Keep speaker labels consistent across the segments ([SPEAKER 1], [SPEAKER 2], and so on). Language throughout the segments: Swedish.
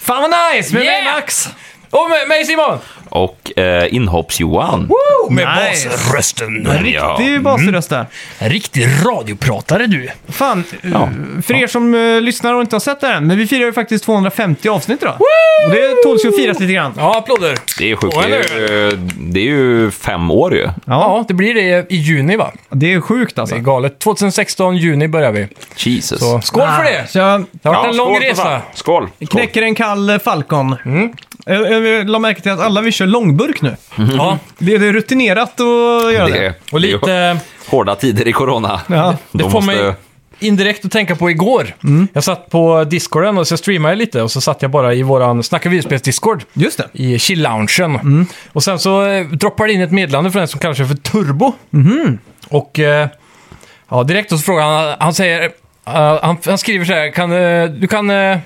[SPEAKER 1] Fan vad nice! Med mig
[SPEAKER 2] Yeah!
[SPEAKER 1] Max! Och med mig Simon!
[SPEAKER 3] Och eh, inhopps-Johan.
[SPEAKER 1] Woo!
[SPEAKER 2] Med
[SPEAKER 1] nice.
[SPEAKER 2] basrösten.
[SPEAKER 3] Ja.
[SPEAKER 1] Det är ju
[SPEAKER 3] Mm.
[SPEAKER 1] basröst där.
[SPEAKER 2] En riktig radiopratare du.
[SPEAKER 1] Fan, eh, för er som eh, lyssnar och inte har sett det här än, men vi firar ju faktiskt 250 avsnitt idag. Och det tåls ju att firas lite grann.
[SPEAKER 2] Ja, applåder.
[SPEAKER 3] Det är sjukt.
[SPEAKER 2] Åh,
[SPEAKER 3] Det är, ju, det är ju fem år ju.
[SPEAKER 2] Ja, det blir det i juni va?
[SPEAKER 1] Det är sjukt alltså.
[SPEAKER 2] Det är galet. 2016, juni börjar vi.
[SPEAKER 3] Jesus.
[SPEAKER 2] Så, skål för det!
[SPEAKER 1] Så jag
[SPEAKER 2] Det har varit
[SPEAKER 3] Ja,
[SPEAKER 2] en
[SPEAKER 3] skål
[SPEAKER 2] lång
[SPEAKER 3] för fan.
[SPEAKER 2] resa.
[SPEAKER 3] Skål.
[SPEAKER 1] knäcker en kall eh, Falcon. Jag, jag, jag la märke till att alla vi kör långburk nu.
[SPEAKER 2] Ja,
[SPEAKER 1] Det, det är rutinerat att göra det.
[SPEAKER 3] Det,
[SPEAKER 2] och
[SPEAKER 3] det är
[SPEAKER 2] lite... eh,
[SPEAKER 3] hårda tider i corona.
[SPEAKER 1] Ja,
[SPEAKER 2] Det
[SPEAKER 3] De
[SPEAKER 2] får
[SPEAKER 3] måste-
[SPEAKER 2] mig indirekt att tänka på igår.
[SPEAKER 1] Mm.
[SPEAKER 2] Jag satt på discorden och så streamade jag lite och så satt jag bara i våran Snacka videospels-discord.
[SPEAKER 1] Just det.
[SPEAKER 2] i chill-loungen.
[SPEAKER 1] Mm.
[SPEAKER 2] Och sen så eh, droppar det in ett meddelande från en som kallar sig för Turbo.
[SPEAKER 1] Mhm.
[SPEAKER 2] Och eh, ja, direkt så frågar han, han säger, eh, han, han skriver så här, kan, eh, du kan eh,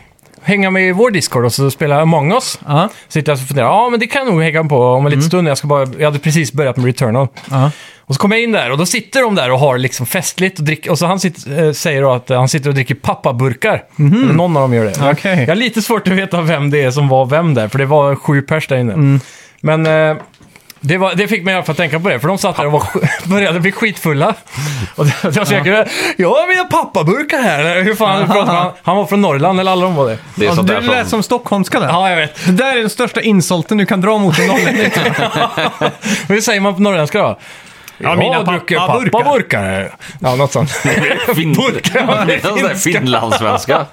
[SPEAKER 2] hänga med i vår Discord och så spela Among Us.
[SPEAKER 1] Ja. Mm.
[SPEAKER 2] Sitter jag och funderar, ja men det kan jag nog hänga på om en liten stund. Jag, ska bara, jag hade precis börjat med Returnal.
[SPEAKER 1] Ja.
[SPEAKER 2] Och så kommer jag in där och då sitter de där och har liksom festligt och dricker. Och så han sitter, eh, säger då att eh, han sitter och dricker pappaburkar. Eller någon av dem gör det.
[SPEAKER 1] Mhm. Okej.
[SPEAKER 2] Jag har lite svårt att veta vem det är som var vem där, för det var sju pers där inne.
[SPEAKER 1] Mm.
[SPEAKER 2] Men eh, det, var, det fick mig i alla fall att tänka på det, för de satt där och var, började bli skitfulla. Och det- jag skrek jag har mina pappaburkar här. Hur fan pratar han? Han var från Norrland, eller alla de var det.
[SPEAKER 3] Det är
[SPEAKER 1] Alltså,
[SPEAKER 3] sånt
[SPEAKER 1] du
[SPEAKER 3] där
[SPEAKER 1] lät
[SPEAKER 3] som...
[SPEAKER 1] som stockholmska där.
[SPEAKER 2] Ja, jag vet.
[SPEAKER 1] Det där är den största insulten du kan dra mot en norrlänning.
[SPEAKER 2] Men hur säger man på norrländska då? Ja,
[SPEAKER 1] mina
[SPEAKER 2] jag dricker
[SPEAKER 1] pappaburkar."
[SPEAKER 2] pappaburkar. Ja, något sånt.
[SPEAKER 3] Fin... Det är sån där Finlandssvenska.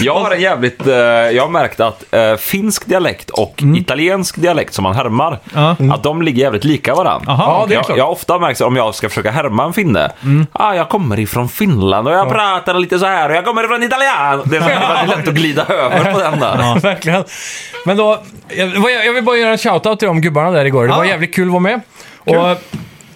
[SPEAKER 3] Jag har en jävligt... eh, jag har märkt att eh, finsk dialekt och italiensk dialekt som man härmar,
[SPEAKER 1] Ja.
[SPEAKER 3] att de ligger jävligt lika varandra.
[SPEAKER 1] Aha,
[SPEAKER 2] Ja, det är klart.
[SPEAKER 3] jag, jag har ofta märkt så här, om jag ska försöka härma en finne. Ah, jag kommer ifrån Finland och jag pratar lite så här och jag kommer ifrån Italien. Det är så jävla lätt att glida över på den där.
[SPEAKER 2] Verkligen. Men då, jag, det var- jag vill bara göra en shout-out till de gubbarna där igår. Det var
[SPEAKER 1] Ja.
[SPEAKER 2] jävligt kul att vara med. Och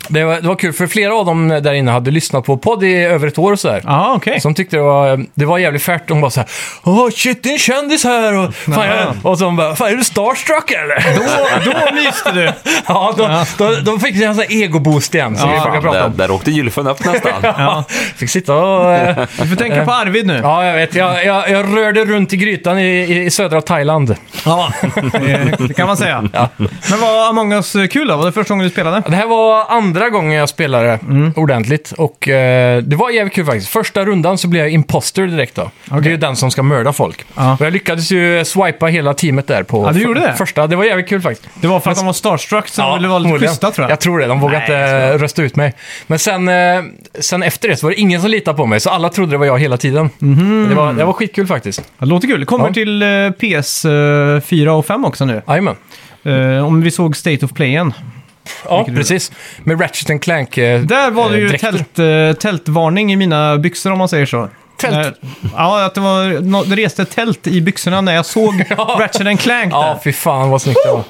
[SPEAKER 2] det, var, det var kul, för flera av dem där inne hade lyssnat på podd i över ett år och sådär.
[SPEAKER 1] Ja, okej.
[SPEAKER 2] Som tyckte det var, det var jävligt färt. De bara såhär Åh shit, det är en kändis här! Och, fan,
[SPEAKER 1] Ja.
[SPEAKER 2] jag, och så de bara, fan är du starstruck eller?
[SPEAKER 1] Då, då myste du.
[SPEAKER 2] ja, då, Då, då fick jag en sån här ego-boost igen som
[SPEAKER 1] Ja.
[SPEAKER 2] vi brukar prata
[SPEAKER 3] Där,
[SPEAKER 2] om.
[SPEAKER 3] där åkte gylfen upp nästan.
[SPEAKER 2] Ja. Fick sitta och... eh,
[SPEAKER 1] Du får tänka på Arvid nu.
[SPEAKER 2] Ja, jag vet. Jag, jag, jag rörde runt i grytan i, i, i södra Thailand.
[SPEAKER 1] Ja, det- det kan man säga. Men vad Among Us eh, kul då? Var det första gången du spelade?
[SPEAKER 2] Det här var andra gången jag spelade
[SPEAKER 1] Mm.
[SPEAKER 2] ordentligt och eh, det var jävligt kul faktiskt. Första rundan så blev jag imposter direkt då. Det är ju den som ska mörda folk.
[SPEAKER 1] Ja.
[SPEAKER 2] Och jag lyckades ju swipa hela teamet där på
[SPEAKER 1] Ja, du gjorde det?
[SPEAKER 2] första. Det var jävligt kul faktiskt.
[SPEAKER 1] Det var för att de var starstruck som ville vara lite
[SPEAKER 2] förmodligen.
[SPEAKER 1] schyssta tror jag.
[SPEAKER 2] Jag tror det. De vågade
[SPEAKER 1] Nej,
[SPEAKER 2] inte eh, rösta ut mig. Men sen, eh, sen efter det så var det ingen som litade på mig, så alla trodde det var jag hela tiden.
[SPEAKER 1] Mhm.
[SPEAKER 2] Det, var, det var skitkul faktiskt.
[SPEAKER 1] Det låter kul. Det kommer
[SPEAKER 2] Ja.
[SPEAKER 1] till eh, PS4 och 5 också nu.
[SPEAKER 2] Jajamän.
[SPEAKER 1] Eh, Om vi såg State of Playen.
[SPEAKER 2] Ja,
[SPEAKER 1] Vilket du-
[SPEAKER 2] precis. Med Ratchet and Clank. eh,
[SPEAKER 1] Där var det
[SPEAKER 2] eh,
[SPEAKER 1] ju
[SPEAKER 2] dräkter.
[SPEAKER 1] tält, eh, tältvarning i mina byxor om man säger så.
[SPEAKER 2] Tält?
[SPEAKER 1] När- ja, att det, var, nå- det reste ett tält i byxorna när jag såg Ratchet and Clank där.
[SPEAKER 2] Ja, fy fan vad snyggt det var.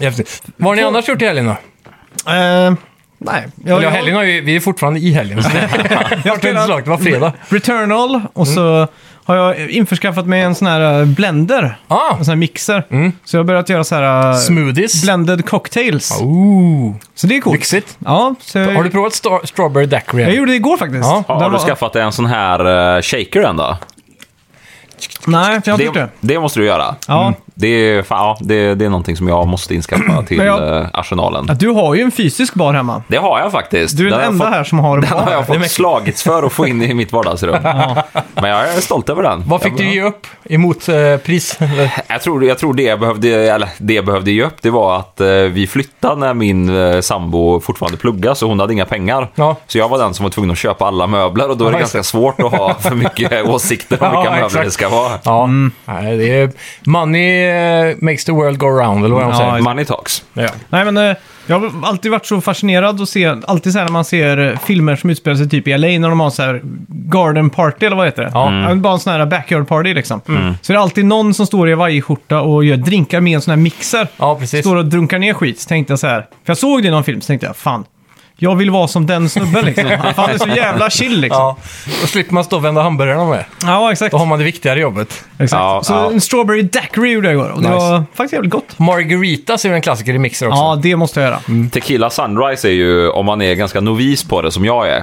[SPEAKER 2] Häftigt. Vad har ni annars gjort i helgen då?
[SPEAKER 1] Eh, nej. Jag,
[SPEAKER 2] Eller ja, helgen har ju, vi är fortfarande i helgen. Så det
[SPEAKER 1] jag
[SPEAKER 2] har inte
[SPEAKER 1] spelar-
[SPEAKER 2] slagit, det var fredag.
[SPEAKER 1] Returnal och
[SPEAKER 2] Mm.
[SPEAKER 1] så har jag införskaffat mig en sån här eh, blender.
[SPEAKER 2] Ah,
[SPEAKER 1] En sån här mixer.
[SPEAKER 3] Mm.
[SPEAKER 1] Så jag har börjat göra så här... eh,
[SPEAKER 2] smoothies.
[SPEAKER 1] Blended cocktails.
[SPEAKER 2] Ooh,
[SPEAKER 1] Så det är coolt.
[SPEAKER 2] lyxigt.
[SPEAKER 1] Ja, så jag,
[SPEAKER 2] Har du provat star- Strawberry Daiquiri?
[SPEAKER 1] jag gjorde det igår faktiskt.
[SPEAKER 2] Ja.
[SPEAKER 3] Ja,
[SPEAKER 1] Den
[SPEAKER 3] har du
[SPEAKER 1] var-
[SPEAKER 3] skaffat dig en sån här eh, shaker än då?
[SPEAKER 1] Nej, jag har inte gjort
[SPEAKER 3] Det, Mm.
[SPEAKER 1] det.
[SPEAKER 3] det måste du göra.
[SPEAKER 1] Ja.
[SPEAKER 3] Det, är, fan, ja, det, det är någonting som jag måste inskaffa till
[SPEAKER 1] Men jag-
[SPEAKER 3] eh, arsenalen.
[SPEAKER 1] Ja, Du har ju en fysisk bar hemma.
[SPEAKER 3] Det har jag faktiskt.
[SPEAKER 1] Du är
[SPEAKER 3] Den
[SPEAKER 1] den
[SPEAKER 3] har jag
[SPEAKER 1] enda
[SPEAKER 3] fått-
[SPEAKER 1] här som har en
[SPEAKER 3] Den har
[SPEAKER 1] bar.
[SPEAKER 3] jag fått slagits för att få in i mitt vardagsrum. Men jag är stolt över den.
[SPEAKER 2] Vad fick
[SPEAKER 3] jag,
[SPEAKER 2] du ge upp emot eh, pris?
[SPEAKER 3] Jag tror, jag tror det jag behövde, eller det jag behövde ge upp, det var att eh, vi flyttade när min eh, sambo fortfarande pluggade, så hon hade inga pengar.
[SPEAKER 2] Ja.
[SPEAKER 3] Så jag var den som var tvungen att köpa alla möbler och då är det
[SPEAKER 2] Ja, just
[SPEAKER 3] ganska svårt att ha för mycket åsikter om
[SPEAKER 2] Ja,
[SPEAKER 3] vilka möbler
[SPEAKER 2] exakt.
[SPEAKER 3] det ska vara.
[SPEAKER 2] ja, nej, det är money eh, makes the world go round, eller vad de
[SPEAKER 1] Ja,
[SPEAKER 2] säger.
[SPEAKER 3] Money talks.
[SPEAKER 2] Ja.
[SPEAKER 1] Nej, men eh, jag har alltid varit så fascinerad och se, alltid så här när man ser eh, filmer som utspelar sig typ i LA när de har så här garden party eller vad heter det?
[SPEAKER 2] Ja.
[SPEAKER 3] Mm.
[SPEAKER 1] men Bara en sån här backyard party liksom. Så är det alltid någon som står i hawaiiskjorta och gör drinkar med en sån här mixer.
[SPEAKER 2] ja, precis.
[SPEAKER 1] Står och drunkar ner skit, så tänkte jag så här. För jag såg det i någon film, så tänkte jag fan, jag vill vara som den snubben liksom. Han är så jävla chill liksom. Ja,
[SPEAKER 2] Ja. Då slipper man stå och vända hamburgarna med.
[SPEAKER 1] exakt.
[SPEAKER 2] Då har man det viktigare jobbet.
[SPEAKER 1] exakt.
[SPEAKER 3] Ja,
[SPEAKER 1] så
[SPEAKER 3] ja.
[SPEAKER 1] en strawberry daiquiri gjorde jag igår och det
[SPEAKER 2] Nice.
[SPEAKER 1] var faktiskt jävligt gott.
[SPEAKER 2] Margaritas är ju en klassiker i mixer också.
[SPEAKER 1] Ja, det måste jag göra.
[SPEAKER 3] Tequila
[SPEAKER 1] Mm.
[SPEAKER 3] Sunrise är ju, om man är ganska novis på det som jag är,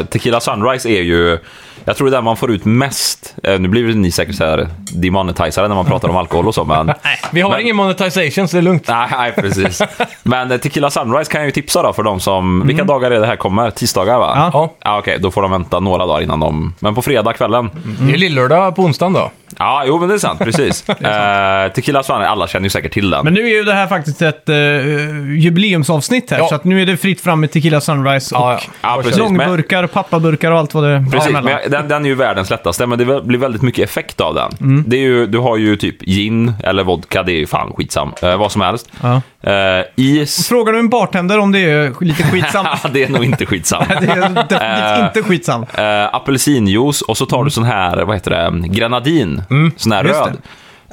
[SPEAKER 3] eh, Tequila Sunrise är ju Jag tror det är där man får ut mest. Eh, Nu blir väl ni säkert så här demonetiserade när man pratar om alkohol och så, men...
[SPEAKER 2] Vi har
[SPEAKER 3] Men-
[SPEAKER 2] ingen monetization, så det är lugnt.
[SPEAKER 3] Nej, nej, precis. Men eh, Tequila Sunrise kan jag ju tipsa då för de som... Vilka dagar är det här kommer? Tisdagar va?
[SPEAKER 1] Mm. Ja.
[SPEAKER 2] Ja.
[SPEAKER 3] Ja, Okej, då får de vänta några dagar innan de... Men på fredagskvällen.
[SPEAKER 1] Mm.
[SPEAKER 2] Det är lillördag på onsdagen då.
[SPEAKER 3] Ja, jo men det är sant, precis. Eh, Tequila Sunrise, alla känner ju säkert till den.
[SPEAKER 1] Men nu är ju det här faktiskt ett eh, jubileumsavsnitt här,
[SPEAKER 2] Ja.
[SPEAKER 1] så att nu är det fritt fram med Tequila Sunrise och
[SPEAKER 2] Ja, ja.
[SPEAKER 3] Ja, precis. Men-
[SPEAKER 1] långburkar, pappaburkar och allt vad det
[SPEAKER 3] Precis,
[SPEAKER 1] emellan.
[SPEAKER 3] men jag- den, den är ju världens lättaste, men det väl- blir väldigt mycket effekt av den.
[SPEAKER 1] Mm.
[SPEAKER 3] Det är ju, du har ju typ gin eller vodka, det är ju fan skitsam. Eh, vad som helst.
[SPEAKER 1] Ja.
[SPEAKER 3] Eh, is,
[SPEAKER 1] Frågar du en bartender om det är lite skitsamt?
[SPEAKER 3] det är nog inte skitsam.
[SPEAKER 1] det är definitivt inte skitsamt.
[SPEAKER 3] Eh, apelsinjuice och så tar du sån här, vad heter det, grenadin. Sån här
[SPEAKER 1] Mm. just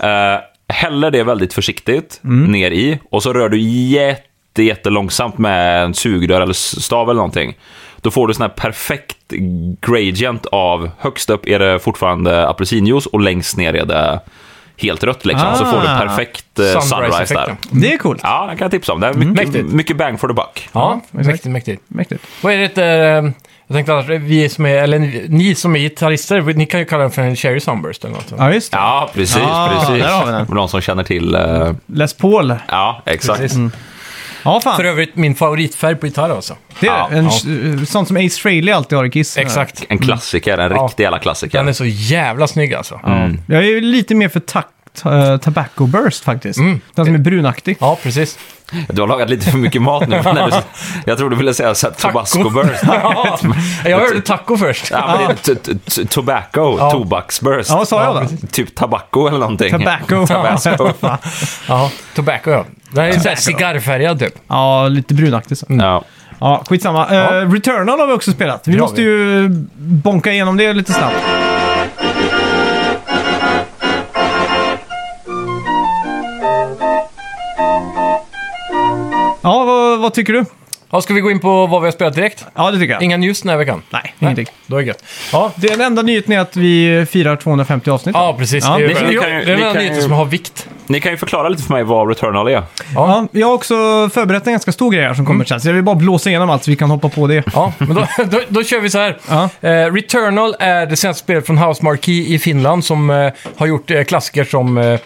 [SPEAKER 3] röd. Eh, häller det väldigt försiktigt
[SPEAKER 1] Mm.
[SPEAKER 3] ner i och så rör du jätte, jättelångsamt med en sugrör eller stav eller någonting. Då får du sån här perfekt gradient av högst upp är det fortfarande apelsinjuice och längst ner är det helt rött liksom. så
[SPEAKER 1] Ah.
[SPEAKER 3] får du perfekt eh, sunrise, där.
[SPEAKER 2] Sunrise-effekten.
[SPEAKER 1] Det är coolt.
[SPEAKER 3] Ja, den kan jag tipsa om. Det är mycket,
[SPEAKER 2] Mäktigt.
[SPEAKER 3] mycket bang for the buck.
[SPEAKER 2] Ja,
[SPEAKER 1] Mm. Ja, exakt.
[SPEAKER 2] mäktigt, mäktigt.
[SPEAKER 1] Mäktigt.
[SPEAKER 2] Vad är det heter, eh, jag tänkte annars, vi som är, eller ni- ni som är gitarrister, ni kan ju kalla den för en Cherry Sunburst eller något. sånt.
[SPEAKER 1] Ja, just det.
[SPEAKER 3] Ja, precis.
[SPEAKER 1] Ah,
[SPEAKER 3] precis.
[SPEAKER 1] där har vi den.
[SPEAKER 3] För de som känner till... eh,
[SPEAKER 1] Les Paul.
[SPEAKER 3] ja, exakt.
[SPEAKER 2] Precis.
[SPEAKER 1] Ja, fan.
[SPEAKER 2] För övrigt min favoritfärg på gitarr alltså.
[SPEAKER 1] Det är
[SPEAKER 3] Ja,
[SPEAKER 1] en,
[SPEAKER 2] ja.
[SPEAKER 1] eh, sånt som Ace Frehley alltid har i Kiss.
[SPEAKER 2] Exakt.
[SPEAKER 3] En klassiker, en
[SPEAKER 2] Mm. Ja.
[SPEAKER 3] riktig jävla klassiker.
[SPEAKER 2] Den är så jävla snygg alltså.
[SPEAKER 3] Mm.
[SPEAKER 1] Jag är ju lite mer för tak- eh, Tobacco Burst faktiskt. Den som är brunaktig.
[SPEAKER 2] Mm. Ja, precis.
[SPEAKER 3] Du har lagat lite för mycket mat nu. när du, jag tror du ville säga så här, Tabasco Burst.
[SPEAKER 2] Ja, jag hörde taco först.
[SPEAKER 3] Ja, men det är t- t- t- tobacco,
[SPEAKER 2] Ja.
[SPEAKER 3] tobaksburst.
[SPEAKER 1] Ja, sa jag
[SPEAKER 2] Ja,
[SPEAKER 1] då?
[SPEAKER 2] precis.
[SPEAKER 3] Typ tabacco eller någonting.
[SPEAKER 1] Tobacco.
[SPEAKER 3] Tabasco.
[SPEAKER 2] Ja, tobacco ja. Den är såhär cigarrfärgad typ.
[SPEAKER 1] Ja, lite brunaktig så.
[SPEAKER 3] ja.
[SPEAKER 1] Ja, skitsamma.
[SPEAKER 2] Mm. Ja.
[SPEAKER 1] Eh, Returnal har vi också spelat. Vi
[SPEAKER 2] Det har
[SPEAKER 1] måste
[SPEAKER 2] vi.
[SPEAKER 1] ju bonka igenom det lite snabbt. Ja, vad, vad tycker du?
[SPEAKER 2] Ja, ska vi gå in på vad vi har spelat direkt?
[SPEAKER 1] Ja, det tycker jag.
[SPEAKER 2] Inga news den här veckan?
[SPEAKER 1] Nej, ingenting.
[SPEAKER 2] Då är det gött. Ja,
[SPEAKER 1] Det är den enda nyheten är att vi firar 250 avsnitt.
[SPEAKER 2] ja precis.
[SPEAKER 1] Ja,
[SPEAKER 2] det är,
[SPEAKER 1] vi-
[SPEAKER 2] det,
[SPEAKER 3] vi kan ju-
[SPEAKER 2] är den
[SPEAKER 3] vi
[SPEAKER 2] enda
[SPEAKER 3] kan ju-
[SPEAKER 2] nyheten som har vikt.
[SPEAKER 3] Ni kan ju förklara lite för mig vad Returnal är.
[SPEAKER 1] Ja, jag har också förberett en ganska stor grej här som kommer sen, så jag vill bara blåsa igenom allt så vi kan hoppa på det.
[SPEAKER 2] Mm. Ja, men då, då, då kör vi så här.
[SPEAKER 1] Ja.
[SPEAKER 2] Eh, Returnal är det senaste spelet från House Marquee i Finland som eh, har gjort eh, klassiker som eh,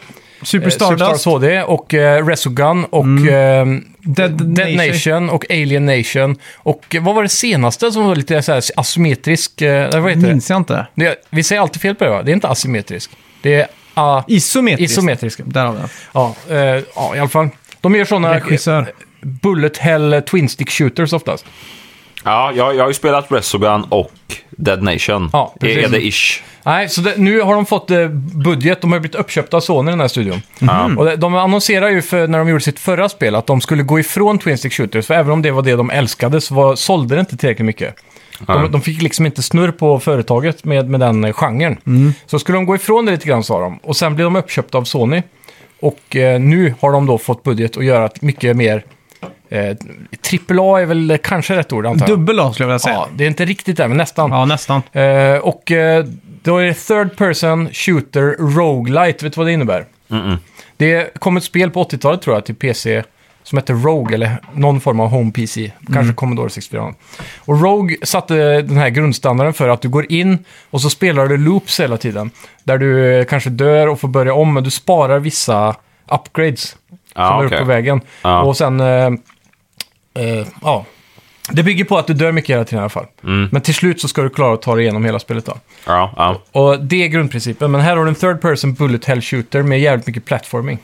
[SPEAKER 1] Super
[SPEAKER 2] Superstar
[SPEAKER 1] Stardust, Mm.
[SPEAKER 2] HD och eh, Resogun och eh,
[SPEAKER 1] Dead,
[SPEAKER 2] Dead Nation. och Alien Nation. Och eh, vad var det senaste som var lite så här asymmetrisk? Eh, vad heter det?
[SPEAKER 1] Minns jag inte.
[SPEAKER 2] det? Vi säger alltid fel på det va? Det är inte asymmetrisk. Det är ah,
[SPEAKER 1] Isometriskt.
[SPEAKER 2] isometrisk.
[SPEAKER 1] Där har vi den.
[SPEAKER 2] Ja, eh, ja, i alla fall. De gör sådana
[SPEAKER 1] Regissör.
[SPEAKER 2] bullet hell eh, twin stick shooters oftast.
[SPEAKER 3] Ja, jag, jag har ju spelat Resogun och Dead Nation.
[SPEAKER 2] Ja,
[SPEAKER 3] är,
[SPEAKER 2] precis.
[SPEAKER 3] är det ish.
[SPEAKER 2] Nej, så det, nu har de fått eh, budget. De har blivit uppköpta av Sony i den här studion. Och det, de annonserade ju för, när de gjorde sitt förra spel att de skulle gå ifrån Twin Stick Shooters. För även om det var det de älskade så var, sålde det inte tillräckligt mycket.
[SPEAKER 3] Nej.
[SPEAKER 2] De, de fick liksom inte snurr på företaget med, med den eh, genren. Så skulle de gå ifrån det lite grann sa de. Och sen blev de uppköpta av Sony. Och eh, nu har de då fått budget att göra ett mycket mer... Eh, AAA är väl kanske rätt ord antar jag.
[SPEAKER 1] Dubbel A skulle jag vilja säga.
[SPEAKER 2] Ja,
[SPEAKER 1] Ja,
[SPEAKER 2] det är inte riktigt där, men nästan.
[SPEAKER 1] nästan.
[SPEAKER 2] Eh, och eh, då är det Third Person Shooter Roguelite. Vet du vad det innebär? Det kom ett spel på 80-talet tror jag till PC som hette Rogue, eller någon form av Home PC. Kanske Commodore 64. Och Rogue satte den här grundstandarden för att du går in och så spelar du loops hela tiden. Där du eh, kanske dör och får börja om, men du sparar vissa upgrades
[SPEAKER 3] Ja,
[SPEAKER 2] som är
[SPEAKER 3] okej.
[SPEAKER 2] upp på vägen.
[SPEAKER 3] Ja.
[SPEAKER 2] Och sen... eh, eh, ja. Det bygger på att du dör mycket hela tiden i alla fall.
[SPEAKER 3] Mm.
[SPEAKER 2] Men till slut så ska du klara att ta dig igenom hela spelet då.
[SPEAKER 3] Ja, ja.
[SPEAKER 2] Och det är grundprincipen. Men här har du en third person bullet hell shooter med jävligt mycket platforming.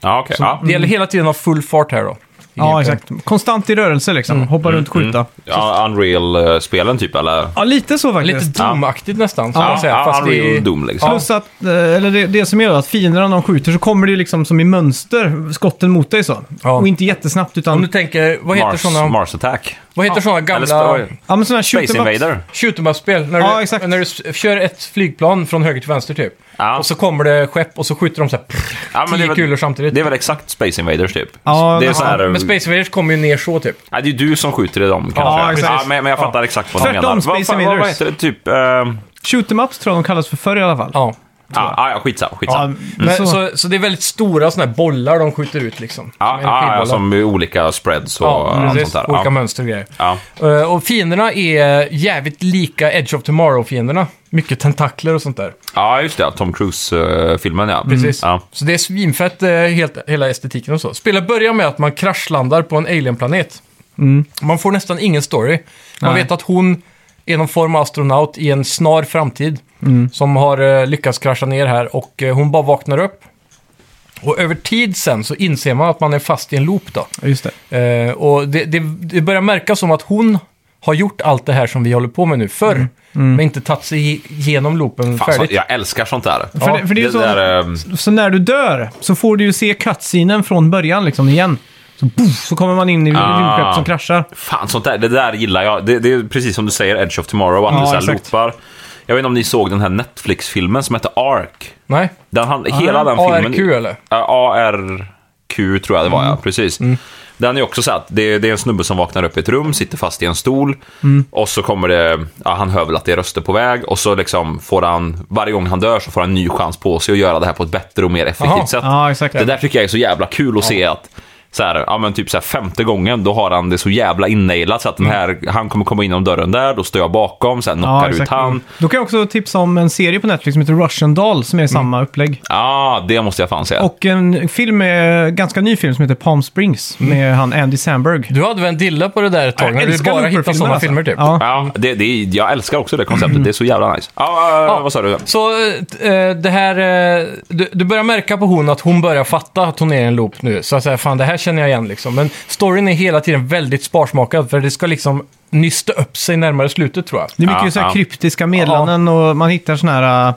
[SPEAKER 3] ja okej.
[SPEAKER 2] Så
[SPEAKER 3] Ja.
[SPEAKER 2] Det gäller hela tiden att ha full fart här då. i
[SPEAKER 1] Ja,
[SPEAKER 2] gameplay.
[SPEAKER 1] exakt. Konstant i rörelse liksom.
[SPEAKER 2] Mm.
[SPEAKER 1] Hoppa runt, skjuta.
[SPEAKER 3] Ja, Unreal-spelen typ, eller?
[SPEAKER 1] Ja, lite så faktiskt.
[SPEAKER 2] Lite Doom-aktigt nästan, ska
[SPEAKER 3] Ja,
[SPEAKER 2] jag säga.
[SPEAKER 3] ja,
[SPEAKER 2] Fast
[SPEAKER 3] Unreal
[SPEAKER 2] i...
[SPEAKER 3] Doom liksom.
[SPEAKER 1] Plus att, eh, eller det, det som gör att fienderna de skjuter så kommer det ju liksom som i mönster, skotten mot dig så.
[SPEAKER 2] Ja.
[SPEAKER 1] Och inte jättesnabbt
[SPEAKER 2] Om du
[SPEAKER 1] utan...
[SPEAKER 2] tänker, vad heter
[SPEAKER 3] Mars,
[SPEAKER 2] sådana
[SPEAKER 3] Mars Attack.
[SPEAKER 2] vad heter såna
[SPEAKER 3] Eller
[SPEAKER 2] gamla
[SPEAKER 3] Sp-
[SPEAKER 1] Ja men sådana här
[SPEAKER 3] Space
[SPEAKER 1] shoot 'em ups.
[SPEAKER 3] Invader.
[SPEAKER 2] shoot em up-spel? När,
[SPEAKER 1] Ja,
[SPEAKER 2] du-
[SPEAKER 1] exakt.
[SPEAKER 2] när du s- kör ett flygplan från höger till vänster typ.
[SPEAKER 3] Ja.
[SPEAKER 2] Och så kommer det skepp och så skjuter de så här, prr,
[SPEAKER 3] Ja, men
[SPEAKER 2] tio
[SPEAKER 3] det är väl-
[SPEAKER 2] kulor samtidigt.
[SPEAKER 3] Det är väl exakt Space Invaders typ?
[SPEAKER 1] Ja,
[SPEAKER 3] det är
[SPEAKER 1] men-
[SPEAKER 3] så här, um,
[SPEAKER 2] Men Space Invaders kommer ju ner så typ.
[SPEAKER 3] ja, det är ju du som skjuter i dem kanske.
[SPEAKER 1] exakt.
[SPEAKER 3] Ja, men, men jag fattar exakt vad du
[SPEAKER 1] Tvärtom,
[SPEAKER 3] menar.
[SPEAKER 1] Space
[SPEAKER 3] vad, fan- vad, vad
[SPEAKER 1] Invaders.
[SPEAKER 3] heter det? Typ... ehm,
[SPEAKER 1] Shoot 'em ups tror jag de kallas för förr i alla fall.
[SPEAKER 2] Ja.
[SPEAKER 3] Ja, ah, ja, skitsamma.
[SPEAKER 1] Ja,
[SPEAKER 3] skitsamma.
[SPEAKER 2] Men, så.
[SPEAKER 1] så,
[SPEAKER 2] Så, det är väldigt stora såna här bollar de skjuter ut liksom.
[SPEAKER 3] Ja, ah,
[SPEAKER 2] Som
[SPEAKER 3] ja, ja,
[SPEAKER 2] energibollar.
[SPEAKER 3] som i olika spreads och
[SPEAKER 2] Ja,
[SPEAKER 3] allt
[SPEAKER 2] precis.
[SPEAKER 3] sånt där.
[SPEAKER 2] Olika
[SPEAKER 3] Ja.
[SPEAKER 2] mönster och grejer.
[SPEAKER 3] Ja.
[SPEAKER 2] Eh, Och fienderna är jävligt lika Edge of Tomorrow-fienderna. Mycket tentakler och sånt där.
[SPEAKER 3] ja, just det. Tom Cruise-filmen, ja.
[SPEAKER 2] Precis.
[SPEAKER 3] Mm. Ja.
[SPEAKER 2] Så det är svinfett, eh, helt, hela estetiken och så. Spelet börjar med att man kraschlandar på en alienplanet. Man får nästan ingen story. Man
[SPEAKER 1] Nej.
[SPEAKER 2] vet att hon är någon form av astronaut i en snar framtid. Som har eh, lyckats krascha ner här och eh, hon bara vaknar upp. Och över tid sen så inser man att man är fast i en loop då.
[SPEAKER 1] just det.
[SPEAKER 2] Eh, och det, det, det börjar märkas som att hon har gjort allt det här som vi håller på med nu förr. Men inte tagit sig i- igenom loopen
[SPEAKER 3] Fan, så,
[SPEAKER 2] färdigt.
[SPEAKER 3] jag älskar sånt där.
[SPEAKER 1] För det- för det är ju så-
[SPEAKER 3] där, ehm,
[SPEAKER 1] Så när du dör så får du ju se cutscenen från början liksom igen. Så, poof, så kommer man in i
[SPEAKER 3] Ah.
[SPEAKER 1] rymdskepp som kraschar.
[SPEAKER 3] Fan, sånt där, det där gillar jag. Det, det är precis som du säger, Edge of Tomorrow, att
[SPEAKER 1] Ja,
[SPEAKER 3] det så här
[SPEAKER 1] exakt.
[SPEAKER 3] loopar. Jag vet inte om ni såg den här Netflix-filmen som hette Ark.
[SPEAKER 2] Nej.
[SPEAKER 3] Den, han,
[SPEAKER 1] Ah,
[SPEAKER 3] hela den filmen...
[SPEAKER 2] ARQ eller?
[SPEAKER 3] Ja, ARQ tror jag det var,
[SPEAKER 1] Mm.
[SPEAKER 3] ja. Precis. Den är också så att det, det är en snubbe som vaknar upp i ett rum, sitter fast i en stol
[SPEAKER 1] Mm.
[SPEAKER 3] och så kommer det, ja, han hör väl att det är röster på väg och så liksom får han, varje gång han dör så får han en ny chans på sig att göra det här på ett bättre och mer effektivt
[SPEAKER 2] Jaha.
[SPEAKER 3] sätt.
[SPEAKER 1] Ja, exakt.
[SPEAKER 3] Det där tycker jag är så jävla kul att se att så här, ja men typ så här femte gången, då har han det så jävla innailat så att
[SPEAKER 1] Mm.
[SPEAKER 3] den här, han kommer komma in genom dörren där, då står jag bakom, sen knockar ut han.
[SPEAKER 1] Då kan jag också tipsa om en serie på Netflix som heter Russian Doll som är samma upplägg.
[SPEAKER 3] Mm. Ja, ah, det måste jag fan säga.
[SPEAKER 1] Och en film, med, ganska ny film som heter Palm Springs
[SPEAKER 3] Mm.
[SPEAKER 1] med han Andy Samberg.
[SPEAKER 2] Du hade väl en dilla på det där ett tag? när du bara hittade sådana filmer typ.
[SPEAKER 1] alltså. Ja.
[SPEAKER 3] Ja, det, det, jag älskar också det konceptet. Det är så jävla nice. Ja, ja, ja, vad sa du?
[SPEAKER 2] Så eh, det här... eh, Du, du börjar märka på hon att hon börjar fatta att hon är i en loop nu. Så att säga, fan det här känner jag igen liksom. Men storyn är hela tiden väldigt sparsmakad för det ska liksom nysta upp sig närmare slutet tror jag.
[SPEAKER 1] Det är mycket
[SPEAKER 3] Ja,
[SPEAKER 1] så här
[SPEAKER 3] ja.
[SPEAKER 1] kryptiska meddelanden och man hittar såna här äh,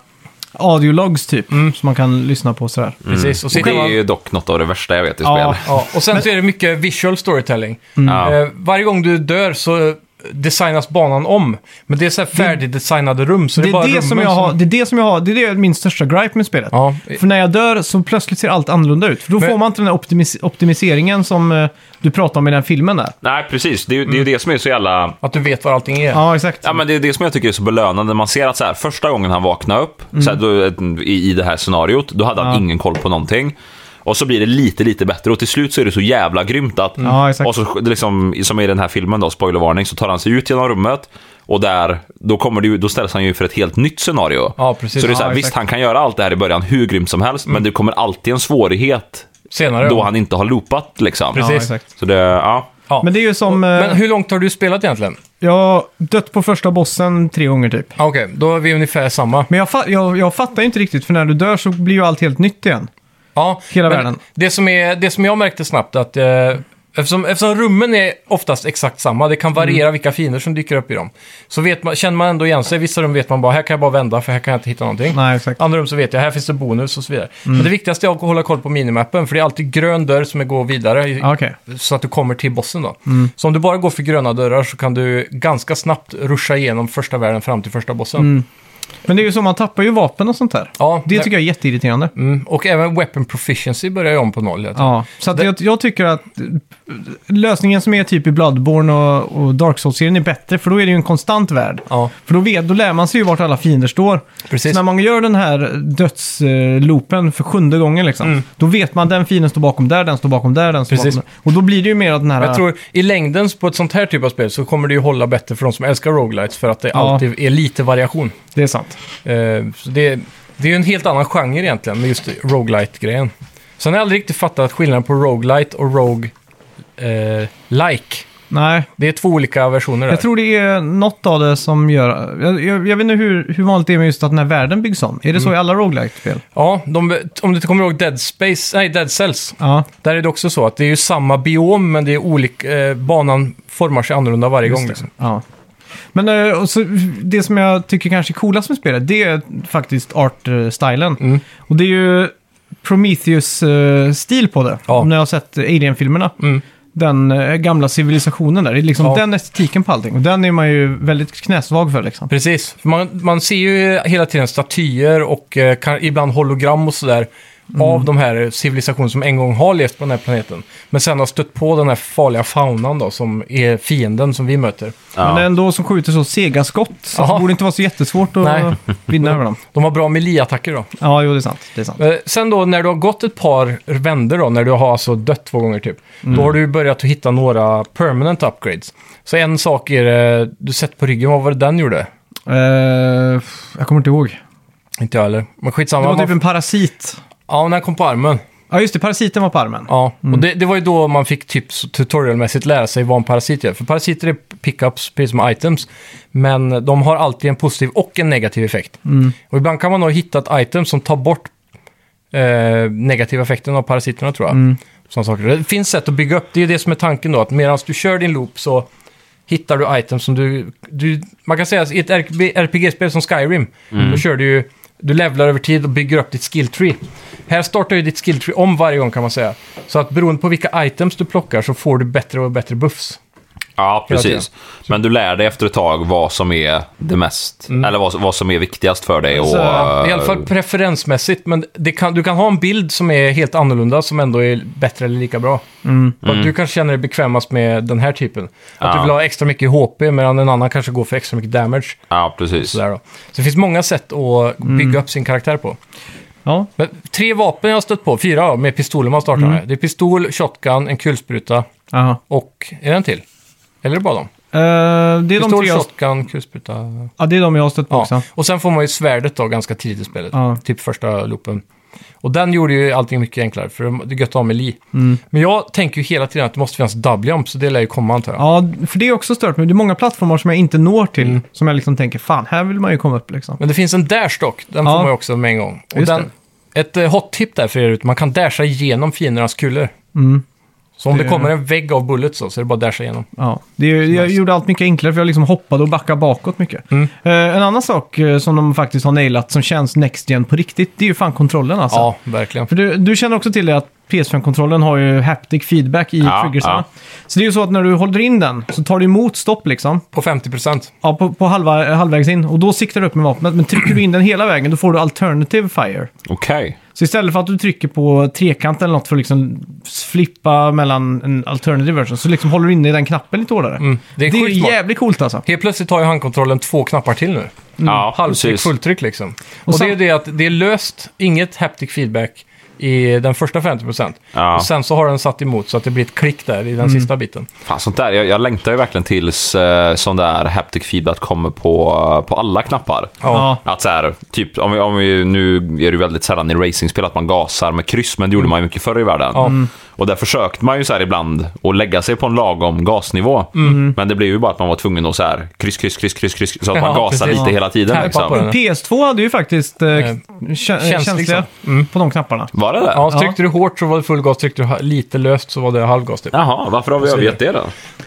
[SPEAKER 1] audiologs typ
[SPEAKER 3] Mm.
[SPEAKER 1] som man kan lyssna på sådär.
[SPEAKER 2] Precis. Och, så
[SPEAKER 3] Och det
[SPEAKER 2] själva-
[SPEAKER 3] är ju dock något av det värsta jag vet i
[SPEAKER 1] Ja.
[SPEAKER 3] spel.
[SPEAKER 2] ja, och sen så är det mycket visual storytelling.
[SPEAKER 3] Mm. Ja.
[SPEAKER 2] Eh, varje gång du dör så eh, designas banan om. Men det är så här färdigdesignade rum. Så det,
[SPEAKER 1] Det
[SPEAKER 2] bara
[SPEAKER 1] är det, som
[SPEAKER 2] rummen
[SPEAKER 1] jag har, det är det som jag har, det är det min största gripe med spelet.
[SPEAKER 2] Ja.
[SPEAKER 1] För när jag dör så plötsligt ser allt annorlunda ut. För då
[SPEAKER 2] Men-
[SPEAKER 1] får man inte den här optimis- optimiseringen som eh, du pratade om i den filmen där.
[SPEAKER 3] Nej, precis. Det är ju det, är ju det som är så jävla...
[SPEAKER 2] Att du vet var allting är.
[SPEAKER 1] Ja, exakt.
[SPEAKER 3] Ja, men det är det som jag tycker är så belönande. Man ser att så här, första gången han vaknar upp så här,
[SPEAKER 1] Mm.
[SPEAKER 3] då, eh, i, i det här scenariot, då hade han ingen koll på någonting. Och så blir det lite, lite bättre och till slut så är det så jävla grymt att...
[SPEAKER 1] Ja, exakt.
[SPEAKER 3] och så det liksom, som i den här filmen då, spoilervarning, så tar han sig ut genom rummet och där, då, kommer det ju, då ställs han ju för ett helt nytt scenario.
[SPEAKER 2] Ja, precis.
[SPEAKER 3] Så det är så här,
[SPEAKER 1] Ja,
[SPEAKER 3] visst
[SPEAKER 1] exakt. Mm.
[SPEAKER 3] han kan göra allt det här i början hur grymt som helst, men det kommer alltid en svårighet
[SPEAKER 2] Senare.
[SPEAKER 3] då han inte har loopat liksom.
[SPEAKER 1] Ja,
[SPEAKER 2] precis.
[SPEAKER 1] exakt.
[SPEAKER 3] Så det, ja.
[SPEAKER 2] Ja.
[SPEAKER 1] Men det är ju som... eh,
[SPEAKER 2] Men hur långt har du spelat egentligen?
[SPEAKER 1] Jag har dött på första bossen tre gånger typ.
[SPEAKER 2] Ah, Okej, då är vi ungefär samma.
[SPEAKER 1] Men jag, fa- jag, jag fattar ju inte riktigt, för när du dör så blir ju allt helt nytt igen.
[SPEAKER 2] Ja,
[SPEAKER 1] Hela
[SPEAKER 2] men
[SPEAKER 1] världen.
[SPEAKER 2] Det som, är, det som jag märkte snabbt att eh, eftersom, eftersom rummen är oftast exakt samma, det
[SPEAKER 1] Mm.
[SPEAKER 2] kan variera vilka fiender som dyker upp i dem. Så vet man, känner man ändå igen sig. Vissa rum vet man bara, här kan jag bara vända för här kan jag inte hitta någonting.
[SPEAKER 1] Nej, Mm. exakt.
[SPEAKER 2] Andra rum så vet jag, här finns det bonus och så vidare. Men det viktigaste är att hålla koll på minimappen, för det är alltid grön dörr som är gå vidare. i-
[SPEAKER 1] Ja, Mm. Okej.
[SPEAKER 2] Så att du kommer till bossen då. Så om du bara går för gröna dörrar så kan du ganska snabbt ruscha igenom första världen fram till första bossen.
[SPEAKER 1] Mm. Men det är ju så, man tappar ju vapen och sånt där.
[SPEAKER 2] Ja,
[SPEAKER 1] Det
[SPEAKER 2] där-
[SPEAKER 1] tycker jag är jätteirriterande.
[SPEAKER 2] Mm, och även weapon proficiency börjar ju om på noll. Jag tror.
[SPEAKER 1] Ja, så att
[SPEAKER 2] Det-
[SPEAKER 1] jag, jag tycker att eh, lösningen som är typ i Bloodborne och, och Dark Souls-serien är bättre, för då är det ju en konstant värld.
[SPEAKER 2] Ja.
[SPEAKER 1] För då, vet, då lär man sig ju vart alla fiender står.
[SPEAKER 2] Precis.
[SPEAKER 1] Så när man gör den här dödsloopen för sjunde gången, liksom, då vet man den fienden står bakom där, den står bakom där, den står
[SPEAKER 2] Mm. Precis.
[SPEAKER 1] bakom där. Och då blir det ju mer att den här...
[SPEAKER 2] Men jag tror i längden på ett sånt här typ av spel så kommer det ju hålla bättre för de som älskar roguelites för att det alltid är lite variation.
[SPEAKER 1] Det är sant.
[SPEAKER 2] Eh, så det, det är ju en helt annan genre egentligen med just roguelite-grejen. Sen har jag aldrig riktigt fattat skillnaden på roguelite och rogue eh, like.
[SPEAKER 1] Nej,
[SPEAKER 2] Det är två olika versioner där.
[SPEAKER 1] Jag tror det är något av det som gör... Jag, jag, jag vet inte hur, hur vanligt det är med just att den här världen byggs om. Är det
[SPEAKER 2] Mm.
[SPEAKER 1] så i alla roguelike-spel?
[SPEAKER 2] Ja, de, om du inte kommer ihåg Dead Space, nej Dead Cells.
[SPEAKER 1] Ja,
[SPEAKER 2] Där är det också så att det är ju samma biom men det är olika, eh, banan formar sig annorlunda varje gång.
[SPEAKER 1] det.
[SPEAKER 2] Liksom.
[SPEAKER 1] ja. Men eh, och så, det som jag tycker kanske är coolast med spelet, det är faktiskt art-stilen.
[SPEAKER 2] Mm.
[SPEAKER 1] Och det är ju Prometheus-stil på det.
[SPEAKER 2] Ja.
[SPEAKER 1] Om ni har sett Alien-filmerna.
[SPEAKER 2] Mm.
[SPEAKER 1] Den eh, gamla civilisationen där. Det är liksom
[SPEAKER 2] Ja.
[SPEAKER 1] den estetiken på allting. Och den är man ju väldigt knäsvag för liksom.
[SPEAKER 2] Precis, För man, man ser ju hela tiden statyer och eh, kan, ibland hologram och sådär.
[SPEAKER 1] Mm.
[SPEAKER 2] av de här civilisationer som en gång har levt på den här planeten. Men sen har stött på den här farliga faunan då, som är fienden som vi möter.
[SPEAKER 1] Men det är
[SPEAKER 3] Ja.
[SPEAKER 1] ändå som skjuter så sega skott. Så
[SPEAKER 2] Jaha.
[SPEAKER 1] det borde inte vara så jättesvårt att
[SPEAKER 2] Nej.
[SPEAKER 1] vinna över dem.
[SPEAKER 2] De har bra melee-attacker då.
[SPEAKER 1] Ja, jo, det är sant. Det är sant.
[SPEAKER 2] Eh, Sen då när du har gått ett par vändor då, när du har alltså dött två gånger typ,
[SPEAKER 1] Mm.
[SPEAKER 2] då har du börjat att hitta några permanent upgrades. Så en sak är eh, du sätter på ryggen, vad var det den gjorde?
[SPEAKER 1] Eh, jag kommer inte ihåg.
[SPEAKER 2] Inte jag heller, men
[SPEAKER 1] Det
[SPEAKER 2] skitsamma.
[SPEAKER 1] var
[SPEAKER 2] man-
[SPEAKER 1] typ en parasit.
[SPEAKER 2] Ja, när den kom på armen.
[SPEAKER 1] Ja, just det. Parasiten var på armen.
[SPEAKER 2] Ja, och det, det var ju då man fick typ så tutorialmässigt lära sig vad en parasit gör. För parasiter är pickups, precis som items, men de har alltid en positiv och en negativ effekt. Och ibland kan man ha hittat items som tar bort eh, negativa effekten av parasiterna tror jag. Såna saker. Det finns sätt att bygga upp, det är det som är tanken då, att medan du kör din loop så hittar du items som du... du man kan säga att i ett RP- RPG-spel som Skyrim, då kör du ju... Du levlar över tid och bygger upp ditt skill tree. Här startar ju ditt skill tree om varje gång kan man säga. Så att beroende på vilka items du plockar så får du bättre och bättre buffs.
[SPEAKER 3] ja,
[SPEAKER 2] tiden.
[SPEAKER 3] precis. Men du lär dig efter ett tag vad som är det mest,
[SPEAKER 2] Mm.
[SPEAKER 3] eller vad, vad som är viktigast för dig. Och,
[SPEAKER 1] Så,
[SPEAKER 2] I alla fall preferensmässigt, men det kan, du kan ha en bild som är helt annorlunda som ändå är bättre eller lika bra. Och Du kanske känner dig bekvämast med den här typen. Att du
[SPEAKER 3] Ja.
[SPEAKER 2] vill ha extra mycket HP medan en annan kanske går för extra mycket damage.
[SPEAKER 3] Ja, precis.
[SPEAKER 2] Sådär då. Så det finns många sätt att bygga upp sin karaktär på.
[SPEAKER 1] Ja.
[SPEAKER 2] Men tre vapen jag har stött på, fyra då, med pistoler man
[SPEAKER 1] Mm.
[SPEAKER 2] startar med. Det är pistol, shotgun, en kulspruta
[SPEAKER 1] Aha.
[SPEAKER 2] och... Är det en till? Eller är det bara dem?
[SPEAKER 1] Eh, det, är de
[SPEAKER 2] Pistol,
[SPEAKER 1] tre jag,
[SPEAKER 2] shotgun, kulspruta...
[SPEAKER 1] ja, det är de jag har stött på
[SPEAKER 2] Ja.
[SPEAKER 1] också.
[SPEAKER 2] Och sen får man ju svärdet då ganska tidigt i spelet.
[SPEAKER 1] Ja.
[SPEAKER 2] Typ första loopen. Och den gjorde ju allting mycket enklare, för det är gött att ha med Li.
[SPEAKER 1] Mm.
[SPEAKER 2] Men jag tänker ju hela tiden att det måste finnas double jump, så det lär ju komma antar jag.
[SPEAKER 1] Ja, för det är också stört mig. Det är många plattformar som jag inte når till.
[SPEAKER 2] Mm.
[SPEAKER 1] Som jag liksom tänker, fan, här vill man ju komma upp liksom.
[SPEAKER 2] Men det finns en dash dock, den
[SPEAKER 1] Ja.
[SPEAKER 2] får man ju också med en gång. Och
[SPEAKER 1] Just
[SPEAKER 2] den, ett eh, hot tip där för er ute, man kan dasha igenom fiendernas kulor. Så om det...
[SPEAKER 1] Mm. Det-
[SPEAKER 2] kommer en vägg av bullets så, så är det bara att dasha igenom.
[SPEAKER 1] Ja, det, jag
[SPEAKER 2] Nice.
[SPEAKER 1] gjorde allt mycket enklare för jag liksom hoppade och backade bakåt mycket.
[SPEAKER 2] Mm.
[SPEAKER 1] Eh, en annan sak eh, som de faktiskt har nailat som känns next gen på riktigt, det är ju fan kontrollen alltså.
[SPEAKER 2] Ja, verkligen.
[SPEAKER 1] För du, du känner också till det att PS5-kontrollen har ju haptic feedback i
[SPEAKER 3] Ja,
[SPEAKER 1] triggersarna.
[SPEAKER 3] ja.
[SPEAKER 1] Så det är ju så att när du håller in den så tar du emot stopp liksom.
[SPEAKER 2] På 50 procent.
[SPEAKER 1] Ja, på, på halva, halvvägs in. Och då siktar du upp med vapnet. Men trycker du in den hela vägen då får du alternative fire.
[SPEAKER 3] Okej.
[SPEAKER 1] Så istället för att du trycker på trekant eller något för att liksom flippa mellan en alternative version så liksom håller du inne i den knappen lite hårdare.
[SPEAKER 2] Mm. Det är
[SPEAKER 1] Det är
[SPEAKER 2] sjukt
[SPEAKER 1] ju
[SPEAKER 2] smart.
[SPEAKER 1] jävligt coolt alltså.
[SPEAKER 2] Helt plötsligt har ju handkontrollen två knappar till nu.
[SPEAKER 3] Ja,
[SPEAKER 2] Mm, Halvtryck,
[SPEAKER 3] precis.
[SPEAKER 2] fulltryck liksom. Och,
[SPEAKER 1] sen-
[SPEAKER 2] det är ju det att det är löst, inget haptic feedback i den första 50%.
[SPEAKER 3] Ja.
[SPEAKER 2] Och sen så har den satt emot så att det blir ett klick där i den
[SPEAKER 1] Mm.
[SPEAKER 2] sista biten.
[SPEAKER 3] Fan, sånt där. Jag, jag längtar ju verkligen tills eh, sån där haptic feedback kommer på, på alla knappar.
[SPEAKER 1] Ja.
[SPEAKER 3] Att så här, typ, om vi, om vi, nu är det ju väldigt sällan i racingspel att man gasar med kryss, men det
[SPEAKER 2] Mm.
[SPEAKER 3] gjorde man ju mycket förr i världen. Och där försökte man ju så här ibland att lägga sig på en lagom gasnivå.
[SPEAKER 2] Mm.
[SPEAKER 3] Men det blev ju bara att man var tvungen att så här, kryss, kryss, kryss, kryss, kryss, så att
[SPEAKER 2] Ja,
[SPEAKER 3] man gasar
[SPEAKER 2] precis.
[SPEAKER 3] lite hela tiden.
[SPEAKER 2] Tärpa på den.
[SPEAKER 3] Liksom.
[SPEAKER 2] Mm.
[SPEAKER 1] PS2 hade ju faktiskt eh,
[SPEAKER 2] Eh, Mm.
[SPEAKER 1] kä- känsliga på de knapparna.
[SPEAKER 3] Var det det?
[SPEAKER 2] Ja, så tryckte du hårt så var det full gas, tryckte du ha- lite löst så var det halvgas typ. Ja.
[SPEAKER 3] Jaha, varför har vi övergett det då?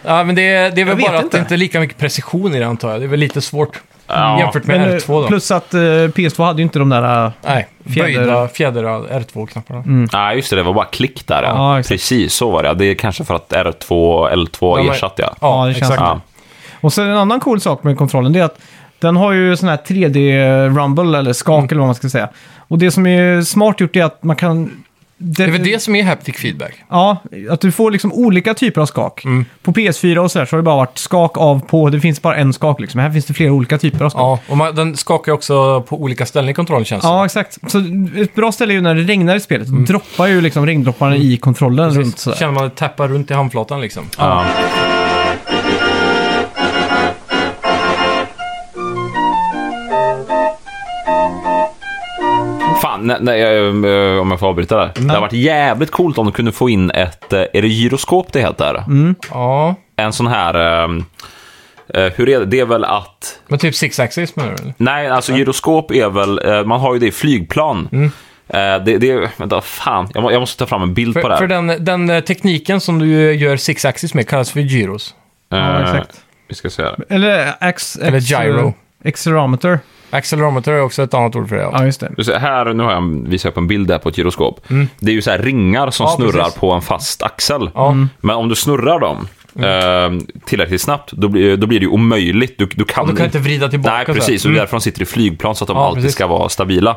[SPEAKER 2] men det, är- det är väl
[SPEAKER 1] vet
[SPEAKER 2] bara att
[SPEAKER 1] inte.
[SPEAKER 2] det inte är lika mycket precision i det antar jag. Det är väl lite svårt
[SPEAKER 3] Ja.
[SPEAKER 2] jämfört med
[SPEAKER 1] Men, eh,
[SPEAKER 2] R2 då.
[SPEAKER 1] plus att eh, PS2 hade ju inte de där... eh,
[SPEAKER 2] Nej,
[SPEAKER 1] fjäder- Mm.
[SPEAKER 2] böjda fjäder R2-knapparna.
[SPEAKER 3] Nej, just det. Det var bara klick där.
[SPEAKER 1] Ja,
[SPEAKER 3] Ja,
[SPEAKER 1] exakt.
[SPEAKER 3] Precis, så var det. Det är kanske för att R2 och L2
[SPEAKER 2] men-
[SPEAKER 3] ersatte jag.
[SPEAKER 1] Ja,
[SPEAKER 2] Ja,
[SPEAKER 1] det känns
[SPEAKER 2] exakt.
[SPEAKER 3] Ja.
[SPEAKER 1] Och sen en annan cool sak med kontrollen det är att den har ju sån här 3D-rumble eller skak
[SPEAKER 2] Mm.
[SPEAKER 1] eller vad man ska säga. Och det som är smart gjort är att man kan...
[SPEAKER 2] Det är väl det som är haptic feedback.
[SPEAKER 1] Ja, att du får liksom olika typer av skak.
[SPEAKER 2] Mm.
[SPEAKER 1] På PS4 och sådär så har det bara varit skak av på, det finns bara en skak liksom. Här finns det flera olika typer av skak.
[SPEAKER 2] Ja, och man, den skakar ju också på olika ställen i kontrollen känns det som.
[SPEAKER 1] Ja, exakt. Så ett bra ställe är ju när det regnar i spelet. Då droppar ju liksom regndropparna i kontrollen runt
[SPEAKER 2] Mm. Precis.
[SPEAKER 1] sådär.
[SPEAKER 2] Känner man att det tappar runt i handflatan liksom.
[SPEAKER 3] Ja. Fan, nej, nej, jag, eh, om jag får avbryta där. Det hade varit jävligt coolt om de kunde få in ett, eh, är det gyroskop det heter?
[SPEAKER 2] Ja,
[SPEAKER 3] En sån här, eh, eh, hur är det? Det är väl att
[SPEAKER 2] men typ six axis menar du? eller?
[SPEAKER 3] Nej, alltså gyroskop är väl, eh, man har ju det i flygplan. Eh, det, det, vänta, fan. Jag, må, jag måste ta fram en bild på det
[SPEAKER 2] För,
[SPEAKER 3] här.
[SPEAKER 2] för den, den eh, tekniken som du gör six axis med kallas för gyros.
[SPEAKER 1] Ja,
[SPEAKER 3] Eh,
[SPEAKER 1] exakt.
[SPEAKER 3] Vi ska se här.
[SPEAKER 1] Eller ax...
[SPEAKER 2] Eller gyro.
[SPEAKER 1] Accelerometer.
[SPEAKER 2] Accelerometer är också ett annat ord för det. Ja.
[SPEAKER 1] Ja, just det.
[SPEAKER 3] Du ser, här, nu har jag, visar jag på en bild där på ett gyroskop. Det är ju så här ringar som
[SPEAKER 2] Mm. Ja,
[SPEAKER 3] snurrar
[SPEAKER 2] precis.
[SPEAKER 3] på en fast axel.
[SPEAKER 2] Ja. Mm.
[SPEAKER 3] Men om du snurrar dem eh, tillräckligt snabbt, då blir, då blir det ju omöjligt. Du, du, kan,
[SPEAKER 2] Du kan inte vrida tillbaka.
[SPEAKER 3] Nej,
[SPEAKER 2] så här. Mm.
[SPEAKER 3] precis. Och det är därför de sitter i flygplan, så att de
[SPEAKER 2] Ja,
[SPEAKER 3] alltid
[SPEAKER 2] precis. Mm.
[SPEAKER 3] ska vara stabila.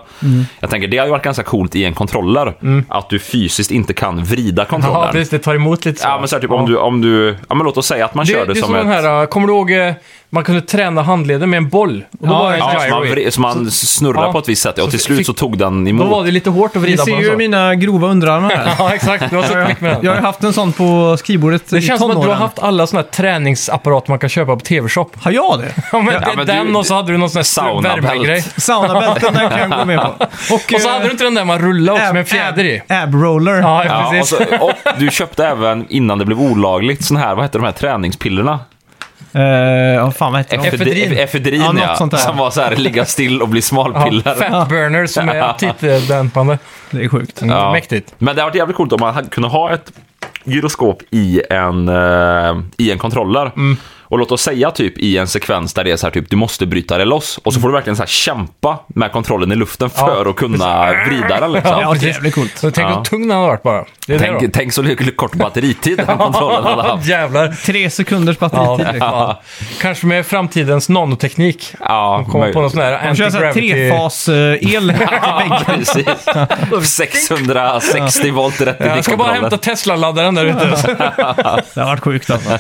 [SPEAKER 3] Jag tänker, det hade varit ganska coolt i en kontroller, att du fysiskt inte kan vrida
[SPEAKER 2] Ja,
[SPEAKER 3] kontrollen.
[SPEAKER 2] precis. Det tar emot lite så.
[SPEAKER 3] Ja, men så här, typ
[SPEAKER 2] Ja.
[SPEAKER 3] om du, om du, ja men låt oss säga att man
[SPEAKER 2] Det,
[SPEAKER 3] kör det,
[SPEAKER 2] det är som
[SPEAKER 3] som
[SPEAKER 2] den
[SPEAKER 3] ett...
[SPEAKER 2] här, äh, kommer du ihåg, eh, man kunde träna handleden med en boll? Och då
[SPEAKER 1] Ja,
[SPEAKER 2] var det en
[SPEAKER 3] Ja,
[SPEAKER 2] gyro
[SPEAKER 3] så man,
[SPEAKER 2] i.
[SPEAKER 3] vri- så man snurrar
[SPEAKER 2] Ja.
[SPEAKER 3] på ett visst sätt, ja, och till
[SPEAKER 2] Så
[SPEAKER 3] slut
[SPEAKER 2] fick-
[SPEAKER 3] så tog den
[SPEAKER 2] Då var
[SPEAKER 3] emot.
[SPEAKER 2] det lite hårt att
[SPEAKER 1] Ni
[SPEAKER 2] vrida på
[SPEAKER 1] ser
[SPEAKER 2] den
[SPEAKER 1] ju
[SPEAKER 2] så.
[SPEAKER 1] mina grova underarmar här.
[SPEAKER 2] Ja, exakt. Du har suttit mycket med
[SPEAKER 1] Jag
[SPEAKER 2] den.
[SPEAKER 1] har ju haft en sån på skrivbordet
[SPEAKER 2] Det
[SPEAKER 1] i
[SPEAKER 2] känns som
[SPEAKER 1] tonåren.
[SPEAKER 2] att du har haft alla såna här träningsapparater man kan köpa på TV-shop.
[SPEAKER 1] Har jag det?
[SPEAKER 2] Ja, men det är
[SPEAKER 3] men
[SPEAKER 2] den
[SPEAKER 3] du-
[SPEAKER 2] och så hade du någon sån här
[SPEAKER 3] Saunabält.
[SPEAKER 2] värmegrej.
[SPEAKER 1] Saunabälten, den kan jag gå med på. Och,
[SPEAKER 2] Och så hade du inte den där man rullade också med en fjäder i.
[SPEAKER 1] Ab-roller.
[SPEAKER 2] Ja,
[SPEAKER 3] Ja, och,
[SPEAKER 2] precis.
[SPEAKER 3] så, och du köpte även, innan det blev olagligt, sån här, vad hette de här träningspillerna?
[SPEAKER 1] Eh, vad fan vad heter de?
[SPEAKER 2] F- Efedrin.
[SPEAKER 3] Efedri- Efedrin,
[SPEAKER 1] Ja, något
[SPEAKER 3] ja.
[SPEAKER 1] sånt där.
[SPEAKER 3] Som var så här, ligga still och bli
[SPEAKER 2] Ja,
[SPEAKER 3] smalpiller.
[SPEAKER 2] fat burner som är aptitdämpande.
[SPEAKER 1] Det är sjukt.
[SPEAKER 2] Mm,
[SPEAKER 3] Ja.
[SPEAKER 2] Mäktigt.
[SPEAKER 3] Men det hade varit jävligt coolt om man hade- kunde ha ett gyroskop i en, eh, i en kontroller. Och låt oss säga typ i en sekvens där det är så här typ du måste bryta dig loss. Och så får du verkligen så här kämpa med kontrollen i luften för att kunna vrida den liksom.
[SPEAKER 1] Ja, det är
[SPEAKER 2] precis.
[SPEAKER 1] jävligt coolt.
[SPEAKER 2] Så tänk
[SPEAKER 3] Ja.
[SPEAKER 2] hur tung den hade varit bara. Det är det
[SPEAKER 3] Tänk, tänk så lyckligt kort batteritid den kontrollen hade
[SPEAKER 2] då.
[SPEAKER 3] haft.
[SPEAKER 2] Jävlar.
[SPEAKER 1] Tre sekunders
[SPEAKER 2] Ja,
[SPEAKER 1] batteritid. liksom.
[SPEAKER 2] ja. Kanske med framtidens nanoteknik.
[SPEAKER 3] Ja,
[SPEAKER 2] Komma på någon sån här
[SPEAKER 1] De kör såhär
[SPEAKER 2] anti-gravity.
[SPEAKER 1] trefas-el.
[SPEAKER 3] Ja, precis. 660 volt rätt in i
[SPEAKER 2] Jag ska bara hämta
[SPEAKER 3] kontrollen.
[SPEAKER 2] Tesla-laddaren där ute.
[SPEAKER 1] Det har varit sjukt alltså.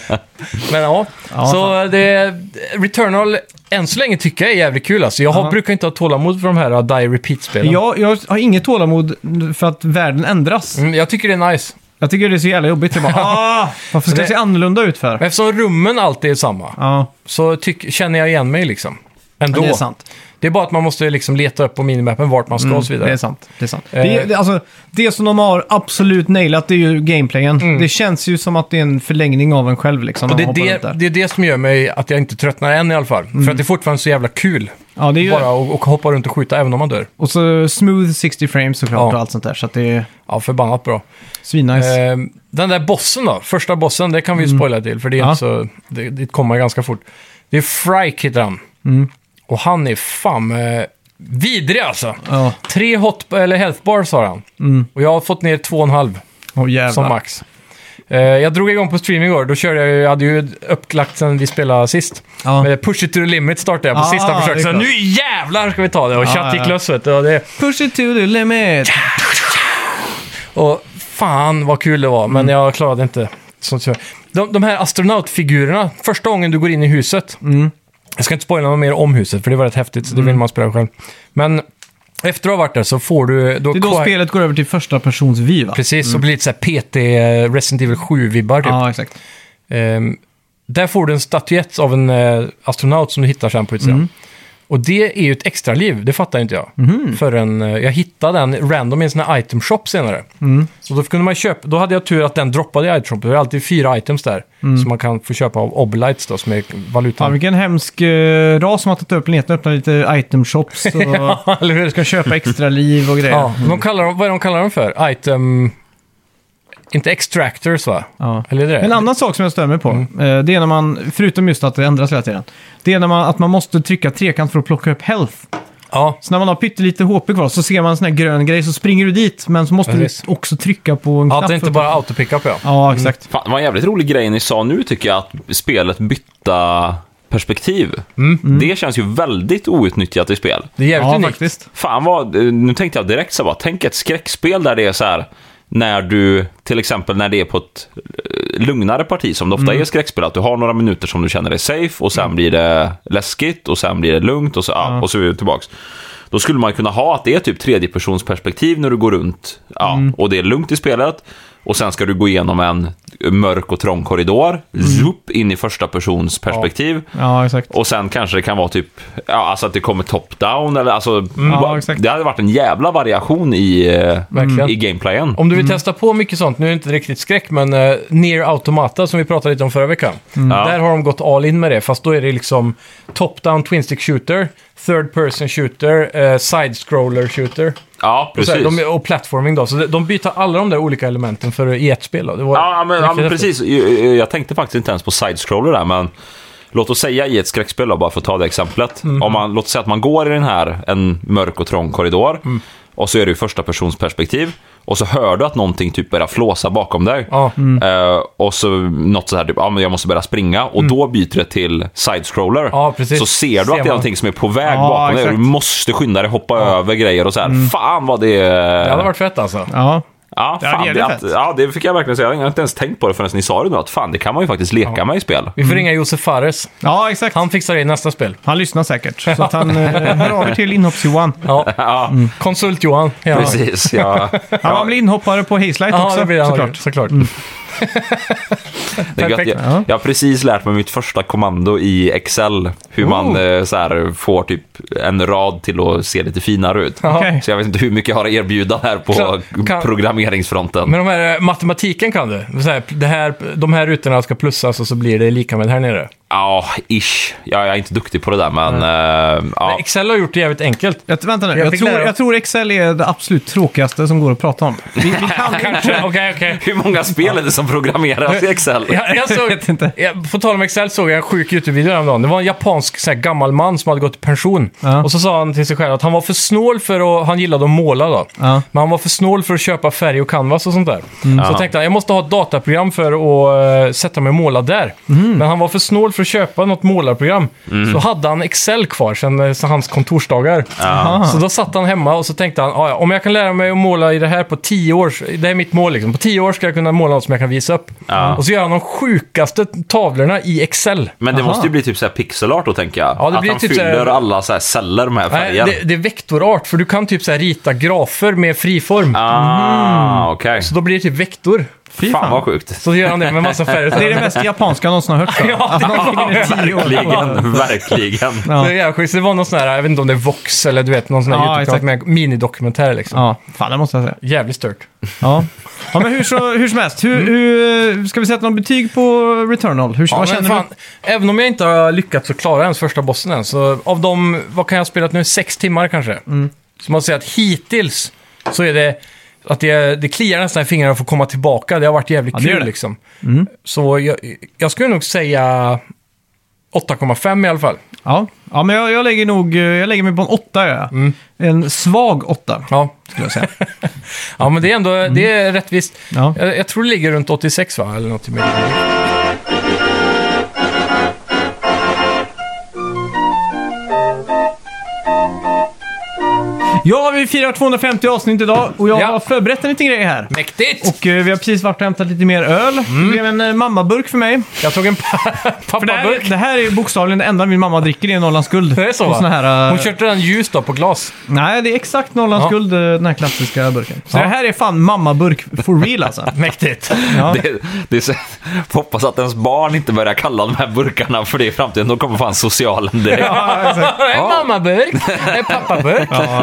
[SPEAKER 2] Men ja,
[SPEAKER 1] Ja,
[SPEAKER 2] så det... Returnal, än så länge tycker jag är jävligt kul alltså. Jag har,
[SPEAKER 1] Ja.
[SPEAKER 2] brukar inte ha tålamod för de här uh, Die Repeat-spelen.
[SPEAKER 1] Jag, jag har inget tålamod för att världen ändras.
[SPEAKER 2] Mm, jag tycker det är nice.
[SPEAKER 1] Jag tycker det är så jävla jobbigt. Jag bara, ah, varför ska det se annorlunda ut för?
[SPEAKER 2] Men eftersom rummen alltid är samma
[SPEAKER 1] Ja,
[SPEAKER 2] så tyck, känner jag igen mig liksom. Ändå.
[SPEAKER 1] det är sant. Mm,
[SPEAKER 2] Det är bara att man måste liksom leta upp på minimappen vart man ska och så vidare.
[SPEAKER 1] Det är sant. Det, är sant.
[SPEAKER 2] Eh.
[SPEAKER 1] Det, är- det, alltså, det som de har absolut nailat det är ju gameplayen. Det känns ju som att det är en förlängning av en själv liksom.
[SPEAKER 2] Mm. Och
[SPEAKER 1] när
[SPEAKER 2] det, är
[SPEAKER 1] man hoppar runt
[SPEAKER 2] det,
[SPEAKER 1] där. Mm.
[SPEAKER 2] det är det som gör mig att jag inte tröttnar än i alla fall. För att det är fortfarande så jävla kul
[SPEAKER 1] ja, det är ju
[SPEAKER 2] bara att och hoppa runt och skjuta även om man dör.
[SPEAKER 1] Och så smooth 60 frames såklart
[SPEAKER 2] Ja.
[SPEAKER 1] och allt sånt där. Så att det är
[SPEAKER 2] Ja, förbannat bra.
[SPEAKER 1] svinnice.
[SPEAKER 2] Ehm, den där bossen då, första bossen, det kan vi ju spoila till för det, är
[SPEAKER 1] Mm. Ja.
[SPEAKER 2] inte så, det, det kommer ganska fort. Det är Frike heter han.
[SPEAKER 1] Mm.
[SPEAKER 2] Och han är fan eh, vidrig alltså.
[SPEAKER 1] Ja,
[SPEAKER 2] Tre hot, eller health bars har han. Och jag har fått ner två och en halv.
[SPEAKER 1] oh, Mm. jävlar.
[SPEAKER 2] som max. Eh, jag drog igång på stream igår. Då körde jag, ju- jag hade ju upplagt sen vi spelade sist.
[SPEAKER 1] Ja.
[SPEAKER 2] Men push it to the limit startade jag på
[SPEAKER 1] Ah,
[SPEAKER 2] sista
[SPEAKER 1] det är
[SPEAKER 2] försöket. Så
[SPEAKER 1] klart.
[SPEAKER 2] nu jävlar ska vi ta det. Och
[SPEAKER 1] Ja,
[SPEAKER 2] chatt gick
[SPEAKER 1] ja.
[SPEAKER 2] lös vet du. Och, det,
[SPEAKER 1] Push it to the limit!
[SPEAKER 2] och fan vad kul det var. Men
[SPEAKER 1] Mm.
[SPEAKER 2] jag klarade inte. Sånt så. De, de här astronautfigurerna, första gången du går in i huset.
[SPEAKER 1] Mm.
[SPEAKER 2] Jag ska inte spoila något mer om huset för det var rätt häftigt. Så det vill man spela själv. Men efter att ha varit där så får du...
[SPEAKER 1] Det är då Mm. spelet går över till första persons vy va?
[SPEAKER 2] Precis, så blir det lite så här PT, eh, Resident Evil 7-vibbar typ.
[SPEAKER 1] Ja, exakt.
[SPEAKER 2] Ehm, där får du en statyett av en eh, astronaut som du hittar sen på
[SPEAKER 1] Mm.
[SPEAKER 2] utsidan. Och det är ju ett extra liv, det fattar inte jag.
[SPEAKER 1] Mhm.
[SPEAKER 2] Förrän eh, jag hittade den random i en sån här item shop senare.
[SPEAKER 1] Mm.
[SPEAKER 2] Så då kunde man köpa, då hade jag tur att den droppade i item shop. Det är alltid fyra items där.
[SPEAKER 1] Mm.
[SPEAKER 2] Som man kan få köpa av Oblites då, som är
[SPEAKER 1] Fan
[SPEAKER 2] valutan.
[SPEAKER 1] vilken hemsk eh, ras som har tagit över planeten och öppnat lite itemshops och
[SPEAKER 2] Eller hur?
[SPEAKER 1] ska köpa extra liv och grejer.
[SPEAKER 2] Ja, de kallar dem, vad är de kallar dem för? Item... Inte extractors va?
[SPEAKER 1] Ja.
[SPEAKER 2] Eller är det det?
[SPEAKER 1] En annan sak som jag stör mig på,
[SPEAKER 2] Mm.
[SPEAKER 1] eh, det är när man, förutom just att det ändras hela tiden, det är när man, att man måste trycka trekant för att plocka upp health.
[SPEAKER 2] Ja,
[SPEAKER 1] Så när man har pyttelite HP kvar så ser man en sån här grön grej så springer du dit, men så måste
[SPEAKER 2] Precis.
[SPEAKER 1] du också trycka på en
[SPEAKER 2] ja
[SPEAKER 1] knapp.
[SPEAKER 2] att det inte
[SPEAKER 1] för att-
[SPEAKER 2] bara Mm. autopickup ja.
[SPEAKER 1] Ja, exakt.
[SPEAKER 3] Fan, det var en jävligt rolig grej ni sa nu tycker jag, att spelet bytta perspektiv.
[SPEAKER 2] Mm.
[SPEAKER 3] Det känns ju väldigt outnyttjat i spel.
[SPEAKER 2] Det är jävligt
[SPEAKER 1] Ja,
[SPEAKER 2] unikt.
[SPEAKER 1] faktiskt.
[SPEAKER 3] Fan vad, eh, nu tänkte jag direkt så här bara, tänk ett skräckspel där det är så här när du, till exempel när det är på ett eh, lugnare parti som det ofta är i skräckspel, att du har några minuter som du känner dig safe och sen blir det läskigt och sen blir det lugnt och så, ja. och så är vi tillbaks. Då skulle man kunna ha att det är typ tredjepersonsperspektiv när du går runt ja, och det är lugnt i spelet. Och sen ska du gå igenom en mörk och trång korridor, zoop, in i första persons perspektiv.
[SPEAKER 1] Ja, exakt.
[SPEAKER 3] Och sen kanske det kan vara typ, ja, alltså att det kommer top-down eller alltså,
[SPEAKER 2] Mm.
[SPEAKER 1] Ja, exakt.
[SPEAKER 3] det hade varit en jävla variation i, eh,
[SPEAKER 2] Verkligen.
[SPEAKER 3] i gameplayen.
[SPEAKER 2] Om du vill testa på mycket sånt, nu är det inte riktigt skräck, men uh, Near Automata som vi pratade lite om förra veckan.
[SPEAKER 3] Ja.
[SPEAKER 2] Där har de gått all in med det, fast då är det liksom top-down twin stick shooter, third person shooter, eh, side-scroller shooter
[SPEAKER 3] Ja,
[SPEAKER 2] och, så
[SPEAKER 3] precis.
[SPEAKER 2] här, de, och platforming då. Så de, de byter alla de där olika elementen för i ett spel. Då. Det var
[SPEAKER 3] Ja, men, ja,
[SPEAKER 2] riktigt
[SPEAKER 3] men
[SPEAKER 2] häftigt.
[SPEAKER 3] precis. Jag, jag tänkte faktiskt inte ens på side-scroller där, men låt oss säga i ett
[SPEAKER 2] Mm. Mm.
[SPEAKER 3] skräckspel, då, bara för att ta det exemplet. Om man, låt oss säga att man går i den här, en mörk och trång korridor. Och så är det ju första persons perspektiv. Och så hör du att någonting typ börjar flåsa bakom dig.
[SPEAKER 2] Ja. Mm.
[SPEAKER 3] Eh, och så något så här typ, ja men jag måste börja springa. Och då byter det till side-scroller.
[SPEAKER 2] Mm. Ja, precis.
[SPEAKER 3] så ser du
[SPEAKER 2] Ser
[SPEAKER 3] att det är
[SPEAKER 2] man.
[SPEAKER 3] någonting som är på väg
[SPEAKER 1] Ja,
[SPEAKER 3] bakom dig. Du
[SPEAKER 1] exakt.
[SPEAKER 3] måste skynda dig, hoppa över grejer och så här.
[SPEAKER 2] Mm.
[SPEAKER 3] Fan vad det är...
[SPEAKER 2] Det hade varit fett alltså.
[SPEAKER 1] Ja.
[SPEAKER 3] Ja,
[SPEAKER 1] Ja, det är
[SPEAKER 3] fan, det,
[SPEAKER 1] jävligt
[SPEAKER 3] att,
[SPEAKER 1] fett.
[SPEAKER 3] ja, det fick jag verkligen säga. Jag har inte ens tänkt på det förrän ni sa det nu. Att fan, det kan man ju faktiskt leka med i spel.
[SPEAKER 2] Vi får ringa Josef Fares.
[SPEAKER 1] ja, exakt. Han,
[SPEAKER 2] Han fixar det i nästa spel.
[SPEAKER 1] lyssnar säkert. Så att han eh, hör av er till inhopps-Johan.
[SPEAKER 2] Ja.
[SPEAKER 3] Ja,
[SPEAKER 2] Konsult-Johan. Ja.
[SPEAKER 3] precis. Ja.
[SPEAKER 1] Han var väl inhoppare på Hazelight
[SPEAKER 2] Ja,
[SPEAKER 1] också,
[SPEAKER 2] det blir han såklart.
[SPEAKER 1] såklart.
[SPEAKER 2] såklart.
[SPEAKER 3] Det är gött.
[SPEAKER 2] Perfekt.
[SPEAKER 3] Jag, jag har precis lärt mig mitt första kommando i Excel. Hur
[SPEAKER 2] Oh.
[SPEAKER 3] man eh, så här, får typ en rad till att se lite finare ut.
[SPEAKER 2] Ja.
[SPEAKER 1] Okej.
[SPEAKER 3] Så jag vet inte hur mycket jag har att erbjuda här på
[SPEAKER 2] Klar, kan-
[SPEAKER 3] programmeringsfronten.
[SPEAKER 2] Men de här eh, matematiken kan du? Så här, det här, de här rutorna ska plussas och så blir det lika med här nere.
[SPEAKER 3] Ja, ish. Ja, jag är inte duktig på det där, men... eh, ja.
[SPEAKER 2] Excel har gjort det jävligt enkelt.
[SPEAKER 1] Jag, vänta nu,
[SPEAKER 2] Jag
[SPEAKER 1] jag,
[SPEAKER 2] fick
[SPEAKER 1] tror,
[SPEAKER 2] lära-
[SPEAKER 1] jag tror Excel är det absolut tråkigaste som går att prata om. Vi, vi kan
[SPEAKER 2] Kanske, okej, okej.
[SPEAKER 3] Hur många spel är det som programmeras i Excel?
[SPEAKER 2] Jag, jag såg,
[SPEAKER 1] vet inte.
[SPEAKER 2] jag, på tal om Excel såg jag en sjuk YouTube-video häromdagen. Det var en japansk så här, gammal man som hade gått i pension.
[SPEAKER 1] Ja.
[SPEAKER 2] Och så sa han till sig själv att han var för snål för att... Han gillade att måla då.
[SPEAKER 1] Ja. Mm.
[SPEAKER 2] Men han var för snål för att köpa färg och canvas och sånt där. Så
[SPEAKER 3] Ja.
[SPEAKER 2] tänkte han, jag måste ha ett dataprogram för att eh, sätta mig och måla där.
[SPEAKER 1] Mm.
[SPEAKER 2] Men han var för snål för att köpa något målarprogram. Så hade han Excel kvar sen, eh, sen hans kontorsdagar.
[SPEAKER 1] Aha.
[SPEAKER 2] Så då satt han hemma och så tänkte han, "Ah, ja, om jag kan lära mig att måla i det här på tio år, det är mitt mål liksom, på tio år ska jag kunna måla något som jag kan visa upp.
[SPEAKER 3] Ja.
[SPEAKER 2] Och så gör han de sjukaste tavlorna i Excel.
[SPEAKER 3] Men det
[SPEAKER 1] Aha.
[SPEAKER 3] måste ju bli typ så här pixelart då, tänker jag.
[SPEAKER 2] Ja, det
[SPEAKER 3] att
[SPEAKER 2] blir
[SPEAKER 3] han
[SPEAKER 2] typ så här-
[SPEAKER 3] fyller alla så här celler med
[SPEAKER 2] Nej,
[SPEAKER 3] färger.
[SPEAKER 2] det, det är vektorart, för du kan typ så här rita grafer med friform.
[SPEAKER 3] Ah, okej.
[SPEAKER 2] Så då blir det typ vektor.
[SPEAKER 1] Mhm. Fy
[SPEAKER 3] Fan vad
[SPEAKER 1] fan.
[SPEAKER 3] sjukt.
[SPEAKER 2] Så gör han det med massa färger.
[SPEAKER 1] Det är det mest japanska jag någonsin har hört. tror jag.
[SPEAKER 2] Ja, det
[SPEAKER 1] Någonting
[SPEAKER 2] var
[SPEAKER 1] i det tio
[SPEAKER 3] Verkligen,
[SPEAKER 1] år.
[SPEAKER 3] verkligen.
[SPEAKER 1] Ja.
[SPEAKER 2] Det är jävligt schysst. Det var någon sån här, jag vet inte om det är Vox eller du vet, någon sån här
[SPEAKER 1] Ja,
[SPEAKER 2] YouTube-kanal
[SPEAKER 1] exakt.
[SPEAKER 2] med minidokumentär liksom.
[SPEAKER 1] Ja, fan det måste jag säga.
[SPEAKER 2] Jävligt stört.
[SPEAKER 1] Ja, ja men hur, så, hur som helst. Hur, hur, eh, ska vi sätta någon betyg på Returnal? Hur,
[SPEAKER 2] Mm. Ja,
[SPEAKER 1] vad
[SPEAKER 2] men
[SPEAKER 1] känner
[SPEAKER 2] fan, Även om jag inte har lyckats att klara ens första bossen än, så av de, vad kan jag ha spelat nu, sex timmar kanske?
[SPEAKER 1] Mm.
[SPEAKER 2] Så man säger att hittills så är det att det, det kliar nästan i fingrarna för att komma tillbaka. Det har varit jävligt
[SPEAKER 1] Ja, det Mm. gör
[SPEAKER 2] kul
[SPEAKER 1] det.
[SPEAKER 2] liksom. Så jag, jag skulle nog säga 8,5 i alla fall.
[SPEAKER 1] du? Ja, ja men jag, jag lägger nog eh, jag lägger mig på en åtta. Ja.
[SPEAKER 2] Mm.
[SPEAKER 1] En svag åtta,
[SPEAKER 2] Ja,
[SPEAKER 1] skulle jag säga.
[SPEAKER 2] ja men det är ändå
[SPEAKER 1] Mm.
[SPEAKER 2] det är rättvist.
[SPEAKER 1] Ja.
[SPEAKER 2] Jag, jag tror det ligger runt 86 va? Eller något i mitten.
[SPEAKER 1] ja, vi firar 250 avsnitt idag och jag
[SPEAKER 2] Ja.
[SPEAKER 1] har förberett en liten grej här.
[SPEAKER 2] Mäktigt!
[SPEAKER 1] Och eh, vi har precis varit och hämtat lite mer öl.
[SPEAKER 2] Mm.
[SPEAKER 1] Det blev en eh, mammaburk för mig.
[SPEAKER 2] Jag tog en pa-
[SPEAKER 1] För det, här,
[SPEAKER 2] pappaburk.
[SPEAKER 1] det här är ju bokstavligen det enda min mamma dricker, det är Norrlands guld.
[SPEAKER 2] Det är så
[SPEAKER 1] Och
[SPEAKER 2] va?
[SPEAKER 1] såna här, eh,
[SPEAKER 2] Hon körde den ljus då på glas.
[SPEAKER 1] Nej, det är exakt Norrlands
[SPEAKER 2] Ja.
[SPEAKER 1] guld, eh, den här klassiska burken. Så
[SPEAKER 2] Ja.
[SPEAKER 1] det här är fan mammaburk for real alltså.
[SPEAKER 2] Mäktigt.
[SPEAKER 1] Ja.
[SPEAKER 3] Det, det är så, hoppas att ens barn inte börjar kalla de här burkarna för det i framtiden. Då kommer fan socialen direkt.
[SPEAKER 1] Ja, exakt.
[SPEAKER 2] en mammaburk, en pappaburk.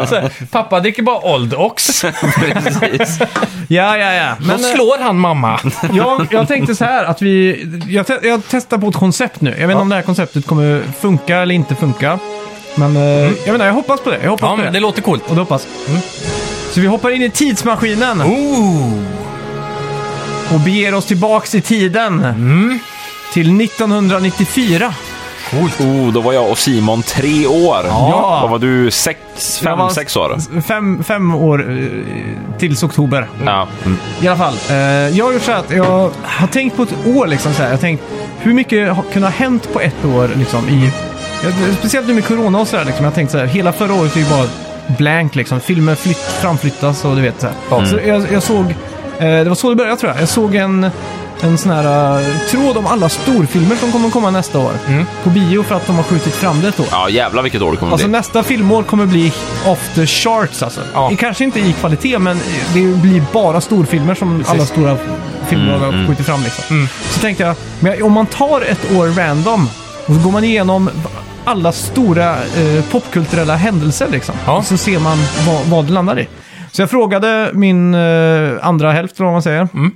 [SPEAKER 2] Så, Pappa dricker bara Old Ox.
[SPEAKER 3] Precis.
[SPEAKER 1] Ja, ja, ja.
[SPEAKER 2] Då
[SPEAKER 1] Men eh,
[SPEAKER 2] slår han mamma.
[SPEAKER 1] jag, jag tänkte så här att vi... Jag, te, jag testar på ett koncept nu. Jag vet inte om det här konceptet kommer funka eller inte funka. Men eh, jag menar, jag hoppas på det. Jag hoppas
[SPEAKER 2] Mm. Ja,
[SPEAKER 1] på det.
[SPEAKER 2] men det Mm. låter coolt.
[SPEAKER 1] Och det hoppas. Så vi hoppar in i tidsmaskinen
[SPEAKER 2] Ooh.
[SPEAKER 1] Oh.
[SPEAKER 2] Oh.
[SPEAKER 1] och beger oss tillbaks i tiden.
[SPEAKER 2] Mm.
[SPEAKER 1] Till 1994.
[SPEAKER 3] Oh, då var jag och Simon tre år.
[SPEAKER 1] Ja.
[SPEAKER 3] Vad var du? Sex,
[SPEAKER 1] Jag
[SPEAKER 3] fem,
[SPEAKER 1] var- Mm.
[SPEAKER 3] sex år?
[SPEAKER 1] Fem, fem år eh, tills oktober.
[SPEAKER 3] Ja. Mm.
[SPEAKER 1] I alla fall. Eh, jag har gjort så här att jag har tänkt på ett år liksom. Så här. Jag har tänkt hur mycket har kunnat ha hänt på ett år liksom i... jag- Speciellt nu med corona och sådär liksom. Jag har tänkt så här, hela förra året är ju bara blank liksom. Filmer flytt, framflyttas och du vet så här. Så jag, jag såg... Eh, det var så det började tror jag. Jag såg en... En sån här eh, tråd om alla storfilmer som kommer komma nästa år. På bio för att de har skjutit fram det ett år.
[SPEAKER 3] ja, jävlar vilket år det kommer
[SPEAKER 1] Alltså
[SPEAKER 3] bli.
[SPEAKER 1] nästa filmår kommer bli off the charts alltså.
[SPEAKER 2] Ja.
[SPEAKER 1] Det Kanske inte i kvalitet, men det blir bara storfilmer som alla stora
[SPEAKER 2] Mm,
[SPEAKER 1] filmer har skjutit fram. Liksom. Så tänkte jag, men om man tar ett år random och så går man igenom alla stora eh, popkulturella händelser liksom.
[SPEAKER 2] Ja.
[SPEAKER 1] Och så ser man vad, vad det landar i. Så jag frågade min eh, andra hälft, eller vad man säger.
[SPEAKER 2] Mm.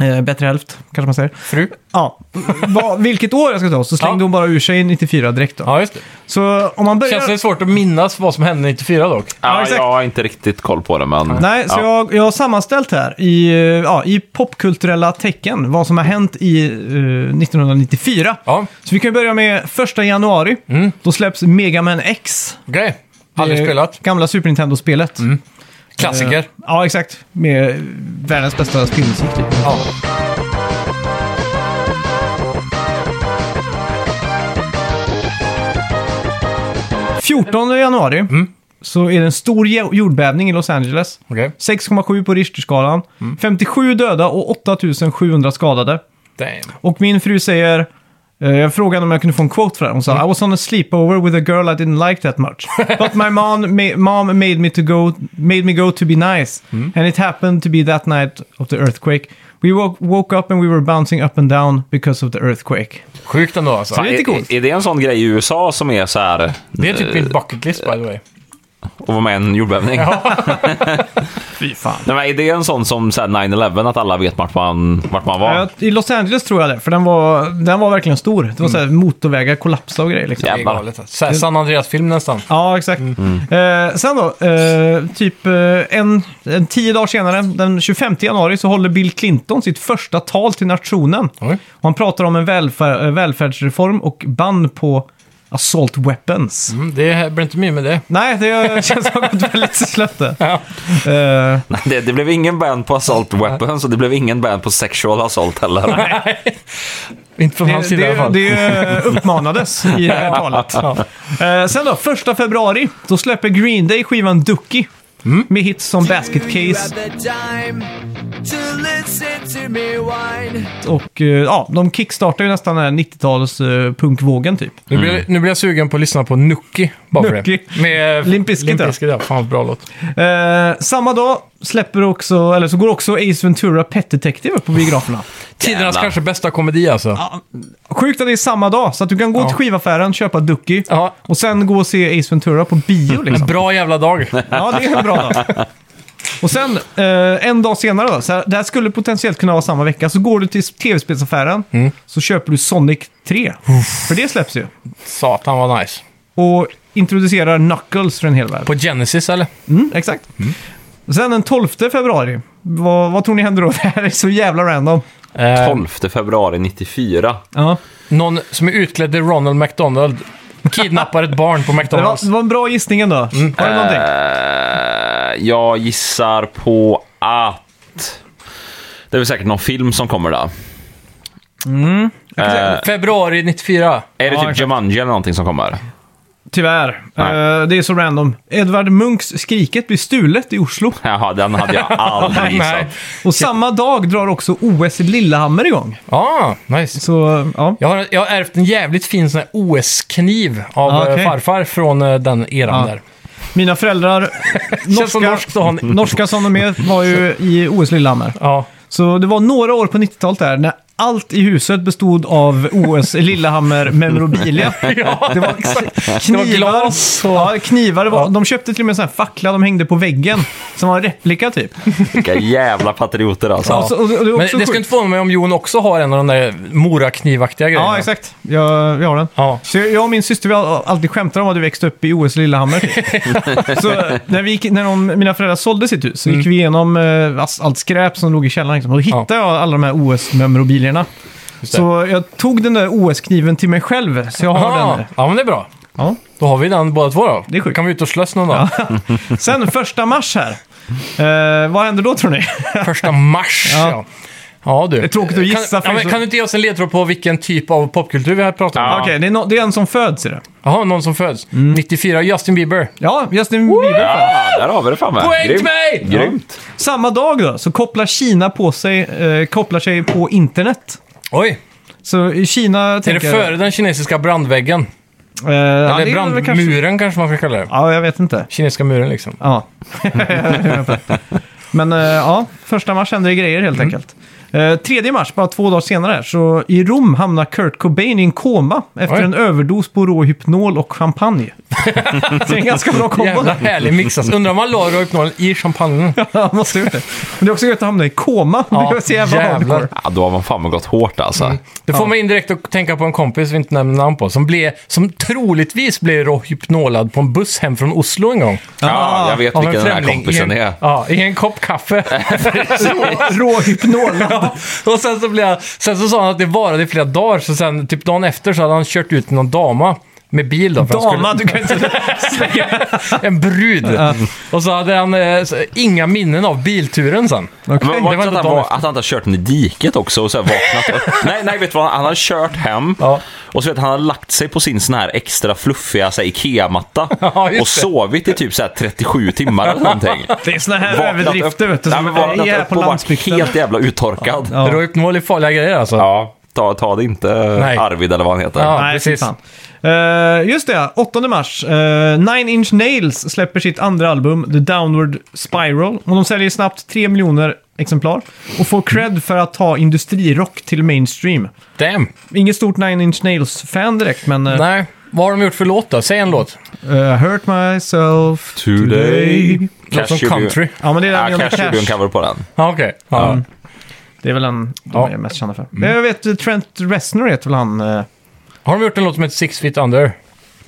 [SPEAKER 1] Eh, bättre hälft, kanske man säger.
[SPEAKER 2] Fru.
[SPEAKER 1] Ja, vad- vilket år jag ska ta. Så slängde
[SPEAKER 2] Ja.
[SPEAKER 1] hon bara ur sig 94 direkt då.
[SPEAKER 2] Ja, just det.
[SPEAKER 1] Så om man börjar...
[SPEAKER 2] Känns det svårt att minnas vad som hände 94 dock?
[SPEAKER 1] ja,
[SPEAKER 3] Ja,
[SPEAKER 1] exakt.
[SPEAKER 3] jag har inte riktigt koll på det, men...
[SPEAKER 1] Nej, så
[SPEAKER 3] ja.
[SPEAKER 1] jag, jag har sammanställt här i, eh, ja, i popkulturella tecken vad som har hänt i eh, 1994.
[SPEAKER 2] Ja,
[SPEAKER 1] Så vi kan börja med första januari. Då släpps Mega Man X.
[SPEAKER 2] okej. Aldrig
[SPEAKER 1] Det
[SPEAKER 2] spelat. Mm,
[SPEAKER 1] Gamla Super Nintendo-spelet.
[SPEAKER 2] Klassiker.
[SPEAKER 1] Eh, Ja, exakt. Med världens bästa spelmusik. Typ.
[SPEAKER 2] Ja.
[SPEAKER 1] Ja. 14 januari
[SPEAKER 2] Mm.
[SPEAKER 1] så är det en stor jo- jordbävning i Los Angeles.
[SPEAKER 2] Okej.
[SPEAKER 1] 6,7 på Richterskalan.
[SPEAKER 2] Mm.
[SPEAKER 1] 57 döda och 8700 skadade.
[SPEAKER 2] Damn.
[SPEAKER 1] Och min fru säger... eh, jag frågade om jag kunde få en quote för det. Hon sa I was on a sleepover with a girl I didn't like that much. But my mom, ma- mom made, me to go, made me go to be nice. And it happened to be that night of the earthquake. We woke, woke up and we were bouncing up and down because of the earthquake.
[SPEAKER 2] Sjukt ändå alltså.
[SPEAKER 1] det är lite coolt.
[SPEAKER 3] Är, är det en sån grej i USA som är så här...
[SPEAKER 2] Det är typ min bucket list by the way.
[SPEAKER 3] Att vara med i en jordbävning?
[SPEAKER 1] Fy fan.
[SPEAKER 3] Nej, men är det en sån som så här 9-11, att alla vet vart man, vart man var?
[SPEAKER 1] Ja, I Los Angeles tror jag det, för den var, den var verkligen stor. Det var så här motorvägar kollapsade och grejer. Liksom.
[SPEAKER 2] Det är
[SPEAKER 3] Jävlar.
[SPEAKER 2] galet. alltså. Så här San Andreas-film nästan.
[SPEAKER 1] Ja, exakt.
[SPEAKER 2] Mm.
[SPEAKER 1] Eh, sen då, eh, typ eh, en, en tio dagar senare, den 25 januari, så håller Bill Clinton sitt första tal till nationen.
[SPEAKER 2] Oj.
[SPEAKER 1] Och han pratar om en välfär, eh, välfärdsreform och band på assault weapons.
[SPEAKER 2] Mm, det blir inte mycket med det.
[SPEAKER 1] Nej, det känns som att det har gått väldigt slött där.
[SPEAKER 2] Ja.
[SPEAKER 1] Eh,
[SPEAKER 3] Nej, Det, det blev ingen ban på assault weapons och det blev ingen ban på sexual assault heller.
[SPEAKER 2] Inte från hans
[SPEAKER 1] det,
[SPEAKER 2] sida i alla
[SPEAKER 1] det,
[SPEAKER 2] fall.
[SPEAKER 1] det eh, uppmanades i det här talet.
[SPEAKER 2] Ja.
[SPEAKER 1] Eh, sen då, första februari, då släpper Green Day skivan Dookie.
[SPEAKER 2] Mm.
[SPEAKER 1] Med hits som Basket Case
[SPEAKER 4] You had the time to listen to me whine.
[SPEAKER 1] och eh, ja, de kickstartar ju nästan den här 90-tals eh, punkvågen typ.
[SPEAKER 2] Nu, blir, nu blir jag sugen på att lyssna på Nuki. Bara för
[SPEAKER 1] Nuki.
[SPEAKER 2] det. Med eh,
[SPEAKER 1] Limp Bizkit, ja.
[SPEAKER 2] Bizkit, ja. Fan, bra låt.
[SPEAKER 1] Eh, samma dag släpper också, eller så går också Ace Ventura Pet Detective upp på biograferna.
[SPEAKER 2] Tidernas
[SPEAKER 3] Jävlar.
[SPEAKER 2] kanske bästa komedi alltså.
[SPEAKER 1] Sjukt att det är samma dag, så att du kan gå till skivaffären, köpa Ducky
[SPEAKER 2] Ja.
[SPEAKER 1] och sen gå och se Ace Ventura på bio liksom.
[SPEAKER 2] Bra jävla dag.
[SPEAKER 1] Ja, det är en bra dag. Och sen, eh, en dag senare då, så här, det här skulle potentiellt kunna vara samma vecka, så går du till tv-spelsaffären så köper du Sonic 3. För det släpps ju.
[SPEAKER 2] Satan vad nice.
[SPEAKER 1] Och introducerar Knuckles för en hel värld.
[SPEAKER 2] På Genesis eller?
[SPEAKER 1] Mm, exakt. Sen den 12 februari, vad, vad tror ni händer då? Det här är så jävla random.
[SPEAKER 2] Eh,
[SPEAKER 3] 12 februari 94.
[SPEAKER 1] Ja.
[SPEAKER 2] någon som är utklädd till Ronald McDonald kidnappar ett barn på
[SPEAKER 1] Det, var,
[SPEAKER 2] McDonalds.
[SPEAKER 1] det var en bra gissning ändå. Har du någonting?
[SPEAKER 3] Eh, jag gissar på att... Det är väl säkert någon film som kommer där. Eh,
[SPEAKER 2] Februari 94.
[SPEAKER 3] är det
[SPEAKER 1] Ja,
[SPEAKER 3] typ
[SPEAKER 1] exakt.
[SPEAKER 3] Jumanji eller någonting som kommer?
[SPEAKER 1] Tyvärr. Eh, det är så random. Edvard Munchs Skriket blir stulet i Oslo.
[SPEAKER 3] Jaha, den hade jag aldrig
[SPEAKER 2] Nej.
[SPEAKER 3] gissat.
[SPEAKER 1] Och samma dag drar också OS i Lillehammer igång.
[SPEAKER 2] Ah, nice.
[SPEAKER 1] Så, ja.
[SPEAKER 2] Jag har, jag har ärvt en jävligt fin sån här OS-kniv av
[SPEAKER 1] Ah, okej. Ah.
[SPEAKER 2] eh, farfar från eh, den eran
[SPEAKER 1] Ja.
[SPEAKER 2] där.
[SPEAKER 1] Mina föräldrar,
[SPEAKER 2] Känns som
[SPEAKER 1] norska,
[SPEAKER 2] norskt att ha en...
[SPEAKER 1] norska som de är, var ju i OS Lillehammer.
[SPEAKER 2] Ja.
[SPEAKER 1] Så det var några år på 90-talet där när allt i huset bestod av OS Lillehammer memorabilia. Det var exa- knivar.
[SPEAKER 2] Det var glas
[SPEAKER 1] ja, knivar. Det var, De köpte till och med en sån här fackla de hängde på väggen som var en replika typ.
[SPEAKER 3] Vilka jävla patrioter alltså.
[SPEAKER 1] Och så- och det, och det är
[SPEAKER 2] Men
[SPEAKER 1] också
[SPEAKER 2] det ska
[SPEAKER 1] sjukt.
[SPEAKER 2] inte förvåna mig om Jon också har en av de där Mora-knivaktiga grejerna.
[SPEAKER 1] Ja, exakt. Jag, jag har den.
[SPEAKER 2] Ja.
[SPEAKER 1] Så jag och min syster vi har alltid skämtar om att vi växte upp i OS Lillehammer. typ. så när, vi gick, när de, mina föräldrar sålde sitt hus så
[SPEAKER 2] Mm.
[SPEAKER 1] gick vi igenom eh, ass- allt skräp som låg i källaren. Liksom. Och då hittade jag alla de här OS-memorabilierna.
[SPEAKER 2] det.
[SPEAKER 1] Så jag tog den där OS-kniven till mig själv, så jag har
[SPEAKER 2] Ah,
[SPEAKER 1] den.
[SPEAKER 2] Ja, men det är bra.
[SPEAKER 1] Ja.
[SPEAKER 2] Då har vi den båda två då.
[SPEAKER 1] Det är sjukt.
[SPEAKER 2] kan vi ut och slåss någon dag.
[SPEAKER 1] Sen första mars här. Eh, vad händer då tror ni?
[SPEAKER 2] Första mars, ja. ja. du. Det
[SPEAKER 1] är tråkigt att gissa, för
[SPEAKER 2] Kan, ja,
[SPEAKER 1] så-
[SPEAKER 2] men, kan du inte ge oss en ledtråd på vilken typ av popkultur vi här pratar om?
[SPEAKER 1] Okej, det, är nå- det är en som föds i det.
[SPEAKER 2] Jaha, någon som föds.
[SPEAKER 1] Mm.
[SPEAKER 2] 94, Justin Bieber.
[SPEAKER 1] Ja, Justin Bieber. fan.
[SPEAKER 3] Ja, där har vi det framme.
[SPEAKER 2] Poäng till
[SPEAKER 3] Grymt.
[SPEAKER 2] mig!
[SPEAKER 3] Grymt.
[SPEAKER 1] Samma dag då, så kopplar Kina på sig, eh, kopplar sig på internet.
[SPEAKER 2] Oj,
[SPEAKER 1] Så i Kina
[SPEAKER 2] är det
[SPEAKER 1] tänker...
[SPEAKER 2] före den kinesiska brandväggen?
[SPEAKER 1] Eh, ja, det
[SPEAKER 2] Eller
[SPEAKER 1] är väl
[SPEAKER 2] brandmuren
[SPEAKER 1] kanske-
[SPEAKER 2] kanske... man ska kalla det.
[SPEAKER 1] Ja, jag vet inte.
[SPEAKER 2] Kinesiska muren liksom.
[SPEAKER 1] Ja. Men eh, ja, första mars händer det grejer helt enkelt. Eh, tredje mars, bara två dagar senare, så i Rom hamnar Kurt Cobain i en koma efter
[SPEAKER 2] Oj.
[SPEAKER 1] en överdos på rå hypnol och champagne. det är en ganska bra kombo.
[SPEAKER 2] Jävla härlig mix alltså. Undrar om man la Rohypnol i champagnen.
[SPEAKER 1] Ja, måste ha gjort det. Men det är också gött att hamna i koma.
[SPEAKER 2] Ja,
[SPEAKER 1] det är så jävla
[SPEAKER 2] jävlar.
[SPEAKER 1] hardcore.
[SPEAKER 3] Ja, då har man fan gått hårt alltså.
[SPEAKER 2] Det får mig indirekt att tänka på en kompis vi inte nämner namn på, som, blev, som troligtvis blev Rohypnolad på en buss hem från Oslo en gång.
[SPEAKER 1] Ah,
[SPEAKER 3] Ja, jag vet
[SPEAKER 2] Av en
[SPEAKER 3] vilken den här
[SPEAKER 2] främling i
[SPEAKER 3] kompisen
[SPEAKER 2] en,
[SPEAKER 3] är.
[SPEAKER 2] Ja, i en kopp kaffe.
[SPEAKER 1] Rå hypnol.
[SPEAKER 2] Ja, och sen så, blev jag, sen så sa han att det varade i flera dagar, så sen typ dagen efter så hade han kört ut någon dama. Med bil då. för han
[SPEAKER 1] Dama, du kan inte säga...
[SPEAKER 2] En brud. Och så hade han eh, så- inga minnen av bilturen sen.
[SPEAKER 1] Okej.
[SPEAKER 3] Men var
[SPEAKER 2] det var inte
[SPEAKER 3] inte att, han
[SPEAKER 2] dagen
[SPEAKER 3] var,
[SPEAKER 2] efter.
[SPEAKER 3] att han inte har kört ner i diket också och så här vaknat upp. Nej, nej, vet du vad? Han har kört hem
[SPEAKER 2] Ja.
[SPEAKER 3] och så vet han har lagt sig på sin sån här extra fluffiga så här, IKEA-matta
[SPEAKER 2] Ja, just
[SPEAKER 3] och
[SPEAKER 2] det.
[SPEAKER 3] sovit i typ så här 37 timmar eller någonting.
[SPEAKER 1] Det är såna här
[SPEAKER 3] Vaknat
[SPEAKER 1] överdrifter
[SPEAKER 3] upp-
[SPEAKER 1] vet du,
[SPEAKER 3] Nej,
[SPEAKER 1] som
[SPEAKER 3] men
[SPEAKER 1] är
[SPEAKER 3] vaknat
[SPEAKER 1] här
[SPEAKER 3] upp
[SPEAKER 1] på
[SPEAKER 3] och varit
[SPEAKER 1] landsbygden.
[SPEAKER 3] helt jävla uttorkad. Ja,
[SPEAKER 1] Ja.
[SPEAKER 2] Rohypnol är farliga grejer alltså.
[SPEAKER 3] ta, ta det inte
[SPEAKER 2] Nej.
[SPEAKER 3] Arvid eller vad han heter.
[SPEAKER 2] Ja.
[SPEAKER 3] Ja.
[SPEAKER 1] Nej,
[SPEAKER 2] precis.
[SPEAKER 1] precis. Fan. Eh, just det, 8 mars. Eh, Nine Inch Nails släpper sitt andra album, The Downward Spiral. Och de säljer snabbt 3 miljoner exemplar. Och får cred för att ta industrirock till mainstream.
[SPEAKER 2] Damn.
[SPEAKER 1] Inget stort Nine Inch Nails-fan direkt, men... eh,
[SPEAKER 2] Nej. Vad har de gjort för låt då? Säg en låt.
[SPEAKER 1] eh, hurt myself
[SPEAKER 3] Today.
[SPEAKER 1] today.
[SPEAKER 2] Låt som
[SPEAKER 3] Cash Union-
[SPEAKER 2] country.
[SPEAKER 1] Ja, men det är den
[SPEAKER 3] Ja,
[SPEAKER 1] med
[SPEAKER 3] Cash gjorde en cover på den.
[SPEAKER 2] Ja, okej. Ja.
[SPEAKER 1] Det är väl den de
[SPEAKER 2] Ja.
[SPEAKER 1] är mest kända för. Men Jag vet, eh, Trent Reznor heter väl han... eh,
[SPEAKER 2] Har de gjort en låt som heter Six Feet Under?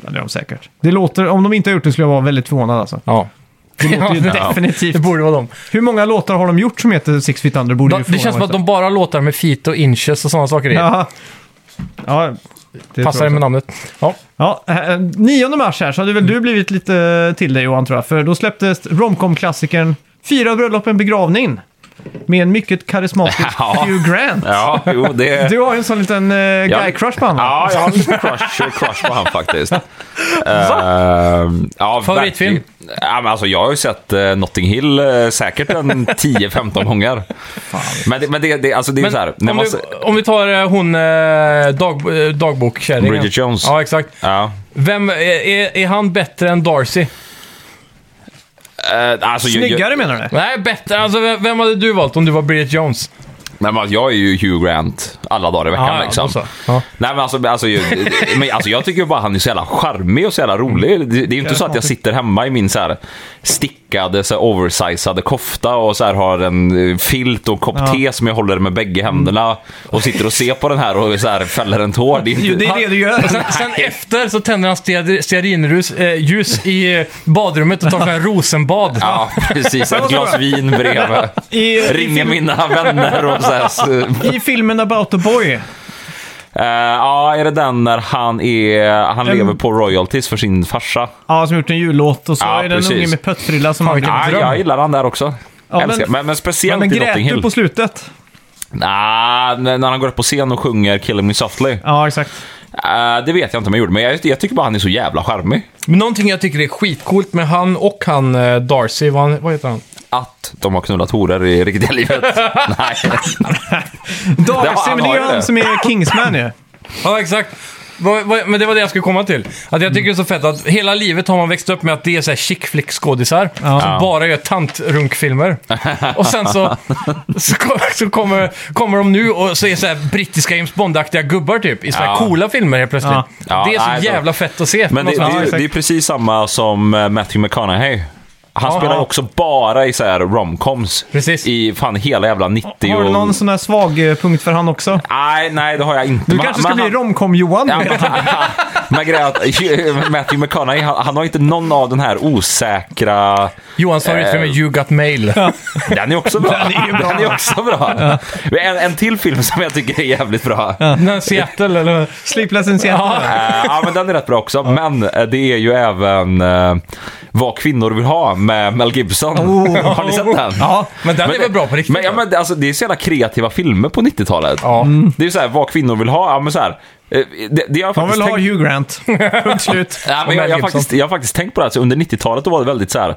[SPEAKER 1] Ja, det är de säkert. Det låter, om de inte har gjort det skulle jag vara väldigt förvånad alltså.
[SPEAKER 2] Ja.
[SPEAKER 1] Det låter ju
[SPEAKER 2] Ja, det-
[SPEAKER 1] definitivt.
[SPEAKER 2] Det borde vara dem.
[SPEAKER 1] Hur många låtar har de gjort som heter Six Feet Under? Borde
[SPEAKER 2] De,
[SPEAKER 1] ju
[SPEAKER 2] det
[SPEAKER 1] fråga
[SPEAKER 2] känns som
[SPEAKER 1] mig
[SPEAKER 2] att de bara låtar med feet och inches och sådana saker i.
[SPEAKER 1] Ja. Ja, det
[SPEAKER 2] Passar
[SPEAKER 1] tror
[SPEAKER 2] det
[SPEAKER 1] jag
[SPEAKER 2] med
[SPEAKER 1] också.
[SPEAKER 2] namnet. Ja.
[SPEAKER 1] Ja, eh, 9 mars här så hade väl du blivit lite eh, till dig Johan tror jag. För då släpptes romcom-klassikern Fyra bröllop, en begravning. Med en mycket karismatisk
[SPEAKER 3] Ja.
[SPEAKER 1] Hugh Grant.
[SPEAKER 3] Ja, jo, det...
[SPEAKER 1] Du har ju en sån liten eh, guy-crush på honom.
[SPEAKER 3] Ja, jag har lite crush, crush på han faktiskt. Ehm, ja,
[SPEAKER 2] Favoritfilm?
[SPEAKER 3] verkligen. Ja, men alltså, jag har ju sett eh, Notting Hill eh, säkert en 10-15 gånger. Men det, men det, det, alltså, det är ju
[SPEAKER 2] Men
[SPEAKER 3] så här. När
[SPEAKER 2] om,
[SPEAKER 3] man,
[SPEAKER 2] du, om vi tar eh, hon eh, dag, eh, dagbokkärringen.
[SPEAKER 3] Bridget Jones.
[SPEAKER 2] Ja, exakt.
[SPEAKER 3] ja.
[SPEAKER 2] Vem, är, är, är han bättre än Darcy?
[SPEAKER 3] Eh, alltså, jag,
[SPEAKER 1] Snyggare
[SPEAKER 3] jag,
[SPEAKER 1] menar du?
[SPEAKER 2] Nej, bättre. Alltså, vem, vem hade du valt om du var Bridget Jones?
[SPEAKER 3] nej, men, alltså, jag är ju Hugh Grant alla dagar i veckan.
[SPEAKER 2] Ja, ja,
[SPEAKER 3] liksom.
[SPEAKER 2] då så. Ja.
[SPEAKER 3] Nej, men alltså, alltså, ju- men alltså, jag tycker ju bara han är så jävla charmig och så jävla rolig. Det, det är ju inte så att jag sitter hemma i min så här stickade, så här oversizade kofta och så här har en eh, filt och en kopp te som jag håller med bägge händerna och sitter och ser på den här och så här fäller en tår. Det är
[SPEAKER 1] Jo,
[SPEAKER 3] inte...
[SPEAKER 1] det är det du
[SPEAKER 2] Och
[SPEAKER 1] gör.
[SPEAKER 2] sen, sen efter så tänder han stear- stearinljus eh, ljus i eh, badrummet och tar sig en rosenbad.
[SPEAKER 3] Ja, precis. Ett glas vin bredvid.
[SPEAKER 1] I,
[SPEAKER 3] Ringer mina vänner och så här. så-
[SPEAKER 1] I filmen About a Boy.
[SPEAKER 3] Eh, Ja, är det den när han, är, han
[SPEAKER 1] En-
[SPEAKER 3] lever på royalties för sin farsa?
[SPEAKER 1] Ja, som gjort en jullåt och så
[SPEAKER 3] Ja,
[SPEAKER 1] är det en
[SPEAKER 3] precis.
[SPEAKER 1] unge med pöttfrilla som
[SPEAKER 2] Fan,
[SPEAKER 1] har
[SPEAKER 2] vilken
[SPEAKER 1] en
[SPEAKER 3] Ja,
[SPEAKER 1] dröm.
[SPEAKER 3] jag gillar han där också.
[SPEAKER 1] Ja,
[SPEAKER 3] Älskar.
[SPEAKER 1] men-
[SPEAKER 3] Men, men speciellt
[SPEAKER 1] Men
[SPEAKER 3] i Notting
[SPEAKER 1] grät
[SPEAKER 3] Hill.
[SPEAKER 1] du på slutet?
[SPEAKER 3] Nej, när han går upp på scen och sjunger Killing Me Softly.
[SPEAKER 1] Ja, exakt.
[SPEAKER 3] Eh, det vet jag inte om jag gjorde, men jag, jag tycker bara han är så jävla charmig.
[SPEAKER 2] Men någonting jag tycker är skitcoolt med han och han eh, Darcy, vad, han, vad heter han?
[SPEAKER 3] Att de har knullat horor i riktiga livet. Nej. Det har-
[SPEAKER 1] Darcy,
[SPEAKER 3] han
[SPEAKER 1] men det är
[SPEAKER 3] har
[SPEAKER 1] ju
[SPEAKER 3] ju
[SPEAKER 1] han
[SPEAKER 3] det.
[SPEAKER 1] som är Kingsman ju.
[SPEAKER 2] Ja, exakt. Vad- vad- Men det var det jag skulle komma till. Att jag tycker det är så fett att hela livet har man växt upp med att det är så här chick flick-skådisar som
[SPEAKER 3] Ja.
[SPEAKER 2] bara gör tantrunkfilmer. Och sen så, så, kom- så kommer, kommer de nu och så är så här brittiska James Bond-aktiga gubbar typ i så här
[SPEAKER 3] Ja.
[SPEAKER 2] coola filmer helt plötsligt.
[SPEAKER 1] Ja.
[SPEAKER 3] Ja,
[SPEAKER 2] det är så
[SPEAKER 3] nej, så-
[SPEAKER 2] jävla fett att se. på
[SPEAKER 3] Men det,
[SPEAKER 2] något
[SPEAKER 3] det,
[SPEAKER 2] sätt.
[SPEAKER 3] är ju- det är precis samma som eh, Matthew McConaughey. Han spelar
[SPEAKER 2] ja.
[SPEAKER 3] också bara i så här romcoms.
[SPEAKER 2] Precis.
[SPEAKER 3] I fan hela jävla 90
[SPEAKER 1] Har du någon
[SPEAKER 3] och...
[SPEAKER 1] sån här svag eh, punkt för han också?
[SPEAKER 3] Nej, nej det har jag inte.
[SPEAKER 1] Du
[SPEAKER 3] Men-
[SPEAKER 1] kanske ska
[SPEAKER 3] men
[SPEAKER 1] bli
[SPEAKER 3] han-
[SPEAKER 1] romcom-Johan?
[SPEAKER 3] Ja, men- Men grejen är att Matthew McConaughey, han, han har inte någon av den här osäkra...
[SPEAKER 2] Johans favoritfilm är
[SPEAKER 3] Eh.
[SPEAKER 2] You Got Mail.
[SPEAKER 3] Den är också bra. Den är, också bra. En, en till film som jag tycker är jävligt bra. Ja.
[SPEAKER 2] Ja. Seattle eller?
[SPEAKER 1] Sleepless in Seattle?
[SPEAKER 2] Ja.
[SPEAKER 3] ja, men den är rätt bra också. Men eh, det är ju även eh, Vad kvinnor vill ha med Mel Gibson. Har ni sett den?
[SPEAKER 1] Ja.
[SPEAKER 2] Men den är väl bra på riktigt?
[SPEAKER 3] Men, ja, men, alltså, det är så jävla kreativa filmer på 90-talet.
[SPEAKER 2] Ja.
[SPEAKER 3] Det är så här, vad kvinnor vill ha. Ja, men så här, eh, det, det jag
[SPEAKER 1] De
[SPEAKER 3] faktiskt
[SPEAKER 1] vill ha
[SPEAKER 3] tänkt-
[SPEAKER 1] Hugh Grant. Punkt slut.
[SPEAKER 3] Ja,
[SPEAKER 2] Och
[SPEAKER 3] men jag,
[SPEAKER 2] Mel
[SPEAKER 3] jag, har
[SPEAKER 2] Gibson.
[SPEAKER 3] faktiskt, jag har faktiskt tänkt på det. Alltså, under 90-talet då var det väldigt så här.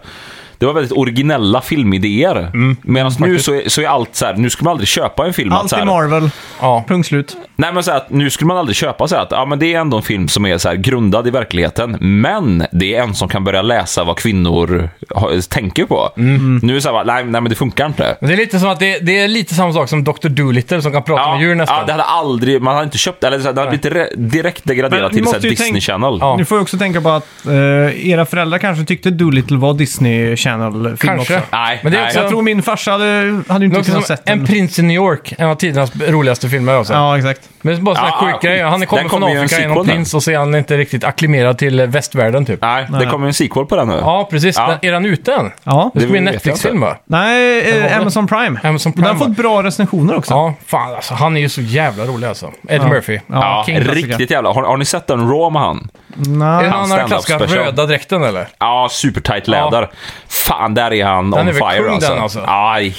[SPEAKER 3] Det var väldigt originella filmidéer. Medan nu så är, så är allt så här, nu skulle man aldrig köpa en film. att
[SPEAKER 1] Allt
[SPEAKER 3] så
[SPEAKER 1] i
[SPEAKER 3] här,
[SPEAKER 1] Marvel.
[SPEAKER 2] Ja.
[SPEAKER 1] Punkt slut.
[SPEAKER 3] Nej men så här, att nu skulle man aldrig köpa så här att ja, men det är ändå en film som är så här grundad i verkligheten, men det är en som kan börja läsa vad kvinnor har, tänker på.
[SPEAKER 2] Mm.
[SPEAKER 3] Nu är det så här, va, nej, nej men det funkar inte.
[SPEAKER 2] Det är lite som att det, det är lite samma sak som Dr. Dolittle som kan prata
[SPEAKER 3] Ja,
[SPEAKER 2] med djur nästan.
[SPEAKER 3] ja, det hade aldrig, man hade inte köpt, eller så här, det hade blivit re- direkt
[SPEAKER 1] Men
[SPEAKER 3] degraderat
[SPEAKER 1] vi
[SPEAKER 3] till så här,
[SPEAKER 1] måste ju
[SPEAKER 3] Disney
[SPEAKER 1] tänka-
[SPEAKER 3] Channel.
[SPEAKER 2] Ja.
[SPEAKER 1] Nu får jag också tänka på att eh, era föräldrar kanske tyckte Doolittle var Disney Channel-film
[SPEAKER 2] Kanske.
[SPEAKER 1] också.
[SPEAKER 3] Nej,
[SPEAKER 2] men det är
[SPEAKER 3] nej.
[SPEAKER 2] också,
[SPEAKER 1] Jag tror min farsa hade, hade ju
[SPEAKER 2] det är
[SPEAKER 1] inte
[SPEAKER 2] också
[SPEAKER 1] kunnat
[SPEAKER 2] som
[SPEAKER 1] sett
[SPEAKER 2] En
[SPEAKER 1] den.
[SPEAKER 2] prins i New York, en av tidernas roligaste filmer. Alltså.
[SPEAKER 1] Ja, exakt.
[SPEAKER 2] Men det är bara sådana
[SPEAKER 3] Ja,
[SPEAKER 2] ja, sjuka grejer. Han
[SPEAKER 3] den
[SPEAKER 2] kommer från
[SPEAKER 3] kommer ju en
[SPEAKER 2] Afrika, är någon
[SPEAKER 3] sequel där.
[SPEAKER 2] prins och så är han inte riktigt acklimerad till västvärlden typ.
[SPEAKER 3] Nej, det kommer en sequel på den nu.
[SPEAKER 2] Ja, precis.
[SPEAKER 3] Ja.
[SPEAKER 2] Den- Är den ute än?
[SPEAKER 1] Ja.
[SPEAKER 2] Det ska
[SPEAKER 3] Det
[SPEAKER 2] bli en
[SPEAKER 3] vet jag
[SPEAKER 2] Netflix-film
[SPEAKER 3] inte.
[SPEAKER 2] va?
[SPEAKER 1] Nej,
[SPEAKER 2] var
[SPEAKER 1] eh,
[SPEAKER 2] väl-
[SPEAKER 1] Amazon Prime.
[SPEAKER 2] Amazon
[SPEAKER 1] Den
[SPEAKER 2] Prime,
[SPEAKER 1] har fått bra recensioner också.
[SPEAKER 2] Ja, fan alltså. Han är ju så jävla rolig alltså. Eddie Murphy.
[SPEAKER 1] Ja,
[SPEAKER 3] Ja,
[SPEAKER 2] King klassiker.
[SPEAKER 3] riktigt jävla. Har, har ni sett den Raw med han?
[SPEAKER 2] Är det
[SPEAKER 1] Nej.
[SPEAKER 2] någon annan
[SPEAKER 3] stand-up
[SPEAKER 2] klassiker?
[SPEAKER 3] special.
[SPEAKER 2] Röda dräkten eller?
[SPEAKER 3] Ja, supertight läder. Fan, där är han
[SPEAKER 2] är
[SPEAKER 3] on
[SPEAKER 2] väl kung,
[SPEAKER 3] fire
[SPEAKER 2] den,
[SPEAKER 3] alltså.
[SPEAKER 2] alltså.
[SPEAKER 3] Ja, det är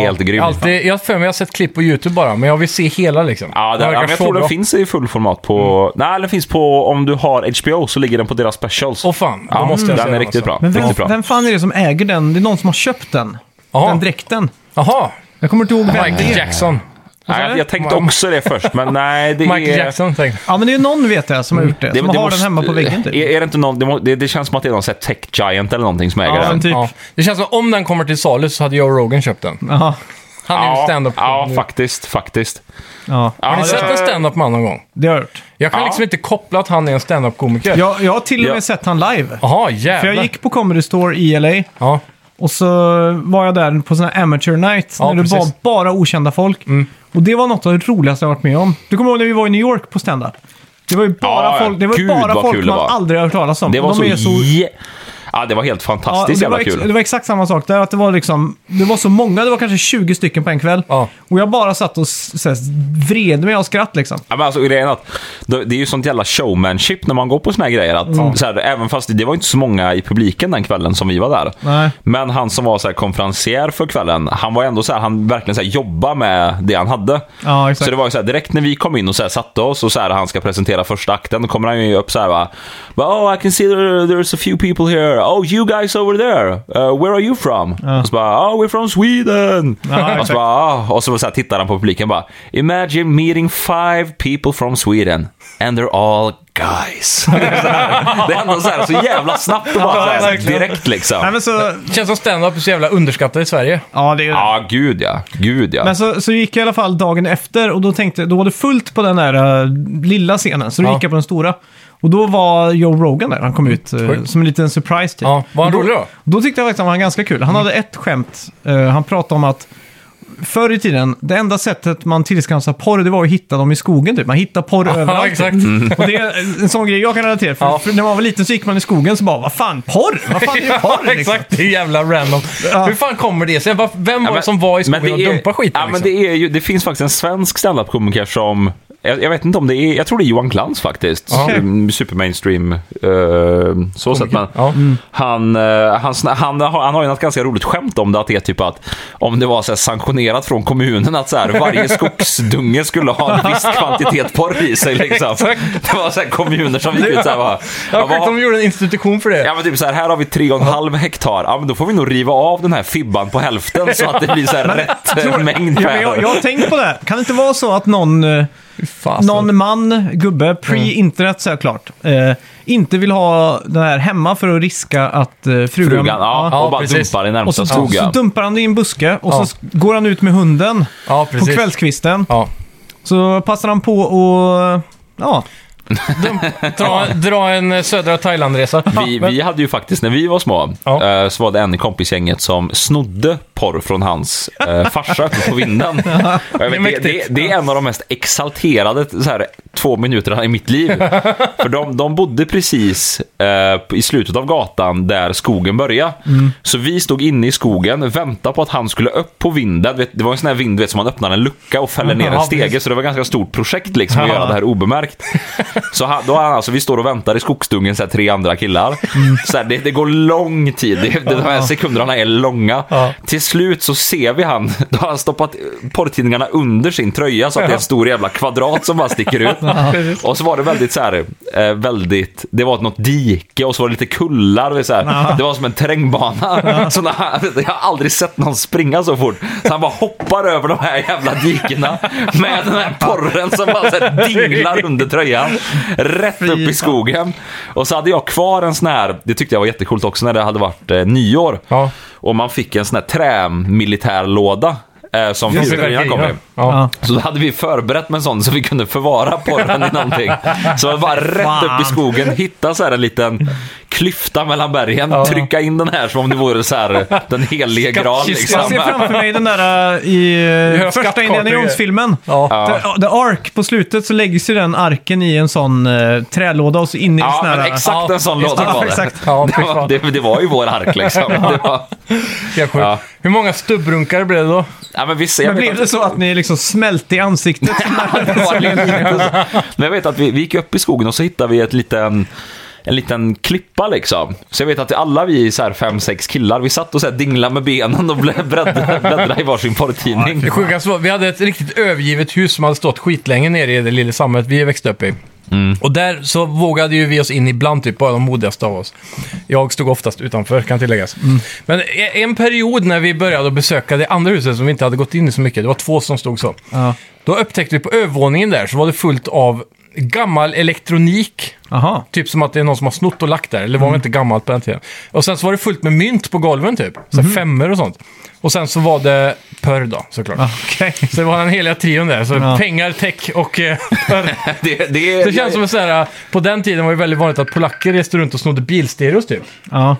[SPEAKER 3] helt grym.
[SPEAKER 2] Alltid, jag har för mig jag har sett klipp på YouTube bara, men jag vill se hela liksom.
[SPEAKER 3] Ja,
[SPEAKER 2] Den
[SPEAKER 3] den, ja,
[SPEAKER 2] verkar
[SPEAKER 3] men jag
[SPEAKER 2] så
[SPEAKER 3] tror den
[SPEAKER 2] bra.
[SPEAKER 3] finns i full format på...
[SPEAKER 1] Mm.
[SPEAKER 3] Nej, den finns på... Om du har HBO så ligger den på deras specials.
[SPEAKER 2] Åh fan, då
[SPEAKER 3] ja,
[SPEAKER 2] måste jag
[SPEAKER 3] den
[SPEAKER 2] se
[SPEAKER 3] är
[SPEAKER 2] den
[SPEAKER 3] riktigt
[SPEAKER 2] alltså.
[SPEAKER 3] bra.
[SPEAKER 1] Men vem,
[SPEAKER 3] riktigt bra.
[SPEAKER 1] vem fan är det som äger den? Det är någon som har köpt den.
[SPEAKER 2] Ja.
[SPEAKER 1] Den dräkten.
[SPEAKER 2] Jaha,
[SPEAKER 1] Jag kommer inte ihåg vem det
[SPEAKER 2] Michael
[SPEAKER 1] är.
[SPEAKER 2] Jackson.
[SPEAKER 3] Nej, jag, jag tänkte
[SPEAKER 2] Wow.
[SPEAKER 3] också det först, men nej, det
[SPEAKER 2] Michael
[SPEAKER 3] är...
[SPEAKER 2] Jackson tänkte
[SPEAKER 1] Ja, men det är någon vet jag som har
[SPEAKER 3] Mm.
[SPEAKER 1] gjort det. Som har den hemma på väggen.
[SPEAKER 3] Är,
[SPEAKER 1] Typ.
[SPEAKER 3] är det inte någon... Det, må, det, det känns som att det är någon sån här tech giant eller någonting som äger
[SPEAKER 1] Ja,
[SPEAKER 3] den.
[SPEAKER 1] men typ.
[SPEAKER 2] ja. Det känns som om den kommer till salu så hade jag och Rogan köpt den.
[SPEAKER 1] Ja.
[SPEAKER 2] Han är ju
[SPEAKER 3] Ja,
[SPEAKER 2] stand-up.
[SPEAKER 3] ja, faktiskt, faktiskt.
[SPEAKER 1] Ja.
[SPEAKER 3] Ja,
[SPEAKER 2] Har ni
[SPEAKER 3] det-
[SPEAKER 2] sett en stand-up man någon gång?
[SPEAKER 1] Det har jag hört.
[SPEAKER 2] Jag kan
[SPEAKER 3] Ja.
[SPEAKER 2] liksom inte koppla att han är en stand-up-komiker.
[SPEAKER 1] Jag, jag har till och med
[SPEAKER 3] Ja.
[SPEAKER 1] sett han live.
[SPEAKER 2] Jaha,
[SPEAKER 1] För
[SPEAKER 2] jävlar.
[SPEAKER 1] jag gick på Comedy Store i LA
[SPEAKER 2] Ja.
[SPEAKER 1] och så var jag där på såna här amateur nights
[SPEAKER 2] Ja,
[SPEAKER 1] när det var
[SPEAKER 2] precis.
[SPEAKER 1] bara okända folk.
[SPEAKER 3] Mm.
[SPEAKER 1] Och det var något av det roligaste jag varit med om. Du kommer ihåg när vi var i New York på standup? Det var ju bara
[SPEAKER 3] Ja,
[SPEAKER 1] folk, det var ju
[SPEAKER 3] gud
[SPEAKER 1] bara
[SPEAKER 3] vad
[SPEAKER 1] folk
[SPEAKER 3] kul det
[SPEAKER 1] man
[SPEAKER 3] var.
[SPEAKER 1] aldrig har hört talas om.
[SPEAKER 3] Det var
[SPEAKER 1] Och
[SPEAKER 3] så...
[SPEAKER 1] de är
[SPEAKER 3] jä- Ja, det var helt
[SPEAKER 1] Ja, och
[SPEAKER 3] fantastiskt
[SPEAKER 1] det, var
[SPEAKER 3] jävla
[SPEAKER 1] ex,
[SPEAKER 3] kul.
[SPEAKER 1] det var exakt samma sak där. Att det, var liksom, det var så många, det var kanske 20 stycken på en kväll.
[SPEAKER 2] Ja.
[SPEAKER 1] Och jag bara satt och s- så här, vred mig av skratt liksom.
[SPEAKER 3] Ja, men alltså, grejen är att det det är ju sånt jävla showmanship när man går på såna här grejer. Att,
[SPEAKER 1] Mm.
[SPEAKER 3] så här, även fast det, det var inte så många i publiken den kvällen som vi var där.
[SPEAKER 1] Nej.
[SPEAKER 3] Men han som var så här, konferencier för kvällen, han var ändå så här, han verkligen så här, jobbade med det han hade.
[SPEAKER 1] Ja, exakt.
[SPEAKER 3] Så det var ju så här, direkt när vi kom in och så här, satte oss och så här, han ska presentera första akten, då kommer han ju upp så här va. bara, Oh, I can see there, there's a few people here. Oh, you guys over there. Uh, where are you from? Och så bara, oh, we're from Sweden. och så
[SPEAKER 1] exakt.
[SPEAKER 3] bara, Ah, och så, så här tittar han på publiken bara. Imagine meeting five people from Sweden. And they're all guys. det är ändå så, här, så jävla snabbt och bara så här,
[SPEAKER 1] verkligen.
[SPEAKER 3] direkt
[SPEAKER 1] Nej,
[SPEAKER 3] liksom.
[SPEAKER 1] men så,
[SPEAKER 2] Det känns som stand-up är så jävla underskattat i Sverige.
[SPEAKER 1] ja, det är ju
[SPEAKER 3] Ja, gud ja. Gud ja.
[SPEAKER 1] Men så, så gick jag i alla fall dagen efter och då tänkte då var det fullt på den där eh, lilla scenen. Så då
[SPEAKER 2] Ja.
[SPEAKER 1] gick jag på den stora. Och då var Joe Rogan där. Han kom ut eh,
[SPEAKER 2] Oj.
[SPEAKER 1] som en liten surprise typ.
[SPEAKER 2] Ja, var han
[SPEAKER 1] Och
[SPEAKER 2] rolig då? Mm.
[SPEAKER 1] Då tyckte jag faktiskt att han var ganska kul. Han hade ett skämt. Eh, han pratade om att förr i tiden, det enda sättet man tillskansade porr, det var att hitta dem i skogen typ. Man hittar porr överallt.
[SPEAKER 2] Ja,
[SPEAKER 1] typ.
[SPEAKER 2] exakt. Mm.
[SPEAKER 1] Och det är en sån grej jag kan relatera för,
[SPEAKER 2] Ja.
[SPEAKER 1] för när man var liten så gick man i skogen så bara, vad fan, porr? Vad fan är ju porr?
[SPEAKER 2] Ja,
[SPEAKER 1] liksom?"
[SPEAKER 2] exakt, det är jävla random. Hur fan kommer det sig? Var- Vem var
[SPEAKER 3] Ja,
[SPEAKER 2] det
[SPEAKER 3] men-
[SPEAKER 2] som var i
[SPEAKER 3] men
[SPEAKER 2] skogen och
[SPEAKER 3] det är-
[SPEAKER 2] dumpade skiten?
[SPEAKER 3] Ja, men
[SPEAKER 2] liksom?
[SPEAKER 3] det, är ju, det finns faktiskt en svensk standup-komiker som... Jag, jag vet inte om det är... Jag tror det är Johan Glans faktiskt.
[SPEAKER 2] Ja.
[SPEAKER 3] Mm, Supermainstream. eh, så sett. Men
[SPEAKER 2] Ja. Mm.
[SPEAKER 3] han, eh, han, sna- han, har- han har ju något ganska roligt skämt om det. Att det är typ att om det var så här sanktionerat från kommunen att så här, varje skogsdunge skulle ha en viss kvantitet porr i sig. Liksom. Det var så här kommuner som gick ut så här. Bara,
[SPEAKER 2] Jag
[SPEAKER 3] "Ja,
[SPEAKER 2] har sjukt
[SPEAKER 3] vad-
[SPEAKER 2] de gjorde en institution för det.
[SPEAKER 3] Ja men typ så här, här har vi 3,5 hektar. Ja men då får vi nog riva av den här fibban på hälften så att det blir så här rätt eh, mängd
[SPEAKER 1] Ja,
[SPEAKER 3] per.
[SPEAKER 1] men jag, jag har tänkt på det här. Kan det inte vara så att någon... eh,
[SPEAKER 2] Fasen.
[SPEAKER 1] Någon man, gubbe, pre-internet såklart, eh, inte vill ha den här hemma för att riska att eh, frugan...
[SPEAKER 3] Frugan, ja,
[SPEAKER 2] Ja,
[SPEAKER 3] och bara
[SPEAKER 2] precis.
[SPEAKER 3] dumpar i
[SPEAKER 1] Och så,
[SPEAKER 3] närmsta
[SPEAKER 1] så,
[SPEAKER 3] skog. ja.
[SPEAKER 1] dumpar han det i en buske och
[SPEAKER 2] Ja.
[SPEAKER 1] så sk- går han ut med hunden
[SPEAKER 2] Ja,
[SPEAKER 1] på
[SPEAKER 2] precis.
[SPEAKER 1] kvällskvisten.
[SPEAKER 2] Ja.
[SPEAKER 1] Så passar han på och... Ja,
[SPEAKER 2] Dra, dra en eh, södra Thailand-resa.
[SPEAKER 3] Vi, vi hade ju faktiskt, när vi var små,
[SPEAKER 2] Ja.
[SPEAKER 3] eh, så var det en i kompisgänget som snodde porr från hans eh, farsa uppe på vinden. Och jag vet, det, det,
[SPEAKER 2] mäktigt.
[SPEAKER 3] det är en av de mest exalterade så här, två minuterna i mitt liv. För de, de bodde precis eh, i slutet av gatan där skogen började.
[SPEAKER 2] Mm.
[SPEAKER 3] Så vi stod inne i skogen, väntade på att han skulle upp på vinden. Vet, Det var en sån här vind du vet, som man öppnar en lucka och fäller ner
[SPEAKER 2] Mm. Ja,
[SPEAKER 3] en stege,
[SPEAKER 2] precis.
[SPEAKER 3] så det var ett ganska stort projekt liksom, att
[SPEAKER 1] Ja.
[SPEAKER 3] göra det här obemärkt. Så han, då har han alltså, vi står och väntar i skogsdungen, så här, tre andra killar. Så här, det, det går lång tid, det, de här sekunderna är långa.
[SPEAKER 2] Ja.
[SPEAKER 3] Till slut så ser vi han, då har han stoppat porrtidningarna under sin tröja så att det är en stor jävla kvadrat som bara sticker ut. Och så var det väldigt så här, eh, väldigt, det var något dike och så var det lite kullar. och Så här. Det var som en terrängbana. Så när han, jag har aldrig sett någon springa så fort. Så han bara hoppar över de här jävla dikena med den här porren som bara så här dinglar under tröjan. Rätt upp i skogen. Och så hade jag kvar en sån här, det tyckte jag var jättekult också när det hade varit eh, nyår.
[SPEAKER 2] Ja.
[SPEAKER 3] Och man fick en sån här trämilitärlåda. Eh, som fyrverkerierna kom i.
[SPEAKER 2] Ja.
[SPEAKER 3] Så då hade vi förberett med en sån så vi kunde förvara porren i någonting. Så det var bara rätt upp i skogen, hitta så här en liten klyfta mellan bergen, trycka in den här som om det vore så här den helige graal liksom.
[SPEAKER 1] jag ser framför mig den där eh, i eh,
[SPEAKER 2] Göra
[SPEAKER 1] första
[SPEAKER 2] skattkartor
[SPEAKER 1] Indiana
[SPEAKER 2] och grejer.
[SPEAKER 1] Jones-filmen.
[SPEAKER 2] Ja.
[SPEAKER 1] The, The Ark, på slutet så läggs ju den arken i en sån eh, trälåda och så in i en
[SPEAKER 3] Ja,
[SPEAKER 1] sån
[SPEAKER 3] men
[SPEAKER 1] här...
[SPEAKER 3] exakt en sån låda
[SPEAKER 1] Ja,
[SPEAKER 3] var det.
[SPEAKER 1] exakt.
[SPEAKER 2] Ja,
[SPEAKER 3] Det var, det, det var ju vår ark liksom. Det var,
[SPEAKER 2] Helt sjukt.
[SPEAKER 3] Ja.
[SPEAKER 2] Hur många stubbrunkare blev det då?
[SPEAKER 3] ja, men vi ser,
[SPEAKER 1] Men blev det så att ni liksom smälte i ansiktet?
[SPEAKER 3] Det var lite- Men jag vet att vi, vi gick upp i skogen och så hittade vi ett liten en liten klippa liksom. Så jag vet att alla vi så här fem, sex killar, vi satt och så här dinglade med benen och blä- bläddrade, bläddrade i varsin porrtidning.
[SPEAKER 2] Det sjukaste var, vi hade ett riktigt övergivet hus som hade stått skitlänge nere i det lilla samhället vi växte upp i. Och där så vågade ju vi oss in ibland, typ bara de modigaste av oss. Jag stod oftast utanför, kan tilläggas. Men e- en period när vi började att besöka det andra huset som vi inte hade gått in i så mycket, det var två som stod så.
[SPEAKER 1] Ja.
[SPEAKER 2] Då upptäckte vi på övervåningen där så var det fullt av gammal elektronik.
[SPEAKER 1] Aha.
[SPEAKER 2] Typ som att det är någon som har snott och lagt där. Eller
[SPEAKER 1] Mm.
[SPEAKER 2] var det inte gammalt på den tiden. Och sen så var det fullt med mynt på golven typ. Så
[SPEAKER 1] Mhm.
[SPEAKER 2] mm. femmer och sånt. Och sen så var det pörr då, såklart.
[SPEAKER 1] Ah. Okej.
[SPEAKER 2] Så det var den heliga trion där. Så
[SPEAKER 1] Ja.
[SPEAKER 2] pengar, tech och eh, pörr.
[SPEAKER 3] Det,
[SPEAKER 2] Det känns som en sån här, eh, på den tiden var det väldigt vanligt att polacker reste runt och snodde bilstereos typ.
[SPEAKER 1] Ja.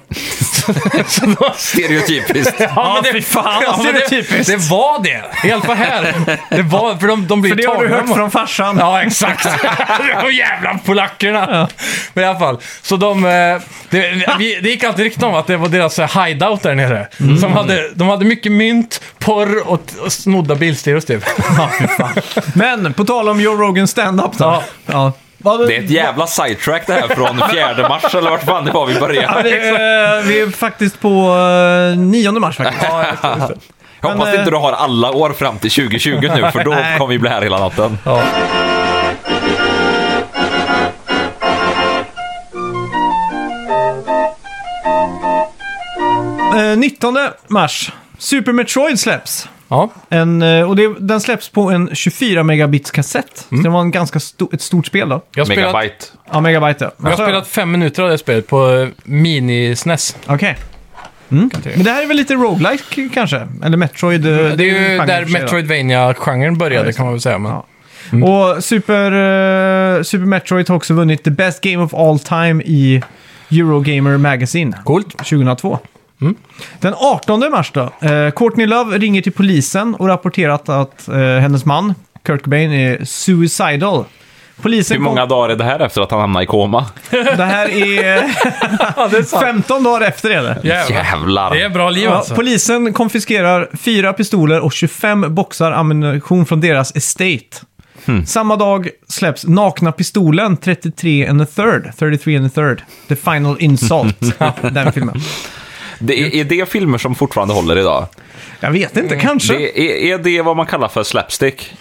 [SPEAKER 2] Så då,
[SPEAKER 3] stereotypiskt.
[SPEAKER 1] Ja, fy fan, alltså, vad
[SPEAKER 2] det,
[SPEAKER 1] stereotypiskt.
[SPEAKER 2] det var det! I alla fall här. Det var, för de, de blir
[SPEAKER 1] För det har du
[SPEAKER 2] tagna
[SPEAKER 1] hört
[SPEAKER 2] med-
[SPEAKER 1] från farsan.
[SPEAKER 2] Ja, exakt. de jävla polackerna. Men i alla fall. Så de, eh, det, vi, det gick alltid rykten om att det var deras eh, hideout där nere. Som hade, de hade mycket mynt, porr och, t- och snodda bilstereos typ.
[SPEAKER 1] Ja, fy fan. Men på tal om Joe Rogan stand-up då.
[SPEAKER 2] Ja.
[SPEAKER 1] Ja. Vad-
[SPEAKER 3] Det är ett jävla sidetrack det här från 4 mars eller vart fan det var vi
[SPEAKER 1] Ja,
[SPEAKER 3] började.
[SPEAKER 1] vi, eh, vi är faktiskt på eh, 9 mars faktiskt.
[SPEAKER 3] Jag hoppas
[SPEAKER 1] Men,
[SPEAKER 3] inte du har alla år fram till 2020 nu för då
[SPEAKER 1] Nej.
[SPEAKER 3] kommer vi bli här hela natten.
[SPEAKER 1] Eh, 19 mars. Super Metroid släpps.
[SPEAKER 2] Ja,
[SPEAKER 1] En, eh, och det, den släpps på en 24 megabits kassett. Så det var en ganska sto, ett stort spel då.
[SPEAKER 2] jag har spelat,
[SPEAKER 3] Megabyte.
[SPEAKER 1] Ja, megabyte Alltså, ja.
[SPEAKER 2] jag har spelat fem minuter av det spelet på eh, mini-SNES.
[SPEAKER 1] Okej. Mm. Men det här är väl lite roguelike kanske? Eller Metroid? eh,
[SPEAKER 2] Det är ju
[SPEAKER 1] en genre
[SPEAKER 2] där
[SPEAKER 1] för sig då.
[SPEAKER 2] Metroidvania-genren började
[SPEAKER 1] just det.
[SPEAKER 2] kan man väl säga. Men...
[SPEAKER 1] Ja. Och Super, eh, Super Metroid har också vunnit The Best Game of All Time i Eurogamer Magazine.
[SPEAKER 2] Coolt.
[SPEAKER 1] 2002. Den 18 mars då. Eh, Courtney Love ringer till polisen och rapporterat att eh, hennes man, Kurt Cobain, är suicidal. Polisen
[SPEAKER 3] Hur många dagar är det här efter att han hamnade i koma?
[SPEAKER 1] kom, Det här är
[SPEAKER 2] Ja, det är sant.
[SPEAKER 1] 15 dagar efter är det.
[SPEAKER 2] Jävlar.
[SPEAKER 3] Jävlar.
[SPEAKER 2] Det är bra liv
[SPEAKER 1] Ja,
[SPEAKER 2] alltså.
[SPEAKER 1] polisen konfiskerar fyra pistoler och 25 boxar ammunition från deras estate.
[SPEAKER 3] Hmm.
[SPEAKER 1] Samma dag släpps Nakna Pistolen 33 and a third, 33 and a third, The Final Insult. den filmen.
[SPEAKER 3] Det är, är det filmer som fortfarande håller idag?
[SPEAKER 1] Jag vet inte, kanske.
[SPEAKER 3] Mm. Det, är, är det vad man kallar för slapstick?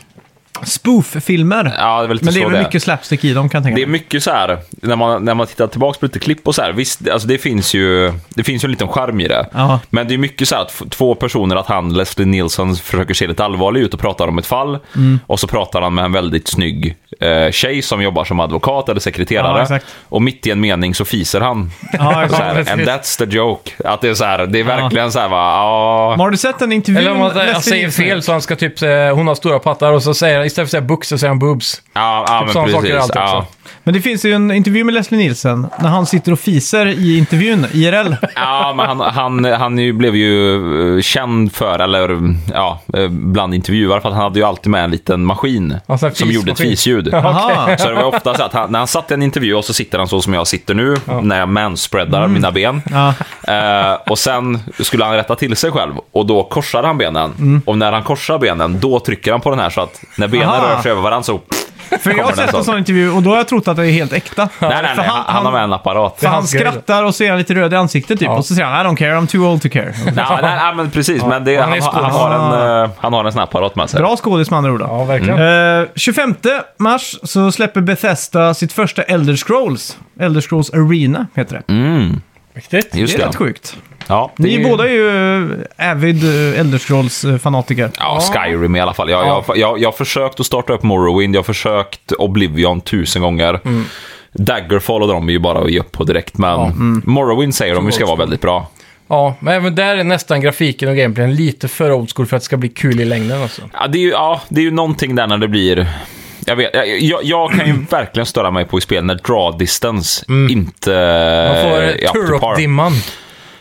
[SPEAKER 1] Spoof-filmer.
[SPEAKER 3] Ja, det är väl lite
[SPEAKER 1] Men
[SPEAKER 3] så
[SPEAKER 1] det är
[SPEAKER 3] det
[SPEAKER 1] väl
[SPEAKER 3] är.
[SPEAKER 1] mycket slapstick i dem kan jag tänka
[SPEAKER 3] Det är
[SPEAKER 1] mig.
[SPEAKER 3] mycket så här, när man, när man tittar tillbaka på lite klipp och så här, visst, alltså det finns ju, det finns ju en liten charm i det.
[SPEAKER 1] Ja.
[SPEAKER 3] Men det är mycket så här att f- två personer, att han, Leslie Nielsen, försöker se lite allvarlig ut och pratar om ett fall.
[SPEAKER 2] Mm.
[SPEAKER 3] Och så pratar han med en väldigt snygg eh, tjej som jobbar som advokat eller
[SPEAKER 1] Ja,
[SPEAKER 3] sekreterare.
[SPEAKER 1] exakt.
[SPEAKER 3] och mitt i en mening så fiser han.
[SPEAKER 1] Ja,
[SPEAKER 3] så
[SPEAKER 1] exakt.
[SPEAKER 3] här,
[SPEAKER 2] precis.
[SPEAKER 3] And that's the joke. Att det är så här, det är verkligen så här, va, ja.
[SPEAKER 1] Men Har du sett den intervjun?
[SPEAKER 2] Eller om man säger,
[SPEAKER 1] Leslie
[SPEAKER 2] han säger
[SPEAKER 1] Nielsen?
[SPEAKER 2] fel så han ska typ, eh, hon har stora pattar och så säger istället för att säga books så säger han boobs.
[SPEAKER 3] Ja, ja
[SPEAKER 2] Typ
[SPEAKER 3] men
[SPEAKER 2] sådana
[SPEAKER 3] precis.
[SPEAKER 2] saker alltid
[SPEAKER 3] ja.
[SPEAKER 2] också.
[SPEAKER 1] Men det finns ju en intervju med Leslie Nielsen när han sitter och fiser i intervjun, IRL.
[SPEAKER 3] ja, men han, han, han ju blev ju eh, känd för, eller ja, eh, bland intervjuare, för att han hade ju alltid med en liten maskin
[SPEAKER 2] Ja, så här
[SPEAKER 3] som gjorde ett
[SPEAKER 2] fismaskin.
[SPEAKER 3] fisljud.
[SPEAKER 1] Aha.
[SPEAKER 3] Så det var ju ofta så att han, när han satt i en intervju och så sitter han så som jag sitter nu, när jag manspreadar mina ben.
[SPEAKER 1] Mm. Ja.
[SPEAKER 3] Eh, och sen skulle han rätta till sig själv och då korsar han benen.
[SPEAKER 1] Mm.
[SPEAKER 3] Och när han korsar benen, då trycker han på den här så att när benen
[SPEAKER 1] Aha.
[SPEAKER 3] rör sig över varandra så...
[SPEAKER 1] För jag har
[SPEAKER 3] Kommer den
[SPEAKER 1] sett en
[SPEAKER 3] sån?
[SPEAKER 1] sån intervju och då har jag trott att det är helt äkta.
[SPEAKER 3] Nej, nej,
[SPEAKER 1] För
[SPEAKER 3] nej, han, han har med en apparat.
[SPEAKER 1] För han
[SPEAKER 2] hans grej.
[SPEAKER 1] skrattar och så är han lite röd i ansiktet typ. Och så säger han I don't care, I'm too old to care.
[SPEAKER 3] Nej, nej, nej, men precis. Men det,
[SPEAKER 2] Han
[SPEAKER 3] han,
[SPEAKER 2] är
[SPEAKER 3] har- han, har
[SPEAKER 1] skådis.
[SPEAKER 3] en, eh, han har en sån här apparat med sig.
[SPEAKER 1] Bra skådis med andra ord. då.
[SPEAKER 2] Ja, verkligen.
[SPEAKER 1] Eh, 25 mars så släpper Bethesda sitt första Elder Scrolls. Elder Scrolls Arena heter det.
[SPEAKER 2] Mäktigt.
[SPEAKER 3] Just
[SPEAKER 1] det är
[SPEAKER 3] det.
[SPEAKER 1] rätt sjukt.
[SPEAKER 3] Ja,
[SPEAKER 1] Ni båda är ju eh, avid eh, Elder Scrolls-fanatiker.
[SPEAKER 3] Ja, Skyrim i alla fall. Jag, jag, jag, jag har försökt att starta upp Morrowind, jag har försökt Oblivion tusen gånger. Daggerfall och de är ju bara att ge upp på direkt, men Morrowind säger de ju ska vara väldigt bra.
[SPEAKER 2] Ja, men även där är nästan grafiken och gameplayen lite för old school för att det ska bli kul i längden alltså.
[SPEAKER 3] Ja, det är ju, ja, det är ju någonting där när det blir... Jag, vet, jag, jag, jag kan ju verkligen störa mig på i spel när draw distance inte
[SPEAKER 2] Man får
[SPEAKER 3] är
[SPEAKER 2] eh,
[SPEAKER 3] up to par.
[SPEAKER 2] Turok-dimman.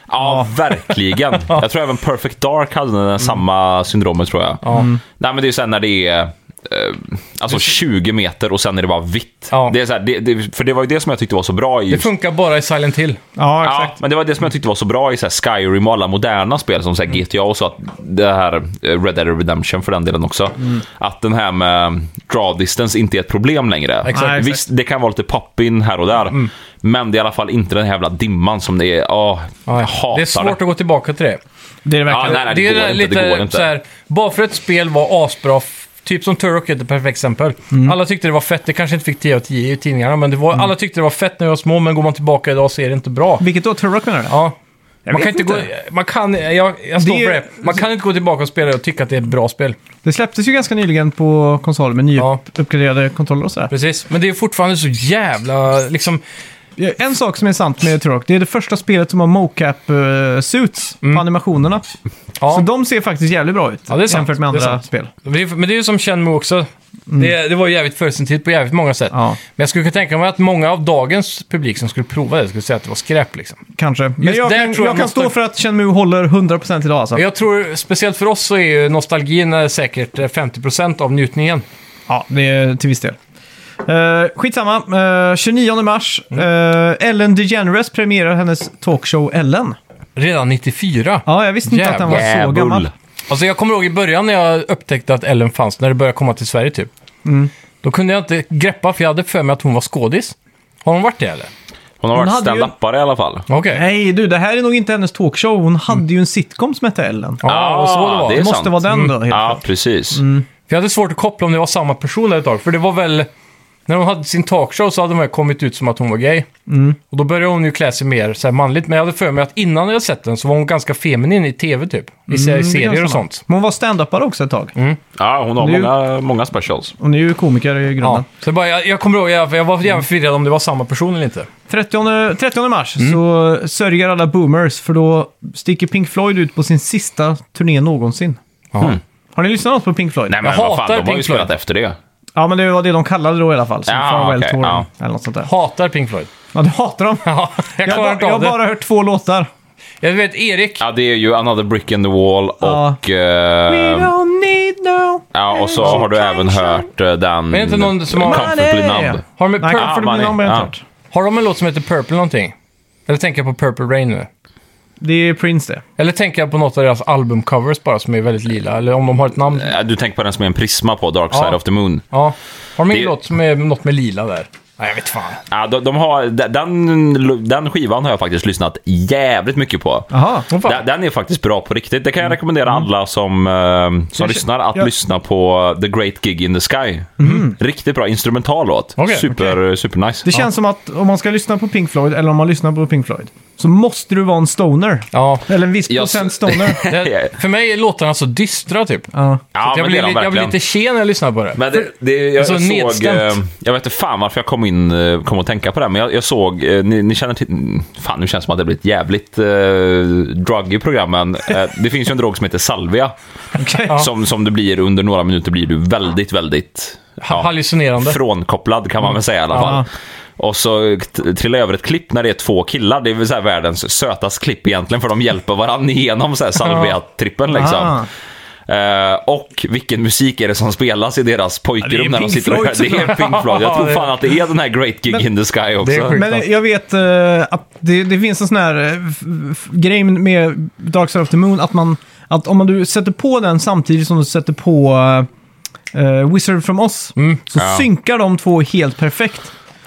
[SPEAKER 3] Ja, verkligen.
[SPEAKER 2] Mm.
[SPEAKER 3] Jag tror även Perfect Dark hade den samma syndromet tror jag. Nej, men det är ju sen när det är eh, alltså 20 meter och sen är det bara vitt.
[SPEAKER 2] Ja.
[SPEAKER 3] Det är så här, det, det, för det var ju det som jag tyckte var så bra i...
[SPEAKER 2] Det funkar bara i Silent Hill.
[SPEAKER 1] Ja,
[SPEAKER 3] Ja,
[SPEAKER 1] exakt.
[SPEAKER 3] men det var det som jag tyckte var så bra i så här Skyrim och alla moderna spel som så
[SPEAKER 2] Mm.
[SPEAKER 3] här GTA och så. Att det här eh, Red Dead Redemption för den delen också.
[SPEAKER 2] Mm.
[SPEAKER 3] Att den här med draw distance inte är ett problem längre.
[SPEAKER 2] Exakt. Mm.
[SPEAKER 1] Nej, exakt.
[SPEAKER 3] Visst, det kan vara lite pop-in här och där. Men det är i alla fall inte den här jävla dimman som det är. Åh, jag hatar
[SPEAKER 2] det är svårt att gå tillbaka till det.
[SPEAKER 1] Det är det verkligen.
[SPEAKER 3] Ja, nej, nej, det
[SPEAKER 2] är
[SPEAKER 3] går inte, det går inte.
[SPEAKER 2] Så här, bara för ett spel var asbra, f- typ som Turok är ett perfekt exempel.
[SPEAKER 1] Mm.
[SPEAKER 2] Alla tyckte det var fett, det kanske inte fick 10 av 10 i tidningarna, men det var, alla tyckte det var fett när vi var små, men går man tillbaka idag så är det inte bra.
[SPEAKER 1] Vilket då? Turok menar du?
[SPEAKER 2] Ja. Man
[SPEAKER 1] vet
[SPEAKER 2] kan inte gå...
[SPEAKER 1] inte.
[SPEAKER 2] Man kan... Jag, jag står
[SPEAKER 1] Det är-
[SPEAKER 2] för det. Man kan inte gå tillbaka och spela och tycka att det är ett bra spel.
[SPEAKER 1] Det släpptes ju ganska nyligen på konsol med
[SPEAKER 2] Ja.
[SPEAKER 1] nyuppgraderade kontroller och sådär.
[SPEAKER 2] Precis. Men det är fortfarande så jävla... Liksom...
[SPEAKER 1] En sak som är sant med Turok, det är det första spelet som har mocap-suits på animationerna.
[SPEAKER 2] Ja.
[SPEAKER 1] Så de ser faktiskt jävligt bra ut
[SPEAKER 2] Ja, det är sant.
[SPEAKER 1] jämfört med
[SPEAKER 2] Det är
[SPEAKER 1] andra
[SPEAKER 2] sant.
[SPEAKER 1] spel.
[SPEAKER 2] Det är- Men det är ju som Chenmu också. Det, det var ju jävligt före sin tid på jävligt många sätt.
[SPEAKER 1] Mm. Ja.
[SPEAKER 2] Men jag skulle kunna tänka mig att många av dagens publik som skulle prova det skulle säga att det var skräp. Liksom.
[SPEAKER 1] Kanske. Men
[SPEAKER 2] Just
[SPEAKER 1] jag,
[SPEAKER 2] där
[SPEAKER 1] kan,
[SPEAKER 2] tror jag
[SPEAKER 1] jag kan
[SPEAKER 2] måste-
[SPEAKER 1] stå för att Shenmue håller 100% idag alltså.
[SPEAKER 2] Men Jag tror, speciellt för oss så är ju nostalgin eh, säkert eh, 50% av njutningen.
[SPEAKER 1] Ja, det är till viss del. Eh, skitsamma. Eh, 29 mars.
[SPEAKER 2] Mm.
[SPEAKER 1] Eh, Ellen DeGeneres premierar hennes talkshow Ellen.
[SPEAKER 2] Redan 94.
[SPEAKER 1] Ja, jag visste inte att den var så gammal.
[SPEAKER 3] Jävul.
[SPEAKER 2] Alltså jag kommer ihåg i början när jag upptäckte att Ellen fanns, när det började komma till Sverige typ.
[SPEAKER 1] Mm.
[SPEAKER 2] Då kunde jag inte greppa, för jag hade för mig att hon var skådis. Har hon varit det eller?
[SPEAKER 3] Hon har
[SPEAKER 1] Hon
[SPEAKER 3] varit
[SPEAKER 1] hade ju-
[SPEAKER 3] standupare i alla fall.
[SPEAKER 2] Okej.
[SPEAKER 1] Nej, du, det här är nog inte hennes talkshow. Hon hade ju en sitcom som hette Ellen.
[SPEAKER 2] Mm. Ja, och så det Mm. var.
[SPEAKER 3] det
[SPEAKER 1] Det
[SPEAKER 3] är
[SPEAKER 1] måste
[SPEAKER 3] sant.
[SPEAKER 1] vara den då. helt
[SPEAKER 3] Ja, precis.
[SPEAKER 2] För jag hade svårt att koppla om det var samma person där ett tag, för det var väl... När hon hade sin talkshow så hade hon väl kommit ut som att hon var gay.
[SPEAKER 1] Mm.
[SPEAKER 2] Och då började hon ju klä sig mer så här manligt. Men jag hade för mig att innan jag hade sett den så var hon ganska feminin i tv typ. I se-
[SPEAKER 1] Mm, det kan
[SPEAKER 2] serier
[SPEAKER 1] jag
[SPEAKER 2] och
[SPEAKER 1] stämma.
[SPEAKER 2] sånt. Mm.
[SPEAKER 1] Men hon var standupare också ett tag.
[SPEAKER 3] Ja, hon har
[SPEAKER 1] Nu-
[SPEAKER 3] många, många specials.
[SPEAKER 1] Hon är ju komiker i
[SPEAKER 2] Ja.
[SPEAKER 1] grunden.
[SPEAKER 2] Så det bara, jag, jag kommer ihåg, jag, jag var
[SPEAKER 1] Mm.
[SPEAKER 2] jävligt förvirrad om det var samma person eller inte.
[SPEAKER 1] 30, 30 mars så sörjer alla boomers för då sticker Pink Floyd ut på sin sista turné någonsin.
[SPEAKER 2] Mm.
[SPEAKER 1] Har ni lyssnat något på Pink Floyd?
[SPEAKER 3] Nej, men
[SPEAKER 2] Jag
[SPEAKER 3] vad
[SPEAKER 2] hatar
[SPEAKER 3] fan, de har
[SPEAKER 2] Pink
[SPEAKER 3] ju
[SPEAKER 2] Floyd.
[SPEAKER 3] spelat efter det.
[SPEAKER 1] Ja, men det var det de kallade då i alla fall. Som
[SPEAKER 3] Ja,
[SPEAKER 1] Farewell
[SPEAKER 3] okej,
[SPEAKER 1] Tour
[SPEAKER 3] ja.
[SPEAKER 1] eller något sånt där.
[SPEAKER 2] Hatar Pink Floyd.
[SPEAKER 1] Ja, du hatar dem.
[SPEAKER 2] Ja, jag
[SPEAKER 1] Jag,
[SPEAKER 2] klarar
[SPEAKER 1] har
[SPEAKER 2] inte
[SPEAKER 1] bara- jag
[SPEAKER 2] av
[SPEAKER 1] har
[SPEAKER 2] det.
[SPEAKER 1] bara hört två låtar.
[SPEAKER 3] Ehm.
[SPEAKER 2] Jag vet, Erik.
[SPEAKER 3] Ja, det är ju Another Brick in the Wall
[SPEAKER 1] Ja.
[SPEAKER 3] och... eh,
[SPEAKER 1] don't need no...
[SPEAKER 3] ja, och så har du även hört eh, den...
[SPEAKER 2] Är det inte någon som har-
[SPEAKER 3] Comfortably
[SPEAKER 1] Nej.
[SPEAKER 3] Numb.
[SPEAKER 2] Har de,
[SPEAKER 1] Nej,
[SPEAKER 2] Pur-
[SPEAKER 1] för det
[SPEAKER 3] Money.
[SPEAKER 1] blir någon jag
[SPEAKER 3] Ja.
[SPEAKER 1] inte hört.
[SPEAKER 2] har de en låt som heter Purple någonting? Eller tänker jag på Purple Rain nu?
[SPEAKER 1] Det är Prince det.
[SPEAKER 2] Eller tänker jag på något av deras albumcovers bara som är väldigt lila? Eller om de har ett namn?
[SPEAKER 3] Ja, Du tänker på den som är en prisma på, Dark Side
[SPEAKER 2] Ja.
[SPEAKER 3] of the Moon.
[SPEAKER 2] Ja. Har de en
[SPEAKER 3] Det-
[SPEAKER 2] låt som är något med lila där? Nej, jag vet fan.
[SPEAKER 3] Ja, de, de har, de- den, den skivan har jag faktiskt lyssnat jävligt mycket på.
[SPEAKER 1] Jaha.
[SPEAKER 2] Åh, fan.
[SPEAKER 3] Den, den är faktiskt bra på riktigt. Det kan
[SPEAKER 2] Mm.
[SPEAKER 3] jag rekommendera alla som, eh, som
[SPEAKER 1] Jag-
[SPEAKER 3] lyssnar att
[SPEAKER 1] jag-
[SPEAKER 3] lyssna på The Great Gig in the Sky. Riktigt bra instrumental låt.
[SPEAKER 2] Mm. Okej,
[SPEAKER 3] Super, super nice.
[SPEAKER 1] Det känns som att om man ska lyssna på Pink Floyd, eller om man lyssnar på Pink Floyd, så måste du vara en stoner.
[SPEAKER 2] Ja.
[SPEAKER 1] Eller en viss
[SPEAKER 3] Jag-
[SPEAKER 1] procent stoner.
[SPEAKER 2] Det, för mig är låtarna så dystra typ.
[SPEAKER 1] ja.
[SPEAKER 3] ja,
[SPEAKER 2] jag,
[SPEAKER 3] men det
[SPEAKER 2] blir,
[SPEAKER 3] är de
[SPEAKER 2] li- jag blir
[SPEAKER 3] verkligen.
[SPEAKER 2] lite tje när jag lyssnar på det.
[SPEAKER 3] Men det, det, jag
[SPEAKER 2] Så
[SPEAKER 3] såg...
[SPEAKER 2] nedstämt.
[SPEAKER 3] eh, Jag vet inte fan varför jag kom in eh, kom att tänka på det, här, men jag, jag såg... eh, Ni, ni känner till... mm, Fan, nu känns det som att det blir ett jävligt eh, drug i programmen. Eh, det finns ju en drog som heter salvia.
[SPEAKER 1] Okej.
[SPEAKER 3] Som, som det blir under några minuter blir du väldigt, väldigt... ja,
[SPEAKER 2] Hallucinerande.
[SPEAKER 3] Frånkopplad kan man väl säga i alla fall.
[SPEAKER 1] Ja.
[SPEAKER 3] Och så t- trillar jag över ett klipp när det är två killar. Det är väl så här världens sötaste klipp egentligen, för de hjälper varandra igenom så här salvia-trippen liksom.
[SPEAKER 1] Ah.
[SPEAKER 3] Eh, och vilken musik är det som spelas i deras pojkrum
[SPEAKER 1] Ja, det är
[SPEAKER 3] när de
[SPEAKER 1] Pink
[SPEAKER 3] sitter och
[SPEAKER 1] Floyd
[SPEAKER 3] hör? Det är
[SPEAKER 1] såklart.
[SPEAKER 3] Pink Floyd. Jag
[SPEAKER 2] Ja,
[SPEAKER 3] tror
[SPEAKER 2] det-
[SPEAKER 3] fan att det är den här Great Gig
[SPEAKER 1] Men-
[SPEAKER 3] in the Sky också.
[SPEAKER 2] Det är sjukt.
[SPEAKER 1] Men jag vet eh, att det, det finns en sån här eh, f- f- grej med Dark Side of the Moon, att, man, att om man du sätter på den samtidigt som du sätter på eh, Wizard from Oz, så
[SPEAKER 3] Ja.
[SPEAKER 1] synkar de två helt perfekt.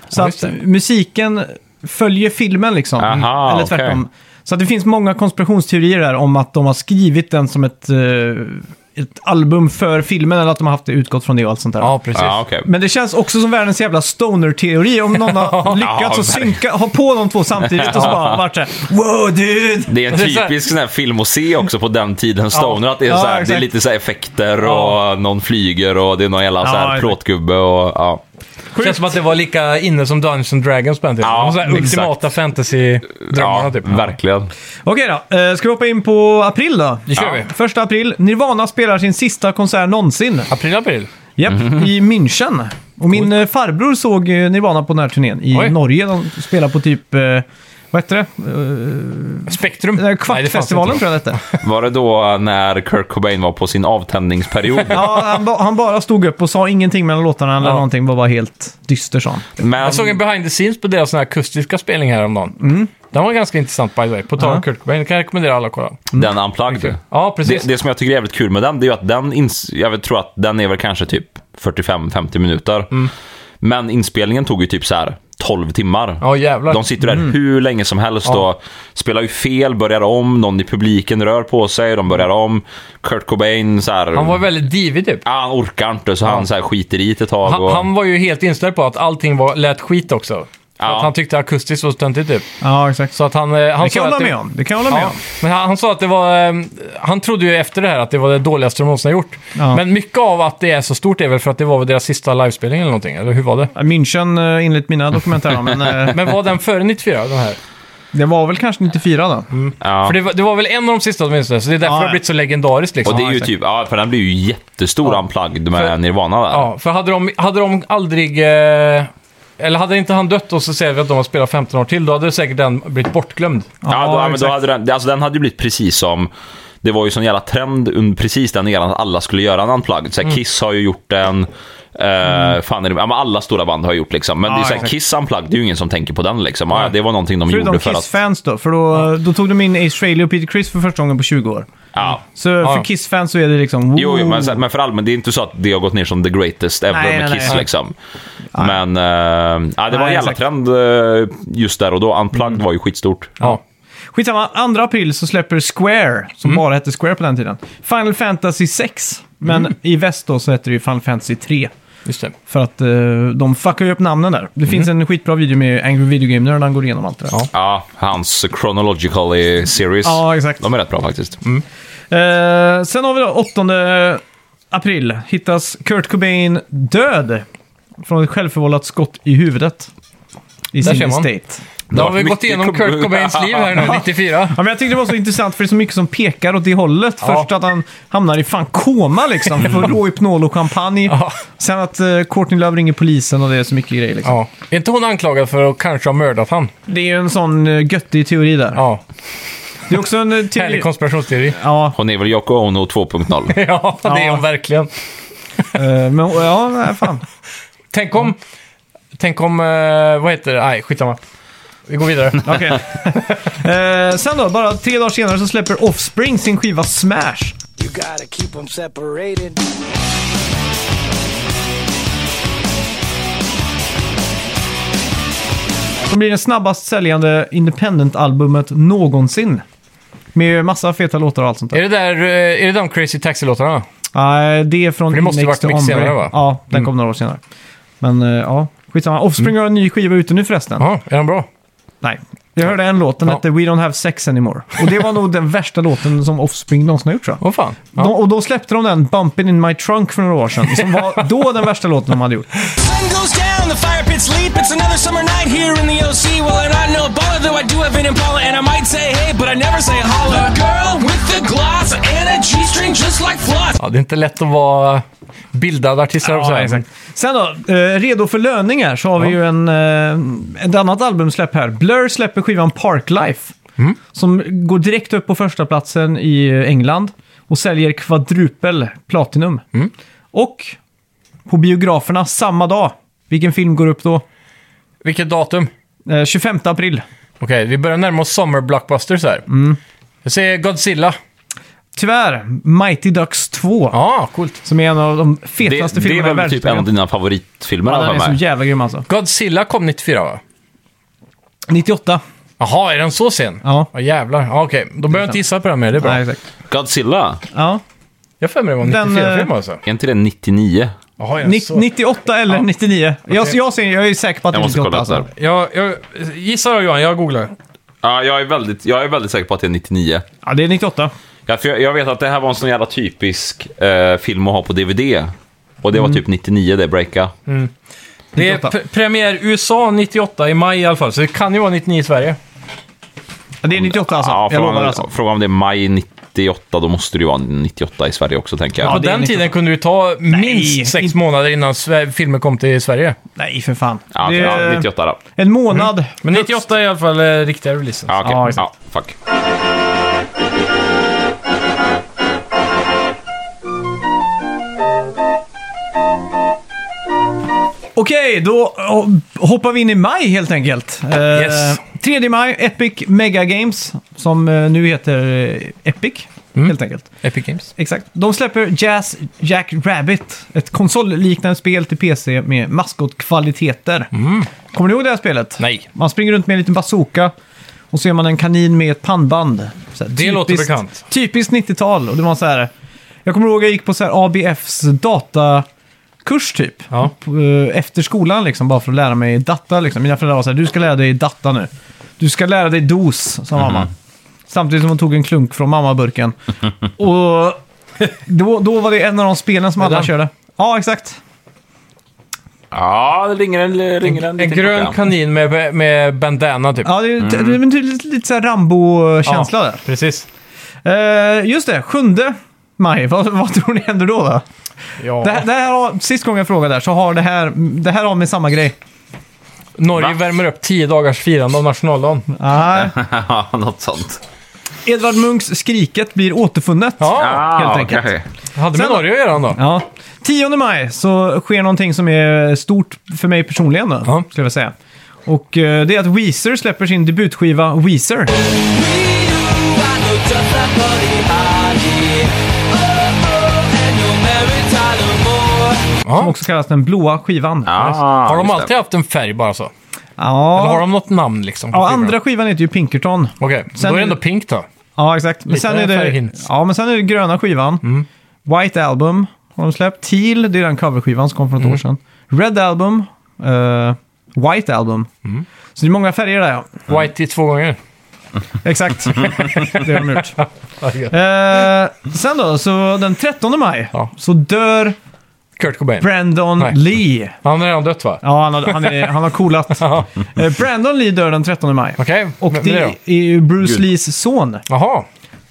[SPEAKER 1] Så
[SPEAKER 2] Mm. Ja, just
[SPEAKER 1] att musiken följer filmen liksom,
[SPEAKER 3] Aha,
[SPEAKER 1] eller
[SPEAKER 3] okej.
[SPEAKER 1] tvärtom. Så att det finns många konspirationsteorier där om att de har skrivit den som ett, eh, ett album för filmen, eller att de har haft det utgått från det och allt sånt där.
[SPEAKER 2] Ja, precis.
[SPEAKER 3] Ja, okej.
[SPEAKER 1] Men det känns också som världens jävla stoner-teori om någon har lyckats att
[SPEAKER 3] verkligen.
[SPEAKER 1] synka, ha på de två samtidigt och så bara varit såhär Wow dude!
[SPEAKER 3] Det är en
[SPEAKER 2] Det är så här-
[SPEAKER 3] typisk sån här film att se också på den tiden, Stoner. Att det, är
[SPEAKER 1] Ja,
[SPEAKER 3] så här, det är
[SPEAKER 1] exakt.
[SPEAKER 3] lite så här effekter
[SPEAKER 2] Ja.
[SPEAKER 3] och någon flyger och det är någon jävla så
[SPEAKER 1] Ja,
[SPEAKER 3] här
[SPEAKER 1] exakt.
[SPEAKER 3] plåtgubbe och ja.
[SPEAKER 2] Det känns som att det var lika inne som Dungeons and Dragons på den tiden.
[SPEAKER 3] Ja,
[SPEAKER 2] De här
[SPEAKER 3] exakt.
[SPEAKER 2] ultimata fantasy-drömmarna
[SPEAKER 3] ja
[SPEAKER 2] typ.
[SPEAKER 3] verkligen.
[SPEAKER 1] Okej då, eh, ska vi hoppa in på april då?
[SPEAKER 2] Det kör vi.
[SPEAKER 1] Första april, Nirvana spelar sin sista konsert någonsin.
[SPEAKER 2] April, april.
[SPEAKER 1] Japp,
[SPEAKER 3] Mhm.
[SPEAKER 1] i München. Och min eh, farbror såg eh, Nirvana på den här turnén i
[SPEAKER 2] Oj.
[SPEAKER 1] Norge. De spelade på typ eh, Vad hette det?
[SPEAKER 2] Spektrum?
[SPEAKER 1] Den här
[SPEAKER 2] Nej, det fanns
[SPEAKER 1] Kvartfestivalen
[SPEAKER 2] inte.
[SPEAKER 1] tror jag det hette.
[SPEAKER 3] Var det då när Kurt Cobain var på sin avtändningsperiod?
[SPEAKER 1] Ja, han, ba- han bara stod upp och sa ingenting mellan låtarna eller
[SPEAKER 2] Ja.
[SPEAKER 1] någonting. Var bara helt dyster sa han.
[SPEAKER 3] Men,
[SPEAKER 2] Jag såg en behind the scenes på deras sån här akustiska spelning häromdagen.
[SPEAKER 1] Mm.
[SPEAKER 2] Den var ganska intressant by the way. På tal om Kurt Cobain, den kan jag rekommendera alla att kolla.
[SPEAKER 3] den unplugged.
[SPEAKER 2] Ja, precis.
[SPEAKER 3] Det, det som jag tycker är jävligt kul med den, det är ju att den, ins- jag vill tro att den är väl kanske typ 45-50 minuter.
[SPEAKER 2] Mm.
[SPEAKER 3] Men inspelningen tog ju typ så här 12 timmar.
[SPEAKER 2] Ja, jävlar. Mm.
[SPEAKER 3] De sitter där hur länge som helst och spelar ju fel, börjar om, någon i publiken rör på sig, de börjar om. Kurt Cobain så här,
[SPEAKER 2] Han var väldigt divig typ.
[SPEAKER 3] ja, han orkar inte så han så här skiter i det ett tag.
[SPEAKER 2] Han,
[SPEAKER 3] och...
[SPEAKER 2] han var ju helt inställd på att allting var, lät skit också. För
[SPEAKER 3] Ja.
[SPEAKER 2] Att han tyckte akustiskt var stöntigt typ.
[SPEAKER 1] Ja, exakt.
[SPEAKER 2] Så att han... eh, han
[SPEAKER 1] det kan
[SPEAKER 2] sa
[SPEAKER 1] jag
[SPEAKER 2] att
[SPEAKER 1] hålla
[SPEAKER 2] det-
[SPEAKER 1] med om. Det kan jag hålla med
[SPEAKER 2] Ja,
[SPEAKER 1] om.
[SPEAKER 2] men han, han sa att det var... eh, Han trodde ju efter det här att det var det dåligaste de någonsin har gjort.
[SPEAKER 1] Ja.
[SPEAKER 2] Men mycket av att det är så stort är väl för att det var väl deras sista livespelning eller någonting, eller hur var det?
[SPEAKER 1] München eh, enligt mina dokument här, men eh,
[SPEAKER 2] Men var den före 94, den här?
[SPEAKER 1] det var väl kanske 94 då.
[SPEAKER 3] ja.
[SPEAKER 2] För det var, det var väl en av de sista åtminstone, så det är därför
[SPEAKER 1] Ja,
[SPEAKER 2] det
[SPEAKER 1] ja.
[SPEAKER 2] har blivit så legendariskt liksom.
[SPEAKER 3] Och det är
[SPEAKER 1] Ja,
[SPEAKER 3] ju
[SPEAKER 1] exakt.
[SPEAKER 3] typ, ja, för den blir ju jättestor unplugged med
[SPEAKER 2] För-
[SPEAKER 3] Nirvana där.
[SPEAKER 2] Ja, för hade de, hade de aldrig... Eh, eller hade inte han dött och så säger vi att de har spelat 15 år till, då hade säkert den blivit bortglömd.
[SPEAKER 3] Ja, då,
[SPEAKER 1] Ja,
[SPEAKER 3] ja, men då
[SPEAKER 1] exakt.
[SPEAKER 3] hade den, alltså den hade ju blivit precis som... Det var ju sån jävla trend un- precis den eran att alla skulle göra en unplugged.
[SPEAKER 1] Mm.
[SPEAKER 3] Såhär, Kiss har ju gjort den. eh, fan är det, ja, men alla stora band har gjort liksom. Men
[SPEAKER 1] Ja,
[SPEAKER 3] det är såhär,
[SPEAKER 1] exakt.
[SPEAKER 3] Kiss unplugged, det är ju ingen som tänker på den liksom. Ja,
[SPEAKER 2] Nej.
[SPEAKER 3] det var någonting de
[SPEAKER 1] Förutom
[SPEAKER 3] gjorde för att...
[SPEAKER 1] Kiss-fans då, för då, då tog de in Ace Frehley och Peter Criss för första gången på 20 år.
[SPEAKER 3] Ja.
[SPEAKER 1] Så
[SPEAKER 2] ja.
[SPEAKER 1] för Kiss-fans så är det liksom... Wow.
[SPEAKER 3] Jo, jo men, sen- men för allmän, det är inte så att det har gått ner som the greatest ever
[SPEAKER 1] Nej,
[SPEAKER 3] med
[SPEAKER 1] nej,
[SPEAKER 3] Kiss
[SPEAKER 1] nej.
[SPEAKER 3] liksom. Men eh, ja, det var
[SPEAKER 1] Nej,
[SPEAKER 3] en jävla
[SPEAKER 1] exakt. Mm.
[SPEAKER 3] trend eh, just där och då. Unplugged var ju skitstort.
[SPEAKER 2] Ja.
[SPEAKER 1] Skitsamma, 2 april så släpper Square,
[SPEAKER 3] Mm.
[SPEAKER 1] som bara hette Square på den tiden, Final Fantasy 6. Men
[SPEAKER 3] Mm.
[SPEAKER 1] i väst då så heter det ju Final Fantasy 3.
[SPEAKER 2] Just det.
[SPEAKER 1] För att eh, de fuckar ju upp namnen där. Det finns en skitbra video med Angry Video Game Nerd när han går igenom allt det där.
[SPEAKER 2] Ja.
[SPEAKER 3] Mm. Ja, hans Chronological eh, series.
[SPEAKER 1] Ja, exakt.
[SPEAKER 3] De är rätt bra faktiskt.
[SPEAKER 1] Eh, sen har vi då 8 april. Hittas Kurt Cobain död från ett självförvållat skott i huvudet. I
[SPEAKER 2] Där
[SPEAKER 1] sin
[SPEAKER 2] ser man.
[SPEAKER 1] estate.
[SPEAKER 2] Då har vi
[SPEAKER 3] Mycket
[SPEAKER 2] gått igenom
[SPEAKER 3] Cobain.
[SPEAKER 2] Kurt Cobains liv här nu, 94.
[SPEAKER 1] Ja, men jag tyckte det var så intressant för det är så mycket som pekar åt det hållet. Först att han hamnar i fan koma liksom. Får Rohypnol och champagne.
[SPEAKER 2] Ja.
[SPEAKER 1] Sen att eh, Courtney Love ringer polisen och det är så mycket grejer liksom.
[SPEAKER 2] Ja. Är inte hon anklagad för att kanske ha mördat han?
[SPEAKER 1] Det är ju en sån eh, göttig teori där.
[SPEAKER 2] Ja.
[SPEAKER 1] Det är också en eh, teori...
[SPEAKER 2] Härlig konspirationsteori.
[SPEAKER 1] Ja,
[SPEAKER 3] Hon är väl Yoko Ono 2.0.
[SPEAKER 2] Ja, det är
[SPEAKER 1] Ja.
[SPEAKER 2] hon verkligen.
[SPEAKER 1] eh, men ja, nej, fan.
[SPEAKER 2] Tänk om... Tänk om... eh, vad heter det? Nej, skitsamma. Vi går vidare.
[SPEAKER 1] Okej. eh, sen då, bara tre dagar senare så släpper Offspring sin skiva Smash.
[SPEAKER 4] You gotta keep them separated.
[SPEAKER 1] Som blir det snabbast säljande independent-albumet någonsin. Med massa feta låtar och allt sånt där.
[SPEAKER 2] Är det där... eh, är det de Crazy Taxi-låtarna?
[SPEAKER 1] Nej, det är från
[SPEAKER 2] För det måste ju
[SPEAKER 1] Next
[SPEAKER 2] varit
[SPEAKER 1] to
[SPEAKER 2] mycket
[SPEAKER 1] Ombre.
[SPEAKER 2] senare, va? Mm.
[SPEAKER 1] Ja, den kom några år senare. Men eh, ja, skitsamma. Offspring har en ny skiva ute nu förresten.
[SPEAKER 2] Ja, är de bra?
[SPEAKER 1] Nej. Jag hörde en låt, den
[SPEAKER 2] Ja.
[SPEAKER 1] hette We Don't Have Sex Anymore. Och det var nog den värsta låten som Offspring någonsin har gjort tror jag.
[SPEAKER 2] Åh fan. Ja.
[SPEAKER 1] De, och då släppte de den, Bumpin' In My Trunk, för några år sedan. Som var då den värsta låten de hade gjort.
[SPEAKER 5] Sun goes down, the fire pits leap. It's another summer night here in the OC. Well, I'm not no baller, though I do have an Impala, and I might say hey, but I never say holla. The girl with the gloss and a G-string just like floss.
[SPEAKER 2] Ja, det är inte lätt att vara bildad artist, höll jag på att säga.
[SPEAKER 1] Sen då, eh, redo för löningar så har vi ju en, eh, ett annat albumsläpp här. Blur släpper skivan Parklife.
[SPEAKER 3] Mm.
[SPEAKER 1] Som går direkt upp på första platsen i eh, England och säljer kvadrupel platinum.
[SPEAKER 3] Mm.
[SPEAKER 1] Och på biograferna samma dag, vilken film går upp då?
[SPEAKER 2] Vilket datum?
[SPEAKER 1] Eh, 25 april.
[SPEAKER 2] Okej, vi börjar närma oss summer blockbusters här.
[SPEAKER 1] Mm.
[SPEAKER 2] Jag säger Godzilla.
[SPEAKER 1] Tyvärr, Mighty Ducks 2.
[SPEAKER 2] Ja, coolt.
[SPEAKER 1] Som är en av de
[SPEAKER 3] Det,
[SPEAKER 1] fetaste
[SPEAKER 3] det
[SPEAKER 1] filmerna
[SPEAKER 3] är väl typ en av
[SPEAKER 1] i världshistorien.
[SPEAKER 3] dina favoritfilmer
[SPEAKER 1] Den är
[SPEAKER 3] ja,
[SPEAKER 1] så jävla grym alltså.
[SPEAKER 2] Godzilla kom 94, va?
[SPEAKER 1] 98.
[SPEAKER 2] Jaha, är den så sen?
[SPEAKER 1] Ja.
[SPEAKER 2] Ja, jävlar. Ja, okej. Då behöver jag inte gissa på den mer, det är bra.
[SPEAKER 1] Nej, exakt.
[SPEAKER 3] Godzilla,
[SPEAKER 1] Ja.
[SPEAKER 2] Jag har för mig det var en
[SPEAKER 1] Den, eh,
[SPEAKER 2] 94-film alltså.
[SPEAKER 3] är inte det 99?
[SPEAKER 2] Jaha, är den
[SPEAKER 1] Ni-
[SPEAKER 2] så?
[SPEAKER 1] 98 eller 99. Jag, jag, ser, jag är säker på att det
[SPEAKER 3] Jag
[SPEAKER 1] är
[SPEAKER 3] måste
[SPEAKER 1] 98.
[SPEAKER 3] kolla
[SPEAKER 1] Alltså.
[SPEAKER 3] där.
[SPEAKER 2] Jag, jag gissar då, Johan, jag googlar.
[SPEAKER 3] Ja, jag är, väldigt, jag är väldigt säker på att det är 99.
[SPEAKER 1] Ja, det är 98.
[SPEAKER 3] Ja, för jag, jag vet att det här var en sån jävla typisk eh, film att ha på DVD. Och det
[SPEAKER 1] Mm.
[SPEAKER 3] var typ 99 det breaka.
[SPEAKER 2] Det är
[SPEAKER 1] 98.
[SPEAKER 2] pre- premiär USA 98 i maj i alla fall, så det kan ju vara 99 i Sverige.
[SPEAKER 1] Ja, det är 98 alltså.
[SPEAKER 3] Ja,
[SPEAKER 1] jag
[SPEAKER 3] frågan,
[SPEAKER 1] lovar alltså.
[SPEAKER 3] frågan om det är maj 90. 98, då måste det ju vara 98 i Sverige också, tänker jag.
[SPEAKER 2] På
[SPEAKER 1] Ja, det är
[SPEAKER 2] den
[SPEAKER 1] lite-
[SPEAKER 2] tiden kunde det ju ta minst sex
[SPEAKER 1] inte-
[SPEAKER 2] månader innan Sve- filmen kom till Sverige.
[SPEAKER 1] Nej, för fan.
[SPEAKER 3] Ja, Mm. okej,
[SPEAKER 1] Det är-
[SPEAKER 3] ja, 98 då.
[SPEAKER 1] En månad.
[SPEAKER 2] Men 98 är i alla fall eh, riktiga releasen.
[SPEAKER 3] Ja, okej.
[SPEAKER 1] Ja,
[SPEAKER 3] ja,
[SPEAKER 1] exakt.
[SPEAKER 3] fuck.
[SPEAKER 1] Okej, då oh, hoppar vi in i maj helt enkelt. Eh,
[SPEAKER 2] Yes.
[SPEAKER 1] 3 maj, Epic Mega Games, som eh, nu heter eh, Epic,
[SPEAKER 2] Mm.
[SPEAKER 1] helt enkelt.
[SPEAKER 2] Epic Games.
[SPEAKER 1] Exakt. De släpper Jazz Jack Rabbit, ett konsolliknande spel till PC med maskotkvaliteter. Kommer ni ihåg det här spelet?
[SPEAKER 2] Mm. Nej.
[SPEAKER 1] Man springer runt med en liten bazooka och så är man en kanin med ett pannband. Så här,
[SPEAKER 2] Det låter bekant.
[SPEAKER 1] Typiskt 90-tal. Och det var så här, jag kommer ihåg jag gick på så här ABFs datakurs typ.
[SPEAKER 2] Ja.
[SPEAKER 1] På, eh, Efter skolan liksom, bara för att lära mig data. Liksom. Mina föräldrar var så här, du ska lära dig data nu. Du ska lära dig DOS, sa mamma.
[SPEAKER 2] Mhm.
[SPEAKER 1] Samtidigt som hon tog en klunk från mammaburken. Och då, då var det en av de spelen som alla
[SPEAKER 2] den?
[SPEAKER 1] körde. Ja, exakt.
[SPEAKER 3] Ja, det ringer en, ringer en,
[SPEAKER 2] En
[SPEAKER 3] liten
[SPEAKER 2] grön
[SPEAKER 3] klocka.
[SPEAKER 2] kanin med, med bandana typ.
[SPEAKER 1] Ja, det, är ju- det är väl lite, lite så här Rambo-känsla där.
[SPEAKER 2] Precis.
[SPEAKER 1] Eh, just det, 7 maj. Vad, vad tror ni händer då? då?
[SPEAKER 2] Ja.
[SPEAKER 1] Det, här- det här har, sist gången jag frågade där så har det här, det här har med samma grej.
[SPEAKER 2] Norge
[SPEAKER 3] Va?
[SPEAKER 2] värmer upp tio dagars firande av nationaldagen.
[SPEAKER 1] Nej.
[SPEAKER 3] Ja, något sånt.
[SPEAKER 1] Edvard Munchs Skriket blir återfunnet.
[SPEAKER 2] Ja,
[SPEAKER 1] Helt
[SPEAKER 3] Ah,
[SPEAKER 1] enkelt.
[SPEAKER 3] okej.
[SPEAKER 2] hade med
[SPEAKER 1] Sen då?
[SPEAKER 2] Norge att göra då.
[SPEAKER 1] Ja. 10 maj så sker någonting som är stort för mig personligen då,
[SPEAKER 2] Ja.
[SPEAKER 1] skulle jag säga. Och eh, det är att Weezer släpper sin debutskiva Weezer. Som
[SPEAKER 2] Ja.
[SPEAKER 1] också kallas den blåa skivan.
[SPEAKER 3] Ah,
[SPEAKER 2] Har de
[SPEAKER 3] just det.
[SPEAKER 2] alltid haft en färg bara så?
[SPEAKER 1] Ja.
[SPEAKER 2] Eller har de något namn liksom? på
[SPEAKER 1] ja,
[SPEAKER 2] skivorna?
[SPEAKER 1] andra skivan heter ju Pinkerton.
[SPEAKER 2] Okej, så
[SPEAKER 1] Sen-
[SPEAKER 2] då är det ändå pink då.
[SPEAKER 1] Ja, exakt. Men
[SPEAKER 2] Lite Mm.
[SPEAKER 1] sen, är det,
[SPEAKER 2] färghints.
[SPEAKER 1] ja, men sen är det gröna skivan. White Album har de släppt. Teal, det är den coverskivan som kom för något
[SPEAKER 2] Mm.
[SPEAKER 1] år sedan. Red Album. eh, White Album.
[SPEAKER 2] Mm.
[SPEAKER 1] Så det är många färger där ja.
[SPEAKER 2] Whitey två gånger.
[SPEAKER 1] Exakt. det har de gjort.
[SPEAKER 2] gött.
[SPEAKER 1] Eh, sen då, så den 13 maj
[SPEAKER 2] Ja.
[SPEAKER 1] så dör
[SPEAKER 2] Kurt Cobain.
[SPEAKER 1] Brandon
[SPEAKER 2] Nej.
[SPEAKER 1] Lee.
[SPEAKER 2] Han har redan dött va?
[SPEAKER 1] Ja, han har, han är, han har coolat.
[SPEAKER 2] Ja.
[SPEAKER 1] Eh, Brandon Lee dör den 13 maj.
[SPEAKER 2] Okej,
[SPEAKER 1] Och
[SPEAKER 2] men-
[SPEAKER 1] det
[SPEAKER 2] men
[SPEAKER 1] är
[SPEAKER 2] då?
[SPEAKER 1] ju Bruce
[SPEAKER 3] Gud.
[SPEAKER 1] Lees son.
[SPEAKER 2] Jaha,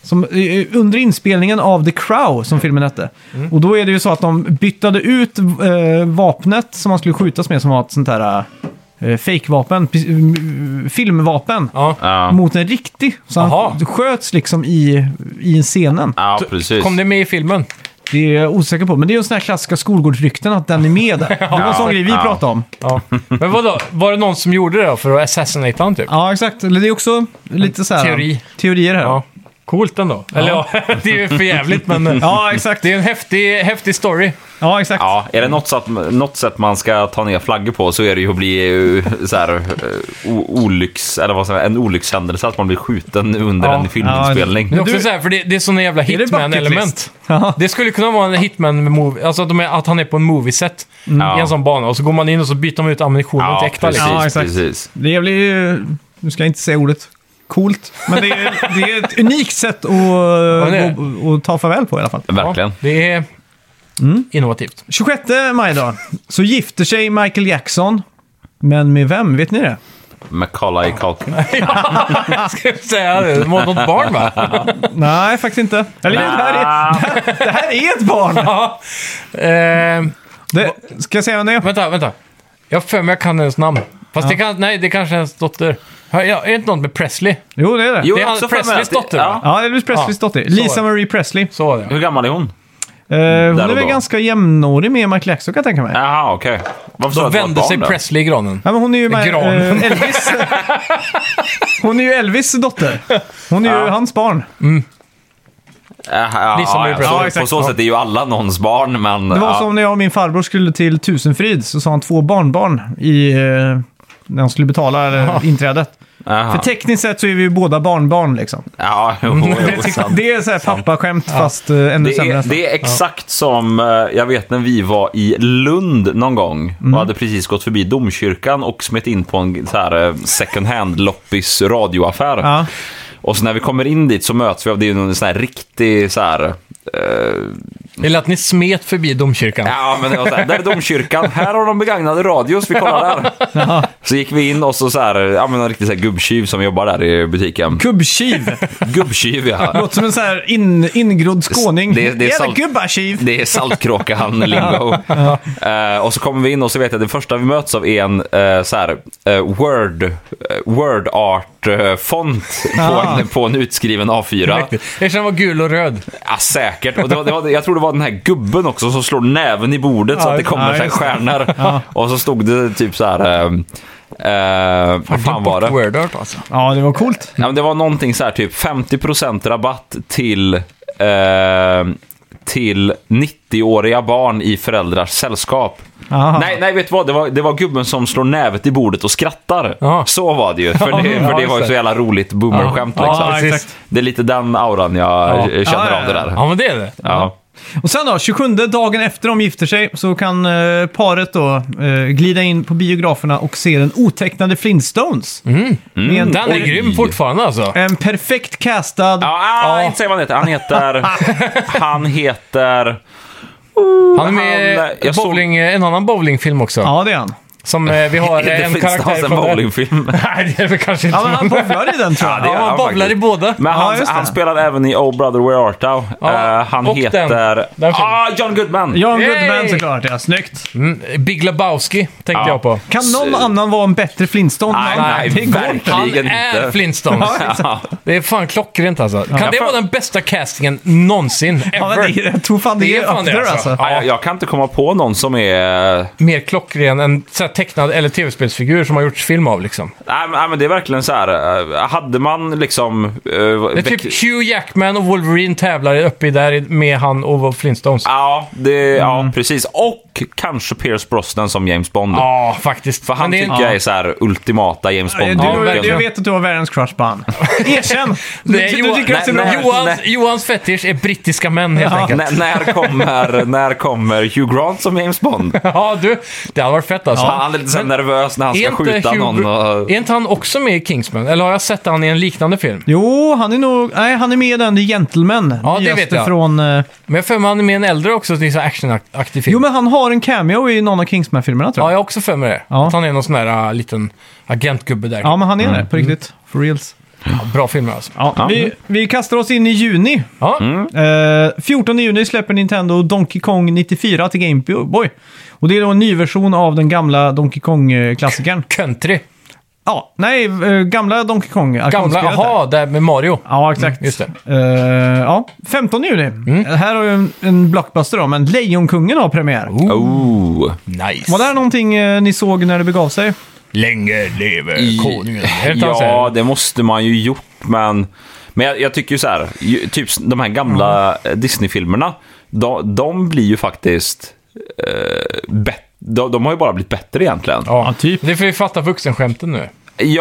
[SPEAKER 1] Som, eh, under inspelningen av The Crow, som filmen hette.
[SPEAKER 2] Mm.
[SPEAKER 1] Och då är det ju så att de byttade ut eh, vapnet som man skulle skjutas med, som var ett sånt här eh, fake-vapen, pis- eh, filmvapen,
[SPEAKER 2] ja.
[SPEAKER 3] Ja,
[SPEAKER 1] mot en riktig. Så
[SPEAKER 2] Jaha.
[SPEAKER 1] han sköts liksom i, i scenen.
[SPEAKER 3] ja precis.
[SPEAKER 2] Kom det med i filmen?
[SPEAKER 1] Det är jag osäker på, men det är ju sådana här klassiska skolgårdsrykten att den är med där. Det var en sån grej vi
[SPEAKER 3] Ja.
[SPEAKER 1] pratade om.
[SPEAKER 2] Ja. Men vadå, var det någon som gjorde det då för att assassinate han typ?
[SPEAKER 1] Ja, exakt. Eller det är också lite så här...
[SPEAKER 2] Teori.
[SPEAKER 1] Teorier här.
[SPEAKER 2] Ja. Coolt ändå. Eller ja, det är ju för jävligt men... eh,
[SPEAKER 1] Ja, exakt.
[SPEAKER 2] Det är en häftig, häftig story.
[SPEAKER 1] Ja, exakt.
[SPEAKER 3] Ja, är det något sätt, något sätt man ska ta ner flaggor på så är det ju att bli eh, så här, eh, o- olycks, eller vad säger man, en olyckshändelse, att man blir skjuten under
[SPEAKER 2] Ja.
[SPEAKER 3] en filminspelning.
[SPEAKER 2] Det är
[SPEAKER 3] Ja,
[SPEAKER 2] också
[SPEAKER 1] du-
[SPEAKER 2] så här, för det, det är såna jävla
[SPEAKER 1] det bucket
[SPEAKER 2] hitman-element.
[SPEAKER 1] list? Ja.
[SPEAKER 2] Det skulle kunna vara en hitman-movie, alltså att, de är, att han är på en movieset
[SPEAKER 1] Mm.
[SPEAKER 2] i en sån bana och så går man in och så byter man ut ammunitionen till äkta
[SPEAKER 3] precis,
[SPEAKER 2] liksom.
[SPEAKER 1] Ja, exakt.
[SPEAKER 3] precis.
[SPEAKER 1] Det blir ju... Nu ska jag inte säga ordet. Coolt. Men det är, det är ett unikt sätt att,
[SPEAKER 2] det är
[SPEAKER 1] att, att ta farväl på i alla fall.
[SPEAKER 3] Verkligen.
[SPEAKER 2] Ja, det är
[SPEAKER 1] Mm.
[SPEAKER 2] innovativt.
[SPEAKER 1] 26 maj då, så gifter sig Michael Jackson. Men med vem? Vet ni det?
[SPEAKER 3] Macaulay Culkin.
[SPEAKER 2] Ska jag säga det? De har något barn va?
[SPEAKER 1] Nej, faktiskt inte. Eller det här
[SPEAKER 3] Ah.
[SPEAKER 1] är, det här är ett barn!
[SPEAKER 2] Ja. Eh,
[SPEAKER 1] Det, ska jag säga vem det är?
[SPEAKER 2] vänta, vänta. Jag har för mig jag kan hennes namn. Fast det kan, nej, det kanske är hennes dotter. Hör, ja, är det inte något med Presley?
[SPEAKER 1] Jo, det är det.
[SPEAKER 3] Jo, alltså, Ah,
[SPEAKER 2] Det är
[SPEAKER 3] jag
[SPEAKER 2] Elvis
[SPEAKER 3] har också för mig
[SPEAKER 2] Presleys
[SPEAKER 3] att det-
[SPEAKER 2] dotter, va?
[SPEAKER 3] Ja.
[SPEAKER 1] Ja, Elvis Presleys dotter. Lisa Marie Presley.
[SPEAKER 2] Så var det.
[SPEAKER 3] Hur gammal är hon?
[SPEAKER 1] Eh, hon
[SPEAKER 3] Där och
[SPEAKER 1] är väl
[SPEAKER 3] då. Ah.
[SPEAKER 1] ganska jämnårig med Michael Jackson kan jag tänka mig.
[SPEAKER 3] Jaha, okej. Varför sa
[SPEAKER 2] Då
[SPEAKER 3] jag att det var ett
[SPEAKER 2] vände
[SPEAKER 3] barn
[SPEAKER 2] sig
[SPEAKER 3] då?
[SPEAKER 2] Presley i granen.
[SPEAKER 1] Ja, men hon är ju med,
[SPEAKER 2] Granen.
[SPEAKER 1] eh, Elvis. hon är ju Elvis dotter. Hon är ju
[SPEAKER 3] Ah.
[SPEAKER 1] hans barn.
[SPEAKER 3] Jaha, ja,
[SPEAKER 2] Lisa Marie
[SPEAKER 3] ja,
[SPEAKER 2] Presley.
[SPEAKER 3] så-
[SPEAKER 2] Ja,
[SPEAKER 3] På
[SPEAKER 2] exakt.
[SPEAKER 3] så sätt är ju alla någons barn, men...
[SPEAKER 1] Det var
[SPEAKER 3] ja.
[SPEAKER 1] som när jag och min farbror skulle till Tusenfryd så sa han två barnbarn i, eh, när han skulle betala eh, inträdet.
[SPEAKER 3] Jaha.
[SPEAKER 1] För tekniskt sett så är vi ju båda barnbarn liksom.
[SPEAKER 3] Ja, jo, jo, sant.
[SPEAKER 1] Det är så här pappaskämt fast eh, ännu
[SPEAKER 3] Det
[SPEAKER 1] sämre
[SPEAKER 3] är,
[SPEAKER 1] nästan.
[SPEAKER 3] det är exakt som, eh, jag vet när vi var i Lund någon gång
[SPEAKER 1] Mm.
[SPEAKER 3] och hade precis gått förbi domkyrkan och smet in på en så här eh, second hand loppis radioaffär.
[SPEAKER 1] Ja.
[SPEAKER 3] Och så när vi kommer in dit så möts vi av, det är ju någon sån här riktig så här, eh,
[SPEAKER 2] Eller att ni smet förbi domkyrkan.
[SPEAKER 3] Ja, men det var så här, där är domkyrkan, här har de begagnade radios, vi kollar där. Så gick vi in och så, så här, ja men en riktig så här gubbtjuv som jobbar där i butiken.
[SPEAKER 1] Gubbkiv.
[SPEAKER 3] Gubbtjuv ja.
[SPEAKER 1] Låter som en sån här in, ingrodd skåning.
[SPEAKER 3] Det- det är
[SPEAKER 1] Jävla
[SPEAKER 3] salt-
[SPEAKER 1] gubbakiv.
[SPEAKER 3] Det är Saltkråkan-lingo. Eh, och så kommer vi in och så vet jag att det första vi möts av är en eh, så här, eh, word, eh, word art-font
[SPEAKER 1] Ja.
[SPEAKER 3] på, en, på en utskriven A4.
[SPEAKER 2] Mäktigt. Jag känner var gul och röd.
[SPEAKER 3] Ja, säkert. Och det var, det var, jag tror det var den här gubben också som slår näven i bordet så
[SPEAKER 2] Ja,
[SPEAKER 3] att det kommer
[SPEAKER 1] ja,
[SPEAKER 3] så här
[SPEAKER 1] just det.
[SPEAKER 3] stjärnor. Och så stod det typ så här... ehm, eh, vad fan var det?
[SPEAKER 2] Word art alltså.
[SPEAKER 1] Ja, det var coolt.
[SPEAKER 3] Ja, men det var någonting så här typ 50% rabatt till, eh, till 90-åriga barn i föräldrars sällskap.
[SPEAKER 1] Aha.
[SPEAKER 3] Nej, nej, vet du vad? Det var, det var gubben som slår nävet i bordet och skrattar.
[SPEAKER 2] Ja.
[SPEAKER 3] Så var det ju. För det,
[SPEAKER 2] Ja,
[SPEAKER 3] för det
[SPEAKER 2] just
[SPEAKER 3] var ju
[SPEAKER 2] det.
[SPEAKER 3] så jävla roligt boomerskämt
[SPEAKER 1] Ja,
[SPEAKER 3] liksom.
[SPEAKER 1] ja, exakt.
[SPEAKER 3] Det är lite den auran jag
[SPEAKER 2] Ja.
[SPEAKER 3] eh, känner
[SPEAKER 1] Ja, ja,
[SPEAKER 3] av det där.
[SPEAKER 2] Ja, men det är det.
[SPEAKER 3] Ja.
[SPEAKER 1] Och sen då, 27 dagen efter de gifter sig så kan eh, paret då eh, glida in på biograferna och se den otecknade Flintstones.
[SPEAKER 3] Mhm. Mm.
[SPEAKER 1] Med en,
[SPEAKER 2] Mm. Den är grym fortfarande alltså.
[SPEAKER 1] en perfekt castad...
[SPEAKER 3] Ja, ah, inte säger vad han heter. Han heter... han heter...
[SPEAKER 2] Han är med
[SPEAKER 3] Han, eh,
[SPEAKER 2] i
[SPEAKER 3] jag såg-
[SPEAKER 2] bowling, en annan bowlingfilm också.
[SPEAKER 1] Ja, det är han.
[SPEAKER 2] Som eh, vi har
[SPEAKER 3] Det
[SPEAKER 2] en
[SPEAKER 3] finns
[SPEAKER 2] karaktär
[SPEAKER 3] hans en
[SPEAKER 2] från...
[SPEAKER 3] bowlingfilm.
[SPEAKER 2] Nej, det är väl kanske inte.
[SPEAKER 1] Ja, men han
[SPEAKER 2] men-
[SPEAKER 1] bowlar i den tror jag.
[SPEAKER 3] det-
[SPEAKER 2] Ja,
[SPEAKER 3] Ja,
[SPEAKER 2] man bowlar i
[SPEAKER 3] faktiskt.
[SPEAKER 2] båda.
[SPEAKER 3] Men
[SPEAKER 1] Ja,
[SPEAKER 3] han,
[SPEAKER 1] just det.
[SPEAKER 3] han spelar även i Oh Brother Where Art Thou.
[SPEAKER 2] Ja,
[SPEAKER 3] Eh, han
[SPEAKER 2] och den.
[SPEAKER 3] heter...
[SPEAKER 2] Den filmen.
[SPEAKER 3] ah, John Goodman!
[SPEAKER 1] John
[SPEAKER 2] Yay!
[SPEAKER 1] Goodman såklart, ja. Snyggt.
[SPEAKER 2] Mm, Big Lebowski tänkte
[SPEAKER 3] Ja.
[SPEAKER 2] jag på.
[SPEAKER 1] Kan någon annan vara en bättre Flintstone?
[SPEAKER 3] Nej,
[SPEAKER 1] Man?
[SPEAKER 3] nej,
[SPEAKER 1] det går inte.
[SPEAKER 3] verkligen
[SPEAKER 2] Han
[SPEAKER 3] inte.
[SPEAKER 2] är Flintstones.
[SPEAKER 3] Ja.
[SPEAKER 2] Det är fan klockrent alltså. Kan det
[SPEAKER 3] Jag
[SPEAKER 2] vara
[SPEAKER 3] fan-
[SPEAKER 2] den bästa castingen någonsin? Ever?
[SPEAKER 1] Ja, men det, jag tror fan det,
[SPEAKER 2] Det är
[SPEAKER 1] är
[SPEAKER 2] fan
[SPEAKER 1] up
[SPEAKER 2] det,
[SPEAKER 1] there
[SPEAKER 2] alltså.
[SPEAKER 1] alltså.
[SPEAKER 3] Ja, jag, jag kan inte komma på någon som är...
[SPEAKER 2] Mer klockren än så här, tecknad eller tv-spelsfigur som har gjorts film av liksom.
[SPEAKER 3] Nej, men- nej, men det är verkligen så här. eh, Hade man liksom... eh,
[SPEAKER 2] Det är
[SPEAKER 3] väck-
[SPEAKER 2] typ Hugh Jackman och Wolverine tävlar uppe i där i- med han och Flintstones. Ja,
[SPEAKER 3] Ja, det,
[SPEAKER 2] Mm.
[SPEAKER 3] ja, precis. Och kanske Pierce Brosnan som James Bond.
[SPEAKER 2] faktiskt.
[SPEAKER 3] För
[SPEAKER 2] Men
[SPEAKER 3] han
[SPEAKER 2] det är-
[SPEAKER 3] tycker jag är så här ultimata James
[SPEAKER 1] Du,
[SPEAKER 3] Bond.
[SPEAKER 2] Ja,
[SPEAKER 1] du,
[SPEAKER 2] verkligen.
[SPEAKER 1] vet att du har världens crush på han. Erkänn! Du,
[SPEAKER 2] Det är
[SPEAKER 1] du, du
[SPEAKER 2] Johan,
[SPEAKER 1] tycker att det är
[SPEAKER 3] nej,
[SPEAKER 1] bra.
[SPEAKER 3] nej.
[SPEAKER 2] Johans, Johans fetisch är brittiska män helt
[SPEAKER 1] Ja.
[SPEAKER 2] enkelt.
[SPEAKER 3] N- när, kommer, när kommer Hugh Grant som James Bond?
[SPEAKER 2] Ja, du. Det hade varit fett alltså.
[SPEAKER 3] han är lite så här nervös när han
[SPEAKER 2] Är
[SPEAKER 3] ska
[SPEAKER 2] inte
[SPEAKER 3] skjuta
[SPEAKER 2] Hugh-
[SPEAKER 3] någon. Och...
[SPEAKER 2] Är inte han också med i Kingsman? Eller har jag sett han i en liknande film?
[SPEAKER 1] Jo, han är nog... Nej, han är med i den The Gentleman.
[SPEAKER 2] Ja, det
[SPEAKER 1] Nyaste
[SPEAKER 2] vet jag.
[SPEAKER 1] Från, eh,
[SPEAKER 2] Men jag har för mig han är med i en äldre också, det är en sån här actionaktig film.
[SPEAKER 1] jo, men han har en cameo i någon av Kingsman-filmerna tror
[SPEAKER 2] Ja,
[SPEAKER 1] jag.
[SPEAKER 2] jag har också för mig det.
[SPEAKER 1] Ja.
[SPEAKER 2] Att han är någon sån där äh, liten agentgubbe där.
[SPEAKER 1] Ja, men han är
[SPEAKER 2] Mm.
[SPEAKER 1] det på riktigt. For reals.
[SPEAKER 2] Bra filmer alltså.
[SPEAKER 1] Ja, Vi, vi kastar oss in i juni.
[SPEAKER 2] Ja.
[SPEAKER 3] Mm.
[SPEAKER 1] Eh, 14 juni släpper Nintendo Donkey Kong 94 till Game Boy. Och det är då en ny version av den gamla Donkey Kong-klassikern.
[SPEAKER 2] Country.
[SPEAKER 1] Ja, nej, eh, gamla Donkey Kong.
[SPEAKER 2] Gamla,
[SPEAKER 1] arkadspelet där.
[SPEAKER 2] jaha, där med Mario.
[SPEAKER 1] Ja, exakt.
[SPEAKER 2] Mm, just det. Mm.
[SPEAKER 1] Eh, ja, 15 juni. Här har ju en, en blockbuster då, men Lejonkungen har premiär.
[SPEAKER 3] Oh.
[SPEAKER 2] Nice.
[SPEAKER 1] Var det här någonting eh, ni såg när det begav sig?
[SPEAKER 2] Länge lever konungen. Är det inte
[SPEAKER 3] Ja,
[SPEAKER 2] han
[SPEAKER 3] det måste man ju gjort, men... Men jag, jag tycker ju så här, ju, typ de här gamla
[SPEAKER 2] Mm.
[SPEAKER 3] eh, Disney-filmerna, de, de blir ju faktiskt... Eh, bet- de, de har ju bara blivit bättre egentligen. Ja,
[SPEAKER 2] ja, typ. Det får vi fatta vuxenskämten nu.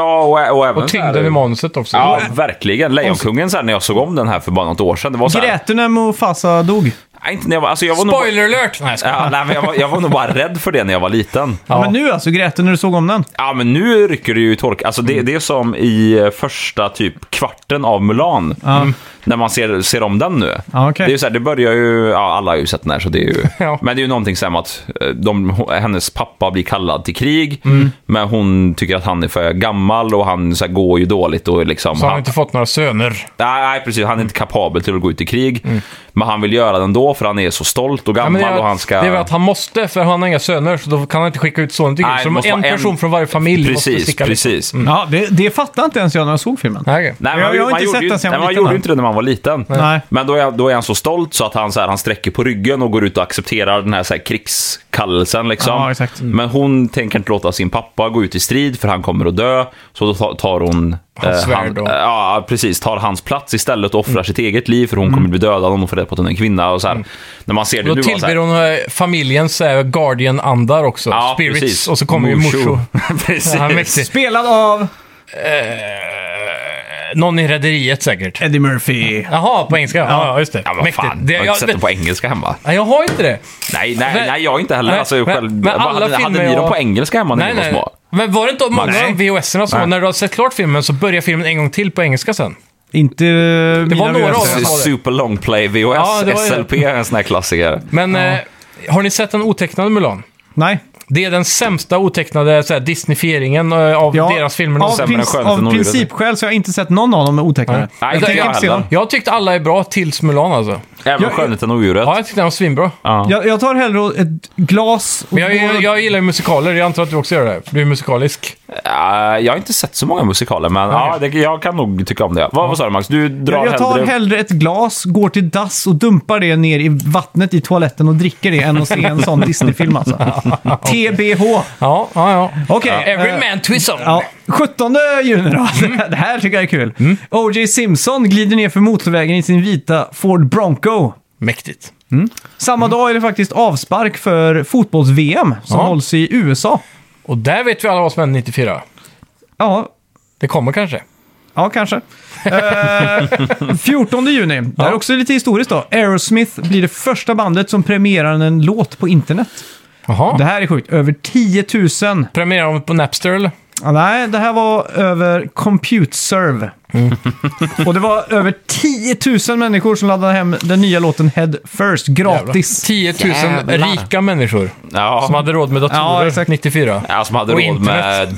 [SPEAKER 3] och, och även...
[SPEAKER 2] Och
[SPEAKER 3] så här-
[SPEAKER 2] tyngden i manuset också.
[SPEAKER 3] Ja, verkligen. Lejonkungen, så här, när jag såg om den här för bara något år sedan, det var så här,
[SPEAKER 1] Grät du när Mufasa dog?
[SPEAKER 3] Nej, inte när jag var... Alltså jag var nog bara-
[SPEAKER 2] Spoiler alert! Nej, jag skojar.
[SPEAKER 3] Ja, nej, men jag, var, jag var nog bara rädd för det när jag var liten.
[SPEAKER 1] Ja. Men nu alltså, grät du när du såg om den?
[SPEAKER 3] Ja, men nu rycker det ju i tork. Alltså
[SPEAKER 2] Mm.
[SPEAKER 3] det, det är som i eh, första typ kvarten av Mulan. Mm. När man ser, ser om den nu.
[SPEAKER 1] Ja, okej.
[SPEAKER 3] Det är ju så här, det börjar ju... Ja, alla har ju sett den här, så det är ju...
[SPEAKER 2] Ja.
[SPEAKER 3] Men det är ju någonting som att eh, de, hennes pappa blir kallad till krig.
[SPEAKER 2] Mm.
[SPEAKER 3] Men hon tycker att han är för gammal och han så här, går ju dåligt och liksom...
[SPEAKER 2] Så har han inte fått några söner.
[SPEAKER 3] Nej, nej, precis. Han är inte kapabel till att gå ut i krig. Men han vill göra det ändå för han är så stolt
[SPEAKER 2] Mm.
[SPEAKER 3] och
[SPEAKER 2] Ja,
[SPEAKER 3] gammal
[SPEAKER 2] men det, är,
[SPEAKER 3] och han ska...
[SPEAKER 2] det är väl att han måste, för han har inga söner, så då kan han inte skicka ut sonen till krig.
[SPEAKER 3] Nej,
[SPEAKER 2] Så
[SPEAKER 3] måste
[SPEAKER 2] en
[SPEAKER 3] vara en-
[SPEAKER 2] person från varje familj måste
[SPEAKER 3] Precis,
[SPEAKER 2] sticka
[SPEAKER 3] precis.
[SPEAKER 1] Ja, det, det fattade inte ens jag när jag såg filmen.
[SPEAKER 2] Nej, okej.
[SPEAKER 3] Nej,
[SPEAKER 1] Jag-
[SPEAKER 3] man-
[SPEAKER 1] jag har
[SPEAKER 3] man
[SPEAKER 1] inte
[SPEAKER 3] gjorde
[SPEAKER 1] sett
[SPEAKER 3] ju-
[SPEAKER 1] den sen
[SPEAKER 3] nej,
[SPEAKER 1] jag var
[SPEAKER 3] Man
[SPEAKER 1] liten,
[SPEAKER 3] gjorde ju
[SPEAKER 1] va?
[SPEAKER 3] inte det när man var liten.
[SPEAKER 1] Nej.
[SPEAKER 3] Men då är, då är han så stolt så att han, så här, han sträcker på ryggen och går ut och accepterar den här, så här krigskallelsen. Liksom.
[SPEAKER 1] Ja, exakt. Mm.
[SPEAKER 3] Men hon tänker inte låta sin pappa gå ut i strid för han kommer att dö. Så då ta- tar hon...
[SPEAKER 2] Hans
[SPEAKER 3] eh,
[SPEAKER 2] svärd då. Mm.
[SPEAKER 3] eh, ja, precis. Tar hans plats istället och offrar sitt eget liv för hon kommer bli dödad om hon får reda på att hon är en kvinna. Och så här. När man ser det
[SPEAKER 2] Då
[SPEAKER 3] nu... va, så här-
[SPEAKER 2] tillber hon eh, familjens eh, Guardian-andar också.
[SPEAKER 3] Ja,
[SPEAKER 2] Spirits.
[SPEAKER 3] precis.
[SPEAKER 2] Och så kommer ju Mushu.
[SPEAKER 3] precis.
[SPEAKER 2] Ja, mäktig.
[SPEAKER 1] Spelad av
[SPEAKER 2] Eh, Någon i rederiet säkert.
[SPEAKER 1] Eddie Murphy.
[SPEAKER 2] Jaha, på engelska. Ja, ja just det.
[SPEAKER 3] Ja, vad fan.
[SPEAKER 2] Det,
[SPEAKER 3] jag har
[SPEAKER 2] jag,
[SPEAKER 3] inte sett den
[SPEAKER 2] vet,
[SPEAKER 3] på engelska hemma.
[SPEAKER 2] nej, jag har inte det.
[SPEAKER 3] Nej, nej,
[SPEAKER 2] Men-
[SPEAKER 3] nej jag inte heller.
[SPEAKER 2] men-
[SPEAKER 3] alltså, jag
[SPEAKER 2] men-
[SPEAKER 3] själv,
[SPEAKER 2] men
[SPEAKER 3] vad
[SPEAKER 2] alla
[SPEAKER 3] hade, hade
[SPEAKER 2] filmer
[SPEAKER 3] ni dem
[SPEAKER 2] jag-
[SPEAKER 3] på engelska hemma när
[SPEAKER 2] Nej,
[SPEAKER 3] ni var
[SPEAKER 2] nej.
[SPEAKER 3] små?
[SPEAKER 2] Men var det inte många
[SPEAKER 3] Nej.
[SPEAKER 2] av VHS-erna så?
[SPEAKER 3] Nej.
[SPEAKER 2] När du har sett klart filmen så börjar filmen en gång till på engelska sen.
[SPEAKER 1] Inte eh, det
[SPEAKER 2] var några av dem.
[SPEAKER 3] Super long play VHS,
[SPEAKER 2] Ja, det var ju-
[SPEAKER 3] SLP är en sån här klassiker.
[SPEAKER 2] Men eh, har ni sett den otecknade Mulan?
[SPEAKER 1] Nej.
[SPEAKER 2] Det är den sämsta otecknade så här, Disneyfieringen eh, av
[SPEAKER 1] Ja,
[SPEAKER 2] deras filmer
[SPEAKER 1] av,
[SPEAKER 2] någonsin.
[SPEAKER 3] sämre än
[SPEAKER 1] prins,
[SPEAKER 3] skönheten
[SPEAKER 1] av
[SPEAKER 3] och odjuret.
[SPEAKER 1] principskäl så har jag inte sett någon av dem med otecknade.
[SPEAKER 2] Nej.
[SPEAKER 3] Nej,
[SPEAKER 1] jag
[SPEAKER 3] inte
[SPEAKER 1] tänker
[SPEAKER 3] jag
[SPEAKER 1] inte se
[SPEAKER 3] heller.
[SPEAKER 1] dem.
[SPEAKER 2] Jag tyckte alla är bra tills Mulan alltså.
[SPEAKER 3] Även
[SPEAKER 1] Jag-
[SPEAKER 3] Skönheten och odjuret.
[SPEAKER 2] Ja, jag tyckte den var svinbra.
[SPEAKER 3] Ja.
[SPEAKER 1] Jag, jag tar hellre ett glas och
[SPEAKER 2] Men jag, jag, jag gillar ju musikaler, jag antar att du också gör det. Du är musikalisk.
[SPEAKER 3] Eh, jag har inte sett så många musikaler, men ja, det, jag kan nog tycka om det. Vad, vad sa du Max? Du drar
[SPEAKER 1] jag, jag tar
[SPEAKER 3] hellre...
[SPEAKER 1] hellre ett glas, går till dass och dumpar det ner i vattnet i toaletten och dricker det än att se en sån Disney-film alltså. TBH.
[SPEAKER 2] Ja, ja, ja.
[SPEAKER 1] Okej,
[SPEAKER 2] Every
[SPEAKER 1] eh,
[SPEAKER 2] man Mm. to his own.
[SPEAKER 1] Ja, 17 juni då. Det här tycker jag är kul.
[SPEAKER 2] Mm.
[SPEAKER 1] O.J. Simpson glider ner för motorvägen i sin vita Ford Bronco.
[SPEAKER 2] Mäktigt.
[SPEAKER 1] Samma dag är det faktiskt avspark för fotbolls-VM som
[SPEAKER 2] Mm. Ja.
[SPEAKER 1] hålls i USA.
[SPEAKER 2] Och där vet vi alla vad som hände 94.
[SPEAKER 1] Ja,
[SPEAKER 2] Det kommer kanske.
[SPEAKER 1] Ja, kanske. Eh, 14 juni. Det här är också lite historiskt då. Aerosmith blir det första bandet som premierar en låt på internet.
[SPEAKER 2] Jaha.
[SPEAKER 1] Det här är sjukt. Över 10 000.
[SPEAKER 2] Premierar de på Napster eller?
[SPEAKER 1] Ah, nej, det här var över ComputeServe. Och det var över 10 000 människor som laddade hem den nya låten Head First gratis.
[SPEAKER 2] 10 000
[SPEAKER 3] Jävlar.
[SPEAKER 2] rika människor
[SPEAKER 3] Ja.
[SPEAKER 2] som hade råd med
[SPEAKER 1] Ja,
[SPEAKER 2] datorer
[SPEAKER 1] exakt.
[SPEAKER 2] 94.
[SPEAKER 3] Ja, som hade
[SPEAKER 2] Och
[SPEAKER 3] råd med
[SPEAKER 2] internet.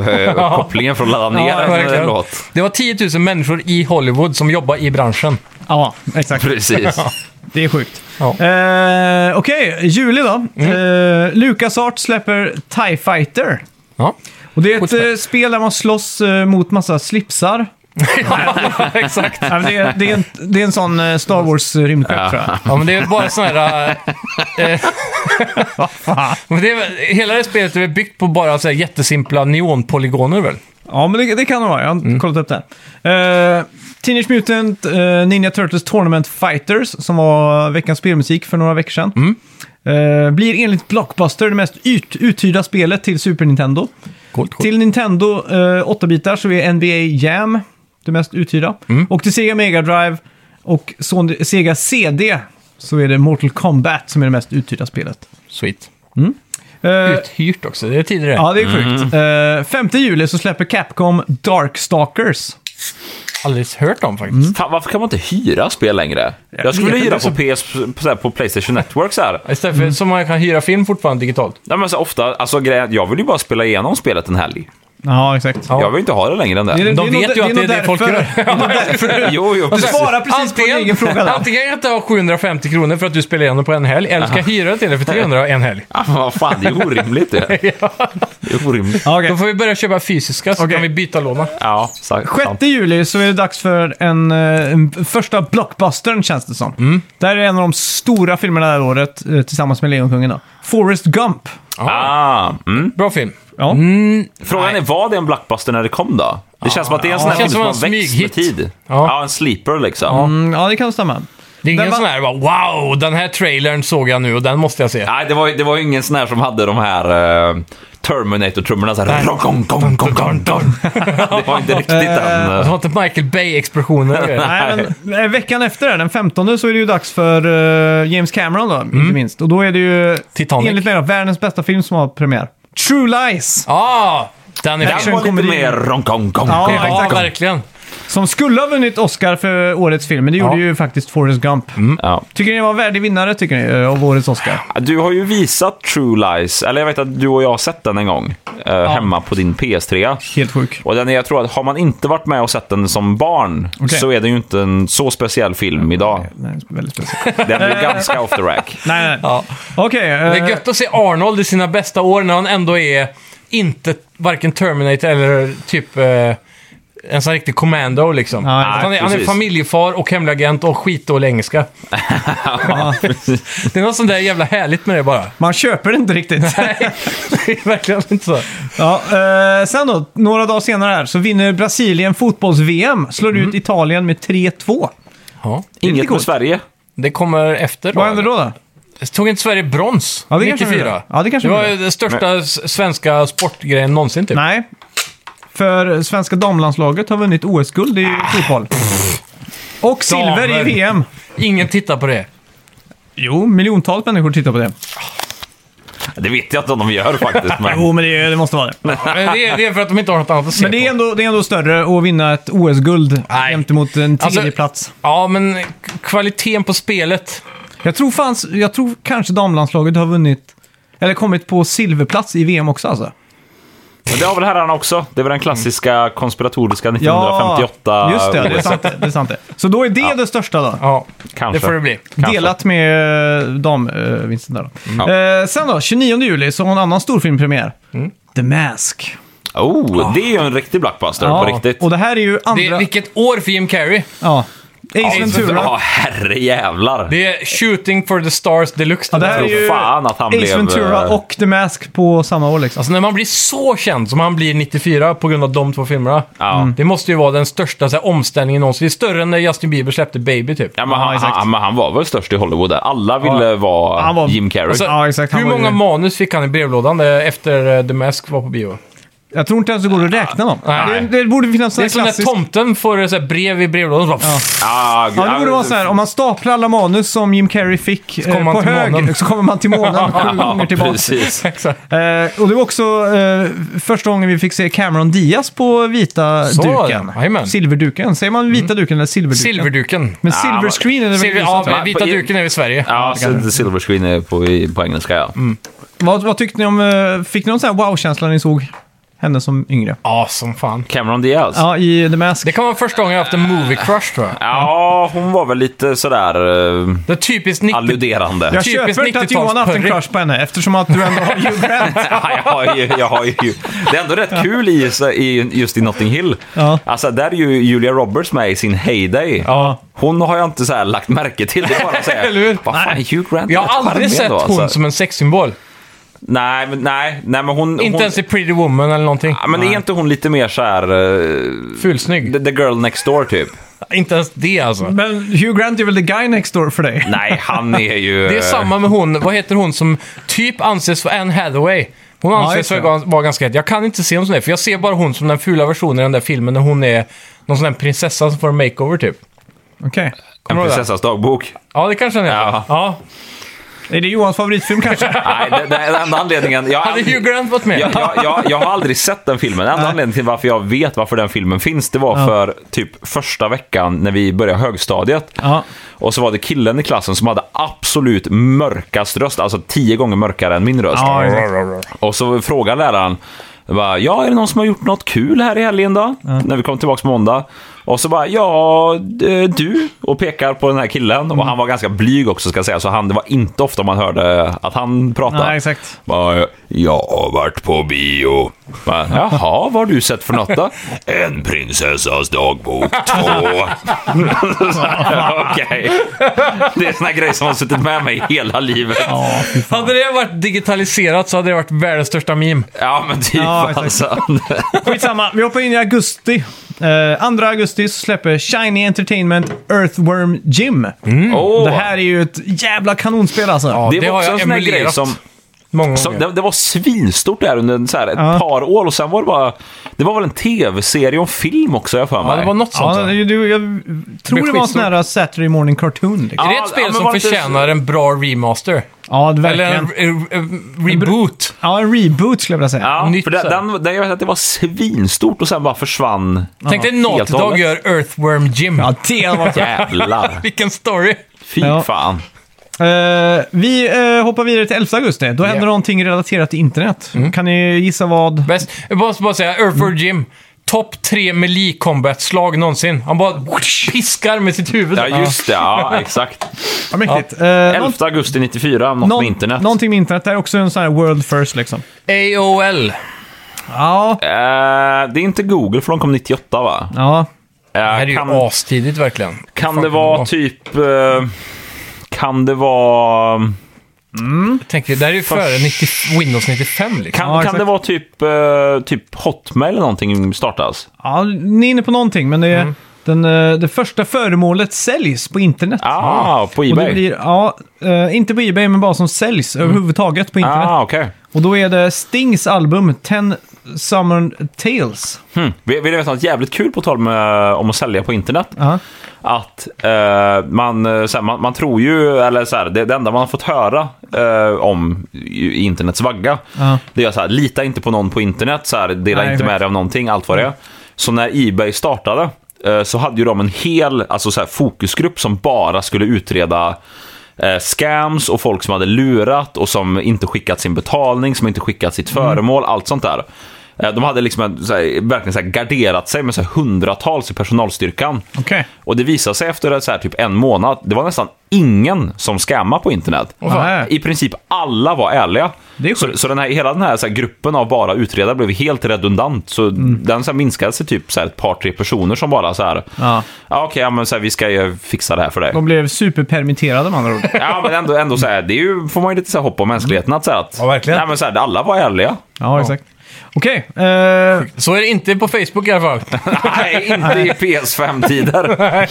[SPEAKER 3] dial-up-kopplingen för att ladda ner
[SPEAKER 2] Ja,
[SPEAKER 3] en
[SPEAKER 2] verkligen.
[SPEAKER 3] låt.
[SPEAKER 2] Det var 10 000 människor i Hollywood som jobbar i branschen.
[SPEAKER 1] Ja, exakt.
[SPEAKER 3] Precis.
[SPEAKER 1] Det är sjukt.
[SPEAKER 2] Ja.
[SPEAKER 1] Eh, Okej, juli då. Eh, LucasArts släpper TIE Fighter.
[SPEAKER 2] Ja,
[SPEAKER 1] Och det är ett
[SPEAKER 2] Skitspel.
[SPEAKER 1] eh, spel där man slåss eh, mot massa slipsar.
[SPEAKER 2] exakt.
[SPEAKER 1] Nej, men det, är, det, är en, det är en sån eh, Star Wars-rymdskepp tror jag.
[SPEAKER 2] Ja, men det är bara sådana här... eh, eh, men det är, hela det spelet är väl byggt på bara så här jättesimpla neonpolygoner väl?
[SPEAKER 1] Ja, men det, det kan det vara. Jag har inte kollat upp det. här. Eh, Teenage Mutant eh, Ninja Turtles Tournament Fighters, som var veckans spelmusik för några veckor sedan. Eh, blir enligt Blockbuster det mest ut, uthyrda spelet till Super Nintendo.
[SPEAKER 2] Coolt, coolt.
[SPEAKER 1] Till Nintendo eh, 8-bitar så är NBA Jam det mest uthyrda.
[SPEAKER 2] Mm.
[SPEAKER 1] Och till Sega Mega Drive och Sony- Sega CD så är det Mortal Kombat som är det mest uthyrda spelet.
[SPEAKER 2] Sweet.
[SPEAKER 1] Eh,
[SPEAKER 2] Uthyrt också, det är tidigare.
[SPEAKER 1] Ja, det är sjukt.
[SPEAKER 2] Mm.
[SPEAKER 1] Eh, 5 juli så släpper Capcom Darkstalkers.
[SPEAKER 2] Aldrig hört om faktiskt.
[SPEAKER 1] Mm.
[SPEAKER 3] Fan, varför kan man inte hyra spel längre? Jag skulle
[SPEAKER 1] vet
[SPEAKER 3] vilja hyra
[SPEAKER 1] inte,
[SPEAKER 3] på, PS, på, så här, på Playstation Network så här.
[SPEAKER 2] Istället för,
[SPEAKER 1] Mm.
[SPEAKER 2] som man kan hyra film fortfarande digitalt.
[SPEAKER 3] Nej, men så ofta, alltså, grejen, jag vill ju bara spela igenom spelet en helg.
[SPEAKER 1] Ja, exakt.
[SPEAKER 2] Ja.
[SPEAKER 3] Jag vill inte ha det längre än det.
[SPEAKER 2] De vet
[SPEAKER 1] nog-
[SPEAKER 2] ju att det är
[SPEAKER 1] nog
[SPEAKER 2] det folk
[SPEAKER 1] därför-
[SPEAKER 2] gör.
[SPEAKER 1] det är nog därför.
[SPEAKER 3] Jo, jo,
[SPEAKER 1] Du
[SPEAKER 3] precis.
[SPEAKER 1] svarar precis på din egen fråga där.
[SPEAKER 2] antingen kan jag inte ha 750 kronor för att du spelar igenom på en helg, eller ska jag hyra det till dig för 300 en helg.
[SPEAKER 3] Ja, men vad fan, det är orimligt det. Det är orimligt.
[SPEAKER 1] Ja, okej.
[SPEAKER 2] Då får vi börja köpa fysiska, så
[SPEAKER 1] Okej.
[SPEAKER 2] kan vi byta låna.
[SPEAKER 3] Ja, sant.
[SPEAKER 1] 6 juli så är det dags för en, eh, en första blockbustern känns det som.
[SPEAKER 2] Mm.
[SPEAKER 1] Det här är en av de stora filmerna det här året eh, tillsammans med Lejonkungen. Då. Forrest Gump.
[SPEAKER 3] Ah, mm.
[SPEAKER 2] Bra film.
[SPEAKER 1] Ja.
[SPEAKER 3] Frågan är, var det en blockbuster när det kom då? Det känns som att det är en sån här
[SPEAKER 2] Det känns
[SPEAKER 3] film
[SPEAKER 2] som
[SPEAKER 3] som
[SPEAKER 2] en
[SPEAKER 3] växt med
[SPEAKER 2] smyghit.
[SPEAKER 3] tid.
[SPEAKER 2] Ja.
[SPEAKER 3] Ja. en sleeper liksom.
[SPEAKER 1] Mm, ja, det kan stämma.
[SPEAKER 2] Det är
[SPEAKER 1] Den
[SPEAKER 2] ingen
[SPEAKER 1] var-
[SPEAKER 2] sån här bara, wow, den här trailern såg jag nu och den måste jag se.
[SPEAKER 3] Nej, det var, det var ju ingen sån här som hade de här eh, Terminator-trummorna såhär... Det var inte riktigt den.
[SPEAKER 2] Det
[SPEAKER 3] eh.
[SPEAKER 2] var inte Michael Bay-explosioner och grejer.
[SPEAKER 1] Nej, men, eh, veckan efter, det, den 15 så är det ju dags för eh, James Cameron då, inte minst. Och då är det ju
[SPEAKER 2] Mm. Titanic.
[SPEAKER 1] enligt mig då, världens bästa film som har premiär. True Lies!
[SPEAKER 2] Ah, den är
[SPEAKER 3] Den
[SPEAKER 2] fin.
[SPEAKER 3] var lite
[SPEAKER 1] Actionkomedi.
[SPEAKER 3] mer... ronkong, gong,
[SPEAKER 1] Ja,
[SPEAKER 3] gong,
[SPEAKER 1] exakt.
[SPEAKER 2] Ja,
[SPEAKER 3] gong.
[SPEAKER 2] verkligen.
[SPEAKER 1] Som skulle ha vunnit Oscar för årets film, men det gjorde
[SPEAKER 2] Ja. Mm.
[SPEAKER 1] ju faktiskt Forrest Gump.
[SPEAKER 3] Ja.
[SPEAKER 1] Tycker ni det var en värdig vinnare tycker ni, eh, av årets Oscar?
[SPEAKER 3] Du har ju visat True Lies, eller jag vet att du och jag har sett den en gång. eh, Hemma på din PS3.
[SPEAKER 1] Helt sjuk.
[SPEAKER 3] Och den är, jag tror att har man inte varit med och sett den som barn
[SPEAKER 1] Okej.
[SPEAKER 3] så är den ju inte en så speciell film idag.
[SPEAKER 1] Nej, väldigt speciellt.
[SPEAKER 3] Den är ganska off the rack.
[SPEAKER 1] nej, nej.
[SPEAKER 2] Ja.
[SPEAKER 1] Okej. eh,
[SPEAKER 2] Det är gött att se Arnold i sina bästa år när han ändå är inte varken Terminator eller typ eh, en sån riktig commando liksom.
[SPEAKER 1] Ja,
[SPEAKER 2] Att han, är, han är
[SPEAKER 3] precis.
[SPEAKER 2] familjefar och hemlig agent och skitdålig engelska. det är något sånt där jävla härligt med det bara.
[SPEAKER 1] man köper det inte riktigt.
[SPEAKER 2] Nej, det är verkligen inte så.
[SPEAKER 1] ja, eh, sen då, några dagar senare här, så vinner Brasilien fotbolls-VM. Slår
[SPEAKER 2] Mm.
[SPEAKER 1] ut Italien med 3-2.
[SPEAKER 2] Ja.
[SPEAKER 3] Inget med
[SPEAKER 1] coolt.
[SPEAKER 3] Sverige.
[SPEAKER 2] Det kommer efter då.
[SPEAKER 1] Vad händer då? då?
[SPEAKER 2] Tog inte Sverige brons
[SPEAKER 1] Ja, det kanske
[SPEAKER 2] 94?
[SPEAKER 1] vi gjorde. Ja, det kanske vi
[SPEAKER 2] var ju
[SPEAKER 1] gjorde.
[SPEAKER 2] den största s- svenska sportgrejen någonsin typ.
[SPEAKER 1] Nej. För svenska damlandslaget har vunnit OS-guld i fotboll. Och silver
[SPEAKER 2] Damer.
[SPEAKER 1] i VM.
[SPEAKER 2] Ingen tittar på det.
[SPEAKER 1] Jo, miljontals människor tittar på det.
[SPEAKER 3] Det vet jag inte om de gör faktiskt, men...
[SPEAKER 1] Jo, men det, det måste vara det.
[SPEAKER 2] Men det, är, det är för att de inte har något annat att se
[SPEAKER 1] Men det är
[SPEAKER 2] på.
[SPEAKER 1] ändå, det är ändå större att vinna ett OS-guld
[SPEAKER 2] Nej.
[SPEAKER 1] jämt mot en
[SPEAKER 2] Alltså-
[SPEAKER 1] tredje plats.
[SPEAKER 2] Ja, men k- kvaliteten på spelet.
[SPEAKER 1] Jag tror, fanns, jag tror kanske damlandslaget har vunnit, eller kommit på silverplats i VM också alltså.
[SPEAKER 3] Men det har väl herrarna också? Det är väl den klassiska konspiratoriska 1958...
[SPEAKER 1] Mm. just det. Det är sant det. det, är sant det. Så då är det det största då.
[SPEAKER 2] Ja,
[SPEAKER 3] Kanske.
[SPEAKER 2] det får det bli.
[SPEAKER 3] Kanske.
[SPEAKER 1] Delat med eh, damvinsten där då.
[SPEAKER 3] Mm. Ja. Mm.
[SPEAKER 1] Eh, sen då, 29 juli så har en annan storfilmpremiär. The Mask.
[SPEAKER 3] Oh, det är ju en riktig blockbuster på riktigt.
[SPEAKER 1] Och det här är ju
[SPEAKER 2] Det
[SPEAKER 1] andra...
[SPEAKER 2] är, vilket år för Jim Carrey.
[SPEAKER 1] ja. Ace
[SPEAKER 2] det-
[SPEAKER 1] Ventura.
[SPEAKER 3] Ja, herrejävlar.
[SPEAKER 2] Det är Shooting for the Stars Deluxe.
[SPEAKER 1] Ja, det här
[SPEAKER 3] Jag
[SPEAKER 1] är ju
[SPEAKER 3] tror fan att han
[SPEAKER 1] Ace
[SPEAKER 3] blev...
[SPEAKER 1] Ventura
[SPEAKER 3] eh,
[SPEAKER 1] och The Mask på samma år liksom.
[SPEAKER 2] Alltså när man blir så känd som han blir 94 på grund av de två filmerna.
[SPEAKER 3] Ja.
[SPEAKER 1] Mm.
[SPEAKER 2] Det måste ju vara den största så här, omställningen någonsin. Det är större än när Justin Bieber släppte Baby typ.
[SPEAKER 3] Ja, men han,
[SPEAKER 1] exakt.
[SPEAKER 3] han, men han var väl störst i Hollywood där. Alla ville vara
[SPEAKER 1] Han var-
[SPEAKER 3] Jim Carrey.
[SPEAKER 2] Alltså,
[SPEAKER 1] Ja, exakt. Han
[SPEAKER 2] Hur
[SPEAKER 1] var ju-
[SPEAKER 2] många manus fick han i brevlådan eh, efter eh, The Mask var på bio?
[SPEAKER 1] Jag tror inte ens det går att räkna dem.
[SPEAKER 2] Nej.
[SPEAKER 1] Det, det borde finnas
[SPEAKER 2] Det
[SPEAKER 1] sådana
[SPEAKER 2] är som när
[SPEAKER 1] klassiska...
[SPEAKER 2] tomten får eh, så här, brev i brevlådan och så bara,
[SPEAKER 3] ah,
[SPEAKER 1] Ja, det borde vara så här. Om man staplar alla manus som Jim Carrey fick eh,
[SPEAKER 2] kommer man
[SPEAKER 1] på
[SPEAKER 2] till
[SPEAKER 1] hög
[SPEAKER 2] månen.
[SPEAKER 1] så kommer man till månen sju gånger
[SPEAKER 3] Ja,
[SPEAKER 1] tillbaka.
[SPEAKER 3] precis.
[SPEAKER 2] Exakt.
[SPEAKER 1] Eh, och det var också eh, första gången vi fick se Cameron Diaz på vita
[SPEAKER 2] Så var det.
[SPEAKER 1] duken.
[SPEAKER 2] Jajamän. Mm.
[SPEAKER 1] Silverduken. Säger man vita duken eller silverduken?
[SPEAKER 2] Silverduken.
[SPEAKER 1] Men silver
[SPEAKER 3] men-
[SPEAKER 1] screen är det väl
[SPEAKER 2] Silver,
[SPEAKER 1] just sånt,
[SPEAKER 2] ja,
[SPEAKER 1] va?
[SPEAKER 2] vita duken är i Sverige.
[SPEAKER 3] Ja, så the Silver Screen är på, i- på engelska, ja.
[SPEAKER 2] Mm.
[SPEAKER 1] vad, vad tyckte ni om... eh, Fick ni någon sån här wow-känsla när ni såg henne som yngre?
[SPEAKER 2] Ja, som fan.
[SPEAKER 3] Cameron Diaz. Ja.
[SPEAKER 1] Ja, i The Mask.
[SPEAKER 2] Alltså, Det kan vara första gången jag haft en movie crush tror jag.
[SPEAKER 3] hon var väl lite sådär eh,
[SPEAKER 2] Det är typiskt 90
[SPEAKER 3] alluderande.
[SPEAKER 1] Jag
[SPEAKER 2] Typiskt
[SPEAKER 1] köper inte att Johan haft en
[SPEAKER 2] 90-talspurrig.
[SPEAKER 1] crush på henne eftersom att du ändå har Hugh Grant.
[SPEAKER 3] Ja, jag har ju, jag har ju, det är ändå rätt kul i, i, just i Notting Hill.
[SPEAKER 1] Ja.
[SPEAKER 3] Alltså, där är ju Julia Roberts med i sin heyday.
[SPEAKER 1] Ja.
[SPEAKER 3] Hon har jag inte så här lagt märke till. Det är bara så här,
[SPEAKER 2] Eller hur?
[SPEAKER 3] Vad fan, Hugh Grant är
[SPEAKER 2] Jag
[SPEAKER 3] rätt
[SPEAKER 2] har aldrig
[SPEAKER 3] charmig
[SPEAKER 2] sett
[SPEAKER 3] ändå,
[SPEAKER 2] hon
[SPEAKER 3] alltså.
[SPEAKER 2] som en sexsymbol.
[SPEAKER 3] Nej, men, nej, nej, men hon...
[SPEAKER 2] Inte
[SPEAKER 3] hon...
[SPEAKER 2] ens i Pretty Woman eller någonting.
[SPEAKER 3] Ja, men är inte hon lite mer så här... eh,
[SPEAKER 2] Fulsnygg.
[SPEAKER 3] the, the girl next door, typ?
[SPEAKER 2] Inte ens det alltså.
[SPEAKER 1] Men Hugh Grant är väl the guy next door för dig?
[SPEAKER 3] Nej, han är ju...
[SPEAKER 2] Det är
[SPEAKER 3] eh,
[SPEAKER 2] samma med hon, vad heter hon som typ anses vara Anne Hathaway. Hon anses
[SPEAKER 1] just det.
[SPEAKER 2] vara vara ganska het. Jag kan inte se hon som det, för jag ser bara hon som den fula versionen i den där filmen när hon är någon sån där prinsessa som får en makeover typ.
[SPEAKER 1] Okej.
[SPEAKER 3] En
[SPEAKER 2] du ihåg det?
[SPEAKER 3] prinsessas dagbok.
[SPEAKER 2] Ja, det kanske den är.
[SPEAKER 3] Ja.
[SPEAKER 2] Ja.
[SPEAKER 1] Är det Johans favoritfilm kanske?
[SPEAKER 3] Nej, det, det är den enda anledningen... Jag, har
[SPEAKER 2] Hade
[SPEAKER 3] aldrig-
[SPEAKER 2] Hugh Grant varit med?
[SPEAKER 3] jag, jag, jag, jag har aldrig sett den filmen. Den enda anledningen till varför jag vet varför den filmen finns, det var för typ första veckan när vi började högstadiet.
[SPEAKER 1] Ja.
[SPEAKER 3] Och så var det killen i klassen som hade absolut mörkast röst, alltså tio gånger mörkare än min röst.
[SPEAKER 1] Ja, exakt.
[SPEAKER 3] Och så frågade läraren, bara, ja, är det någon som har gjort något kul här i helgen då? När vi kom tillbaka på måndag. Och så bara, ja, eh, du. Och pekar på den här killen. Och
[SPEAKER 1] Mm.
[SPEAKER 3] han var ganska blyg också, ska jag säga. Så han, det var inte ofta man hörde att han pratade.
[SPEAKER 1] Nej, exakt.
[SPEAKER 3] Bara, jag har varit på bio. Bara, Jaha, vad har du sett för något då? En prinsessas dagbok två. Okej. Det är såna grejer som har suttit med mig hela livet.
[SPEAKER 2] Hade det varit digitaliserat så hade det varit världens största meme.
[SPEAKER 3] Ja, men typ
[SPEAKER 1] Ja, exakt.
[SPEAKER 3] alltså.
[SPEAKER 1] Skitsamma, vi hoppar in i augusti. Uh, 2 augusti så släpper Shiny Entertainment Earthworm Jim.
[SPEAKER 3] Åh.
[SPEAKER 1] Det här är ju ett jävla kanonspel alltså. Ja,
[SPEAKER 3] det,
[SPEAKER 2] Mm. det
[SPEAKER 3] var
[SPEAKER 2] har
[SPEAKER 3] också
[SPEAKER 2] jag
[SPEAKER 3] en sån här
[SPEAKER 2] emulerat.
[SPEAKER 3] grej som...
[SPEAKER 2] Många
[SPEAKER 3] som
[SPEAKER 2] gånger.
[SPEAKER 3] det, det var svinstort där under en så här, ett
[SPEAKER 1] Ja.
[SPEAKER 3] par år och sen var det bara... Det var väl en tv-serie och en film också, har jag för mig.
[SPEAKER 2] Ja, det var något sånt. va?
[SPEAKER 1] det- du, jag tror det var en sån här Saturday Morning Cartoon. Liksom.
[SPEAKER 2] Är det
[SPEAKER 3] Ja,
[SPEAKER 2] ett spel
[SPEAKER 3] men
[SPEAKER 2] som
[SPEAKER 3] var det inte-
[SPEAKER 2] förtjänar en bra remaster?
[SPEAKER 1] Ja, det-
[SPEAKER 2] Eller en,
[SPEAKER 1] verkligen.
[SPEAKER 2] en, en reboot?
[SPEAKER 1] Ja, en reboot skulle jag vilja säga.
[SPEAKER 3] Ja,
[SPEAKER 2] Nytt
[SPEAKER 3] för den,
[SPEAKER 2] så här.
[SPEAKER 3] den, den, jag vet att det var svinstort och sen bara försvann.
[SPEAKER 2] Tänk dig
[SPEAKER 3] Helt
[SPEAKER 2] Naughty Dog
[SPEAKER 3] och hållet.
[SPEAKER 2] gör Earthworm Jim.
[SPEAKER 1] Ja, det hade varit
[SPEAKER 3] Jävlar.
[SPEAKER 2] Vilken story!
[SPEAKER 3] Fy
[SPEAKER 1] Ja.
[SPEAKER 3] fan.
[SPEAKER 1] Eh, vi eh, hoppar vidare till 11 augusti. Då händer någonting relaterat till internet. Kan ni gissa vad?
[SPEAKER 2] Bäst. Jag måste bara säga, Earthworm Jim. Topp tre melee combat slag någonsin. Han bara piskar med sitt huvud.
[SPEAKER 3] Ja, just det. Ja, exakt.
[SPEAKER 1] Ja, mäktigt. Eh, någon-
[SPEAKER 3] 11 augusti 94, något
[SPEAKER 1] någon-
[SPEAKER 3] med internet.
[SPEAKER 1] Någonting med internet. Det är också en sån här world first liksom.
[SPEAKER 2] AOL.
[SPEAKER 1] Ja,
[SPEAKER 3] Eh, det är inte Google, för de kom 98, va?
[SPEAKER 1] ja.
[SPEAKER 3] Eh,
[SPEAKER 2] Det här är ju
[SPEAKER 3] kan,
[SPEAKER 2] astidigt verkligen.
[SPEAKER 3] kan
[SPEAKER 2] Fan,
[SPEAKER 3] det vara typ... eh, kan det vara...
[SPEAKER 2] Jag tänker, det här är ju före 90, Windows 95 liksom.
[SPEAKER 3] Kan,
[SPEAKER 1] Ja,
[SPEAKER 3] kan
[SPEAKER 1] exakt.
[SPEAKER 3] det vara typ, eh, typ Hotmail eller någonting startas?
[SPEAKER 1] Ja, ni är inne på någonting, men det, är den, eh, det första föremålet säljs på internet.
[SPEAKER 3] Ah, på
[SPEAKER 1] Och det
[SPEAKER 3] Ebay?
[SPEAKER 1] blir, ja, eh, inte på Ebay, men bara som säljs överhuvudtaget på internet.
[SPEAKER 3] Ah, okej.
[SPEAKER 1] Och Och då är det Stings album Ten Summer Tales.
[SPEAKER 3] Mm. Vi, vi vet något jävligt kul på tal med, om att sälja på internet.
[SPEAKER 1] Ja.
[SPEAKER 3] Att eh, man, eh, så här, man, man tror ju, eller så här, det, det enda man har fått höra eh, om i- i internets vagga,
[SPEAKER 1] Ja.
[SPEAKER 3] det är så här, lita inte på någon på internet, så här, dela
[SPEAKER 1] Nej,
[SPEAKER 3] inte
[SPEAKER 1] exakt. Mm.
[SPEAKER 3] med dig av någonting, allt vad det är. Så när Ebay startade eh, så hade ju de en hel alltså, så här, fokusgrupp som bara skulle utreda eh, scams och folk som hade lurat och som inte skickat sin betalning, som inte skickat sitt
[SPEAKER 1] Mm.
[SPEAKER 3] föremål, allt sånt där. Eh, De hade liksom en, så här, verkligen så här garderat sig med så här hundratals i personalstyrkan.
[SPEAKER 1] Okej.
[SPEAKER 3] Och det visade sig efter så här, typ en månad, det var nästan ingen som scammade på internet.
[SPEAKER 1] fan.
[SPEAKER 3] I princip alla var ärliga.
[SPEAKER 1] Det är sjukt.
[SPEAKER 3] så så den här, hela den här, så här gruppen av bara utredare blev helt redundant. Så
[SPEAKER 2] Mm.
[SPEAKER 3] den så här, minskade sig typ så här, ett par, tre personer som bara så här...
[SPEAKER 1] Ja.
[SPEAKER 3] Ja, okej, ja, men så här, vi ska ju fixa det här för dig.
[SPEAKER 1] De blev superpermitterade med andra ord.
[SPEAKER 3] Ja, men ändå, ändå så här, det är ju, får man ju lite så här, hopp om mänskligheten att säga att...
[SPEAKER 2] Ja, verkligen.
[SPEAKER 3] Nej, men så här, alla var ärliga.
[SPEAKER 1] Ja, exakt. Okej. eh,
[SPEAKER 2] Så är det inte på Facebook i alla fall.
[SPEAKER 3] Nej, inte i PS5-tider.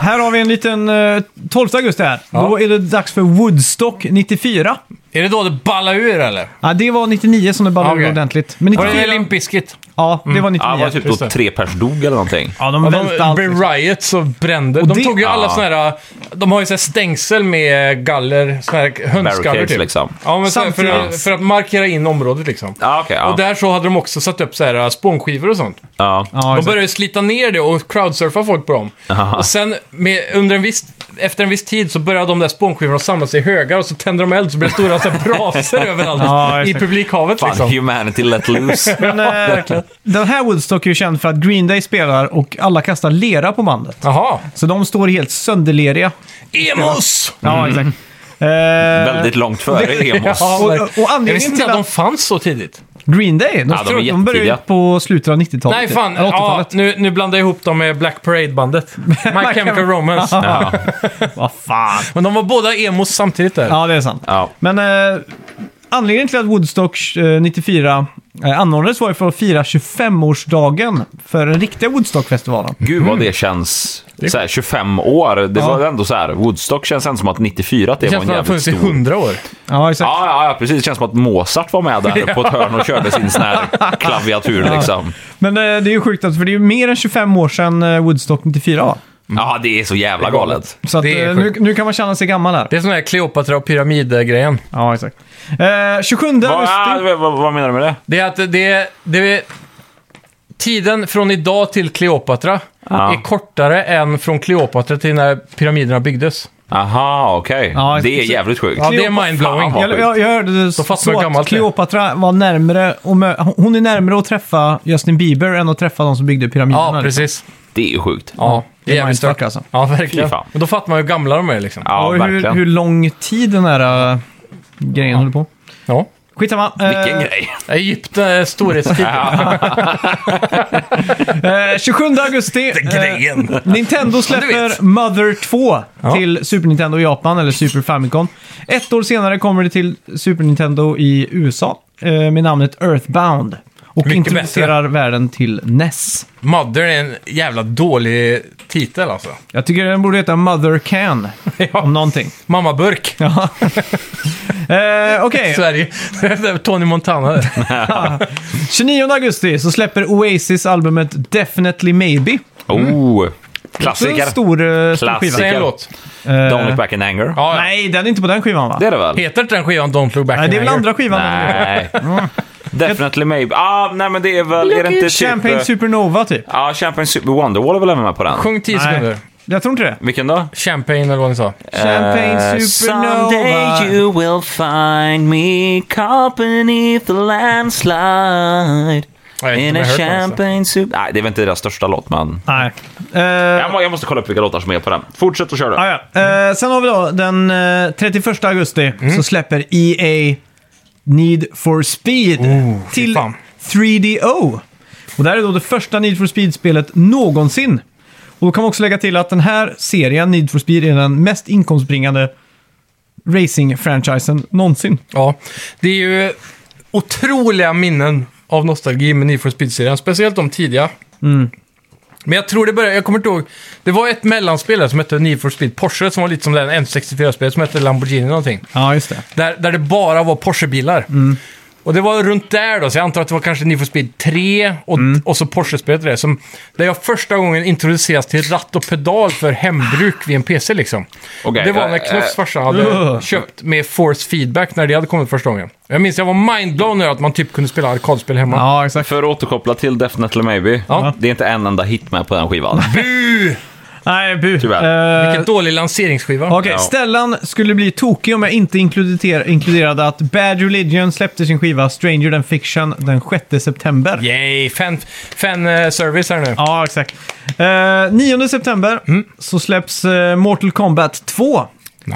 [SPEAKER 1] här har vi en liten eh, 12 augusti här. Då är det dags för Woodstock 94.
[SPEAKER 2] Är det då det ballar ur eller?
[SPEAKER 1] Ja, det var 99 som det ballade ur
[SPEAKER 2] Okej.
[SPEAKER 1] ordentligt. Men
[SPEAKER 2] Var det
[SPEAKER 1] 94,
[SPEAKER 2] Limp Bizkit?
[SPEAKER 1] ja, det var
[SPEAKER 3] Ja,
[SPEAKER 1] 99.
[SPEAKER 3] det var typ
[SPEAKER 2] just
[SPEAKER 3] då
[SPEAKER 2] det.
[SPEAKER 3] tre pers dog eller någonting.
[SPEAKER 1] Ja, de
[SPEAKER 2] Ja,
[SPEAKER 1] välte
[SPEAKER 2] de,
[SPEAKER 1] allt.
[SPEAKER 2] Bray
[SPEAKER 1] liksom.
[SPEAKER 2] Riots och brände.
[SPEAKER 1] Och
[SPEAKER 2] De
[SPEAKER 1] det-
[SPEAKER 2] tog ju alla
[SPEAKER 3] Ja.
[SPEAKER 2] såna här... De har ju så här stängsel med galler, såna här hönsgaller
[SPEAKER 3] Barricades
[SPEAKER 2] typ.
[SPEAKER 3] liksom.
[SPEAKER 2] Ja, men så här, för,
[SPEAKER 1] Samtidigt-
[SPEAKER 2] för att markera in området liksom.
[SPEAKER 3] Ja, okej. ja.
[SPEAKER 2] Och där så hade de också satt upp så här äh, spånskivor och sånt.
[SPEAKER 3] ja.
[SPEAKER 1] Ja,
[SPEAKER 2] De
[SPEAKER 1] exakt.
[SPEAKER 2] började slita ner det och crowdsurfa folk på dem. Och sen, med, under en viss, efter en viss tid så började de där spånskivorna samla sig i högar och så tände de eld så blev det stora så här braser överallt
[SPEAKER 1] Ja,
[SPEAKER 2] i
[SPEAKER 1] exakt.
[SPEAKER 2] publikhavet
[SPEAKER 3] Fan,
[SPEAKER 2] liksom.
[SPEAKER 3] humanity let loose.
[SPEAKER 1] Men, eh, den här Woodstock är ju känd för att Green Day spelar och alla kastar lera på bandet.
[SPEAKER 2] Jaha.
[SPEAKER 1] Så de står helt sönderleriga.
[SPEAKER 2] Emos!
[SPEAKER 3] Mm.
[SPEAKER 1] Ja, exakt. Eh,
[SPEAKER 3] Väldigt långt före emos.
[SPEAKER 2] Ja,
[SPEAKER 1] Och-
[SPEAKER 2] men-
[SPEAKER 1] och
[SPEAKER 2] jag
[SPEAKER 1] anledningen
[SPEAKER 2] visste inte
[SPEAKER 1] till
[SPEAKER 2] att de
[SPEAKER 1] att-
[SPEAKER 2] fanns så tidigt.
[SPEAKER 1] Green Day, de,
[SPEAKER 3] Ja, de är
[SPEAKER 1] tror- de började ju
[SPEAKER 3] jättetidiga.
[SPEAKER 1] på slutet av 90-talet.
[SPEAKER 2] Nej,
[SPEAKER 1] typ.
[SPEAKER 2] fan.
[SPEAKER 1] Eller
[SPEAKER 2] Ja,
[SPEAKER 1] 80-talet.
[SPEAKER 2] nu, nu blandar jag ihop dem med Black Parade-bandet. My Chemical Romance.
[SPEAKER 3] Ja.
[SPEAKER 1] Vad fan.
[SPEAKER 2] Men de var båda emos samtidigt där.
[SPEAKER 1] Ja, det är sant.
[SPEAKER 3] Ja.
[SPEAKER 1] Men eh, anledningen till att Woodstock eh, 94 eh, anordnades var ju för att fira 25-årsdagen för den riktiga Woodstockfestivalen.
[SPEAKER 3] Gud vad det känns. Så här, 25 år. Det
[SPEAKER 1] Ja.
[SPEAKER 3] var ändå så här. Woodstock känns ändå som att 94 att det,
[SPEAKER 2] det
[SPEAKER 3] var
[SPEAKER 2] känns
[SPEAKER 3] en
[SPEAKER 2] som att de har
[SPEAKER 3] jävligt
[SPEAKER 2] funnits i
[SPEAKER 3] stor...
[SPEAKER 2] hundra år.
[SPEAKER 1] Ja, exakt.
[SPEAKER 3] Ja, ja, ja, precis. Det känns som att Mozart var med där på ett hörn och körde sin sån här klaviatur liksom.
[SPEAKER 1] Men eh, det är ju sjukt, alltså, för det är ju mer än 25 år sedan eh, Woodstock 94 var.
[SPEAKER 3] Ja, det är så jävla galet.
[SPEAKER 1] Så att,
[SPEAKER 2] Det är
[SPEAKER 1] eh, nu,
[SPEAKER 2] sjukt.
[SPEAKER 1] nu kan man känna sig gammal här.
[SPEAKER 2] Det är sån här Kleopatra och pyramidgrejen.
[SPEAKER 1] Ja, exakt. Eh, 27
[SPEAKER 3] Vad,
[SPEAKER 1] augusti.
[SPEAKER 3] ah, vad, vad menar du med det?
[SPEAKER 2] Det är att det, det, det är... Tiden från idag till Kleopatra
[SPEAKER 3] Ja.
[SPEAKER 2] är kortare än från Kleopatra till när pyramiderna byggdes.
[SPEAKER 3] Aha, okej.
[SPEAKER 1] Ja,
[SPEAKER 3] det är
[SPEAKER 1] så-
[SPEAKER 3] jävligt sjukt.
[SPEAKER 2] Ja, det är
[SPEAKER 1] Kleopatra-
[SPEAKER 2] mindblowing.
[SPEAKER 3] Fan, vad-
[SPEAKER 1] Jag, jag, jag hörde det
[SPEAKER 2] Då fattar
[SPEAKER 1] så
[SPEAKER 2] man hur
[SPEAKER 1] att
[SPEAKER 2] gammalt det är.
[SPEAKER 1] Kleopatra var närmre och mö- hon är närmare att träffa Justin Bieber än att träffa de som byggde pyramiderna.
[SPEAKER 2] Ja, precis.
[SPEAKER 3] Det är ju sjukt. Ja,
[SPEAKER 2] Ja,
[SPEAKER 1] Det är
[SPEAKER 2] jävligt
[SPEAKER 1] mindfuck,
[SPEAKER 2] stört.
[SPEAKER 1] alltså.
[SPEAKER 2] Ja, verkligen.
[SPEAKER 3] Fy fan.
[SPEAKER 2] Men då fattar man hur gamla de är liksom.
[SPEAKER 1] och hur,
[SPEAKER 3] verkligen.
[SPEAKER 1] hur lång tid den här eh, grejen håller på.
[SPEAKER 2] Ja.
[SPEAKER 1] Skitsamma.
[SPEAKER 3] Vilken
[SPEAKER 1] Eh,
[SPEAKER 3] grej.
[SPEAKER 2] Egypten är storhetstid.
[SPEAKER 1] Eh, 27 augusti.
[SPEAKER 2] grejen.
[SPEAKER 1] Eh, Nintendo
[SPEAKER 2] Ja, du
[SPEAKER 1] släpper
[SPEAKER 2] vet.
[SPEAKER 1] Mother 2 till Super Nintendo i Japan, eller Super Famicom. Ett år senare kommer det till Super Nintendo i USA eh, med namnet Earthbound. Och
[SPEAKER 2] Mycket
[SPEAKER 1] introducerar världen till E NES.
[SPEAKER 2] Mother är en jävla dålig titel alltså.
[SPEAKER 1] Jag tycker den borde heta Mother Can, om någonting.
[SPEAKER 2] Mamma Burk.
[SPEAKER 1] Ja. eh, Okej,
[SPEAKER 2] Sverige. Tony Montana. där.
[SPEAKER 1] 29 augusti så släpper Oasis albumet Definitely Maybe.
[SPEAKER 3] Oh,
[SPEAKER 1] Så en
[SPEAKER 3] klassiker.
[SPEAKER 1] stor, eh, stor
[SPEAKER 3] Klassiker.
[SPEAKER 1] skiva.
[SPEAKER 2] Säg en låt.
[SPEAKER 1] Eh,
[SPEAKER 3] Don't look back in anger.
[SPEAKER 2] Ja, ja.
[SPEAKER 1] Nej, den är inte på den skivan va?
[SPEAKER 3] Det är det väl?
[SPEAKER 2] Heter inte den skivan Don't Look Back
[SPEAKER 1] Nej,
[SPEAKER 2] in
[SPEAKER 1] det är väl
[SPEAKER 2] Anger?
[SPEAKER 1] andra skivan.
[SPEAKER 3] Nej. Definitely maybe. Ah, nej men det är väl... Är det inte typ...
[SPEAKER 1] Champagne Supernova typ.
[SPEAKER 3] Ja, Champagne Super Wonderwall är väl även med på den?
[SPEAKER 2] Sjung 10 sekunder.
[SPEAKER 1] Nej, jag tror inte det.
[SPEAKER 3] Vilken då?
[SPEAKER 6] Eh,
[SPEAKER 2] Champagne eller vad ni sa.
[SPEAKER 3] Eh,
[SPEAKER 1] Champagne Supernova.
[SPEAKER 6] Someday you will find me caught beneath the landslide
[SPEAKER 2] Jag vet inte om
[SPEAKER 6] in a
[SPEAKER 2] jag har hört den, alltså.
[SPEAKER 6] champagne soup.
[SPEAKER 3] Nej, det är väl inte deras största låt, men...
[SPEAKER 1] Nej. Eh,
[SPEAKER 3] Jag må- Jag måste kolla upp vilka låtar som är på den. Fortsätt och kör du.
[SPEAKER 1] ja, ja. Eh, sen har vi då den eh, 31 augusti så släpper EA Need for Speed
[SPEAKER 2] Oh, fy
[SPEAKER 1] till
[SPEAKER 2] fan.
[SPEAKER 1] 3DO. Och det här är då det första Need for Speed-spelet någonsin. Och då kan man också lägga till att den här serien, Need for Speed, är den mest inkomstbringande racing-franchisen någonsin.
[SPEAKER 2] Ja, det är ju
[SPEAKER 1] Mm.
[SPEAKER 2] otroliga minnen av nostalgi med Need for Speed-serien. Speciellt de tidiga. Men jag tror det började, jag kommer inte ihåg. Det var ett mellanspel där som hette Need for Speed Porsche som var lite som den N64-spelet som hette Lamborghini någonting.
[SPEAKER 1] Ja, just det.
[SPEAKER 2] Där, där det bara var Porsche-bilar.
[SPEAKER 1] Mm.
[SPEAKER 2] Och det var runt där då, så jag antar att det var kanske Need for Speed 3 och,
[SPEAKER 1] Mm.
[SPEAKER 2] och så Porsche-spelet där, som, där jag första gången introduceras till ratt och pedal för hembruk vid en PC liksom.
[SPEAKER 3] Okej,
[SPEAKER 2] det var när
[SPEAKER 3] eh,
[SPEAKER 2] Knuffs
[SPEAKER 3] eh.
[SPEAKER 2] farsa hade
[SPEAKER 1] Ugh.
[SPEAKER 2] köpt med Force Feedback när det hade kommit första gången. Jag minns jag var mindblown över att man typ kunde spela arkadspel hemma.
[SPEAKER 1] Ja, exakt.
[SPEAKER 3] För att återkoppla till Definitely Maybe.
[SPEAKER 2] Ja.
[SPEAKER 3] Det är inte en enda hit med på den skivan.
[SPEAKER 1] Nej, bu.
[SPEAKER 3] Tyvärr.
[SPEAKER 1] Eh,
[SPEAKER 2] Vilken dålig lanseringsskiva.
[SPEAKER 1] Okej, Stellan skulle bli tokig om jag inte inkluder- inkluderade att Bad Religion släppte sin skiva Stranger than Fiction den 6 september.
[SPEAKER 2] Yay, fan, fan eh, service här nu.
[SPEAKER 1] Ja, exakt. Eh, 9 september så släpps eh, Mortal Kombat 2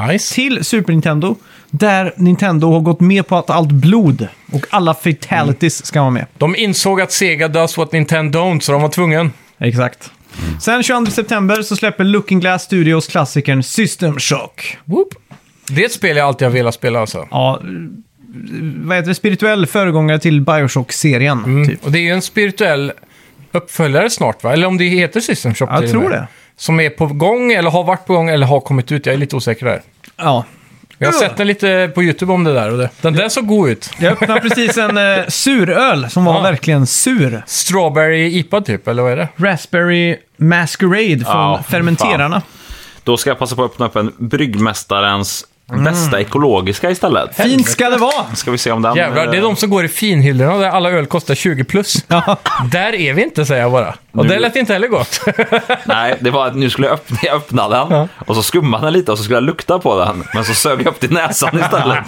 [SPEAKER 2] Nice.
[SPEAKER 1] till Super Nintendo. Där Nintendo har gått med på att allt blod och alla fatalities ska vara med.
[SPEAKER 2] De insåg att Sega does what Nintendo don't, så de var tvungen.
[SPEAKER 1] Exakt. Mm. Sen 22 september så släpper Looking Glass Studios klassikern System Shock.
[SPEAKER 2] Whoop. Det är ett spel jag alltid har velat spela alltså.
[SPEAKER 1] Ja, eh, vad heter det? Spirituell föregångare till Bioshock-serien, typ.
[SPEAKER 2] Och det är ju en spirituell uppföljare snart va? Eller om det heter System Shock
[SPEAKER 1] Ja, jag
[SPEAKER 2] till och
[SPEAKER 1] tror
[SPEAKER 2] med.
[SPEAKER 1] det.
[SPEAKER 2] Som är på gång, eller har varit på gång, eller har kommit ut. Jag är lite osäker där.
[SPEAKER 1] Ja.
[SPEAKER 2] Jag har
[SPEAKER 1] Ja.
[SPEAKER 2] sett den lite på YouTube om det där. Och det. Den där såg god ut.
[SPEAKER 1] Jag öppnade precis en eh, suröl som var
[SPEAKER 2] Ja.
[SPEAKER 1] verkligen sur.
[SPEAKER 2] Strawberry IPA typ, eller vad är det?
[SPEAKER 1] Raspberry Masquerade från
[SPEAKER 3] Ja,
[SPEAKER 1] Fermenterarna.
[SPEAKER 3] Då ska jag passa på att öppna upp en Bryggmästarens
[SPEAKER 2] Mm.
[SPEAKER 3] bästa ekologiska istället.
[SPEAKER 1] Fint ska det vara!
[SPEAKER 3] Ska vi se om den...
[SPEAKER 2] Jävlar, det är de som går i finhyllorna där alla öl kostar 20 plus. Där är vi inte, säger jag bara. Och
[SPEAKER 3] Nu-
[SPEAKER 2] det lät inte heller gott.
[SPEAKER 3] Nej, det var att nu skulle jag öppna, jag öppna den och så skummade den lite och så skulle jag lukta på den. Men så sög jag upp till näsan istället.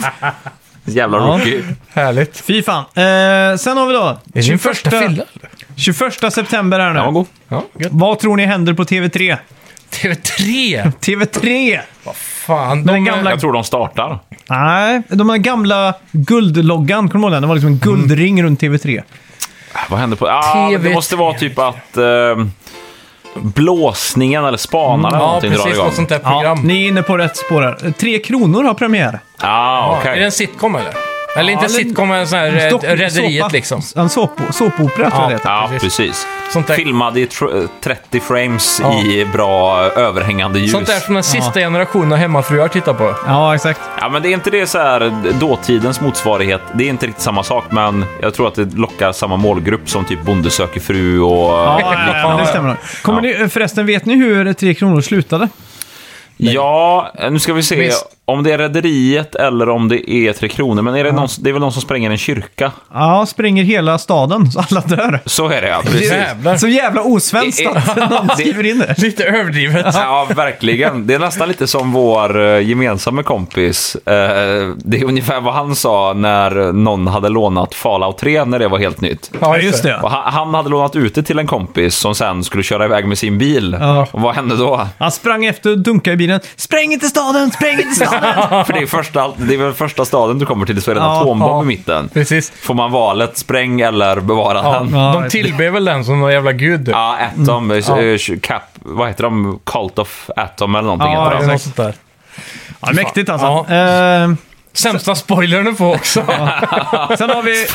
[SPEAKER 3] Jävla rookie.
[SPEAKER 2] Härligt.
[SPEAKER 1] Fy fan. Eh, sen har vi då...
[SPEAKER 2] din första fylla,
[SPEAKER 1] 21 september här nu.
[SPEAKER 3] Den var god.
[SPEAKER 2] Ja, gött.
[SPEAKER 1] Vad tror ni händer på TV3?
[SPEAKER 2] TV3!
[SPEAKER 1] TV3!
[SPEAKER 2] Fan, de
[SPEAKER 1] Den gamla-
[SPEAKER 3] Jag tror de startar.
[SPEAKER 1] Nej, de här gamla guldloggan, kommer du ihåg den? Det var liksom en guldring
[SPEAKER 2] Mm.
[SPEAKER 1] runt TV3.
[SPEAKER 3] Vad hände på... Ah, det
[SPEAKER 2] TV3.
[SPEAKER 3] måste vara typ att... Eh, blåsningen eller spanarna eller
[SPEAKER 2] Mm. Ja,
[SPEAKER 3] någonting drar
[SPEAKER 2] precis.
[SPEAKER 3] igång.
[SPEAKER 2] Något sånt där
[SPEAKER 1] Ja,
[SPEAKER 2] program.
[SPEAKER 1] ni är inne på rätt spår här. Eh, Tre Kronor har premiär.
[SPEAKER 3] Ah, okej.
[SPEAKER 2] Är det en sitcom eller? Eller inte
[SPEAKER 1] Ja,
[SPEAKER 2] en
[SPEAKER 1] eller-
[SPEAKER 2] sitcom, men en sån här
[SPEAKER 1] Stock-
[SPEAKER 2] red- Rederiet
[SPEAKER 1] såpa.
[SPEAKER 2] liksom.
[SPEAKER 1] En såp- såpopera tror jag det heter.
[SPEAKER 3] Ja,
[SPEAKER 2] Precis.
[SPEAKER 3] precis.
[SPEAKER 2] Sånt där-
[SPEAKER 3] Filmad i tr- 30 frames
[SPEAKER 2] Ja.
[SPEAKER 3] i bra eh, överhängande ljus.
[SPEAKER 2] Sånt där som den sista generationen av hemmafruar tittar på.
[SPEAKER 1] Ja, exakt.
[SPEAKER 3] Ja, men det är inte det så här dåtidens motsvarighet. Det är inte riktigt samma sak, men jag tror att det lockar samma målgrupp som typ Bonde söker fru och...
[SPEAKER 1] Ja, ja, ja, det stämmer nog. Kommer ni, förresten, vet ni hur Tre Kronor slutade?
[SPEAKER 3] Ja, nu ska vi se
[SPEAKER 2] Visst.
[SPEAKER 3] om det är Rederiet eller om det är Tre Kronor. Men är det, någon, det är väl någon som spränger en kyrka?
[SPEAKER 1] Ja, springer hela staden så alla dör.
[SPEAKER 3] Så är det ja, precis.
[SPEAKER 2] Jävlar.
[SPEAKER 1] Så jävla osvenskt att någon skriver in det.
[SPEAKER 2] Lite överdrivet.
[SPEAKER 3] Ja, verkligen. Det är nästan lite som vår eh, gemensamma kompis. Eh, Det är ungefär vad han sa när någon hade lånat Fallout 3 när det var helt nytt.
[SPEAKER 1] Ja, just
[SPEAKER 3] Och
[SPEAKER 1] det.
[SPEAKER 3] ha- han hade lånat ut det till en kompis som sen skulle köra iväg med sin bil.
[SPEAKER 1] Ja.
[SPEAKER 3] Och vad hände då?
[SPEAKER 1] Han sprang efter och dunkade i bilen. Spräng inte staden! Spräng inte staden!
[SPEAKER 3] För det är, första, det är väl första staden du kommer till så är det en
[SPEAKER 1] Ja,
[SPEAKER 3] atombomb
[SPEAKER 2] ja.
[SPEAKER 3] i mitten.
[SPEAKER 2] Precis.
[SPEAKER 3] Får man valet, spräng eller bevara den? Ja,
[SPEAKER 1] Ja,
[SPEAKER 2] De tillber väl den som någon jävla gud. Mm. Ja,
[SPEAKER 3] Atom, eh, Cap, vad heter de? Cult of Atom eller någonting
[SPEAKER 1] Ja,
[SPEAKER 3] heter
[SPEAKER 2] det är
[SPEAKER 3] de.
[SPEAKER 2] något sånt där.
[SPEAKER 1] Ja, mäktigt alltså.
[SPEAKER 2] Ja.
[SPEAKER 1] Eh,
[SPEAKER 2] Sämsta spoilern du får också.
[SPEAKER 1] sen har vi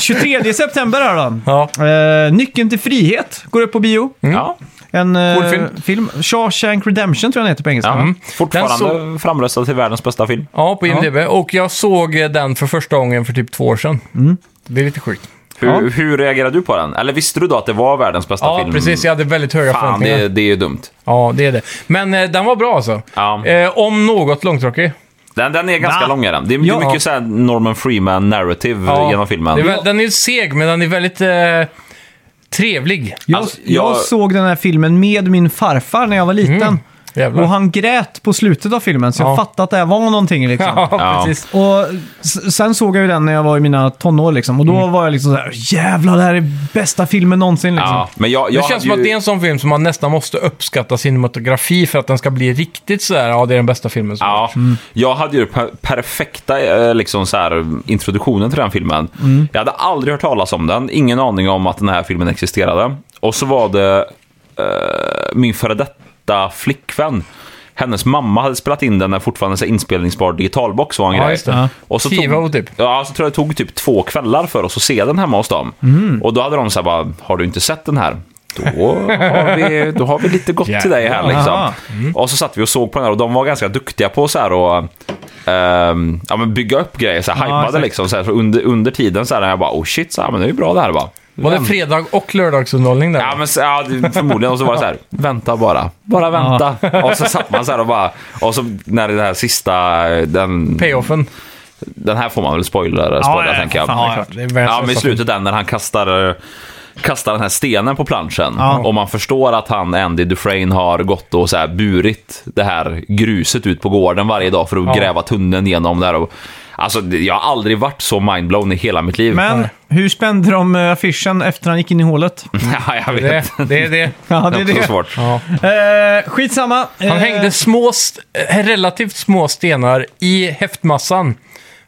[SPEAKER 1] 23 september här då.
[SPEAKER 2] Ja.
[SPEAKER 1] Eh, Nyckeln till frihet går upp på bio.
[SPEAKER 2] Mm.
[SPEAKER 3] Ja.
[SPEAKER 1] En
[SPEAKER 2] Cool
[SPEAKER 1] eh,
[SPEAKER 2] film.
[SPEAKER 1] film. Shawshank Redemption tror jag den heter på engelska.
[SPEAKER 3] Ja.
[SPEAKER 1] va?
[SPEAKER 3] Mm. Fortfarande
[SPEAKER 2] Mm. Den
[SPEAKER 3] framröstad till världens bästa film.
[SPEAKER 2] Ja, på IMDB. Och jag såg eh, den för första gången för typ två år sedan.
[SPEAKER 1] Mm.
[SPEAKER 2] Det är lite sjukt.
[SPEAKER 3] Hur,
[SPEAKER 1] Ja.
[SPEAKER 3] hur reagerade du på den? Eller visste du då att det var världens bästa
[SPEAKER 2] Ja,
[SPEAKER 3] film?
[SPEAKER 2] precis. Jag hade väldigt höga
[SPEAKER 3] Fan,
[SPEAKER 2] förväntningar.
[SPEAKER 3] det, det är ju dumt.
[SPEAKER 2] Ja, det är det. Men eh, den var bra alltså.
[SPEAKER 3] Ja.
[SPEAKER 2] Eh, om något långtråkig.
[SPEAKER 3] Den, den är ganska
[SPEAKER 1] Va?
[SPEAKER 3] lång är den. Det är, det är
[SPEAKER 1] Ja.
[SPEAKER 3] mycket så här Norman Freeman narrative
[SPEAKER 2] Ja.
[SPEAKER 3] eh, genom filmen.
[SPEAKER 2] Det är väl, den är ju seg, men den är väldigt eh, trevlig.
[SPEAKER 1] Jag,
[SPEAKER 3] Alltså,
[SPEAKER 1] jag...
[SPEAKER 3] jag-
[SPEAKER 1] såg den här filmen med min farfar när jag var liten.
[SPEAKER 2] Jävlar.
[SPEAKER 1] Och han grät på slutet av filmen, så jag
[SPEAKER 2] Ja.
[SPEAKER 1] fattade att det här var någonting. Liksom.
[SPEAKER 2] Ja,
[SPEAKER 3] Ja.
[SPEAKER 2] precis.
[SPEAKER 1] Och s- sen såg jag ju den när jag var i mina tonår liksom. Och då var jag liksom såhär, jävlar det här är bästa filmen någonsin liksom.
[SPEAKER 3] Ja, men jag, jag
[SPEAKER 2] Det känns
[SPEAKER 3] hade
[SPEAKER 2] som att
[SPEAKER 3] ju-
[SPEAKER 2] det är en sån film som man nästan måste uppskatta cinematografi för att den ska bli riktigt sådär, ja det är den bästa filmen som
[SPEAKER 3] Ja, jag hade ju den per- perfekta eh, liksom så här, introduktionen till den filmen.
[SPEAKER 2] Mm.
[SPEAKER 3] Jag hade aldrig hört talas om den, ingen aning om att den här filmen existerade. Och så var det eh, min före detta flickvän. Hennes mamma hade spelat in den när fortfarande så här inspelningsbar digitalbox var en
[SPEAKER 2] Ja,
[SPEAKER 3] grej.
[SPEAKER 2] just det.
[SPEAKER 3] Och så
[SPEAKER 2] TiVo
[SPEAKER 3] tog,
[SPEAKER 2] typ.
[SPEAKER 3] Ja, så tror
[SPEAKER 1] Mm.
[SPEAKER 3] jag det tog typ två kvällar för oss att se den hemma hos dem. Och då hade de så här bara, har du inte sett den här? då har vi, då har vi lite gott till dig här liksom.
[SPEAKER 1] Aha.
[SPEAKER 3] Och så satt vi och såg på den här och de var ganska duktiga på så här och ehm, ja, men bygga upp grejer, så här, hypade
[SPEAKER 1] exakt.
[SPEAKER 3] liksom. Så här, så under, under tiden så här, jag bara oh shit, så här, men det är ju bra det här bara.
[SPEAKER 2] Var det fredag och lördagsunderhållning där?
[SPEAKER 3] Ja, men, så- ja, det- förmodligen. Och så var det så här, vänta bara. Bara vänta. Och så satt man så här och bara... Och så när det här sista... Den,
[SPEAKER 2] Payoffen.
[SPEAKER 3] den här får man väl spoiler, spoiler
[SPEAKER 1] ja,
[SPEAKER 3] tänker jag.
[SPEAKER 1] fan, det är klart. Det är världens
[SPEAKER 3] Ja, men i
[SPEAKER 1] bästa
[SPEAKER 3] slutet där när han kastar, kastar den här stenen på planschen.
[SPEAKER 1] Ja.
[SPEAKER 3] Och man förstår att han, Andy Dufresne, har gått och så här burit det här gruset ut på gården varje dag för att gräva tunneln genom där. Och, alltså, det- jag har aldrig varit så mindblown i hela mitt liv.
[SPEAKER 1] Men hur spände de eh, affischen efter han gick in i hålet?
[SPEAKER 3] ja, jag vet.
[SPEAKER 2] Det, det är det.
[SPEAKER 1] Ja,
[SPEAKER 3] Mm. Det
[SPEAKER 1] det
[SPEAKER 3] är
[SPEAKER 1] är
[SPEAKER 3] inte så
[SPEAKER 1] det.
[SPEAKER 3] svårt.
[SPEAKER 1] Eh, skitsamma.
[SPEAKER 2] Han
[SPEAKER 1] Eh,
[SPEAKER 2] hängde små, st- eh, relativt små stenar i häftmassan.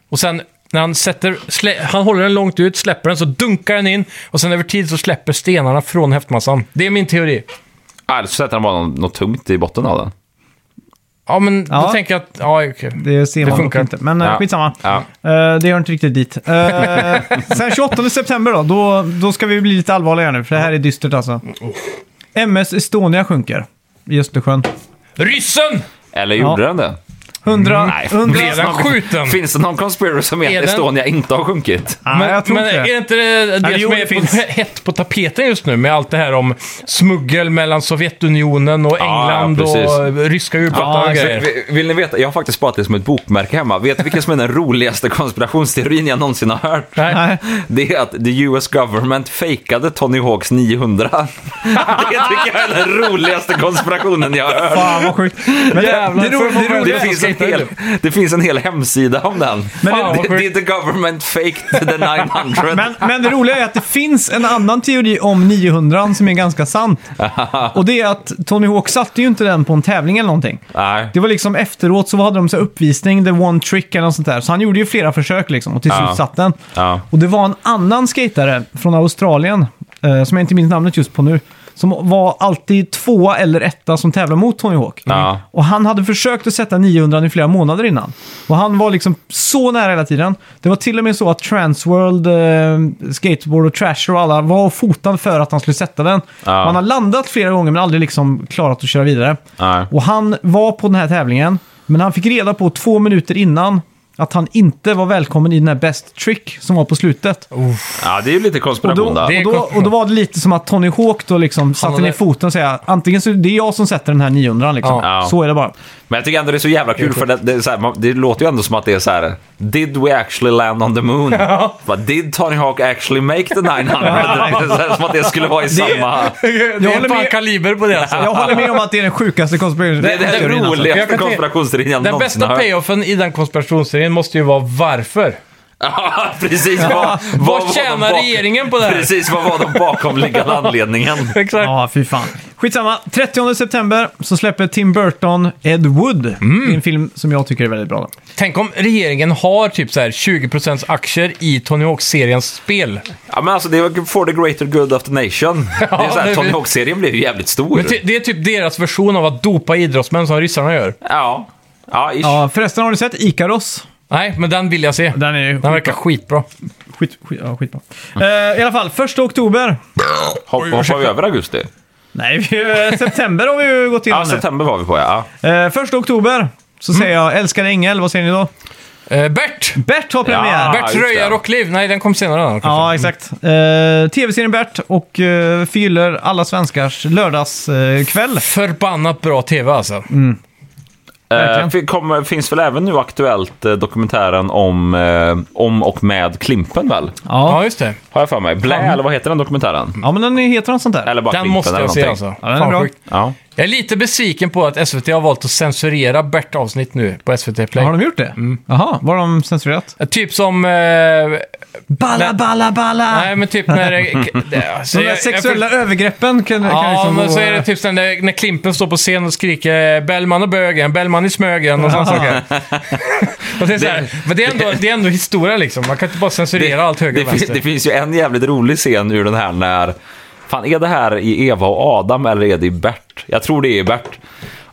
[SPEAKER 2] Och sen när han sätter, slä, han håller den långt ut, släpper den, så dunkar den in. Och sen över tid så släpper stenarna från häftmassan. Det är min teori.
[SPEAKER 3] Eller så sätter han bara något, något tungt i botten av den.
[SPEAKER 2] Ja, men
[SPEAKER 1] Ja.
[SPEAKER 2] då tänker jag att... Ja, okej.
[SPEAKER 1] Eh, Det ser man dock
[SPEAKER 2] funkar.
[SPEAKER 1] inte, men eh,
[SPEAKER 3] Ja.
[SPEAKER 1] skitsamma.
[SPEAKER 3] Ja.
[SPEAKER 1] Eh, det gör inte riktigt dit. Eh, sen 28 september då, då, då ska vi bli lite allvarliga nu, för det här är dystert alltså. MS Estonia sjunker i Östersjön.
[SPEAKER 2] Ryssen!
[SPEAKER 3] Eller gjorde den det?
[SPEAKER 1] 100...
[SPEAKER 3] Nej,
[SPEAKER 1] 100
[SPEAKER 2] blev den skjuten?
[SPEAKER 3] Finns det någon conspiracy som menar
[SPEAKER 2] Är
[SPEAKER 3] att
[SPEAKER 2] den-
[SPEAKER 3] Estonia inte har sjunkit?
[SPEAKER 1] Nej, jag tror
[SPEAKER 2] men
[SPEAKER 1] inte
[SPEAKER 2] är
[SPEAKER 1] det.
[SPEAKER 2] det inte det, det
[SPEAKER 1] jo,
[SPEAKER 2] som
[SPEAKER 1] det
[SPEAKER 2] är på,
[SPEAKER 1] finns.
[SPEAKER 2] hett på tapeten just nu med allt det här om smuggel mellan Sovjetunionen och
[SPEAKER 3] ja,
[SPEAKER 2] England
[SPEAKER 3] precis.
[SPEAKER 2] och ryska
[SPEAKER 3] Ja,
[SPEAKER 2] ubåtar och
[SPEAKER 3] exakt.
[SPEAKER 2] grejer?
[SPEAKER 3] Vi- Vill ni veta? Jag har faktiskt sparat det som ett bokmärke hemma. Vet ni vilken som är den roligaste konspirationsteorin jag någonsin har hört?
[SPEAKER 2] Nej.
[SPEAKER 3] Det är att the US government fejkade Tony Hawks 900. Det tycker jag är den roligaste konspirationen jag har hört.
[SPEAKER 1] Fan vad sjukt. Men det,
[SPEAKER 2] Jävlar,
[SPEAKER 1] det, ro,
[SPEAKER 2] får jag
[SPEAKER 1] det
[SPEAKER 2] få-
[SPEAKER 1] roliga
[SPEAKER 3] Det
[SPEAKER 2] jag
[SPEAKER 3] finns,
[SPEAKER 2] ska
[SPEAKER 3] en
[SPEAKER 2] hitta
[SPEAKER 3] hel, det finns en hel hemsida om den.
[SPEAKER 2] Fan, vad
[SPEAKER 3] det, det är
[SPEAKER 2] sjukt.
[SPEAKER 3] the government faked the 900.
[SPEAKER 1] Men, men det roliga är att det finns en annan teori om 900 som är ganska sant. Och det är att Tony Hawk satte ju inte den på en tävling eller någonting.
[SPEAKER 3] Nej.
[SPEAKER 1] Det var liksom efteråt så hade de så här uppvisning, the one trick eller något sånt där. Så han gjorde ju flera försök liksom och till
[SPEAKER 3] Ja.
[SPEAKER 1] slut satt den.
[SPEAKER 3] Ja.
[SPEAKER 1] Och det var en annan skatare från Australien, eh, som jag inte minns namnet just på nu, som var alltid tvåa eller etta som tävlade mot Tony Hawk.
[SPEAKER 3] Ja.
[SPEAKER 1] Och han hade försökt att sätta 900 i flera månader innan. Och han var liksom så nära hela tiden. Det var till och med så att Transworld, eh, Skateboard och Trasher och alla var och fotade för att han skulle sätta den.
[SPEAKER 3] Ja.
[SPEAKER 1] Man har landat flera gånger men aldrig liksom klarat att köra vidare.
[SPEAKER 3] Nej.
[SPEAKER 1] Och han var på den här tävlingen, men han fick reda på två minuter innan att han inte var välkommen i den här Best Trick som var på slutet.
[SPEAKER 3] Ja, det är ju lite
[SPEAKER 1] Och då,
[SPEAKER 3] konspiration där.
[SPEAKER 1] och,
[SPEAKER 2] Det är
[SPEAKER 1] då,
[SPEAKER 2] konstigt.
[SPEAKER 1] och då var det lite som att Tony Hawk då liksom satte
[SPEAKER 2] hade-
[SPEAKER 1] ner foten och säga antingen så det är jag som sätter den här 900 liksom.
[SPEAKER 3] Ja.
[SPEAKER 1] Så är det bara.
[SPEAKER 3] Men jag tycker ändå det är så jävla kul för det, det, är så här, man, det låter ju ändå som att det är så här. Did we actually land on the moon? Bara, Did Tony Hawk actually make the 900? Det är så här, som att det skulle vara i samma...
[SPEAKER 2] Det
[SPEAKER 1] håller
[SPEAKER 2] är fan
[SPEAKER 1] med.
[SPEAKER 2] kaliber på det alltså.
[SPEAKER 1] Jag håller med om att det är den sjukaste alltså. konspirationen.
[SPEAKER 3] Det är den
[SPEAKER 2] Jag
[SPEAKER 3] roligaste
[SPEAKER 2] kan tänka-
[SPEAKER 3] konspirationsteorin jag
[SPEAKER 2] Den
[SPEAKER 3] någonsin
[SPEAKER 2] bästa
[SPEAKER 3] har hört.
[SPEAKER 2] payoffen i den konspirationsserien måste ju vara varför.
[SPEAKER 3] Ja, precis. Vad,
[SPEAKER 2] Vad
[SPEAKER 3] var de
[SPEAKER 2] tjänar regeringen på det här?
[SPEAKER 3] Precis, vad var den bakomliggande anledningen?
[SPEAKER 2] Exakt.
[SPEAKER 1] Ja, fy fan. Skitsamma. 30 september så släpper Tim Burton Ed Wood. Det är en film som jag tycker är väldigt bra.
[SPEAKER 2] Tänk om regeringen har typ så här 20% aktier i Tony Hawk-seriens spel.
[SPEAKER 3] Ja, men alltså, det var for the greater good of the nation. det är så
[SPEAKER 2] det
[SPEAKER 3] här,
[SPEAKER 2] är-
[SPEAKER 3] Tony Hawk-serien blev ju jävligt stor.
[SPEAKER 2] Men ty- det är typ deras version av att dopa idrottsmän som ryssarna gör.
[SPEAKER 3] Ja, ja, ish.
[SPEAKER 1] Ja, förresten har du sett Ikaros?
[SPEAKER 2] Nej, men den vill jag se.
[SPEAKER 1] Den är
[SPEAKER 2] Den verkar skitbra.
[SPEAKER 1] skit, skit, ja, skitbra. Eh, I alla fall, första oktober.
[SPEAKER 3] Hopp, hoppar vi över augusti?
[SPEAKER 1] Nej, vi, eh, september har vi ju gått
[SPEAKER 3] Ja,
[SPEAKER 1] igenom nu.
[SPEAKER 3] september var vi på, ja.
[SPEAKER 1] Eh, första oktober så
[SPEAKER 2] Mm.
[SPEAKER 1] säger jag Älskade Ängel, vad säger ni då?
[SPEAKER 2] Eh, Bert!
[SPEAKER 1] Bert har premiär!
[SPEAKER 3] Ja.
[SPEAKER 1] Ja,
[SPEAKER 2] Bert
[SPEAKER 3] just det.
[SPEAKER 2] Röja Rockliv. Nej, den kom senare. Den, kanske.
[SPEAKER 1] exakt. Eh, Tv-serien Bert och eh, fyller alla svenskars lördagskväll. Eh, kväll.
[SPEAKER 2] Förbannat bra tv alltså.
[SPEAKER 1] Mm. Verkligen.
[SPEAKER 3] Eh, fin- kommer- finns väl även nu aktuellt eh, dokumentären om, eh, om och med Klimpen väl?
[SPEAKER 2] Ja, just det.
[SPEAKER 3] Har jag för mig. Blä,
[SPEAKER 1] Ja.
[SPEAKER 3] eller vad heter den dokumentären?
[SPEAKER 1] ja, men den heter något sånt där.
[SPEAKER 3] Eller bara
[SPEAKER 2] Den
[SPEAKER 3] Klimpen
[SPEAKER 2] måste
[SPEAKER 3] eller
[SPEAKER 2] jag se
[SPEAKER 3] någonting.
[SPEAKER 2] alltså.
[SPEAKER 1] Ja, den är
[SPEAKER 2] Fan,
[SPEAKER 1] bra.
[SPEAKER 2] sjukt.
[SPEAKER 3] Ja.
[SPEAKER 2] Jag är lite besviken på att SVT har valt att censurera Bert-avsnitt nu på SVT Play.
[SPEAKER 1] Har de gjort det?
[SPEAKER 2] Mm.
[SPEAKER 1] Jaha, var de censurerat?
[SPEAKER 2] Typ som... Eh,
[SPEAKER 1] Balla, balla, balla!
[SPEAKER 2] nej, men typ när... eh, så
[SPEAKER 1] Ah. De där
[SPEAKER 2] jag- jag-
[SPEAKER 1] sexuella övergreppen kan, kan
[SPEAKER 2] Ja,
[SPEAKER 1] liksom
[SPEAKER 2] men
[SPEAKER 1] gå-
[SPEAKER 2] så är det typ sen när, när Klimpen står på scen och skriker eh, “Bellman och bögen, Bellman i smögen” och sådana saker. och det är så här, men det är, ändå, det är ändå historia liksom. Man kan inte bara censurera allt höger
[SPEAKER 3] det,
[SPEAKER 2] och
[SPEAKER 3] finns,
[SPEAKER 2] vänster.
[SPEAKER 3] det finns ju en jävligt rolig scen ur den här när... Fan, är det här i Eva och Adam eller är det i Bert? Jag tror det är i Bert.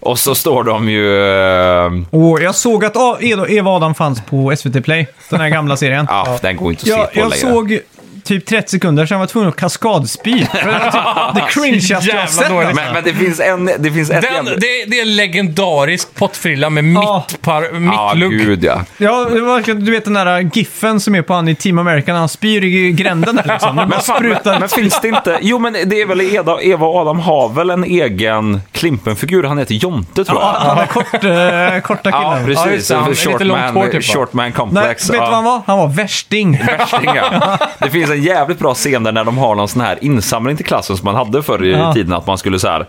[SPEAKER 3] Och så står de ju... eh,
[SPEAKER 1] Åh, jag såg att ah, Eva Adam fanns på SVT Play, den här gamla serien.
[SPEAKER 3] Ja, den går inte att
[SPEAKER 1] jag
[SPEAKER 3] se på
[SPEAKER 1] jag
[SPEAKER 3] längre.
[SPEAKER 1] såg typ 30 sekunder, sen var jag tvungen att kaskadspy. För att typ- det cringeaste jag har
[SPEAKER 2] Jävla
[SPEAKER 1] sett.
[SPEAKER 2] dåligt.
[SPEAKER 1] alltså.
[SPEAKER 3] Men, men det finns en... Det finns ett
[SPEAKER 2] Den,
[SPEAKER 3] jävla-
[SPEAKER 2] det, det är en legendarisk pottfrilla med
[SPEAKER 1] Ja.
[SPEAKER 2] mittpar,
[SPEAKER 3] Ja,
[SPEAKER 2] mittlugg.
[SPEAKER 3] gud ja.
[SPEAKER 1] Ja, det var, verkligen- du vet den där giffen som är på han i Team America när han spyr i gränden där liksom. När man sprutar.
[SPEAKER 3] Men finns det inte... Jo, men det är väl Eda, Eva och Adam har väl en egen Klimpen-figur? Han heter Jonte, tror jag.
[SPEAKER 1] Han är kort, eh, korta killar.
[SPEAKER 3] Ja,
[SPEAKER 2] Ja,
[SPEAKER 3] precis.
[SPEAKER 2] just det. Han är lite
[SPEAKER 3] short,
[SPEAKER 2] långt hår,
[SPEAKER 3] man,
[SPEAKER 2] typ, va?
[SPEAKER 3] short man
[SPEAKER 1] Nej,
[SPEAKER 3] complex.
[SPEAKER 1] vet du
[SPEAKER 3] ja.
[SPEAKER 1] vad han var? Han var värsting.
[SPEAKER 3] Värsting, ja. Det finns en jävligt bra scen där när de har någon sån här insamling till klassen som man hade förr i
[SPEAKER 1] Ja.
[SPEAKER 3] tiden. Att man skulle så här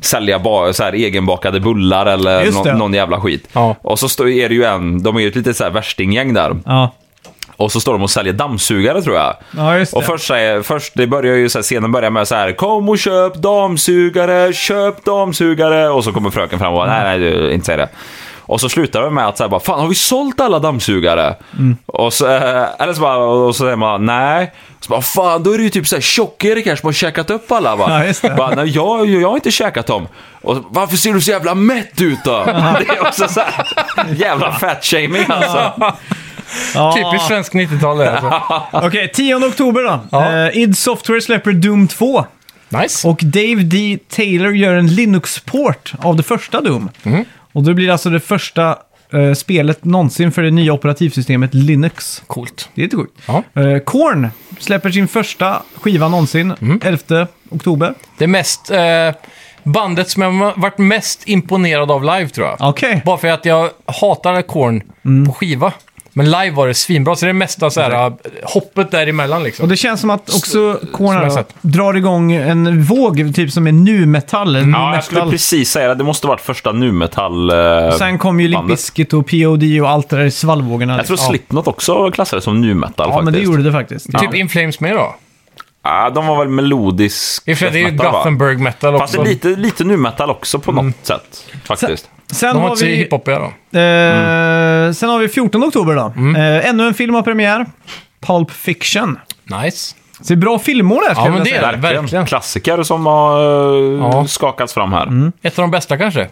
[SPEAKER 3] sälja ba- så här egenbakade bullar eller
[SPEAKER 1] Just det.
[SPEAKER 3] nå- någon jävla skit.
[SPEAKER 2] Ja.
[SPEAKER 3] Och så står- är det ju en, de är ju ett litet så här värstinggäng där.
[SPEAKER 1] Ja.
[SPEAKER 3] Och så står de och säljer dammsugare tror jag.
[SPEAKER 1] Ja, just det.
[SPEAKER 3] Och först, säger, först det börjar ju så här, scenen börjar med så här Kom och köp dammsugare, köp dammsugare. Och så kommer fröken fram och bara, nej, nej, du, inte säg det. Och så slutar det med att så här, bara, fan har vi sålt alla dammsugare?
[SPEAKER 1] Mm.
[SPEAKER 3] Och så, eh, eller så bara, och så säger man nej. Och så bara, fan då är det ju typ så här tjock-Erik här som har käkat upp alla va?
[SPEAKER 1] Ja, just det.
[SPEAKER 3] Bara, nej, jag, jag har inte käkat dem. Och så, varför ser du så jävla mätt ut då? Det är också så här, jävla fat-shaming alltså.
[SPEAKER 1] Ja.
[SPEAKER 2] Typiskt svensk 90-tal det, alltså.
[SPEAKER 1] Okej, 10 oktober då. Eh, id Software släpper Doom 2.
[SPEAKER 2] Nice.
[SPEAKER 1] Och Dave D. Taylor gör en Linux-port av det första Doom. Och det blir alltså det första eh, spelet någonsin för det nya operativsystemet Linux.
[SPEAKER 2] Coolt.
[SPEAKER 1] Det är lite sjukt.
[SPEAKER 2] Ja.
[SPEAKER 1] Eh, Korn släpper sin första skiva någonsin, 11 oktober.
[SPEAKER 2] Det mest... Eh, bandet som jag har varit mest imponerad av live, tror jag.
[SPEAKER 1] Okej.
[SPEAKER 2] Bara för att jag hatade Korn på skiva. Men live var det svinbra, så det är mesta så här, hoppet däremellan
[SPEAKER 1] Och
[SPEAKER 2] liksom.
[SPEAKER 1] det känns som att också Korn
[SPEAKER 2] jag
[SPEAKER 1] här
[SPEAKER 2] sett.
[SPEAKER 1] drar igång en våg, typ som är nu-metall. eller
[SPEAKER 3] Ja, jag skulle
[SPEAKER 1] nu-metal.
[SPEAKER 3] precis säga det. Det måste varit första nu-metall... Eh,
[SPEAKER 1] Sen kom ju Limp
[SPEAKER 3] bandet.
[SPEAKER 1] Bizkit och POD och allt det där i svallvågorna.
[SPEAKER 3] Jag tror
[SPEAKER 1] ja.
[SPEAKER 3] Slipknot också klassades som nu-metall
[SPEAKER 1] ja,
[SPEAKER 3] faktiskt.
[SPEAKER 1] men det gjorde det faktiskt.
[SPEAKER 2] Typ In Flames med då.
[SPEAKER 3] Ja, de var väl melodisk...
[SPEAKER 2] I och för sig, det är ju
[SPEAKER 3] death metal, va?
[SPEAKER 2] Gothenburg metal också. Mm.
[SPEAKER 3] Fast det är lite, lite nu-metall också på något sätt, faktiskt.
[SPEAKER 1] Sen
[SPEAKER 2] De var
[SPEAKER 1] har
[SPEAKER 2] inte så
[SPEAKER 1] vi...
[SPEAKER 2] hiphopiga då.
[SPEAKER 1] Eh, Sen har vi 14 oktober då.
[SPEAKER 2] Mm.
[SPEAKER 1] Eh, ännu en film har premiär. Pulp Fiction.
[SPEAKER 2] Nice.
[SPEAKER 1] Så det är bra filmår där skulle
[SPEAKER 2] Ja,
[SPEAKER 1] jag
[SPEAKER 2] men
[SPEAKER 1] vilja
[SPEAKER 2] det är
[SPEAKER 1] säga.
[SPEAKER 2] det. Verkligen.
[SPEAKER 3] Klassiker som har eh,
[SPEAKER 2] Ja. Mm.
[SPEAKER 3] skakats fram här.
[SPEAKER 2] Ett av de bästa kanske.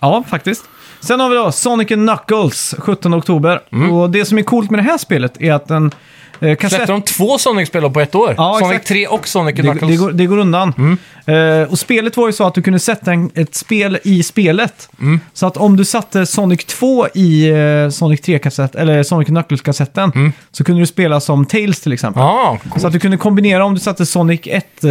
[SPEAKER 1] Ja, faktiskt. Sen har vi då Sonic and Knuckles, 17 oktober. Och det som är coolt med det här spelet är att den... Eh, kassett...
[SPEAKER 2] Släppte Mm. de två Sonic-spel på ett år?
[SPEAKER 1] Ja,
[SPEAKER 2] Sonic
[SPEAKER 1] exakt.
[SPEAKER 2] 3 och Sonic
[SPEAKER 1] det,
[SPEAKER 2] Knuckles. Mm.
[SPEAKER 1] det, går, det går undan. Eh, och spelet var ju så att du kunde sätta en, ett spel i spelet.
[SPEAKER 2] Mm.
[SPEAKER 1] Så att om du satte Sonic 2 i eh, Sonic 3-kassett, eller Sonic and Knuckles-kassetten,
[SPEAKER 2] Mm.
[SPEAKER 1] så kunde du spela som Tails till exempel.
[SPEAKER 2] Ja,
[SPEAKER 1] Så att du kunde kombinera om du satte Sonic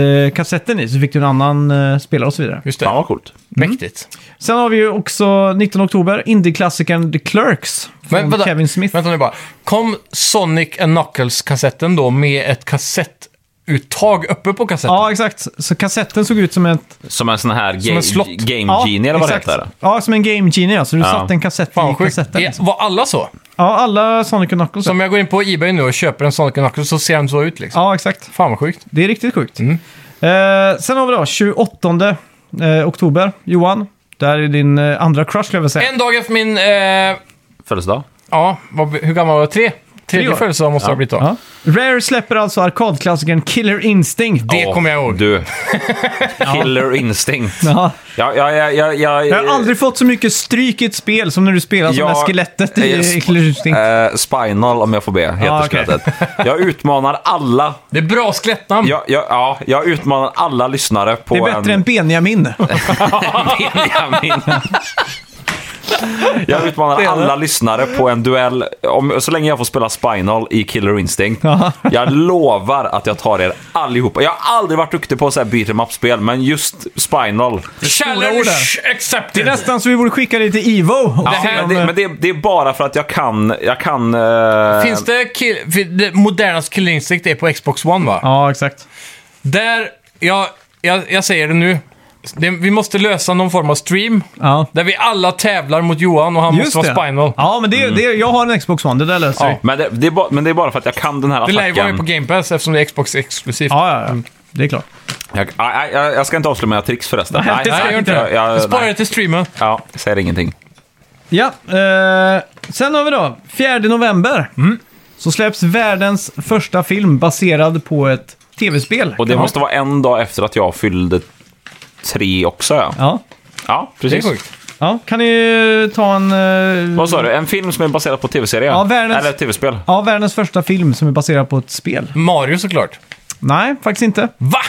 [SPEAKER 1] 1-kassetten i så fick du en annan eh, spelare och så vidare.
[SPEAKER 2] just det.
[SPEAKER 3] Fan vad coolt.
[SPEAKER 1] Mm.
[SPEAKER 2] Mäktigt.
[SPEAKER 1] Sen har vi ju också 19 oktober, indieklassikern The Clerks från
[SPEAKER 2] vänta,
[SPEAKER 1] Kevin Smith.
[SPEAKER 2] Vänta nu bara. Kom Sonic and Knuckles-kassetten då med ett kassettuttag uppe på kassetten?
[SPEAKER 1] Ja, exakt. Så kassetten såg ut som ett...
[SPEAKER 3] Som en sån här
[SPEAKER 2] en
[SPEAKER 3] ga-
[SPEAKER 2] slott.
[SPEAKER 3] Game
[SPEAKER 1] ja,
[SPEAKER 3] Genie eller vad
[SPEAKER 1] exakt.
[SPEAKER 3] det heter.
[SPEAKER 1] Ja, som en Game Genie. ja. Så du satte en kassett
[SPEAKER 2] Fan
[SPEAKER 1] i
[SPEAKER 2] vad sjukt.
[SPEAKER 1] kassetten.
[SPEAKER 2] Ja,
[SPEAKER 1] liksom.
[SPEAKER 2] Var alla så?
[SPEAKER 1] Ja, alla Sonic och Knuckles.
[SPEAKER 2] Som jag går in på Ebay nu och köper en Sonic and Knuckles så ser den så ut liksom.
[SPEAKER 1] Ja, exakt.
[SPEAKER 2] Fan vad sjukt.
[SPEAKER 1] Det är riktigt sjukt.
[SPEAKER 2] Mm.
[SPEAKER 1] Eh, sen har vi då 28 eh, oktober, Johan. Där är din eh, andra crush, skulle jag vilja säga.
[SPEAKER 2] En dag efter min... Eh,
[SPEAKER 3] Födelsedag.
[SPEAKER 2] ja, vad, hur gammal var jag? Tre?
[SPEAKER 1] Tre
[SPEAKER 2] Tredje
[SPEAKER 1] år.
[SPEAKER 2] födelsedag måste jag ha blivit då.
[SPEAKER 1] Ja. Rare släpper alltså arkadklassikern Killer Instinct.
[SPEAKER 2] Det
[SPEAKER 3] Åh,
[SPEAKER 2] kommer jag ihåg.
[SPEAKER 3] Du. Killer Instinct.
[SPEAKER 1] Ja.
[SPEAKER 3] Ja, ja, ja, ja, ja,
[SPEAKER 1] Jag har aldrig fått så mycket stryk i ett spel som när du spelar som det här Alltså, skelettet i
[SPEAKER 3] eh,
[SPEAKER 1] i
[SPEAKER 3] sp-
[SPEAKER 1] Killer Instinct.
[SPEAKER 3] eh, Spinal om jag får be, heter
[SPEAKER 1] Ja, okej.
[SPEAKER 3] skelettet. Jag utmanar alla,
[SPEAKER 2] Det är bra skelettnamn.
[SPEAKER 3] jag, jag, ja, jag utmanar alla lyssnare på
[SPEAKER 1] Det är bättre
[SPEAKER 3] en...
[SPEAKER 1] än Benjamin.
[SPEAKER 3] Benjamin. Jag utmanar alla lyssnare på en duell, om, så länge jag får spela Spinal i Killer Instinct. Jag lovar att jag tar er allihopa. Jag har aldrig varit duktig på så här beat em up-spel, men just Spinal.
[SPEAKER 1] stora ord
[SPEAKER 2] Challenge
[SPEAKER 1] där.
[SPEAKER 2] accepted.
[SPEAKER 1] Det är nästan så vi borde skicka dig till Ivo. och
[SPEAKER 3] Ja,
[SPEAKER 1] se
[SPEAKER 3] men
[SPEAKER 1] om,
[SPEAKER 3] det,
[SPEAKER 1] eh,
[SPEAKER 3] men det, det är bara för att jag kan... Jag kan eh,
[SPEAKER 2] Finns det, kill, för det modernaste Killer Instinct är på Xbox One va?
[SPEAKER 1] Ja, exakt.
[SPEAKER 2] Där, jag, jag, jag säger det nu. Det, vi måste lösa någon form av stream.
[SPEAKER 1] Ja.
[SPEAKER 2] Där vi alla tävlar mot Johan och han
[SPEAKER 1] Just
[SPEAKER 2] måste
[SPEAKER 1] det.
[SPEAKER 2] vara Spinal.
[SPEAKER 1] Ja, men det, det, jag har en Xbox One. Det där löser vi.
[SPEAKER 3] Mm. Ja, men, det, det är ba, men det är bara för att jag kan den här
[SPEAKER 2] Det lär ju vara
[SPEAKER 3] attacken.
[SPEAKER 2] på Game Pass eftersom det är Xbox exklusivt.
[SPEAKER 1] Ja, ja,
[SPEAKER 3] Mm.
[SPEAKER 1] ja. Det är klart.
[SPEAKER 3] Jag, nej, jag, jag ska inte avslöja mina tricks förresten.
[SPEAKER 1] Nej, det ska
[SPEAKER 2] jag inte.
[SPEAKER 3] jag, jag,
[SPEAKER 2] Spara det
[SPEAKER 3] nej.
[SPEAKER 2] till streamen.
[SPEAKER 3] Ja, jag säger ingenting.
[SPEAKER 1] Ja, eh, sen har vi då 4 november.
[SPEAKER 3] Mm.
[SPEAKER 1] Så släpps världens första film baserad på ett tv-spel.
[SPEAKER 3] Och det måste vara en dag efter att jag fyllde tre också. Ja,
[SPEAKER 1] Ja.
[SPEAKER 3] ja
[SPEAKER 2] Det är
[SPEAKER 3] precis.
[SPEAKER 2] sjukt.
[SPEAKER 1] Ja, kan ni ta en... eh,
[SPEAKER 3] Vad sa du? En film som är baserad på tv-serie?
[SPEAKER 1] Ja, världens-
[SPEAKER 3] Eller tv-spel?
[SPEAKER 1] Ja, världens första film som är baserad på ett spel.
[SPEAKER 2] Mario såklart.
[SPEAKER 1] Nej, faktiskt inte.
[SPEAKER 2] Va?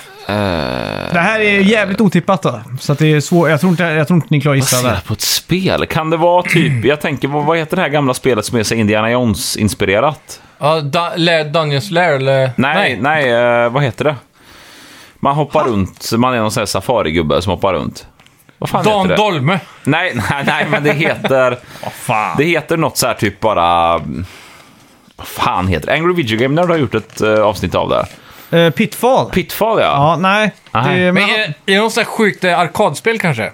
[SPEAKER 1] Det här är jävligt otippat då. Så att det är svårt. Jag tror inte, jag tror inte ni klarar att gissa där.
[SPEAKER 3] Baserat på ett spel? Kan det vara typ... Jag tänker, vad vad heter det här gamla spelet som är så Indiana Jones-inspirerat?
[SPEAKER 2] Ja, da, Le, Dungeons Lair eller?
[SPEAKER 3] Nej, nej, eh, vad heter det? Man hoppar runt, man är någon sån här safarigubbe som hoppar runt. Vad fan
[SPEAKER 2] Dan
[SPEAKER 3] heter det?
[SPEAKER 2] Dolme.
[SPEAKER 3] Nej, nej, nej, men det heter... Det heter något så här typ bara... mm, Vad fan heter det? Angry Video Game när du har gjort ett eh, avsnitt av det. här.
[SPEAKER 1] Eh, Pitfall?
[SPEAKER 3] Pitfall, ja.
[SPEAKER 1] ja, nej.
[SPEAKER 3] Nej.
[SPEAKER 1] Det, men,
[SPEAKER 2] Men är, är det något sånt här sjukt eh, arkadspel kanske?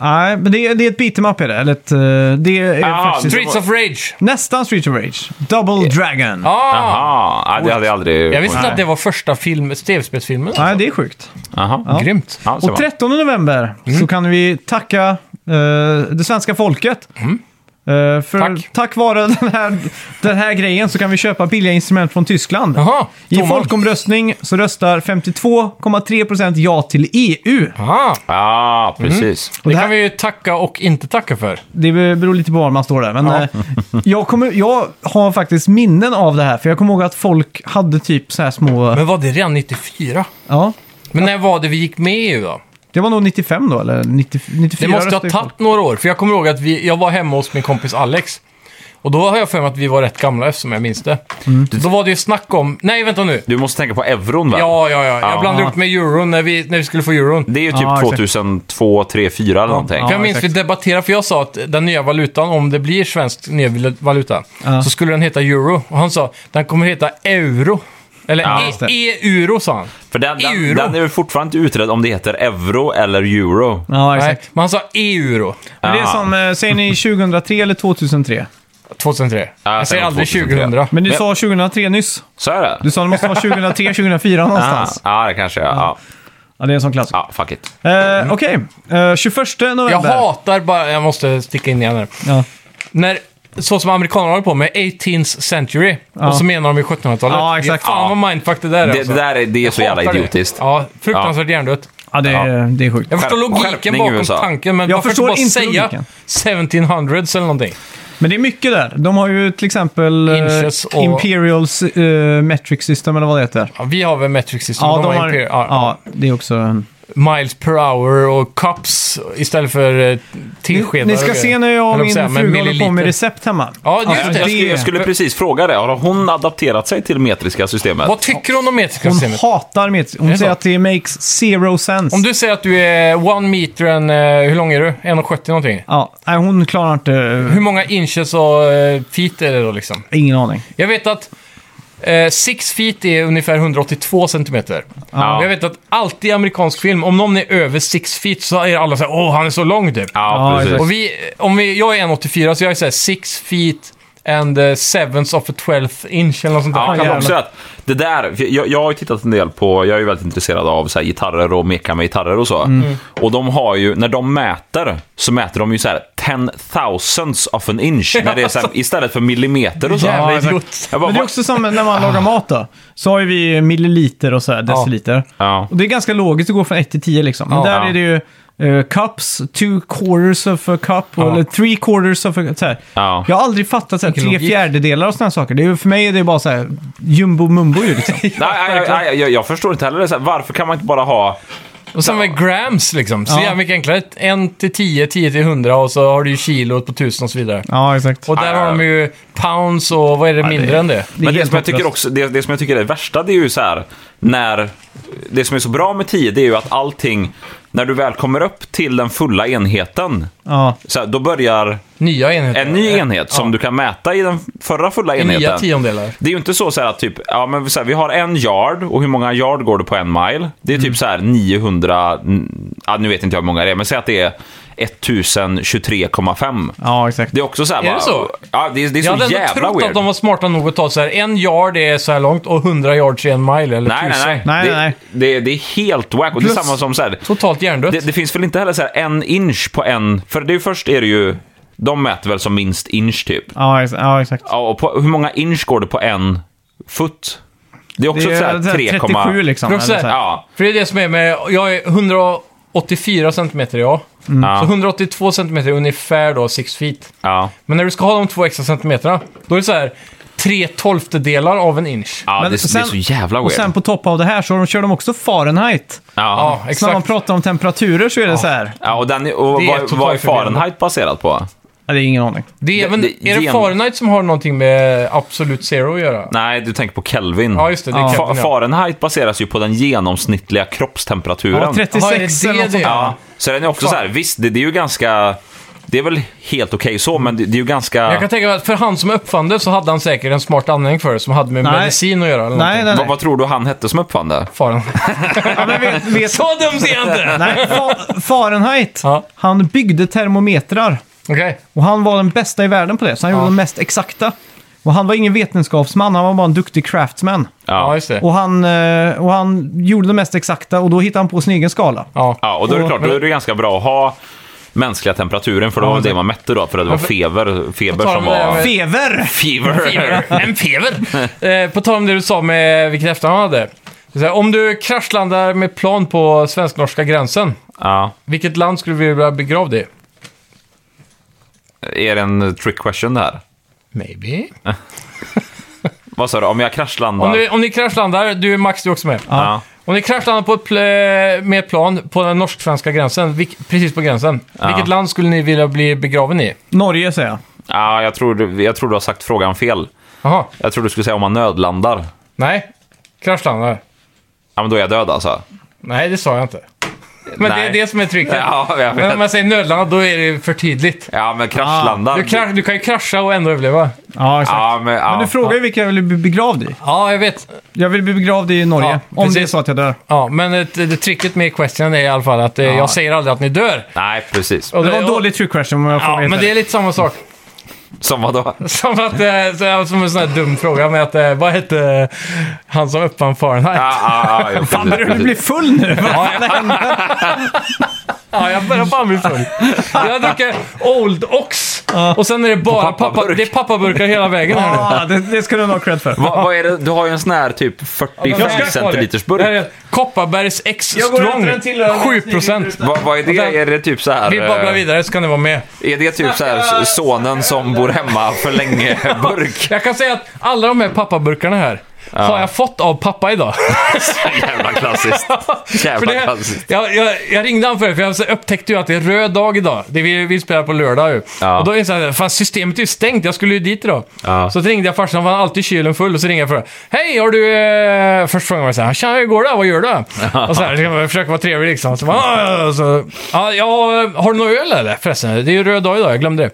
[SPEAKER 1] nej, men det, är- det är ett beat'em up är det. Eller ett, eh, det är
[SPEAKER 3] Ah,
[SPEAKER 1] faktiskt
[SPEAKER 2] Streets of Rage.
[SPEAKER 1] nästan Street of Rage. Double Dragon.
[SPEAKER 2] Ah,
[SPEAKER 3] Aha, nej, det hade jag aldrig...
[SPEAKER 2] jag visste inte att det var första film, tv-spelsfilmen.
[SPEAKER 1] Nej, det är sjukt.
[SPEAKER 3] Aha.
[SPEAKER 2] Grymt.
[SPEAKER 3] Ja, ser
[SPEAKER 1] Och
[SPEAKER 3] man.
[SPEAKER 1] 13 november så kan vi tacka eh, det svenska folket. Eh, för
[SPEAKER 2] Tack.
[SPEAKER 1] tack. vare den här, den här grejen så kan vi köpa billiga instrument från Tyskland.
[SPEAKER 2] Jaha,
[SPEAKER 1] I
[SPEAKER 2] tomma.
[SPEAKER 1] folkomröstning så röstar 52,3% ja till EU.
[SPEAKER 2] Ah,
[SPEAKER 3] Ja,
[SPEAKER 1] Mhm.
[SPEAKER 3] precis.
[SPEAKER 2] det
[SPEAKER 1] det här-
[SPEAKER 2] kan vi ju tacka och inte tacka för.
[SPEAKER 1] Det beror lite på var man står där. Men
[SPEAKER 2] Ja.
[SPEAKER 1] eh, jag, kommer, jag har faktiskt minnen av det här, för jag kommer ihåg att folk hade typ så här små...
[SPEAKER 2] Men var det redan 94?
[SPEAKER 1] Ja,
[SPEAKER 2] Men när var det vi gick med i EU då?
[SPEAKER 1] det var nog 95 då, eller 90, 94
[SPEAKER 2] Det måste ha
[SPEAKER 1] röstade folk.
[SPEAKER 2] tagit några år, för jag kommer ihåg att vi, jag var hemma hos min kompis Alex. Och då har jag för mig att vi var rätt gamla eftersom jag minns det. Då var det ju snack om... Nej, vänta nu!
[SPEAKER 3] Du måste tänka på euron, va?
[SPEAKER 2] Ja, ja, ja. Jag
[SPEAKER 3] Ja.
[SPEAKER 2] blandade ihop med euron när vi, när vi skulle få euron.
[SPEAKER 3] Det är ju typ
[SPEAKER 1] Ja, exakt.
[SPEAKER 3] 2002, 3, 4 eller någonting.
[SPEAKER 2] För jag minns vi
[SPEAKER 1] exakt.
[SPEAKER 2] debatterade, för jag sa att den nya valutan, om det blir svensk ny valuta, så skulle den heta euro. Och han sa, den kommer heta euro. Eller e-
[SPEAKER 1] just det.
[SPEAKER 2] e-euro, sa han.
[SPEAKER 3] För den, den,
[SPEAKER 2] Euro.
[SPEAKER 3] den är ju fortfarande inte utredd om det heter euro eller euro.
[SPEAKER 1] Ja,
[SPEAKER 2] Nej,
[SPEAKER 1] exakt.
[SPEAKER 2] men han sa euro.
[SPEAKER 1] Men det är som, eh, säger ni 2003 eller 2003?
[SPEAKER 2] 2003.
[SPEAKER 3] jag
[SPEAKER 2] jag säger
[SPEAKER 3] sa
[SPEAKER 2] aldrig
[SPEAKER 3] 2003.
[SPEAKER 2] 2000.
[SPEAKER 1] Men du sa 2003 nyss.
[SPEAKER 3] Så är det.
[SPEAKER 1] Du sa det måste vara 2003, 2004
[SPEAKER 3] Ja,
[SPEAKER 1] någonstans.
[SPEAKER 3] ja, det kanske är. Ja.
[SPEAKER 1] Ja, det är en sån klassiker.
[SPEAKER 3] ja, fuck it.
[SPEAKER 1] Eh, Okej, eh, 21 november.
[SPEAKER 2] Jag hatar bara... Jag måste sticka in igen här.
[SPEAKER 1] Ja.
[SPEAKER 2] När, så som amerikanerna håller på med, 18th century. Och så menar de ju 1700-talet.
[SPEAKER 1] Ja, exakt.
[SPEAKER 2] Fan vad mindfuck det där är.
[SPEAKER 3] Det,
[SPEAKER 2] alltså.
[SPEAKER 3] det där är, det är så jävla
[SPEAKER 2] Hatar det.
[SPEAKER 3] idiotiskt.
[SPEAKER 2] Ja, fruktansvärt hjärndött.
[SPEAKER 1] ja, det är, det är sjukt.
[SPEAKER 2] Jag förstår
[SPEAKER 3] Skärp-
[SPEAKER 2] logiken
[SPEAKER 3] skärpning i
[SPEAKER 2] bakom
[SPEAKER 3] USA.
[SPEAKER 2] tanken, men
[SPEAKER 1] Jag
[SPEAKER 2] varför
[SPEAKER 1] förstår
[SPEAKER 2] inte bara
[SPEAKER 1] inte
[SPEAKER 2] säga
[SPEAKER 1] logiken.
[SPEAKER 2] 1700s eller någonting?
[SPEAKER 1] Men det är mycket där. De har ju till exempel eh,
[SPEAKER 2] Inches och-
[SPEAKER 1] Imperials eh, metric system, eller vad det heter.
[SPEAKER 2] Ja, vi har väl metric system, de, har, imperial, ja,
[SPEAKER 1] ja, det är också en...
[SPEAKER 2] miles per hour och cups istället för eh,
[SPEAKER 1] Ni,
[SPEAKER 2] teskedar.
[SPEAKER 1] ni ska
[SPEAKER 2] och
[SPEAKER 1] se
[SPEAKER 2] grejer.
[SPEAKER 1] när jag och
[SPEAKER 2] Eller
[SPEAKER 1] min
[SPEAKER 2] så här, men
[SPEAKER 1] fruga håller på
[SPEAKER 2] milliliter.
[SPEAKER 1] med recept hemma.
[SPEAKER 2] Ja, just
[SPEAKER 1] Alltså,
[SPEAKER 2] det.
[SPEAKER 3] Jag, skulle, jag skulle precis fråga det. Har hon adapterat sig till metriska systemet?
[SPEAKER 2] Vad tycker du om de metriska
[SPEAKER 1] Hon
[SPEAKER 2] systemet?
[SPEAKER 1] hatar metric.
[SPEAKER 2] Är
[SPEAKER 1] Hon
[SPEAKER 2] det
[SPEAKER 1] säger
[SPEAKER 2] så?
[SPEAKER 1] att det makes zero sense.
[SPEAKER 2] Om du säger att du är one meter and, eh, hur lång är du? 1,70 någonting?
[SPEAKER 1] Ja, nej, hon klarar inte...
[SPEAKER 2] Hur många inches och eh, feet är det då liksom?
[SPEAKER 1] Ingen aning.
[SPEAKER 2] Jag vet att 6 feet är ungefär 182 centimeter.
[SPEAKER 3] Ja.
[SPEAKER 2] Jag vet att alltid i amerikansk film, om någon är över 6 feet så är alla så här, åh han är så lång typ.
[SPEAKER 3] Ja,
[SPEAKER 1] Ja,
[SPEAKER 3] precis.
[SPEAKER 1] exakt.
[SPEAKER 2] Och vi, om vi, jag är 1,84 så jag är såhär 6 feet and uh, sevens of a twelfth inch eller något sånt där.
[SPEAKER 3] Ja,
[SPEAKER 2] Kan
[SPEAKER 3] jag kan
[SPEAKER 2] vara-
[SPEAKER 3] också säga att det där, för jag, jag har ju tittat en del på, jag är ju väldigt intresserad av så här, gitarrer och meka med gitarrer och så. Och de har ju, när de mäter, så mäter de ju så här 10 thousands of an inch. När det är så här, istället för millimeter och så.
[SPEAKER 2] Jävla
[SPEAKER 1] Ja, exakt.
[SPEAKER 2] idiot.
[SPEAKER 3] Jag bara,
[SPEAKER 1] Men det är
[SPEAKER 3] vad-
[SPEAKER 1] också som när man lagar mat då. Så har ju vi milliliter och så här, deciliter.
[SPEAKER 3] Ja.
[SPEAKER 1] Och det är ganska logiskt att gå från 1 till 10 liksom. Men
[SPEAKER 2] Ja.
[SPEAKER 1] där
[SPEAKER 3] Ja.
[SPEAKER 1] är det ju eh, cups, two quarters of a cup, eller three quarters of a... Så här.
[SPEAKER 3] Ja.
[SPEAKER 1] Jag har aldrig fattat så här, tre
[SPEAKER 2] logik.
[SPEAKER 1] fjärdedelar och sådana saker. Det är, ju- för mig är det bara så här jumbo mumbo ju liksom.
[SPEAKER 3] Nej, nej, nej, jag, jag förstår inte heller. det. Så här, Varför kan man inte bara ha...
[SPEAKER 2] Och sen med grams liksom. Så jävla mycket enklare. 1 till 10, 10 till 100 och så har du ju kilo på 1000 och så vidare.
[SPEAKER 1] ja, exakt.
[SPEAKER 2] Och där har de ju pounds och vad är det mindre än det?
[SPEAKER 1] är
[SPEAKER 3] Men det
[SPEAKER 1] helt
[SPEAKER 3] som, jag tycker
[SPEAKER 1] hopplöst.
[SPEAKER 3] också, det, det som jag tycker är det värsta, det är ju så här när... Det som är så bra med 10, det är ju att allting... När du väl kommer upp till den fulla enheten,
[SPEAKER 1] Ja.
[SPEAKER 3] så här, då börjar
[SPEAKER 2] Nya enheter.
[SPEAKER 3] en ny enhet som du kan mäta i den förra fulla enheten.
[SPEAKER 2] Nya tiondelar.
[SPEAKER 3] Det är ju inte så, så här, att typ, ja, men så här, vi har en yard och hur många yard går det på en mile? Det är
[SPEAKER 2] Mm.
[SPEAKER 3] typ så här 900, mm, ja, nu vet inte jag hur många det är, men säg att det är 1023,5.
[SPEAKER 1] ja, exakt.
[SPEAKER 3] Det är också så här,
[SPEAKER 2] Är det
[SPEAKER 3] bara-
[SPEAKER 2] så?
[SPEAKER 3] Ja, det är, det är
[SPEAKER 2] Jag hade
[SPEAKER 3] så
[SPEAKER 2] ändå
[SPEAKER 3] jävla
[SPEAKER 2] trott
[SPEAKER 3] weird.
[SPEAKER 2] att de var smarta nog att ta så här en yard är så här långt och 100 yards är en mile eller
[SPEAKER 3] Nej, nej,
[SPEAKER 2] 1000.
[SPEAKER 3] nej.
[SPEAKER 1] Nej,
[SPEAKER 3] det,
[SPEAKER 1] nej.
[SPEAKER 3] Det, det är helt wack. Och det är
[SPEAKER 1] Plus-
[SPEAKER 3] samma som så här,
[SPEAKER 2] Totalt hjärndött.
[SPEAKER 3] det, det finns väl inte heller så här en inch på en... För det är ju först är det ju... De mäter väl som minst inch typ.
[SPEAKER 1] Ja, ex- ja, exakt.
[SPEAKER 3] Ja, och på, hur många inch går det på en fot? Det är också
[SPEAKER 1] Det
[SPEAKER 3] så
[SPEAKER 1] är
[SPEAKER 3] här
[SPEAKER 1] så här
[SPEAKER 3] 3,
[SPEAKER 1] 37 liksom.
[SPEAKER 2] Brukar
[SPEAKER 1] Eller
[SPEAKER 2] säga-
[SPEAKER 1] så här.
[SPEAKER 3] Ja.
[SPEAKER 2] För det är det som är med, jag är 100, 84 centimeter, ja. Så
[SPEAKER 3] Mm. Ja.
[SPEAKER 2] 182 centimeter är ungefär då 6 feet.
[SPEAKER 3] Ja.
[SPEAKER 2] Men när du ska ha de två extra centimeterna, då är det så här tre tolftedelar av en inch.
[SPEAKER 3] Ja,
[SPEAKER 1] Men
[SPEAKER 3] det, det är
[SPEAKER 1] sen-
[SPEAKER 3] så jävla
[SPEAKER 1] Och
[SPEAKER 3] weird.
[SPEAKER 1] sen på topp av det här så kör de också Fahrenheit.
[SPEAKER 3] ja.
[SPEAKER 2] Ja,
[SPEAKER 1] Så när man
[SPEAKER 2] exakt.
[SPEAKER 1] pratar om temperaturer så är det så här.
[SPEAKER 3] ja, och, den, och
[SPEAKER 2] Det är
[SPEAKER 3] vad, vad är
[SPEAKER 2] totalt förvirrande.
[SPEAKER 3] Fahrenheit baserat på?
[SPEAKER 1] Nej, det är ingen aning.
[SPEAKER 2] Det är,
[SPEAKER 3] Det-
[SPEAKER 2] men,
[SPEAKER 3] det-
[SPEAKER 2] är det
[SPEAKER 3] gen-
[SPEAKER 2] Fahrenheit som har någonting med Absolute Zero att göra?
[SPEAKER 3] Nej, du tänker på Kelvin.
[SPEAKER 2] Ja, just det. Det är
[SPEAKER 1] Ja.
[SPEAKER 2] Kelvin,
[SPEAKER 3] Fa-
[SPEAKER 2] ja.
[SPEAKER 3] Fahrenheit baseras ju på den genomsnittliga kroppstemperaturen.
[SPEAKER 1] Ja, 36
[SPEAKER 2] Jaha, är
[SPEAKER 1] eller
[SPEAKER 2] det
[SPEAKER 1] något
[SPEAKER 2] det det
[SPEAKER 1] sånt.
[SPEAKER 2] är?
[SPEAKER 3] Ja, så den är också så här, visst, det, det är ju ganska... Det är väl helt okej så, men det, det är ju ganska...
[SPEAKER 2] Jag kan tänka mig att för han som uppfann det så hade han säkert en smart användning för det som hade med
[SPEAKER 1] Nej.
[SPEAKER 2] medicin att göra. Eller
[SPEAKER 1] Nej, nej,
[SPEAKER 3] Vad,
[SPEAKER 1] nej.
[SPEAKER 3] vad tror du han hette som uppfann det?
[SPEAKER 2] Fahrenheit.
[SPEAKER 1] Ja, men vet, vet,
[SPEAKER 2] Så dum ser jag inte!
[SPEAKER 1] nej, Fa- Fahrenheit.
[SPEAKER 2] Ja.
[SPEAKER 1] Han byggde termometrar.
[SPEAKER 2] Okej.
[SPEAKER 1] Och han var den bästa i världen på det, så han gjorde de mest exakta. Och han var ingen vetenskapsman, han var bara en duktig craftsman.
[SPEAKER 2] Ja,
[SPEAKER 3] Ja,
[SPEAKER 2] just det.
[SPEAKER 1] Och han, eh, och han gjorde det mest exakta och då hittade han på sin egen skala.
[SPEAKER 2] Ja.
[SPEAKER 3] ja och då är det klart, då är det ganska bra att ha mänskliga temperaturen, för det var det man mätte då, för det var
[SPEAKER 2] för-
[SPEAKER 3] feber, feber
[SPEAKER 2] På tal
[SPEAKER 3] som
[SPEAKER 2] om det där
[SPEAKER 3] var...
[SPEAKER 2] med-
[SPEAKER 1] Fever!
[SPEAKER 3] Fever!
[SPEAKER 2] En fever! eh, på tal om det du sa med vilket efternamn han hade. Så här, Om du kraschlandar med plan på svensk-norska gränsen,
[SPEAKER 3] Ja.
[SPEAKER 2] vilket land skulle du vilja begrava det i?
[SPEAKER 3] Är det en trick question det här?
[SPEAKER 2] Maybe.
[SPEAKER 3] Vad sa du? Om jag
[SPEAKER 2] Om
[SPEAKER 3] kraschlandar?
[SPEAKER 2] ni, om ni kraschlandar, du Max, du är också med.
[SPEAKER 3] Ja.
[SPEAKER 2] Om ni kraschlandar på ett pl- med ett plan på den norsk-svenska gränsen, vilk- precis på gränsen, vilket land skulle ni vilja bli begraven i?
[SPEAKER 1] Norge säger jag.
[SPEAKER 3] Ja, jag tror, du- jag tror du har sagt frågan fel.
[SPEAKER 2] Jaha,
[SPEAKER 3] Jag tror du skulle säga om man nödlandar.
[SPEAKER 2] nej. Kraschlandar.
[SPEAKER 3] Ja, men då är jag död alltså.
[SPEAKER 2] Nej, det sa jag inte. Men
[SPEAKER 3] Nej.
[SPEAKER 2] det är det som är tricket.
[SPEAKER 3] Ja, jag
[SPEAKER 2] Men om
[SPEAKER 3] vet.
[SPEAKER 2] man säger nödland, då är det för tidigt.
[SPEAKER 3] Ja, men kraschlandar.
[SPEAKER 2] Du, krasch, du kan ju krascha och ändå överleva.
[SPEAKER 1] Ja, exakt.
[SPEAKER 3] Ja, men, ja.
[SPEAKER 1] Men du frågar ju vilka jag vill bli begravd i.
[SPEAKER 2] Ja, jag vet.
[SPEAKER 1] Jag vill bli begravd i Norge.
[SPEAKER 2] Ja,
[SPEAKER 1] om det är
[SPEAKER 2] precis.
[SPEAKER 1] så att jag dör.
[SPEAKER 2] Ja, men det, det, tricket med question är i alla fall att eh, jag säger aldrig att ni dör.
[SPEAKER 3] Nej, precis.
[SPEAKER 2] Och
[SPEAKER 1] Det var en
[SPEAKER 2] och-
[SPEAKER 1] dålig trick question om jag får
[SPEAKER 2] Ja,
[SPEAKER 1] veta
[SPEAKER 2] men det är lite samma sak.
[SPEAKER 3] Som vadå?
[SPEAKER 2] Som att, eh, så- som en sån här dum fråga med att, eh, vad hette han som uppfann Fahrenheit?
[SPEAKER 3] Ja,
[SPEAKER 2] Ja,
[SPEAKER 3] Ah, ja, ja,
[SPEAKER 1] Fan, börjar du bli full nu?
[SPEAKER 2] jag börjar fan bli full. Jag dricker Old Ox och sen är det bara pappa,
[SPEAKER 3] pappaburk.
[SPEAKER 2] det är pappaburkar hela vägen här nu.
[SPEAKER 1] Ja, det, det ska du nog ha cred för.
[SPEAKER 3] Va, vad är det? Du har ju en sån här typ 45 centiliters
[SPEAKER 2] Det här
[SPEAKER 3] burk.
[SPEAKER 2] är Kopparbergs X
[SPEAKER 1] Jag går
[SPEAKER 2] Strong,
[SPEAKER 1] efter en till öl.
[SPEAKER 2] 7%.
[SPEAKER 3] Va, vad är
[SPEAKER 2] Och
[SPEAKER 3] det?
[SPEAKER 2] sen-
[SPEAKER 3] Är det typ så här?
[SPEAKER 2] Vi babblar
[SPEAKER 3] eh,
[SPEAKER 2] vidare så kan ni vara med.
[SPEAKER 3] Är det typ så här sonen som bor hemma för länge-burk?
[SPEAKER 2] Jag kan säga att alla de här pappaburkarna här har jag fått av pappa idag.
[SPEAKER 3] Jävla klassiskt.
[SPEAKER 2] För
[SPEAKER 3] Jävla
[SPEAKER 2] det,
[SPEAKER 3] klassiskt.
[SPEAKER 2] jag, jag, jag ringde han för det, för jag upptäckte ju att det är röd dag idag. Det vi, vi spelar på lördag ju.
[SPEAKER 3] Ja.
[SPEAKER 2] Och då är det så här, fan systemet är ju stängt, jag skulle ju dit idag.
[SPEAKER 3] Ja.
[SPEAKER 2] Så ringde jag farsan, var han alltid i kylen full, och så ringde jag för Hej, har du... Eh... Först frågade jag så här, tja, hur går det? Vad gör du? Och så här, så kan man försöka vara trevlig liksom. Så, bara, "Ah", och så, ja, ja, har du någon öl eller? Förresten, det är ju röd dag idag, jag glömde det.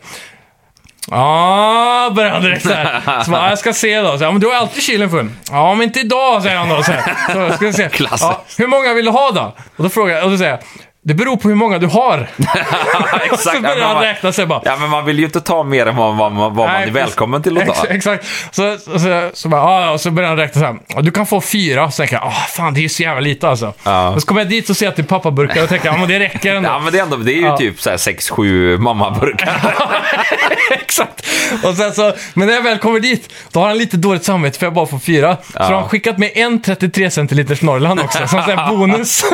[SPEAKER 2] Ja, började han direkt såhär. Så bara, "Ja, jag ska se då. Så, ja, men du har alltid kylen full. Ja, men inte idag, säger han då. Så, här. så jag ska se.
[SPEAKER 3] Klassiskt.
[SPEAKER 2] Ja, hur många vill du ha då? Och då frågar jag, och då säger jag, det beror på hur många du har. och
[SPEAKER 3] Exakt.
[SPEAKER 2] så
[SPEAKER 3] Ja,
[SPEAKER 2] börjar
[SPEAKER 3] men
[SPEAKER 2] han
[SPEAKER 3] man-
[SPEAKER 2] räkna sig bara.
[SPEAKER 3] Ja, men man vill ju inte ta mer än vad, vad, vad man
[SPEAKER 2] Nej,
[SPEAKER 3] är välkommen till att ta.
[SPEAKER 2] Ex- Exakt. Så, så, så, så, bara, ja, ja, och så börjar han räkna så här. "Ja, Du kan få fyra. Så tänker jag, ah, fan det är ju så jävla lite alltså.
[SPEAKER 3] Ja.
[SPEAKER 2] Och så kommer jag dit och ser att det är pappaburkar och tänker, ja men det räcker ändå.
[SPEAKER 3] Ja, men det är, ändå, det är ju
[SPEAKER 2] Ja.
[SPEAKER 3] typ så här 6-7 mammaburkar.
[SPEAKER 2] Exakt. Och sen så, men när jag väl kommer dit, då har han lite dåligt samvete för jag bara får fyra. Så har han skickat med en 33 centiliters Norrland också, som en bonus.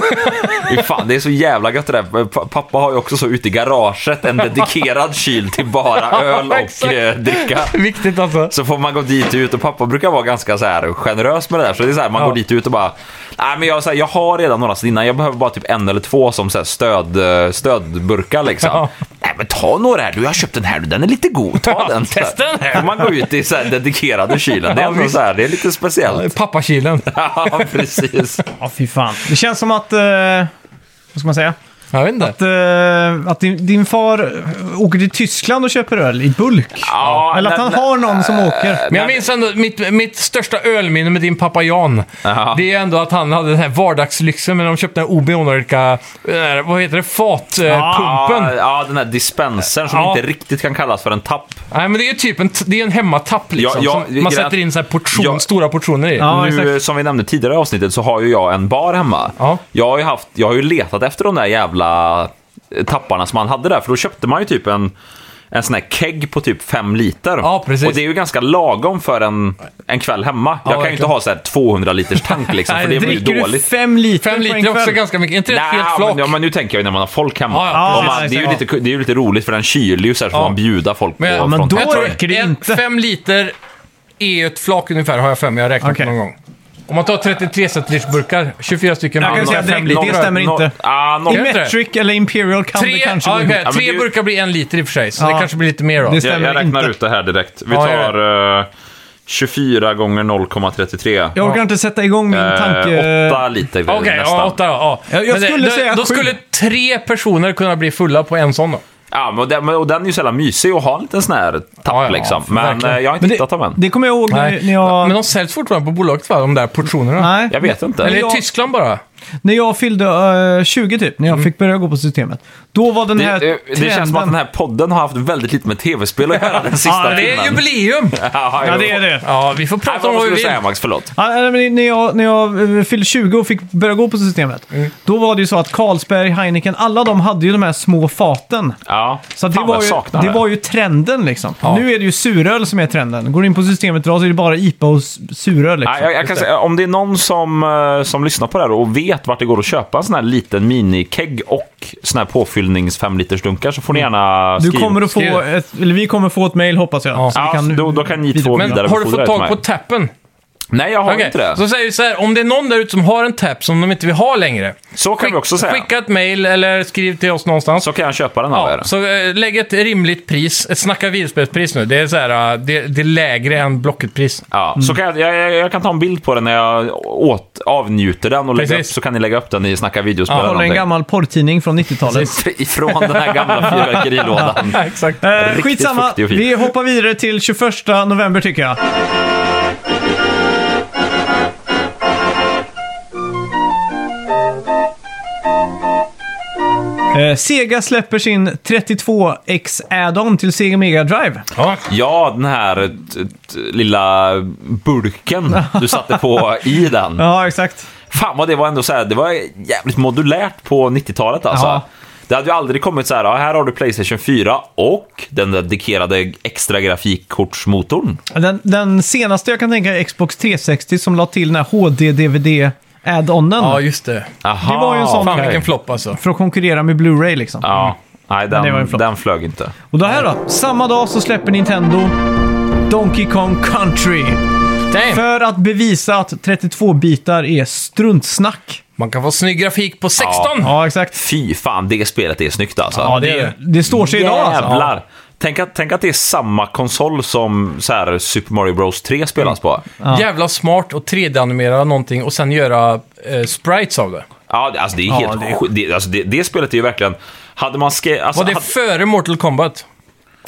[SPEAKER 3] Fy fan, det är så jävla gött det där. Pa- Pappa har ju också så ute i garaget en dedikerad kyl till bara öl och
[SPEAKER 2] Exakt.
[SPEAKER 3] eh, dricka.
[SPEAKER 2] Viktigt alltså.
[SPEAKER 3] Så får man gå dit och ut och pappa brukar vara ganska så här generös med det där. Så det är så här, man
[SPEAKER 2] Ja.
[SPEAKER 3] går dit och ut och bara Nej men jag, så här, jag har redan några sedan innan, jag behöver bara typ en eller två som så här, stöd, eh, stödburkar liksom.
[SPEAKER 2] Ja.
[SPEAKER 3] Nej men ta några här, du jag har köpt den här, den är lite god, ta den. Så här.
[SPEAKER 2] testa den här.
[SPEAKER 3] Får man går ut i så här dedikerade kylen, det är
[SPEAKER 2] Ja,
[SPEAKER 3] ändå
[SPEAKER 2] visst.
[SPEAKER 3] så här, det är lite speciellt.
[SPEAKER 2] Pappakilen.
[SPEAKER 3] Ja precis.
[SPEAKER 1] Ja, fy fan. Det känns som att... Eh, vad ska man säga?
[SPEAKER 2] Jag vet inte.
[SPEAKER 1] Att, eh, att din, din far åker till Tyskland och köper öl i bulk.
[SPEAKER 3] Ja,
[SPEAKER 1] Eller att han
[SPEAKER 3] nej,
[SPEAKER 1] har någon som åker.
[SPEAKER 2] Men jag minns ändå mitt, mitt största ölminne med din pappa Jan.
[SPEAKER 3] Ja.
[SPEAKER 2] Det är ändå att han hade den här vardagslyxen när de köpte den här obeonrika, eh, vad heter det, fatpumpen.
[SPEAKER 3] Ja, ja, den här dispensern som
[SPEAKER 2] Ja.
[SPEAKER 3] inte riktigt kan kallas för en tapp.
[SPEAKER 2] Nej men det är ju typ en, t- det är en hemmatapp liksom.
[SPEAKER 3] Ja, ja,
[SPEAKER 2] som man
[SPEAKER 3] grejen-
[SPEAKER 2] sätter in så här portion,
[SPEAKER 3] Ja.
[SPEAKER 2] stora portioner i.
[SPEAKER 1] Ja,
[SPEAKER 3] nu, eh,
[SPEAKER 1] exakt.
[SPEAKER 3] som vi nämnde tidigare i avsnittet, så har ju jag en bar hemma.
[SPEAKER 2] Ja.
[SPEAKER 3] Jag, har ju haft, eh, jag har ju letat efter de där jävla tapparna som man hade där, för då köpte man ju typ en en sån här keg på typ fem liter.
[SPEAKER 2] Ja, precis.
[SPEAKER 3] Och det är ju ganska lagom för en, en kväll hemma. Jag kan ju inte
[SPEAKER 2] verkligen.
[SPEAKER 3] ha så här 200 liters tank liksom, för det blir ju
[SPEAKER 1] Dricker du
[SPEAKER 3] dåligt.
[SPEAKER 1] fem liter
[SPEAKER 2] Fem
[SPEAKER 1] på en
[SPEAKER 2] liter är också
[SPEAKER 1] kväll?
[SPEAKER 2] ganska mycket. Inte ett helt
[SPEAKER 3] Nej,
[SPEAKER 2] flak.
[SPEAKER 3] men, ja, men nu tänker jag ju när man har folk hemma.
[SPEAKER 2] Ja, ja,
[SPEAKER 3] Och
[SPEAKER 1] precis,
[SPEAKER 3] man, det, är ju
[SPEAKER 1] exakt.
[SPEAKER 3] lite, ku- det är ju lite roligt för den kyler ju så här, så får
[SPEAKER 2] Ja.
[SPEAKER 3] man bjuda folk
[SPEAKER 2] Men-
[SPEAKER 3] på
[SPEAKER 2] ja,
[SPEAKER 1] men
[SPEAKER 3] från
[SPEAKER 1] då-
[SPEAKER 3] taket.
[SPEAKER 2] jag tror
[SPEAKER 1] räcker det
[SPEAKER 2] en-
[SPEAKER 1] inte.
[SPEAKER 2] Fem liter är ett flak ungefär, har jag för mig. Jag har räknat
[SPEAKER 1] Okej.
[SPEAKER 2] någon gång. Om man tar 33 centilitersburkar, 24 stycken.
[SPEAKER 1] Jag kan säga
[SPEAKER 2] fem
[SPEAKER 1] direkt, det
[SPEAKER 2] liter.
[SPEAKER 1] stämmer
[SPEAKER 3] Nå-
[SPEAKER 1] inte.
[SPEAKER 3] Ah, nå-
[SPEAKER 1] I
[SPEAKER 2] Kan inte det?
[SPEAKER 1] metric eller imperial kan det
[SPEAKER 2] Tre, ja,
[SPEAKER 1] kanske gå
[SPEAKER 2] okej,
[SPEAKER 1] ihop.
[SPEAKER 3] men
[SPEAKER 2] tre
[SPEAKER 3] det-
[SPEAKER 2] burkar blir en liter i och för sig, så
[SPEAKER 1] Ja.
[SPEAKER 2] det kanske blir lite mer då.
[SPEAKER 1] Det
[SPEAKER 3] jag,
[SPEAKER 1] stämmer
[SPEAKER 3] jag räknar
[SPEAKER 1] inte.
[SPEAKER 3] ut det här direkt. Vi
[SPEAKER 2] Ja, gör
[SPEAKER 3] tar eh, 24 gånger 0,33.
[SPEAKER 1] Jag orkar inte sätta igång
[SPEAKER 3] Eh,
[SPEAKER 1] min tanke...
[SPEAKER 3] 8 liter
[SPEAKER 2] Okej, ja,
[SPEAKER 3] nästan.
[SPEAKER 2] åtta då. Ja.
[SPEAKER 1] Jag- jag
[SPEAKER 2] Men det-
[SPEAKER 1] skulle
[SPEAKER 2] då,
[SPEAKER 1] säga
[SPEAKER 2] då
[SPEAKER 1] sju.
[SPEAKER 2] skulle tre personer kunna bli fulla på en sån då.
[SPEAKER 3] Ja, men den, och den är ju så jävla mysig att ha en liten sån här tapp
[SPEAKER 2] Ja, ja,
[SPEAKER 3] liksom.
[SPEAKER 2] för-
[SPEAKER 3] Men
[SPEAKER 2] verkligen.
[SPEAKER 3] eh, jag har inte
[SPEAKER 1] Men
[SPEAKER 3] hittat dem
[SPEAKER 1] det,
[SPEAKER 3] än.
[SPEAKER 1] det kommer jag ihåg när, när jag...
[SPEAKER 2] Men de säljs fortfarande på bolaget va, de där portionerna?
[SPEAKER 1] nej,
[SPEAKER 3] Jag vet inte.
[SPEAKER 2] Eller i
[SPEAKER 1] jag-
[SPEAKER 2] Tyskland bara?
[SPEAKER 1] när jag fyllde eh, 20 typ, när jag
[SPEAKER 2] Mm.
[SPEAKER 1] fick börja gå på systemet. Då var den
[SPEAKER 3] det,
[SPEAKER 1] här
[SPEAKER 3] det, det känns som att den här podden har haft väldigt lite med tv-spel att göra den sista
[SPEAKER 1] Ja,
[SPEAKER 2] Det är
[SPEAKER 3] timmen.
[SPEAKER 2] jubileum!
[SPEAKER 3] Ja,
[SPEAKER 1] Ja,
[SPEAKER 3] jo.
[SPEAKER 1] det är det.
[SPEAKER 2] Ja, vi får
[SPEAKER 3] Nej,
[SPEAKER 2] prata
[SPEAKER 3] vad
[SPEAKER 2] om vad vi
[SPEAKER 3] skulle du
[SPEAKER 2] vill.
[SPEAKER 3] säga Max? Förlåt.
[SPEAKER 1] Ja, nej, men när jag, när jag eh, fyllde 20 och fick börja gå på systemet, då var det ju så att Carlsberg, Heineken, alla de hade ju de här små faten.
[SPEAKER 3] Ja.
[SPEAKER 1] Så det,
[SPEAKER 3] Fan,
[SPEAKER 1] var
[SPEAKER 3] jag
[SPEAKER 1] ju,
[SPEAKER 3] saknar
[SPEAKER 1] det var ju trenden liksom.
[SPEAKER 2] Ja.
[SPEAKER 1] Nu är det ju suröl som är trenden. Går du in på systemet idag så är det bara IPA och s- suröl liksom.
[SPEAKER 3] Ja, jag, jag kan säga, om det är någon som, eh, som lyssnar på det här och vet vart det går att köpa en sån här liten minikeg och sån här påfyllnings 5 liters dunkar så får ni gärna
[SPEAKER 1] du
[SPEAKER 3] skriva.
[SPEAKER 1] Mm. kommer att få
[SPEAKER 2] skriv.
[SPEAKER 1] ett, eller vi kommer få ett mail hoppas jag.
[SPEAKER 2] Ja.
[SPEAKER 1] Så vi
[SPEAKER 3] Ja, då- då kan ni två
[SPEAKER 1] vidarebefordra.
[SPEAKER 2] Men
[SPEAKER 3] vidare
[SPEAKER 2] har du
[SPEAKER 3] befordrar
[SPEAKER 2] fått
[SPEAKER 3] till
[SPEAKER 2] tag på
[SPEAKER 3] mig.
[SPEAKER 2] tappen?
[SPEAKER 3] Nej, jag har
[SPEAKER 2] Okej,
[SPEAKER 3] inte det.
[SPEAKER 2] Så säger vi så här, om det är någon där ute som har en tapp som de inte vill ha längre.
[SPEAKER 3] Så kan vi också säga.
[SPEAKER 2] Skicka ett mail eller skriv till oss någonstans.
[SPEAKER 3] Så kan jag köpa den av
[SPEAKER 2] ja,
[SPEAKER 3] er.
[SPEAKER 2] så eh, lägg ett rimligt pris, ett snacka videospelspris nu. Det är så här, eh, det, det är lägre än Blocket-pris.
[SPEAKER 3] Ja,
[SPEAKER 1] Mm.
[SPEAKER 3] så kan jag, jag, jag- jag kan ta en bild på den när jag åt, avnjuter den och lägga upp,
[SPEAKER 2] Precis.
[SPEAKER 3] så kan ni lägga upp den i Snacka videospel
[SPEAKER 2] Ja,
[SPEAKER 3] eller
[SPEAKER 1] Kolla en
[SPEAKER 3] någonting.
[SPEAKER 1] gammal porrtidning från 90-talet.
[SPEAKER 3] Ifrån den här gamla fyrverkerilådan.
[SPEAKER 2] Ja, exakt.
[SPEAKER 1] Eh,
[SPEAKER 3] Riktigt
[SPEAKER 1] skitsamma,
[SPEAKER 3] fuktig och fin.
[SPEAKER 1] vi hoppar vidare till 21 november tycker jag. Eh, Sega släpper sin 32X add-on till Sega Mega Drive.
[SPEAKER 2] Ja.
[SPEAKER 3] Ja, den här eh, t- t- lilla burken du satte på i den.
[SPEAKER 1] Ja, exakt.
[SPEAKER 3] Fan vad det var ändå så här, det var jävligt modulärt på 90-talet alltså.
[SPEAKER 1] Ja.
[SPEAKER 3] Det hade ju aldrig kommit så här, ja, här har du Playstation 4 och den dedikerade extra grafikkortsmotorn.
[SPEAKER 1] Den, den senaste jag kan tänka är Xbox 360 som la till den här HD-DVD add-onen.
[SPEAKER 2] ja, just det.
[SPEAKER 3] Aha,
[SPEAKER 1] Det var ju en sån-
[SPEAKER 2] Fan
[SPEAKER 3] Mm. okej.
[SPEAKER 2] vilken flopp alltså.
[SPEAKER 1] För att konkurrera med Blu-ray liksom.
[SPEAKER 3] Ja, nej den,
[SPEAKER 1] det var en flopp.
[SPEAKER 3] den flög inte.
[SPEAKER 1] Och det här då? Samma dag så släpper Nintendo Donkey Kong Country.
[SPEAKER 2] Damn.
[SPEAKER 1] För att bevisa att 32-bitar är struntsnack.
[SPEAKER 2] Man kan få snygg grafik på 16!
[SPEAKER 1] Ja, exakt.
[SPEAKER 3] Fy fan, det spelet är snyggt alltså.
[SPEAKER 1] Ja,
[SPEAKER 2] det är det.
[SPEAKER 1] det, det står sig idag alltså.
[SPEAKER 3] Jävlar! Tänk, att, tänk att det är samma konsol som så här, Super Mario Bros 3 spelas på.
[SPEAKER 2] Jävla smart och 3D-animera någonting och sen göra eh, sprites av det.
[SPEAKER 3] Ja, det- alltså det är helt
[SPEAKER 1] det är-
[SPEAKER 3] sjukt. det... alltså, det, det spelet är ju verkligen... Hade man ska, alltså,
[SPEAKER 2] Var det
[SPEAKER 3] hade,
[SPEAKER 2] före Mortal Kombat?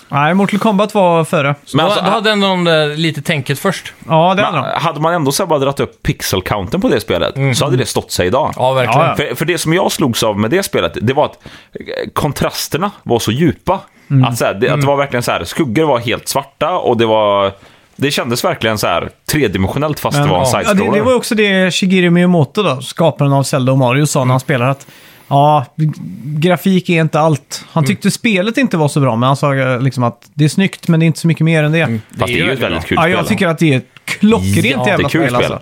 [SPEAKER 1] Nej, Mortal Kombat var före.
[SPEAKER 3] men alltså,
[SPEAKER 2] då, då hade ändå de där lite tänket först.
[SPEAKER 1] Ja, det hade de.
[SPEAKER 3] ha- hade man ändå så här bara dragit upp pixel-counten på det spelet så hade det stått sig idag.
[SPEAKER 2] Ja, verkligen.
[SPEAKER 1] Mm. Ja,
[SPEAKER 3] För, för det som jag slogs av med det spelet, det var att eh, kontrasterna var så djupa.
[SPEAKER 1] Mm.
[SPEAKER 3] Att, så här, det, att det var verkligen så här, skuggor var helt svarta och det var... Det kändes verkligen så här tredimensionellt fast det var en
[SPEAKER 2] ja.
[SPEAKER 1] Ja, det,
[SPEAKER 3] side-scroller.
[SPEAKER 1] det var också det Shigeru Miyamoto, då, skaparen av Zelda och Mario, sa när han spelade att ja, grafik är inte allt.
[SPEAKER 3] Mm.
[SPEAKER 1] Han tyckte spelet inte var så bra, men han sa eh, liksom att det är snyggt, men det är inte så mycket mer än det.
[SPEAKER 3] Fast det är ju ett väldigt Mm. kul
[SPEAKER 1] Ja,
[SPEAKER 3] spel.
[SPEAKER 1] jag tycker att det är ett klockrent jävla
[SPEAKER 3] Jättekul
[SPEAKER 1] spel. Alltså.
[SPEAKER 3] spel.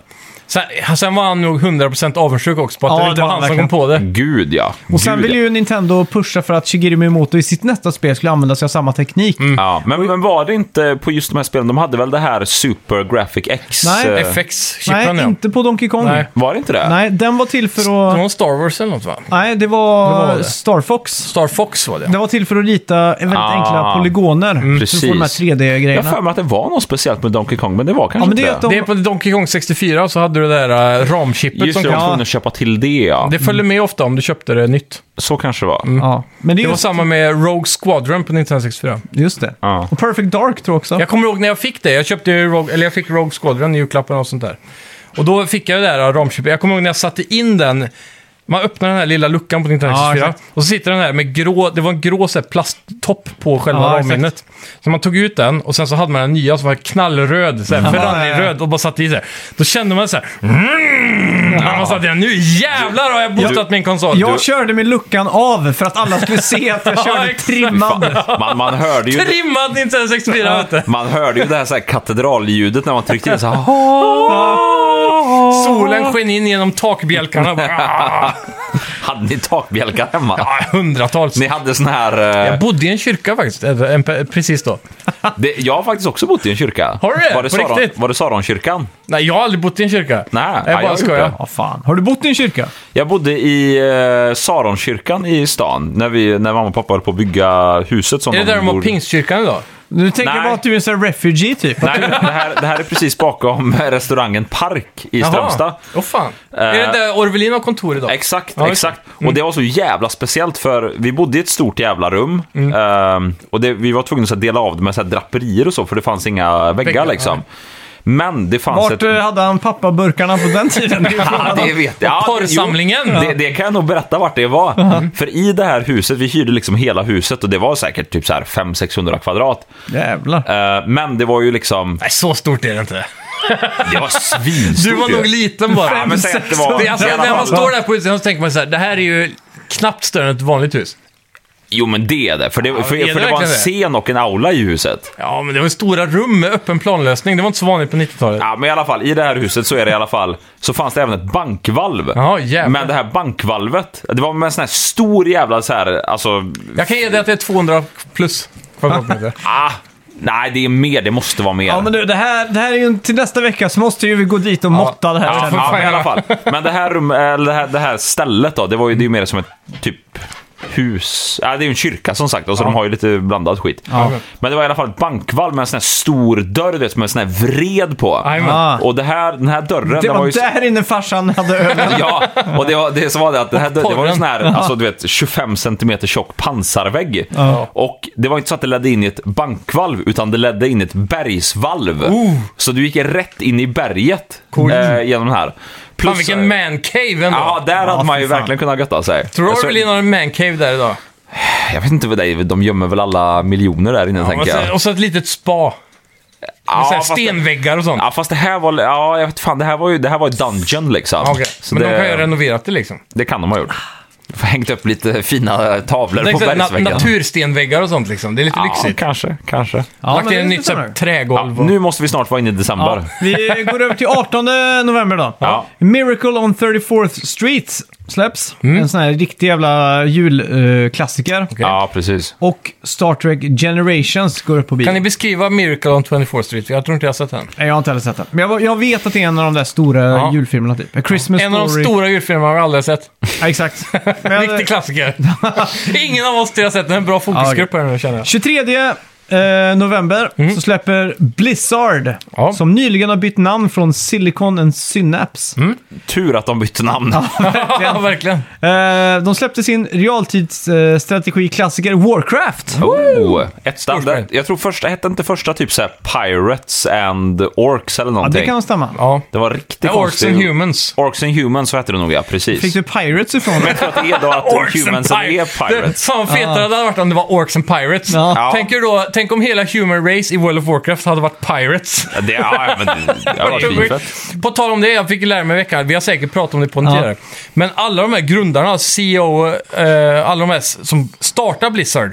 [SPEAKER 2] Sen, sen var han nog 100% avundsjuk också på att
[SPEAKER 1] Ja,
[SPEAKER 2] det
[SPEAKER 1] det
[SPEAKER 2] inte
[SPEAKER 1] var
[SPEAKER 2] var han som
[SPEAKER 1] verkligen.
[SPEAKER 2] kom på
[SPEAKER 3] Mm.
[SPEAKER 2] det.
[SPEAKER 3] Gud ja.
[SPEAKER 1] Och sen
[SPEAKER 3] Gud,
[SPEAKER 1] vill
[SPEAKER 3] ja.
[SPEAKER 1] ju Nintendo pusha för att Shigeru Miyamoto i sitt nästa spel skulle använda sig av samma teknik.
[SPEAKER 3] Ja, men, men var det inte på just de här spelen, de hade väl det här Super Graphic X?
[SPEAKER 1] Nej,
[SPEAKER 3] eh,
[SPEAKER 2] FX-chippen
[SPEAKER 1] Nej,
[SPEAKER 2] ja.
[SPEAKER 1] inte på Donkey Kong.
[SPEAKER 2] Nej.
[SPEAKER 1] Nej.
[SPEAKER 3] Var det inte det?
[SPEAKER 1] den var till för
[SPEAKER 2] Det
[SPEAKER 1] att...
[SPEAKER 2] var Star Wars eller något va?
[SPEAKER 1] Nej, det var,
[SPEAKER 2] Det var det.
[SPEAKER 1] Star Fox.
[SPEAKER 2] Star Fox var det.
[SPEAKER 1] Den var till för att rita väldigt
[SPEAKER 3] Ah,
[SPEAKER 1] enkla polygoner. För att få de här
[SPEAKER 3] precis. Jag har för
[SPEAKER 1] 3D-grejerna.
[SPEAKER 3] mig att det var något speciellt med Donkey Kong, men det var kanske
[SPEAKER 1] Ja, men det är
[SPEAKER 3] inte
[SPEAKER 1] att de...
[SPEAKER 2] Det är på Donkey Kong 64 så hade du det där uh, RAM-chippet
[SPEAKER 3] Just
[SPEAKER 2] som
[SPEAKER 3] det, de var
[SPEAKER 2] kom.
[SPEAKER 3] tvungna att köpa till det ja.
[SPEAKER 2] Det följde med ofta om du köpte det Mm. nytt.
[SPEAKER 3] Så kanske det var.
[SPEAKER 1] Ja, men det är
[SPEAKER 2] Det var
[SPEAKER 1] just,
[SPEAKER 2] samma med Rogue Squadron på 1964.
[SPEAKER 1] just det.
[SPEAKER 3] Ja.
[SPEAKER 1] Och Perfect Dark tror jag också.
[SPEAKER 2] Jag kommer ihåg när jag fick det. Jag köpte ju Rogue, eller jag fick Rogue äh, Squadron i julklappen och sånt där. Och då fick jag det där ramchippet. Jag kommer ihåg när jag satte in den Man öppnar den här lilla luckan på Nintendo
[SPEAKER 1] Ja,
[SPEAKER 2] 64
[SPEAKER 1] exakt.
[SPEAKER 2] och så sitter den här med grå, det var en grå så här, plasttopp på själva
[SPEAKER 1] Ja,
[SPEAKER 2] ramminnet. Så man tog ut den och sen så hade man den nya som var knallröd, så här, Ferrari-röd och bara satte i sig. Då kände man så här... Mm, ja. Man satt i den, nu jävlar har jag botat min konsol!
[SPEAKER 1] Jag körde med luckan av för att alla skulle se att jag körde
[SPEAKER 2] exakt.
[SPEAKER 1] trimmad.
[SPEAKER 3] Man, man hörde ju...
[SPEAKER 2] Trimmad Nintendo 64 vet du!
[SPEAKER 3] Man hörde ju det här, så här katedralljudet när man tryckte in så här.
[SPEAKER 2] Solen sken in genom takbjälkarna. Bara,
[SPEAKER 3] Hade ni takbjälkar hemma?
[SPEAKER 2] ah, hundratals.
[SPEAKER 3] Ni hade sån här... eh,
[SPEAKER 2] Jag bodde i en kyrka faktiskt, eh, en, pe- precis då.
[SPEAKER 3] det, jag har faktiskt också bott i en kyrka.
[SPEAKER 2] Har du det?
[SPEAKER 3] Var det,
[SPEAKER 2] På
[SPEAKER 3] Saron,
[SPEAKER 2] riktigt?
[SPEAKER 3] var det Saronkyrkan?
[SPEAKER 2] Nej, jag har aldrig bott i en kyrka.
[SPEAKER 3] Nej, nej,
[SPEAKER 2] jag
[SPEAKER 3] jag
[SPEAKER 2] bara
[SPEAKER 3] har
[SPEAKER 2] skojar.
[SPEAKER 3] gjort
[SPEAKER 1] Ja, fan. Har du bott i en kyrka?
[SPEAKER 3] Jag bodde i eh, Saronkyrkan i stan när, vi, när mamma och pappa höll på att bygga huset som
[SPEAKER 2] Är det
[SPEAKER 3] de
[SPEAKER 2] där de har
[SPEAKER 3] bor-
[SPEAKER 2] pingstkyrkan idag?
[SPEAKER 1] Nu tänker jag
[SPEAKER 3] Nej.
[SPEAKER 1] bara att du är en sån här refugee typ.
[SPEAKER 3] Nej, det här, det här är precis bakom restaurangen Park i Strömstad. Eh.
[SPEAKER 2] Åh fan. är det där Orvelin har kontor idag?
[SPEAKER 3] Exakt,
[SPEAKER 2] Ja, just det.
[SPEAKER 3] exakt. Och det Mm. var så jävla speciellt för vi bodde i ett stort jävla rum. Ehm, och det, vi var tvungna att så här dela av det med så här draperier och så, för det fanns inga väggar,
[SPEAKER 2] Väggar,
[SPEAKER 3] liksom. Men det fanns
[SPEAKER 1] Vart
[SPEAKER 3] ett...
[SPEAKER 1] eh, hade han pappaburkarna på den tiden? Det är ju
[SPEAKER 3] Ja,
[SPEAKER 1] frågan.
[SPEAKER 3] det vet jag. Ja,
[SPEAKER 2] porrsamlingen.
[SPEAKER 3] jo, Det, det kan jag nog berätta vart det var. Mm. För i det här huset, vi hyrde liksom hela huset och det var säkert typ så här 500-600 kvadrat.
[SPEAKER 1] Jävlar.
[SPEAKER 3] Eh, men det var ju liksom...
[SPEAKER 2] Nej, så stort är det inte.
[SPEAKER 3] Det var svinstort
[SPEAKER 2] Du var
[SPEAKER 3] ju.
[SPEAKER 2] nog liten bara.
[SPEAKER 3] Ja, men säg att det var...
[SPEAKER 2] det, är alltså,
[SPEAKER 3] i alla
[SPEAKER 2] när man
[SPEAKER 3] fall.
[SPEAKER 2] står där på utsidan så tänker man så här, det här är ju knappt större än ett vanligt hus.
[SPEAKER 3] Jo, men det är det. För det, för,
[SPEAKER 2] är det
[SPEAKER 3] för det var en
[SPEAKER 2] verkligen
[SPEAKER 3] scen och en aula i huset.
[SPEAKER 2] Ja, men det var ju stora rum med öppen planlösning. Det var inte så vanligt på 90-talet.
[SPEAKER 3] Ja, men i alla fall, i det här huset så är det i alla fall, så fanns det även ett bankvalv.
[SPEAKER 2] Ja, jävlar.
[SPEAKER 3] men det här bankvalvet, det var med en sån här stor jävla så här, alltså,
[SPEAKER 2] Jag kan ge dig att det är 200 plus kvadratmeter.
[SPEAKER 3] ah, nej det är mer, det måste vara mer.
[SPEAKER 1] Ja, men du, det här, det här är ju en- till nästa vecka så måste ju vi gå dit och måtta det här
[SPEAKER 3] Ja,
[SPEAKER 1] sen.
[SPEAKER 3] ja, men i alla fall. Men det här, rum, eller det här, det här stället då, det, var ju, det är ju mer som ett typ hus. Ja, det är ju en kyrka som sagt, och så de har ju lite blandad skit. Men det var i alla fall ett bankvalv med en sån här stor dörr, du vet, med en sån här vred på.
[SPEAKER 2] Jajamän.
[SPEAKER 1] Ah.
[SPEAKER 3] Och det här, den här dörren,
[SPEAKER 1] Det
[SPEAKER 3] den var
[SPEAKER 1] var
[SPEAKER 3] ju...
[SPEAKER 1] där inne farsan hade ölen.
[SPEAKER 3] Ja, och det, var, det så var det att det, här, det var
[SPEAKER 2] porren.
[SPEAKER 3] en sån här, alltså du vet, 25 cm tjock pansarvägg. Och det var inte så att det ledde in i ett bankvalv, utan det ledde in i ett bergsvalv.
[SPEAKER 2] Oh.
[SPEAKER 3] Så du gick rätt in i berget eh, genom det här. Plus,
[SPEAKER 2] Fan vilken mancave ändå.
[SPEAKER 3] Ja, där Alltså- hade man ju
[SPEAKER 1] för fan.
[SPEAKER 3] verkligen kunnat götta sig.
[SPEAKER 2] Tror du
[SPEAKER 3] Jag så-
[SPEAKER 2] Orvelin har en mancave där idag?
[SPEAKER 3] Jag vet inte vad det är, de gömmer väl alla miljoner där inne,
[SPEAKER 2] Och
[SPEAKER 3] tänker
[SPEAKER 2] så,
[SPEAKER 3] jag.
[SPEAKER 2] och så ett litet spa. Med så här
[SPEAKER 3] fast det-
[SPEAKER 2] stenväggar och sånt.
[SPEAKER 3] Ja, fast det här var... Ja, jag vet fan, det här var ju det här var ett dungeon liksom.
[SPEAKER 2] Okej,
[SPEAKER 3] Så
[SPEAKER 2] Men
[SPEAKER 3] det,
[SPEAKER 2] de kan ju ha renoverat det liksom.
[SPEAKER 3] det kan de ha gjort. Hängt upp lite fina tavlor
[SPEAKER 2] Tänk
[SPEAKER 3] på
[SPEAKER 2] så här, na-
[SPEAKER 3] bergsväggen.
[SPEAKER 2] naturstenväggar och sånt liksom. Det är lite lyxigt.
[SPEAKER 3] kanske, kanske.
[SPEAKER 1] Ja, men
[SPEAKER 2] Lagt
[SPEAKER 1] det
[SPEAKER 2] in
[SPEAKER 1] är
[SPEAKER 2] ett
[SPEAKER 1] lite
[SPEAKER 2] nytt så här,
[SPEAKER 1] sådär.
[SPEAKER 2] trägolv. och-
[SPEAKER 3] Nu måste vi snart vara inne i december.
[SPEAKER 1] Ja, vi går över till 18 november då.
[SPEAKER 3] Ja.
[SPEAKER 1] Miracle on 34th Street släpps. En sån här riktig jävla julklassiker.
[SPEAKER 3] Ja, precis.
[SPEAKER 1] Och Star Trek Generations går upp på bio.
[SPEAKER 2] Kan ni beskriva Miracle on 24th Street? Jag tror inte jag har sett den.
[SPEAKER 1] Nej, Jag har inte heller sett den. Men jag, jag vet att det är en av de där stora
[SPEAKER 2] Ja.
[SPEAKER 1] julfilmerna typ. A Christmas
[SPEAKER 2] En
[SPEAKER 1] Story.
[SPEAKER 2] av de stora djurfilmerna har jag aldrig sett.
[SPEAKER 1] Ja, exakt. Men,
[SPEAKER 2] Riktig klassiker. Ingen av oss tre har sett den. En bra fokusgrupp här nu känner jag.
[SPEAKER 1] 23 eh, november
[SPEAKER 3] Mm.
[SPEAKER 1] så släpper Blizzard,
[SPEAKER 2] Ja.
[SPEAKER 1] som nyligen har bytt namn från Silicon and Synapse.
[SPEAKER 3] Mm. Tur att de bytte namn.
[SPEAKER 2] Ja, verkligen.
[SPEAKER 1] Eh, de släppte sin realtidsstrategiklassiker Warcraft.
[SPEAKER 3] Oh, ett standard.
[SPEAKER 2] Storspel.
[SPEAKER 3] Jag tror första, hette inte första typ såhär Pirates and Orcs eller
[SPEAKER 1] Ja,
[SPEAKER 3] någonting?
[SPEAKER 1] det kan nog stämma.
[SPEAKER 2] Ja.
[SPEAKER 3] Det var riktigt
[SPEAKER 2] Ja, Orcs
[SPEAKER 3] konstigt.
[SPEAKER 2] and Humans.
[SPEAKER 3] Orcs and Humans, så hette det nog ja, precis.
[SPEAKER 1] Fick du Pirates ifrån det?
[SPEAKER 3] För att det är då att Humans är
[SPEAKER 2] Det,
[SPEAKER 3] Pirates.
[SPEAKER 2] fan fetare det hade varit om det var Orcs and Pirates.
[SPEAKER 1] Ah. Ja.
[SPEAKER 3] Ja.
[SPEAKER 2] Tänk, er då, tänk om hela Human Race i World of Warcraft hade varit Pirates.
[SPEAKER 3] Ja, Det, ja, men det, det var svinfett.
[SPEAKER 2] På tal om det, jag fick ju lära mig i veckan, vi har säkert pratat om det på en tidigare. Men alla de här grundarna, CEO, eh, alla de här s- som startar Blizzard,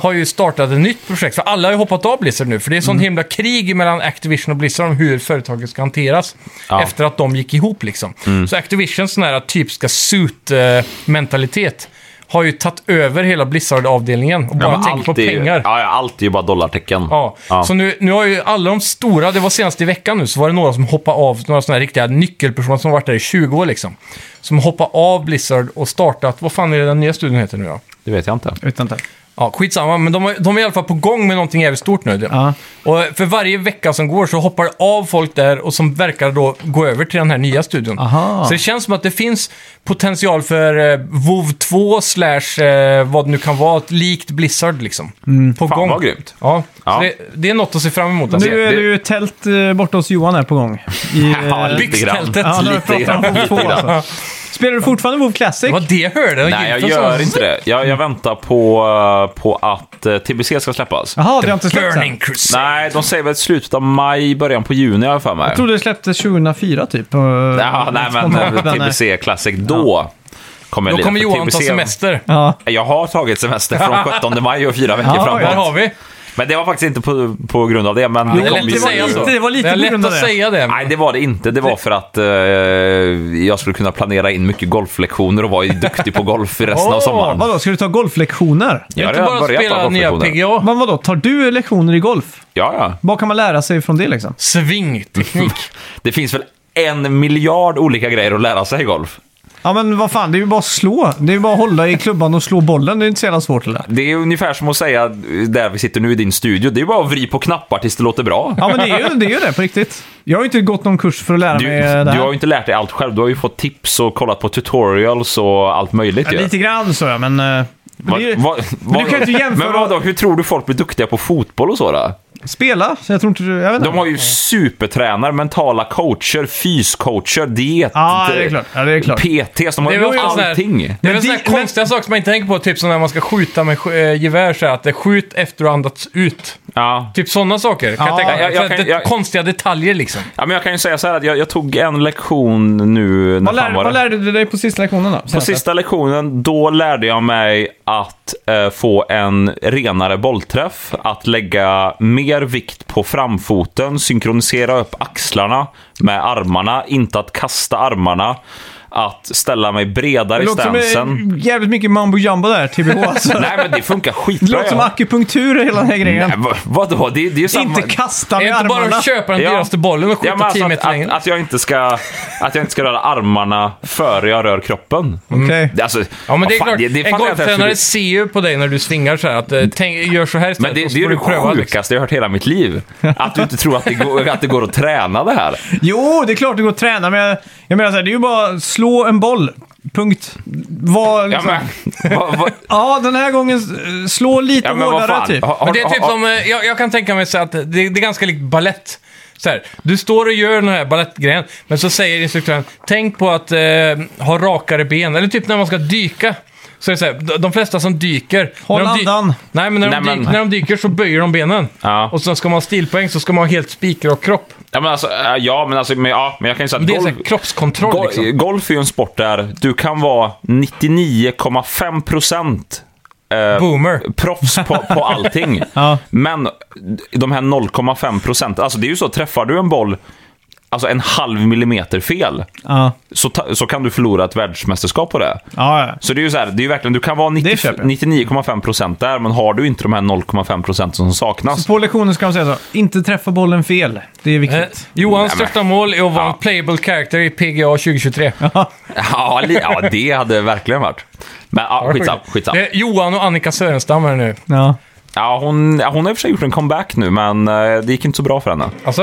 [SPEAKER 2] har ju startat ett nytt projekt. För alla har ju hoppat av Blizzard nu, för det är sån himla krig mellan Activision och Blizzard om hur företaget ska hanteras.
[SPEAKER 3] Ja.
[SPEAKER 2] Efter att de gick ihop liksom. Så Activisions sån här typiska suit-mentalitet har ju tagit över hela Blizzard-avdelningen och bara tänkt på
[SPEAKER 3] Allt är ju-
[SPEAKER 2] pengar.
[SPEAKER 3] Ja, ja, allt är ju bara dollartecken.
[SPEAKER 2] Ja, så nu, nu har ju alla de stora, det var senast i veckan nu, så var det några som hoppade av, några sådana här riktiga nyckelpersoner som har varit där i 20 år liksom. Som hoppade av Blizzard och startat, vad fan är det den nya studion heter nu då?
[SPEAKER 3] Det vet jag inte.
[SPEAKER 1] Utan inte.
[SPEAKER 2] Ja, skitsamma, men de, har- de är i alla fall på gång med någonting jävligt stort nu.
[SPEAKER 1] Ja.
[SPEAKER 2] Och för varje vecka som går så hoppar det av folk där och som verkar då gå över till den här nya studion.
[SPEAKER 1] Aha.
[SPEAKER 2] Så det känns som att det finns potential för eh, WoW 2 slash eh, vad det nu kan vara, ett likt Blizzard liksom.
[SPEAKER 1] Mm.
[SPEAKER 2] På
[SPEAKER 3] Fan
[SPEAKER 2] gång.
[SPEAKER 3] vad grymt.
[SPEAKER 2] Ja,
[SPEAKER 3] Ja.
[SPEAKER 2] Så det, det är något att se fram emot. Alltså.
[SPEAKER 1] Nu är det ju tält eh, borta hos Johan här på gång. I, eh,
[SPEAKER 3] Ja, lite grann.
[SPEAKER 2] Byxtältet.
[SPEAKER 1] Ja, nu har vi
[SPEAKER 3] Lite
[SPEAKER 1] pratat om
[SPEAKER 3] grann.
[SPEAKER 1] två
[SPEAKER 3] Lite grann.
[SPEAKER 1] alltså. Spelar du fortfarande WoW Classic?
[SPEAKER 2] Det var det jag hörde. och
[SPEAKER 3] Nej, jag
[SPEAKER 2] Gilton sa-
[SPEAKER 3] gör inte det. Jag, jag väntar på, eh, på att eh, TBC ska släppas.
[SPEAKER 1] Jaha, det har inte släppts än.
[SPEAKER 2] Burning Crusade.
[SPEAKER 3] Nej, de säger väl slutet av maj, början på juni har jag för mig.
[SPEAKER 1] Jag trodde det släpptes 2004 typ.
[SPEAKER 3] Ja, nej, men eh, TBC Classic, då kommer jag
[SPEAKER 2] Då
[SPEAKER 3] lira.
[SPEAKER 2] kommer
[SPEAKER 3] För
[SPEAKER 2] Johan ta
[SPEAKER 3] TBC
[SPEAKER 2] semester.
[SPEAKER 1] Ja.
[SPEAKER 3] Jag har tagit semester från 17 maj och fyra veckor
[SPEAKER 1] Ja,
[SPEAKER 2] Där
[SPEAKER 3] framåt.
[SPEAKER 2] har vi.
[SPEAKER 3] Men det var faktiskt inte på, på grund av det, men det
[SPEAKER 2] Det är
[SPEAKER 3] kom
[SPEAKER 2] lätt
[SPEAKER 3] ju...
[SPEAKER 2] att säga så.
[SPEAKER 1] det var lite
[SPEAKER 2] det är
[SPEAKER 1] på
[SPEAKER 2] lätt
[SPEAKER 1] grund av
[SPEAKER 2] att
[SPEAKER 1] det.
[SPEAKER 2] säga det.
[SPEAKER 3] Nej, det var det inte. Det var för att eh, jag skulle kunna planera in mycket golflektioner och vara ju duktig på golf i resten av sommaren.
[SPEAKER 1] Vadå, ska du ta golflektioner?
[SPEAKER 3] Jag har
[SPEAKER 2] inte
[SPEAKER 3] redan
[SPEAKER 2] bara
[SPEAKER 3] börjat ta
[SPEAKER 2] spela nya
[SPEAKER 3] golflektioner.
[SPEAKER 2] PGA.
[SPEAKER 1] Men vadå, tar du lektioner i golf?
[SPEAKER 3] Ja, ja.
[SPEAKER 1] Vad kan man lära sig från det liksom?
[SPEAKER 2] Svingteknik.
[SPEAKER 3] Det finns väl en miljard olika grejer att lära sig i golf.
[SPEAKER 1] Ja men vad fan, det är ju bara att slå. Det är ju bara att hålla i klubban och slå bollen. Det är inte så jävla svårt eller?
[SPEAKER 3] Det är ungefär som att säga eh, där vi sitter nu i din studio. Det är ju bara att vri på knappar tills det låter bra.
[SPEAKER 1] Ja men det är ju det, är ju det på riktigt. Jag har ju inte gått någon kurs för att lära
[SPEAKER 3] Du,
[SPEAKER 1] mig eh, det
[SPEAKER 3] du har
[SPEAKER 1] här.
[SPEAKER 3] ju inte lärt dig allt själv. Du har ju fått tips och kollat på tutorials och allt möjligt. ju.
[SPEAKER 1] Ja, lite grann så ja, men... eh, men
[SPEAKER 3] Va-
[SPEAKER 1] det är ju-
[SPEAKER 3] va-
[SPEAKER 1] men du kan ju inte jämföra...
[SPEAKER 3] Men vadå, hur tror du folk blir duktiga på fotboll och så då?
[SPEAKER 1] Spela? Så jag tror inte du... Jag vet inte.
[SPEAKER 3] De har ju supertränare, mentala coacher, fyscoacher, diet...
[SPEAKER 1] Ja, det är klart. Ja, det är klart.
[SPEAKER 3] PTs, de har
[SPEAKER 2] Det är
[SPEAKER 3] ju
[SPEAKER 2] väl sån här-
[SPEAKER 3] allting.
[SPEAKER 2] Det är väl
[SPEAKER 1] Men
[SPEAKER 2] sådana
[SPEAKER 1] det- men-
[SPEAKER 2] konstiga saker som man inte tänker på, typ som när man ska skjuta med sk- eh, gevär så här, att det skjut efter du andats ut.
[SPEAKER 3] Ja.
[SPEAKER 2] Typ sådana saker. Kan jag tänka,
[SPEAKER 3] jag- jag
[SPEAKER 2] så här,
[SPEAKER 3] kan-
[SPEAKER 2] det-
[SPEAKER 3] jag-
[SPEAKER 2] Konstiga detaljer liksom.
[SPEAKER 3] ja, men jag kan ju säga så här att jag, jag tog en lektion nu... När
[SPEAKER 1] Vad, lär,
[SPEAKER 3] fan var
[SPEAKER 1] vad
[SPEAKER 3] det?
[SPEAKER 1] lärde du dig på sista lektionen då?
[SPEAKER 3] På sista lektionen, då lärde jag mig att eh, få en renare bollträff, att lägga mer vikt på framfoten, synkronisera upp axlarna med armarna, inte att kasta armarna, att ställa mig bredare
[SPEAKER 1] Det
[SPEAKER 3] i
[SPEAKER 1] låter som
[SPEAKER 3] stansen.
[SPEAKER 1] eh, jävligt mycket mambo jumbo där, TBH alltså.
[SPEAKER 3] Nej, men det funkar
[SPEAKER 1] Det
[SPEAKER 3] skitbra.
[SPEAKER 1] låter som
[SPEAKER 3] ja.
[SPEAKER 1] akupunktur hela den här grejen.
[SPEAKER 3] Nej, vad, vadå? Det, det är ju samma...
[SPEAKER 1] inte kasta
[SPEAKER 2] Det
[SPEAKER 1] med
[SPEAKER 2] är inte bara
[SPEAKER 1] armarna.
[SPEAKER 2] att köpa den
[SPEAKER 3] Ja.
[SPEAKER 2] dyraste bollen och
[SPEAKER 3] Ja,
[SPEAKER 2] skjuta
[SPEAKER 3] men
[SPEAKER 2] 10
[SPEAKER 3] alltså att,
[SPEAKER 2] meter längre.
[SPEAKER 3] att, att, jag inte ska, att jag inte ska röra armarna före jag rör kroppen.
[SPEAKER 1] Okej.
[SPEAKER 3] Det- Alltså,
[SPEAKER 2] Ja, men det är
[SPEAKER 3] fan,
[SPEAKER 2] klart.
[SPEAKER 3] det
[SPEAKER 2] en
[SPEAKER 3] fattar jag inte ens hur
[SPEAKER 2] golftränare
[SPEAKER 3] det-
[SPEAKER 2] ser ju på dig när du svingar så här att eh, tänk, gör så här istället
[SPEAKER 3] Men det,
[SPEAKER 2] och så
[SPEAKER 3] det är
[SPEAKER 2] får
[SPEAKER 3] det
[SPEAKER 2] du pröva,
[SPEAKER 3] sjukaste
[SPEAKER 2] liksom.
[SPEAKER 3] jag har hört hela mitt liv. Att du inte tror att det går, att det går att träna det här.
[SPEAKER 1] Jo, det är klart det går att träna, men jag, jag menar så här, det är ju bara att slå en boll. Punkt. Var,
[SPEAKER 3] Ja,
[SPEAKER 1] liksom, ja,
[SPEAKER 3] men, vad, vad,
[SPEAKER 1] den här gången eh, slå lite
[SPEAKER 3] ja, men vad
[SPEAKER 1] hårdare
[SPEAKER 3] fan.
[SPEAKER 1] typ.
[SPEAKER 3] Har- har-
[SPEAKER 2] Men det är typ
[SPEAKER 3] har-
[SPEAKER 2] som, eh, jag, jag kan tänka mig så att det, det är ganska likt ballett. Så här, du står och gör den här balettgrejen, men så säger instruktören tänk på att eh, ha rakare ben. Eller typ när man ska dyka. Så är det så här, de- de flesta som dyker...
[SPEAKER 1] Håll
[SPEAKER 2] när de dy-
[SPEAKER 1] andan.
[SPEAKER 2] Nej, men när,
[SPEAKER 3] Nej,
[SPEAKER 2] de
[SPEAKER 3] men-
[SPEAKER 2] Dyker, när de dyker så böjer de benen.
[SPEAKER 3] Ja.
[SPEAKER 2] Och sen ska man ha stilpoäng så ska man ha helt spikrak kropp.
[SPEAKER 3] ja, men alltså, ja, men alltså, men, ja, men jag kan ju säga
[SPEAKER 2] Det är
[SPEAKER 3] att
[SPEAKER 2] så
[SPEAKER 3] golf,
[SPEAKER 2] här, kroppskontroll
[SPEAKER 3] gol-
[SPEAKER 2] liksom.
[SPEAKER 3] golf är ju en sport där du kan vara 99,5 procent eh,
[SPEAKER 2] Boomer.
[SPEAKER 3] proffs på, på allting.
[SPEAKER 1] Ja.
[SPEAKER 3] Men de här 0,5 procent, alltså det är ju så, träffar du en boll alltså en halv millimeter fel,
[SPEAKER 1] Ja.
[SPEAKER 3] så, ta, så kan du förlora ett världsmästerskap på det.
[SPEAKER 1] Ja, ja.
[SPEAKER 3] Så det är ju så här, det är ju verkligen, du kan vara 90
[SPEAKER 1] Det köper jag.
[SPEAKER 3] 99,5% där, men har du inte de här 0,5% som
[SPEAKER 1] Så
[SPEAKER 3] saknas.
[SPEAKER 1] på lektionen ska de säga så. Inte träffa bollen fel. Det är
[SPEAKER 2] Eh,
[SPEAKER 1] viktigt.
[SPEAKER 2] Johans
[SPEAKER 3] Nej, men-
[SPEAKER 2] största mål är att vara
[SPEAKER 3] Ja.
[SPEAKER 2] en playable character i PGA 2023.
[SPEAKER 3] Ja, li- ja, det hade verkligen varit. Men ja, skitsam, skitsam.
[SPEAKER 2] Det är Johan och Annika Sörenstam här nu.
[SPEAKER 1] Ja.
[SPEAKER 3] Ja, hon, ja, hon har i och för sig gjort en comeback nu, men eh, det gick inte så bra för henne.
[SPEAKER 2] Alltså,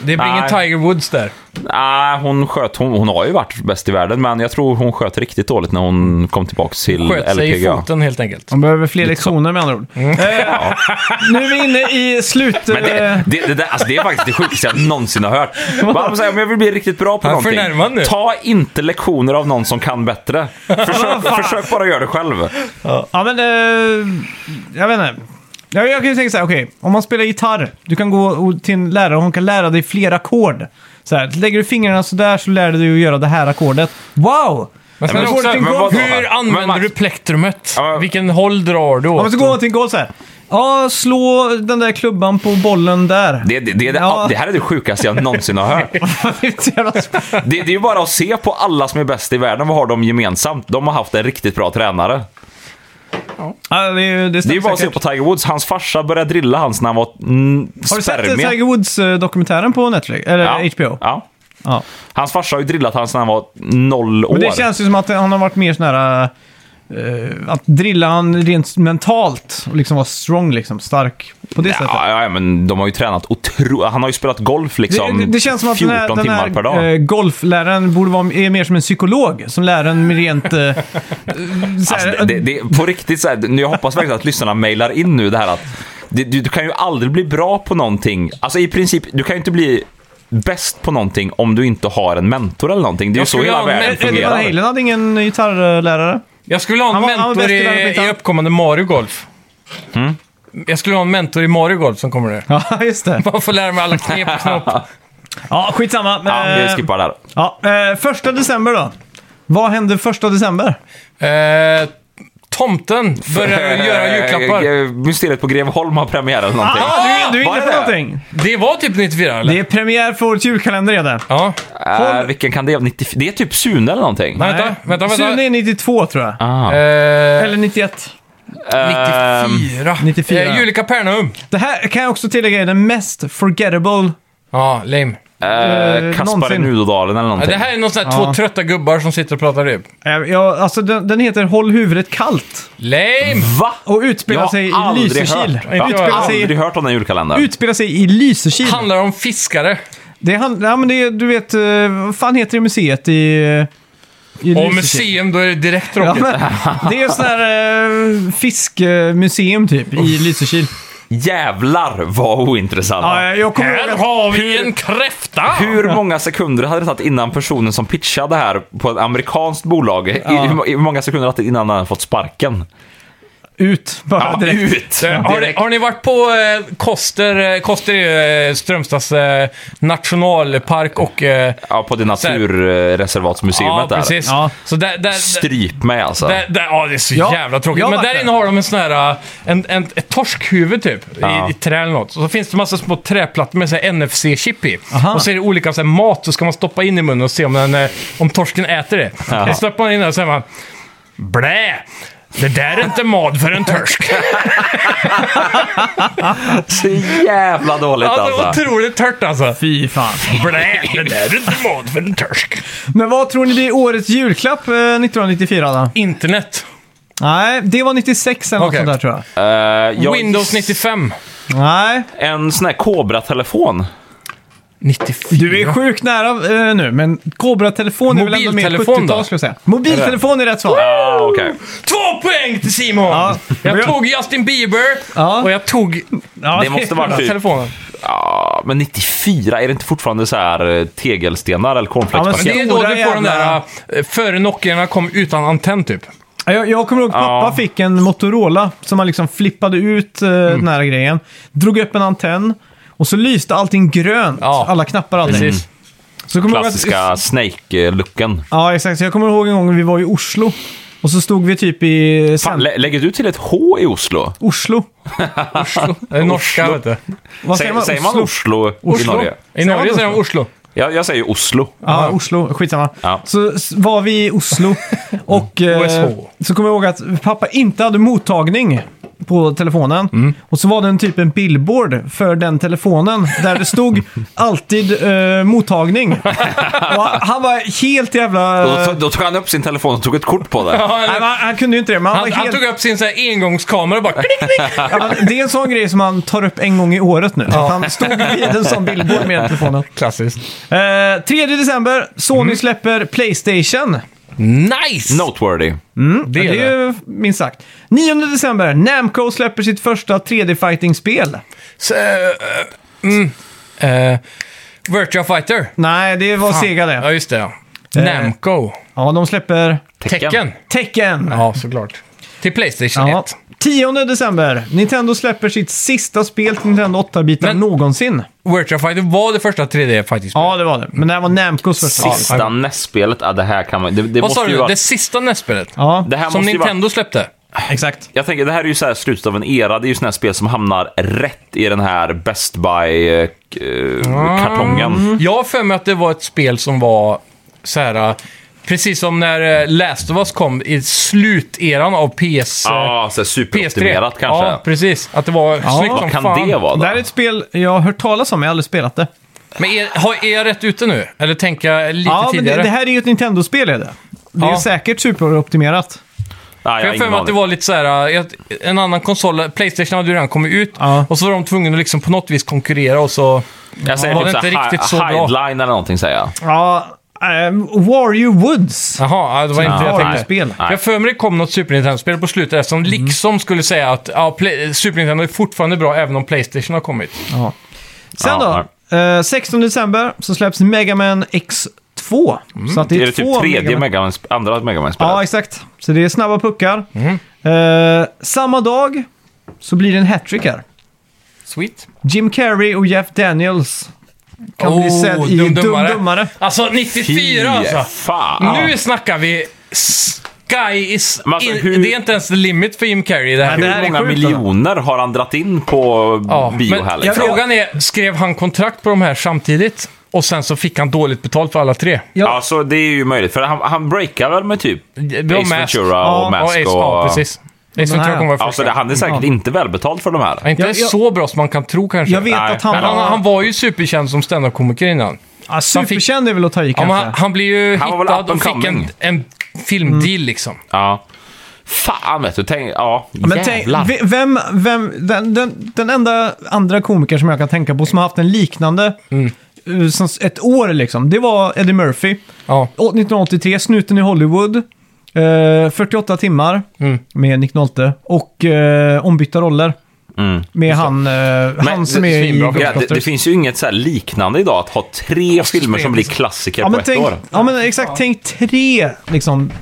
[SPEAKER 2] det blir ingen
[SPEAKER 3] Nej.
[SPEAKER 2] Tiger Woods där.
[SPEAKER 3] Nej, hon sköt, hon, hon har ju varit bäst i världen, men jag tror hon sköt riktigt dåligt när hon kom tillbaka till
[SPEAKER 2] Sköt sig i
[SPEAKER 3] LPGA.
[SPEAKER 2] foten helt enkelt.
[SPEAKER 1] De behöver fler lektioner med andra ord. Eh, Nu är vi inne i slut...
[SPEAKER 3] Mm. Men det, det, det, där, alltså det är faktiskt det sjukaste jag någonsin har hört. Bara säga, om jag vill bli riktigt bra på
[SPEAKER 2] Han
[SPEAKER 3] någonting,
[SPEAKER 2] förnärmar nu.
[SPEAKER 3] ta inte lektioner av någon som kan bättre. Försök, försök bara göra det själv.
[SPEAKER 1] Ja, men... Eh, jag vet inte. Jag, jag kan ju tänka så här, okej. om man spelar gitarr, du kan gå och- till en lärare och hon kan lära dig flera ackord. Så här, lägger du fingrarna så där så lär du dig att göra det här ackordet. Wow!
[SPEAKER 2] Men sen
[SPEAKER 3] men
[SPEAKER 2] också,
[SPEAKER 3] men vadå?
[SPEAKER 2] hur
[SPEAKER 3] Men
[SPEAKER 2] använder
[SPEAKER 3] Max-
[SPEAKER 2] du plektrumet?
[SPEAKER 3] Ja.
[SPEAKER 2] Vilken håll drar du åt?
[SPEAKER 1] Ja, men så går man till en golf så här. Ja, slå den där klubban på bollen där.
[SPEAKER 3] Det, det, det, det,
[SPEAKER 1] Ja.
[SPEAKER 3] det här är det sjukaste jag någonsin har hört.
[SPEAKER 1] Det är så jävla sp-
[SPEAKER 3] Det, det är ju bara att se på alla som är bäst i världen. Vad har de gemensamt? De har haft en riktigt bra tränare.
[SPEAKER 1] ja, det är ju det
[SPEAKER 3] Det är ju bara att se
[SPEAKER 1] säkert.
[SPEAKER 3] på Tiger Woods. Hans farsa började drilla hans när han var mm,
[SPEAKER 1] Har du sett eh,
[SPEAKER 3] spermie.
[SPEAKER 1] Tiger Woods-dokumentären på Netflix? Eller
[SPEAKER 3] Ja.
[SPEAKER 1] HBO?
[SPEAKER 3] Ja.
[SPEAKER 1] Ja.
[SPEAKER 3] Hans farsa har ju drillat hans när han var noll år.
[SPEAKER 1] Men det känns ju som att han har varit mer sån här... eh, att drilla han rent mentalt och liksom vara strong, liksom, stark på det sättet.
[SPEAKER 3] Ja, ja, men de har ju tränat otroligt. Han har ju spelat golf liksom
[SPEAKER 1] Det, det, det känns som att den
[SPEAKER 3] 14
[SPEAKER 1] här, den
[SPEAKER 3] timmar
[SPEAKER 1] här
[SPEAKER 3] per dag.
[SPEAKER 1] eh, golfläraren borde vara är mer som en psykolog som lär en med rent... eh, eh, så här,
[SPEAKER 3] Alltså, det, det, det, på riktigt, så här, nu, jag hoppas verkligen att lyssnarna mejlar in nu det här att det, du, du kan ju aldrig bli bra på någonting. Alltså i princip, du kan ju inte bli bäst på någonting om du inte har en mentor eller någonting. Det är ju
[SPEAKER 2] Jag
[SPEAKER 3] så
[SPEAKER 2] skulle
[SPEAKER 3] hela
[SPEAKER 2] ha en
[SPEAKER 3] världen
[SPEAKER 2] mentor.
[SPEAKER 1] Eddie Van
[SPEAKER 3] fungerar.
[SPEAKER 1] Halen hade ingen gitarrlärare.
[SPEAKER 2] Jag skulle ha en
[SPEAKER 1] Han var- han var
[SPEAKER 2] mentor
[SPEAKER 1] bäst i världen på
[SPEAKER 2] i, i
[SPEAKER 1] gitarr.
[SPEAKER 2] uppkommande Mario Golf.
[SPEAKER 3] Mm.
[SPEAKER 2] Jag skulle ha en mentor i Mario Golf som kommer nu.
[SPEAKER 1] Ja, just det.
[SPEAKER 2] Man får lära mig alla knep och knopp.
[SPEAKER 1] Ja, skitsamma.
[SPEAKER 3] Ja, vi
[SPEAKER 1] Eh,
[SPEAKER 3] skippar där.
[SPEAKER 1] Ja, eh, första december då. Vad hände första december?
[SPEAKER 2] Eh, tomten börjar göra julklappar.
[SPEAKER 3] Eh, Mysteriet på Greveholm har premiär eller någonting.
[SPEAKER 1] Ah, du, du är
[SPEAKER 3] Var
[SPEAKER 1] inne
[SPEAKER 3] det
[SPEAKER 1] på
[SPEAKER 3] det?
[SPEAKER 1] någonting.
[SPEAKER 2] Det var typ 94 eller?
[SPEAKER 1] Det är premiär för årets julkalender är det.
[SPEAKER 2] Ja.
[SPEAKER 3] Eh, vilken kan det vara? 90 Det är typ Sune eller någonting.
[SPEAKER 2] Nej, vänta, vänta, vänta.
[SPEAKER 1] Sune är 92 tror jag.
[SPEAKER 3] Ah.
[SPEAKER 2] Eh,
[SPEAKER 1] Eller 91.
[SPEAKER 3] Ehm,
[SPEAKER 2] 94.
[SPEAKER 1] 94.
[SPEAKER 2] Eh, Julie Capernaum.
[SPEAKER 1] Det här kan jag också tillägga är den mest forgettable.
[SPEAKER 2] Ja, lame.
[SPEAKER 3] Eh, Kaspar i
[SPEAKER 1] någonsin.
[SPEAKER 3] Nudodalen eller
[SPEAKER 2] Ja,
[SPEAKER 3] någonting.
[SPEAKER 2] det här är någon sån här två
[SPEAKER 1] Ja.
[SPEAKER 2] trötta gubbar som sitter och pratar rep.
[SPEAKER 1] Eh, ja, alltså den, den heter Håll huvudet kallt.
[SPEAKER 2] Lame!
[SPEAKER 3] Va?
[SPEAKER 1] Och utspelar
[SPEAKER 3] Jag
[SPEAKER 1] sig i
[SPEAKER 3] har aldrig
[SPEAKER 1] Lysekil.
[SPEAKER 3] hört.
[SPEAKER 1] Nej,
[SPEAKER 2] Ja.
[SPEAKER 1] Utspelar sig, i-
[SPEAKER 3] Aldrig hört om den julkalendern.
[SPEAKER 1] utspelar sig i Lysekil.
[SPEAKER 2] Handlar om fiskare.
[SPEAKER 1] Det är han, ja, men det är, du vet, eh, vad fan heter det museet i... i
[SPEAKER 2] Och
[SPEAKER 1] Lysekil?
[SPEAKER 2] museum, då är det direkt
[SPEAKER 1] Ja,
[SPEAKER 2] tråkigt.
[SPEAKER 1] men, det är ett sånt här eh, fiskmuseum typ i Lysekil.
[SPEAKER 3] Jävlar vad ointressant.
[SPEAKER 1] Ja, jag kommer ihåg
[SPEAKER 2] Här
[SPEAKER 1] att
[SPEAKER 2] har vi en kräfta!
[SPEAKER 3] Hur många sekunder hade det tagit innan personen som pitchade här på ett amerikanskt bolag, i- i, hur många sekunder hade det innan han hade fått sparken?
[SPEAKER 1] Ut bara
[SPEAKER 3] Ja,
[SPEAKER 1] direkt.
[SPEAKER 3] ut!
[SPEAKER 2] Eh, Har ni, har ni varit på eh, Koster? Eh, Koster är eh, Strömstads eh, nationalpark och... Eh,
[SPEAKER 3] Ja, på det naturreservatsmuseet
[SPEAKER 2] ja,
[SPEAKER 3] där.
[SPEAKER 2] precis.
[SPEAKER 1] Ja.
[SPEAKER 2] Så där, där,
[SPEAKER 3] Stryp mig alltså.
[SPEAKER 2] där, där, ja, det är så
[SPEAKER 1] Ja,
[SPEAKER 2] jävla tråkigt.
[SPEAKER 1] jag har
[SPEAKER 2] Men
[SPEAKER 1] varit
[SPEAKER 2] där
[SPEAKER 1] där.
[SPEAKER 2] inne har de en sån här... eh, En, en, ett torskhuvud typ,
[SPEAKER 3] Ja.
[SPEAKER 2] i, i trä eller något. Och så finns det massa små träplattor med så här NFC-chip i.
[SPEAKER 1] Aha.
[SPEAKER 2] Och så är det olika så här, mat, så ska man stoppa in i munnen och se om, den, eh, om torsken äter det.
[SPEAKER 3] Ja.
[SPEAKER 2] Så stoppar man in det och så säger man... Blä! Det där är inte mat för en törsk.
[SPEAKER 3] Så jävla dåligt
[SPEAKER 2] Alltså,
[SPEAKER 3] alltså.
[SPEAKER 2] otroligt tört alltså.
[SPEAKER 1] Fy fan.
[SPEAKER 2] Blä, det där är inte mat för en törsk.
[SPEAKER 1] Men vad tror ni blir årets julklapp eh, 1994 då?
[SPEAKER 2] Internet.
[SPEAKER 1] Nej, det var 96 eller något
[SPEAKER 2] Okej.
[SPEAKER 1] sånt där tror jag.
[SPEAKER 3] Eh, jag-
[SPEAKER 2] Windows 95.
[SPEAKER 1] Nej.
[SPEAKER 3] En sån här Cobra-telefon.
[SPEAKER 2] 94?
[SPEAKER 1] Du är sjukt nära eh, nu, men Cobra-telefon är väl ändå mer
[SPEAKER 2] Mobiltelefon
[SPEAKER 1] 70-tal
[SPEAKER 2] då?
[SPEAKER 1] skulle jag säga. Mobiltelefon är rätt svar.
[SPEAKER 3] Ah, okej.
[SPEAKER 2] Två poäng till Simon!
[SPEAKER 1] Ja.
[SPEAKER 2] Jag tog Justin Bieber
[SPEAKER 1] Ja.
[SPEAKER 2] och jag tog
[SPEAKER 1] Ja,
[SPEAKER 3] Det måste vara typ...
[SPEAKER 2] telefonen.
[SPEAKER 3] Ja, men 94, är det inte fortfarande så här eh, tegelstenar eller
[SPEAKER 1] Ja, men
[SPEAKER 3] cornflakespaket?
[SPEAKER 2] Det är då
[SPEAKER 1] Stora
[SPEAKER 2] du får den där,
[SPEAKER 1] jävla-
[SPEAKER 2] eh, före Nokiorna kom utan antenn typ.
[SPEAKER 1] Ja, Jag, jag kommer ihåg att pappa
[SPEAKER 3] Ja.
[SPEAKER 1] fick en Motorola som han liksom flippade ut eh,
[SPEAKER 3] Mm.
[SPEAKER 1] den här grejen. Drog upp en antenn och så lyste allting grönt.
[SPEAKER 2] Ja.
[SPEAKER 1] Alla knappar och allting.
[SPEAKER 2] Precis.
[SPEAKER 1] Så jag kommer ihåg att-
[SPEAKER 3] Klassiska Snake-looken.
[SPEAKER 1] Ja, exakt. Så jag kommer ihåg en gång vi var i Oslo. Och så stod vi typ i...
[SPEAKER 3] Fan,
[SPEAKER 1] Sen...
[SPEAKER 3] lä- lägger du till ett H i Oslo?
[SPEAKER 1] Oslo.
[SPEAKER 2] Det är norska vet du.
[SPEAKER 1] Vad
[SPEAKER 3] Säger, säger man Oslo, i Norge?
[SPEAKER 2] I
[SPEAKER 1] man
[SPEAKER 2] Norge säger de
[SPEAKER 1] Oslo?
[SPEAKER 2] Oslo.
[SPEAKER 3] Jag, jag säger Oslo.
[SPEAKER 1] Ja, Oslo. Skitsamma.
[SPEAKER 3] Ja.
[SPEAKER 1] Så s- var vi i Oslo och eh,
[SPEAKER 2] OSH.
[SPEAKER 1] så kommer jag ihåg att pappa inte hade mottagning på telefonen.
[SPEAKER 2] Mm.
[SPEAKER 1] Och så var det en typ en billboard för den telefonen där det stod alltid eh, mottagning. Och han- han var helt jävla... eh,
[SPEAKER 3] Då, tog- då tog han upp sin telefon och tog ett kort på det.
[SPEAKER 2] Eh. Ja,
[SPEAKER 1] Nej,
[SPEAKER 2] eller-
[SPEAKER 1] men han, han kunde ju inte det, men han,
[SPEAKER 2] Han,
[SPEAKER 1] var
[SPEAKER 2] han
[SPEAKER 1] helt...
[SPEAKER 2] tog upp sin så här engångskamera och bara klick, klick.
[SPEAKER 1] Ja, men det är en sån grej som han tar upp en gång i året nu. Att han stod vid en sån billboard med telefonen.
[SPEAKER 2] Klassiskt.
[SPEAKER 1] Eh, 3 december, Sony
[SPEAKER 2] Mm.
[SPEAKER 1] släpper Playstation.
[SPEAKER 2] Nice!
[SPEAKER 3] Noteworthy.
[SPEAKER 2] Det
[SPEAKER 1] Ja,
[SPEAKER 2] är
[SPEAKER 1] Det
[SPEAKER 2] det.
[SPEAKER 1] är ju minst sagt. 9 december, Namco släpper sitt första 3D-fighting-spel.
[SPEAKER 2] Så, eh, mm, eh, Virtua Fighter.
[SPEAKER 1] Nej, det var Sega
[SPEAKER 2] Ja,
[SPEAKER 1] det.
[SPEAKER 2] just det. Ja. Namco.
[SPEAKER 1] Ja, de släpper
[SPEAKER 2] Tecken.
[SPEAKER 1] Tekken.
[SPEAKER 2] Ja, såklart. Till Playstation
[SPEAKER 1] Ja.
[SPEAKER 2] 1.
[SPEAKER 1] 10 december, Nintendo släpper sitt sista spel till Nintendo 8-bitar
[SPEAKER 2] Men-
[SPEAKER 1] någonsin.
[SPEAKER 2] Virtua Fighter var det första 3D faktiskt.
[SPEAKER 1] Ja, det var det. Men det här var Namcos första.
[SPEAKER 3] Sista nästspelet, ja det här kan man... Det, det
[SPEAKER 2] Vad sa
[SPEAKER 3] måste ju
[SPEAKER 2] du?
[SPEAKER 3] vara...
[SPEAKER 2] Det sista E nästspelet?
[SPEAKER 1] Ja,
[SPEAKER 3] Det här
[SPEAKER 2] Som
[SPEAKER 3] måste ju
[SPEAKER 2] Nintendo släppte?
[SPEAKER 1] här, exakt.
[SPEAKER 3] Vara, jag tänker, det här är ju så här slutet av en era. Det är ju sådana här spel som hamnar rätt i den här Best eh,
[SPEAKER 2] Ah.
[SPEAKER 3] Buy-kartongen.
[SPEAKER 2] Jag har för mig att det var ett spel som var så här... äh, Precis som när äh, Last of Us kom i sluteran av PS, äh,
[SPEAKER 3] Ja, så här
[SPEAKER 2] PS3.
[SPEAKER 3] superoptimerat kanske.
[SPEAKER 2] Ja, precis. Att det var snyggt som
[SPEAKER 3] Vad kan
[SPEAKER 2] fan.
[SPEAKER 3] det vara
[SPEAKER 1] Det
[SPEAKER 3] då?
[SPEAKER 1] här är ett spel jag har hört talas om, men jag har aldrig spelat det.
[SPEAKER 2] Men är, har, är jag rätt ute nu? Eller tänker jag lite
[SPEAKER 1] Ja, men
[SPEAKER 2] tidigare?
[SPEAKER 1] det, det här är ju ett Nintendo-spel är det. Det är
[SPEAKER 2] Ja.
[SPEAKER 1] säkert superoptimerat.
[SPEAKER 3] Nej,
[SPEAKER 2] För jag
[SPEAKER 3] jag har
[SPEAKER 2] har för
[SPEAKER 3] ingen
[SPEAKER 2] mig att det
[SPEAKER 3] aning.
[SPEAKER 2] var lite så här, äh, ett- en annan konsol, Playstation hade ju redan kommit ut,
[SPEAKER 1] Ja.
[SPEAKER 2] och så var de tvungna att liksom på något vis konkurrera och så...
[SPEAKER 3] Jag säger
[SPEAKER 2] var
[SPEAKER 3] typ
[SPEAKER 2] det inte
[SPEAKER 3] så här,
[SPEAKER 2] riktigt
[SPEAKER 3] hi-
[SPEAKER 2] så bra.
[SPEAKER 3] Hideline eller någonting säger jag.
[SPEAKER 1] Ja, ehm, Wario Woods.
[SPEAKER 2] Jaha, ja, det var inte det jag
[SPEAKER 1] Ja,
[SPEAKER 2] tänkte.
[SPEAKER 1] spel.
[SPEAKER 2] För Jag för mig det kom något Super Nintendo-spel på slutet där som liksom skulle säga att ja, Play- Super Nintendo är fortfarande bra även om Playstation har kommit.
[SPEAKER 1] Sen
[SPEAKER 3] Ja,
[SPEAKER 1] då,
[SPEAKER 3] ja.
[SPEAKER 1] Eh, 16 december så släpps Mega Man X2. Så att det är,
[SPEAKER 3] Är det typ
[SPEAKER 1] två
[SPEAKER 3] tredje
[SPEAKER 1] Mega Man-
[SPEAKER 3] Megaman, andra Megaman-spelet?
[SPEAKER 2] Ah,
[SPEAKER 1] Ja, exakt. Så det är snabba puckar. Eh, samma dag så blir det en hattrick här.
[SPEAKER 2] Sweet.
[SPEAKER 1] Jim Carrey och Jeff Daniels kan bli
[SPEAKER 2] Oh,
[SPEAKER 1] sedd i
[SPEAKER 2] Dum
[SPEAKER 1] Dum
[SPEAKER 2] Dummare.
[SPEAKER 1] Dummare.
[SPEAKER 2] Alltså 94
[SPEAKER 3] Fy
[SPEAKER 2] alltså.
[SPEAKER 3] Fan!
[SPEAKER 2] Nu snackar vi... Sky is...
[SPEAKER 3] Men alltså,
[SPEAKER 2] in,
[SPEAKER 3] hur-
[SPEAKER 2] Det är inte ens the limit för Jim Carrey det här.
[SPEAKER 1] Nej, det här
[SPEAKER 3] Hur
[SPEAKER 1] är
[SPEAKER 3] många
[SPEAKER 1] sjukt,
[SPEAKER 3] miljoner har han dratt in på
[SPEAKER 2] Ja,
[SPEAKER 3] bio
[SPEAKER 2] men
[SPEAKER 3] här
[SPEAKER 2] jag-
[SPEAKER 3] liksom?
[SPEAKER 2] Frågan är, skrev han kontrakt på de här samtidigt? Och sen så fick han dåligt betalt för alla tre.
[SPEAKER 3] Ja, så Alltså, det är ju möjligt. För han, han breakar väl med typ
[SPEAKER 2] Det var
[SPEAKER 3] Ace
[SPEAKER 2] Mask.
[SPEAKER 3] Ventura
[SPEAKER 1] Ja,
[SPEAKER 3] och
[SPEAKER 2] Ja, Ace,
[SPEAKER 3] Mask
[SPEAKER 2] ja,
[SPEAKER 3] och...
[SPEAKER 2] precis. Ace
[SPEAKER 1] Den här.
[SPEAKER 2] Ventura kommer vara
[SPEAKER 3] Ja,
[SPEAKER 2] först.
[SPEAKER 3] så det, han är säkert inte välbetald för de här.
[SPEAKER 2] Ja, Inte
[SPEAKER 1] Jag- jag-
[SPEAKER 2] så bra som man kan tro kanske.
[SPEAKER 1] Jag vet
[SPEAKER 3] Nej.
[SPEAKER 1] att han
[SPEAKER 2] Men han,
[SPEAKER 1] var...
[SPEAKER 2] han var ju superkänd som standup-komiker innan.
[SPEAKER 1] ja, superkänd är väl att ta i
[SPEAKER 2] Ja,
[SPEAKER 1] kanske.
[SPEAKER 2] men han, han blev ju
[SPEAKER 3] Han var väl
[SPEAKER 2] hittad
[SPEAKER 3] up and
[SPEAKER 2] och fick en,
[SPEAKER 3] coming.
[SPEAKER 2] en filmdeal
[SPEAKER 1] Mm.
[SPEAKER 2] liksom.
[SPEAKER 3] Ja. Fan vet du, tänk... Ja,
[SPEAKER 1] Men tänk,
[SPEAKER 3] jävlar.
[SPEAKER 1] ve- vem, vem, den, den, den enda andra komikern som jag kan tänka på som har haft en liknande, eh, som s- ett år liksom, det var Eddie Murphy.
[SPEAKER 2] Ja.
[SPEAKER 1] Å- 1983, Snuten i Hollywood, eh, 48 timmar med Nick Nolte och eh, ombytta roller.
[SPEAKER 3] Mm.
[SPEAKER 1] Med han, eh, han som är i
[SPEAKER 2] svinbra.
[SPEAKER 3] Ja, det, det
[SPEAKER 1] Ghostbusters.
[SPEAKER 3] finns ju inget så här liknande idag, att ha tre filmer som blir klassiker
[SPEAKER 1] Ja
[SPEAKER 3] på
[SPEAKER 1] men,
[SPEAKER 3] ett
[SPEAKER 1] tänk,
[SPEAKER 3] år.
[SPEAKER 1] ja men exakt, tänk tre liksom.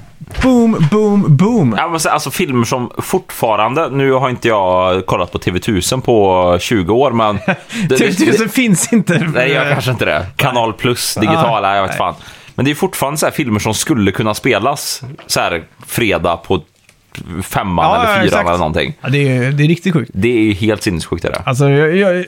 [SPEAKER 1] Boom, boom, boom.
[SPEAKER 3] Ja, men så- alltså filmer som fortfarande, nu har inte jag kollat på TV1000 på 20 år, men... det- det-
[SPEAKER 1] 3000 Typ, finns inte.
[SPEAKER 3] Nej, jag kanske inte det. Kanal plus, digitala, jag vet fan. Men det är fortfarande så här filmer som skulle kunna spelas så här fredag på femman
[SPEAKER 1] Ja, ja,
[SPEAKER 3] eller fyran
[SPEAKER 1] exakt.
[SPEAKER 3] eller någonting.
[SPEAKER 1] Ja, det, är, det är riktigt sjukt.
[SPEAKER 3] Det är ju helt sinnessjukt det där.
[SPEAKER 1] Alltså, jag, jag,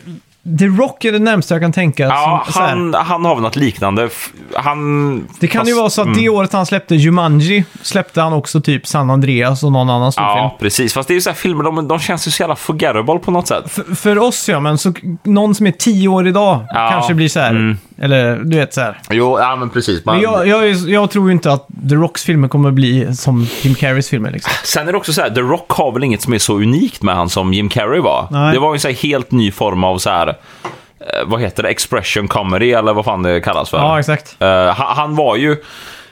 [SPEAKER 1] The Rock är det närmsta jag kan tänka.
[SPEAKER 3] Ja,
[SPEAKER 1] som, så här.
[SPEAKER 3] han, han har väl något liknande. F- Han...
[SPEAKER 1] det kan
[SPEAKER 3] fast-
[SPEAKER 1] ju
[SPEAKER 3] mm.
[SPEAKER 1] vara så att det året han släppte Jumanji släppte han också typ San Andreas och någon annan storfilm.
[SPEAKER 3] Ja, precis. Fast det är ju så här filmer, de, de känns ju så jävla forgettable på något sätt.
[SPEAKER 1] F- för oss ja, men så, någon som är tio år idag
[SPEAKER 3] Ja. Mm.
[SPEAKER 1] kanske blir så här. Eller du vet så här.
[SPEAKER 3] Jo, ja men precis.
[SPEAKER 1] Men jag, jag, är- jag tror ju inte att The Rocks filmer kommer bli som Jim Carreys filmer. Liksom.
[SPEAKER 3] Sen är det också så här, The Rock har väl inget som är så unikt med han som Jim Carrey var.
[SPEAKER 1] Nej.
[SPEAKER 3] Det var ju en så här helt ny form av så här, eh, vad heter det, expression comedy eller vad fan det kallas för.
[SPEAKER 1] Ja, exakt.
[SPEAKER 3] Eh, han, han var ju,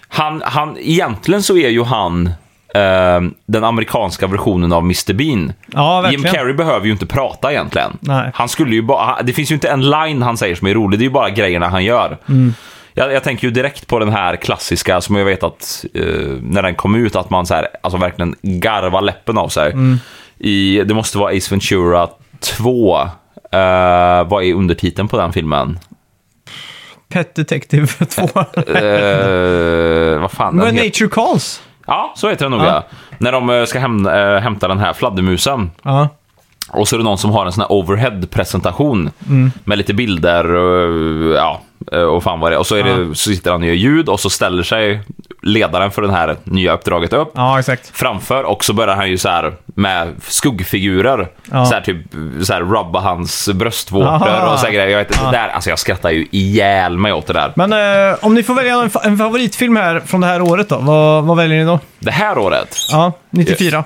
[SPEAKER 3] han, han, egentligen så är ju han eh, den amerikanska versionen av Mr Bean.
[SPEAKER 1] Ja, verkligen.
[SPEAKER 3] Jim Carrey behöver ju inte prata egentligen.
[SPEAKER 1] Nej.
[SPEAKER 3] Han skulle ju bara, det finns ju inte en line han säger som är rolig, det är ju bara grejerna han gör.
[SPEAKER 1] Mm.
[SPEAKER 3] Jag, jag tänker ju direkt på den här klassiska som jag vet att eh, när den kom ut att man så här, alltså verkligen garva läppen av sig.
[SPEAKER 1] Mm.
[SPEAKER 3] I, det måste vara Ace Ventura 2. Uh, vad är undertiteln på den filmen?
[SPEAKER 1] Pet Detective 2.
[SPEAKER 3] Eh, vad fan
[SPEAKER 1] Men
[SPEAKER 3] den heter?
[SPEAKER 1] Nature Calls.
[SPEAKER 3] Ja, så heter den nog
[SPEAKER 1] Ja.
[SPEAKER 3] ja. När de eh, ska häm eh, hämta den här fladdermusen.
[SPEAKER 1] Ja.
[SPEAKER 3] Och så är det någon som har en sån här overhead-presentation
[SPEAKER 1] Mm.
[SPEAKER 3] med lite bilder och, eh, ja, och fan vad det är. Och så, är det, så sitter han och gör ljud och så ställer sig ledaren för det här nya uppdraget upp
[SPEAKER 1] ja, exakt.
[SPEAKER 3] framför och så börjar han ju så här med skuggfigurer.
[SPEAKER 1] Ja. Ah.
[SPEAKER 3] Så här typ så här rubba hans bröstvårtor
[SPEAKER 1] Aha.
[SPEAKER 3] och så här grejer. Jag, vet, inte, det där, alltså jag skrattar ju ihjäl mig åt det där.
[SPEAKER 1] Men eh, om ni får välja en, fa- en favoritfilm här från det här året då, vad, vad väljer ni då?
[SPEAKER 3] Det här året,
[SPEAKER 1] Ja, 94. Vi, har,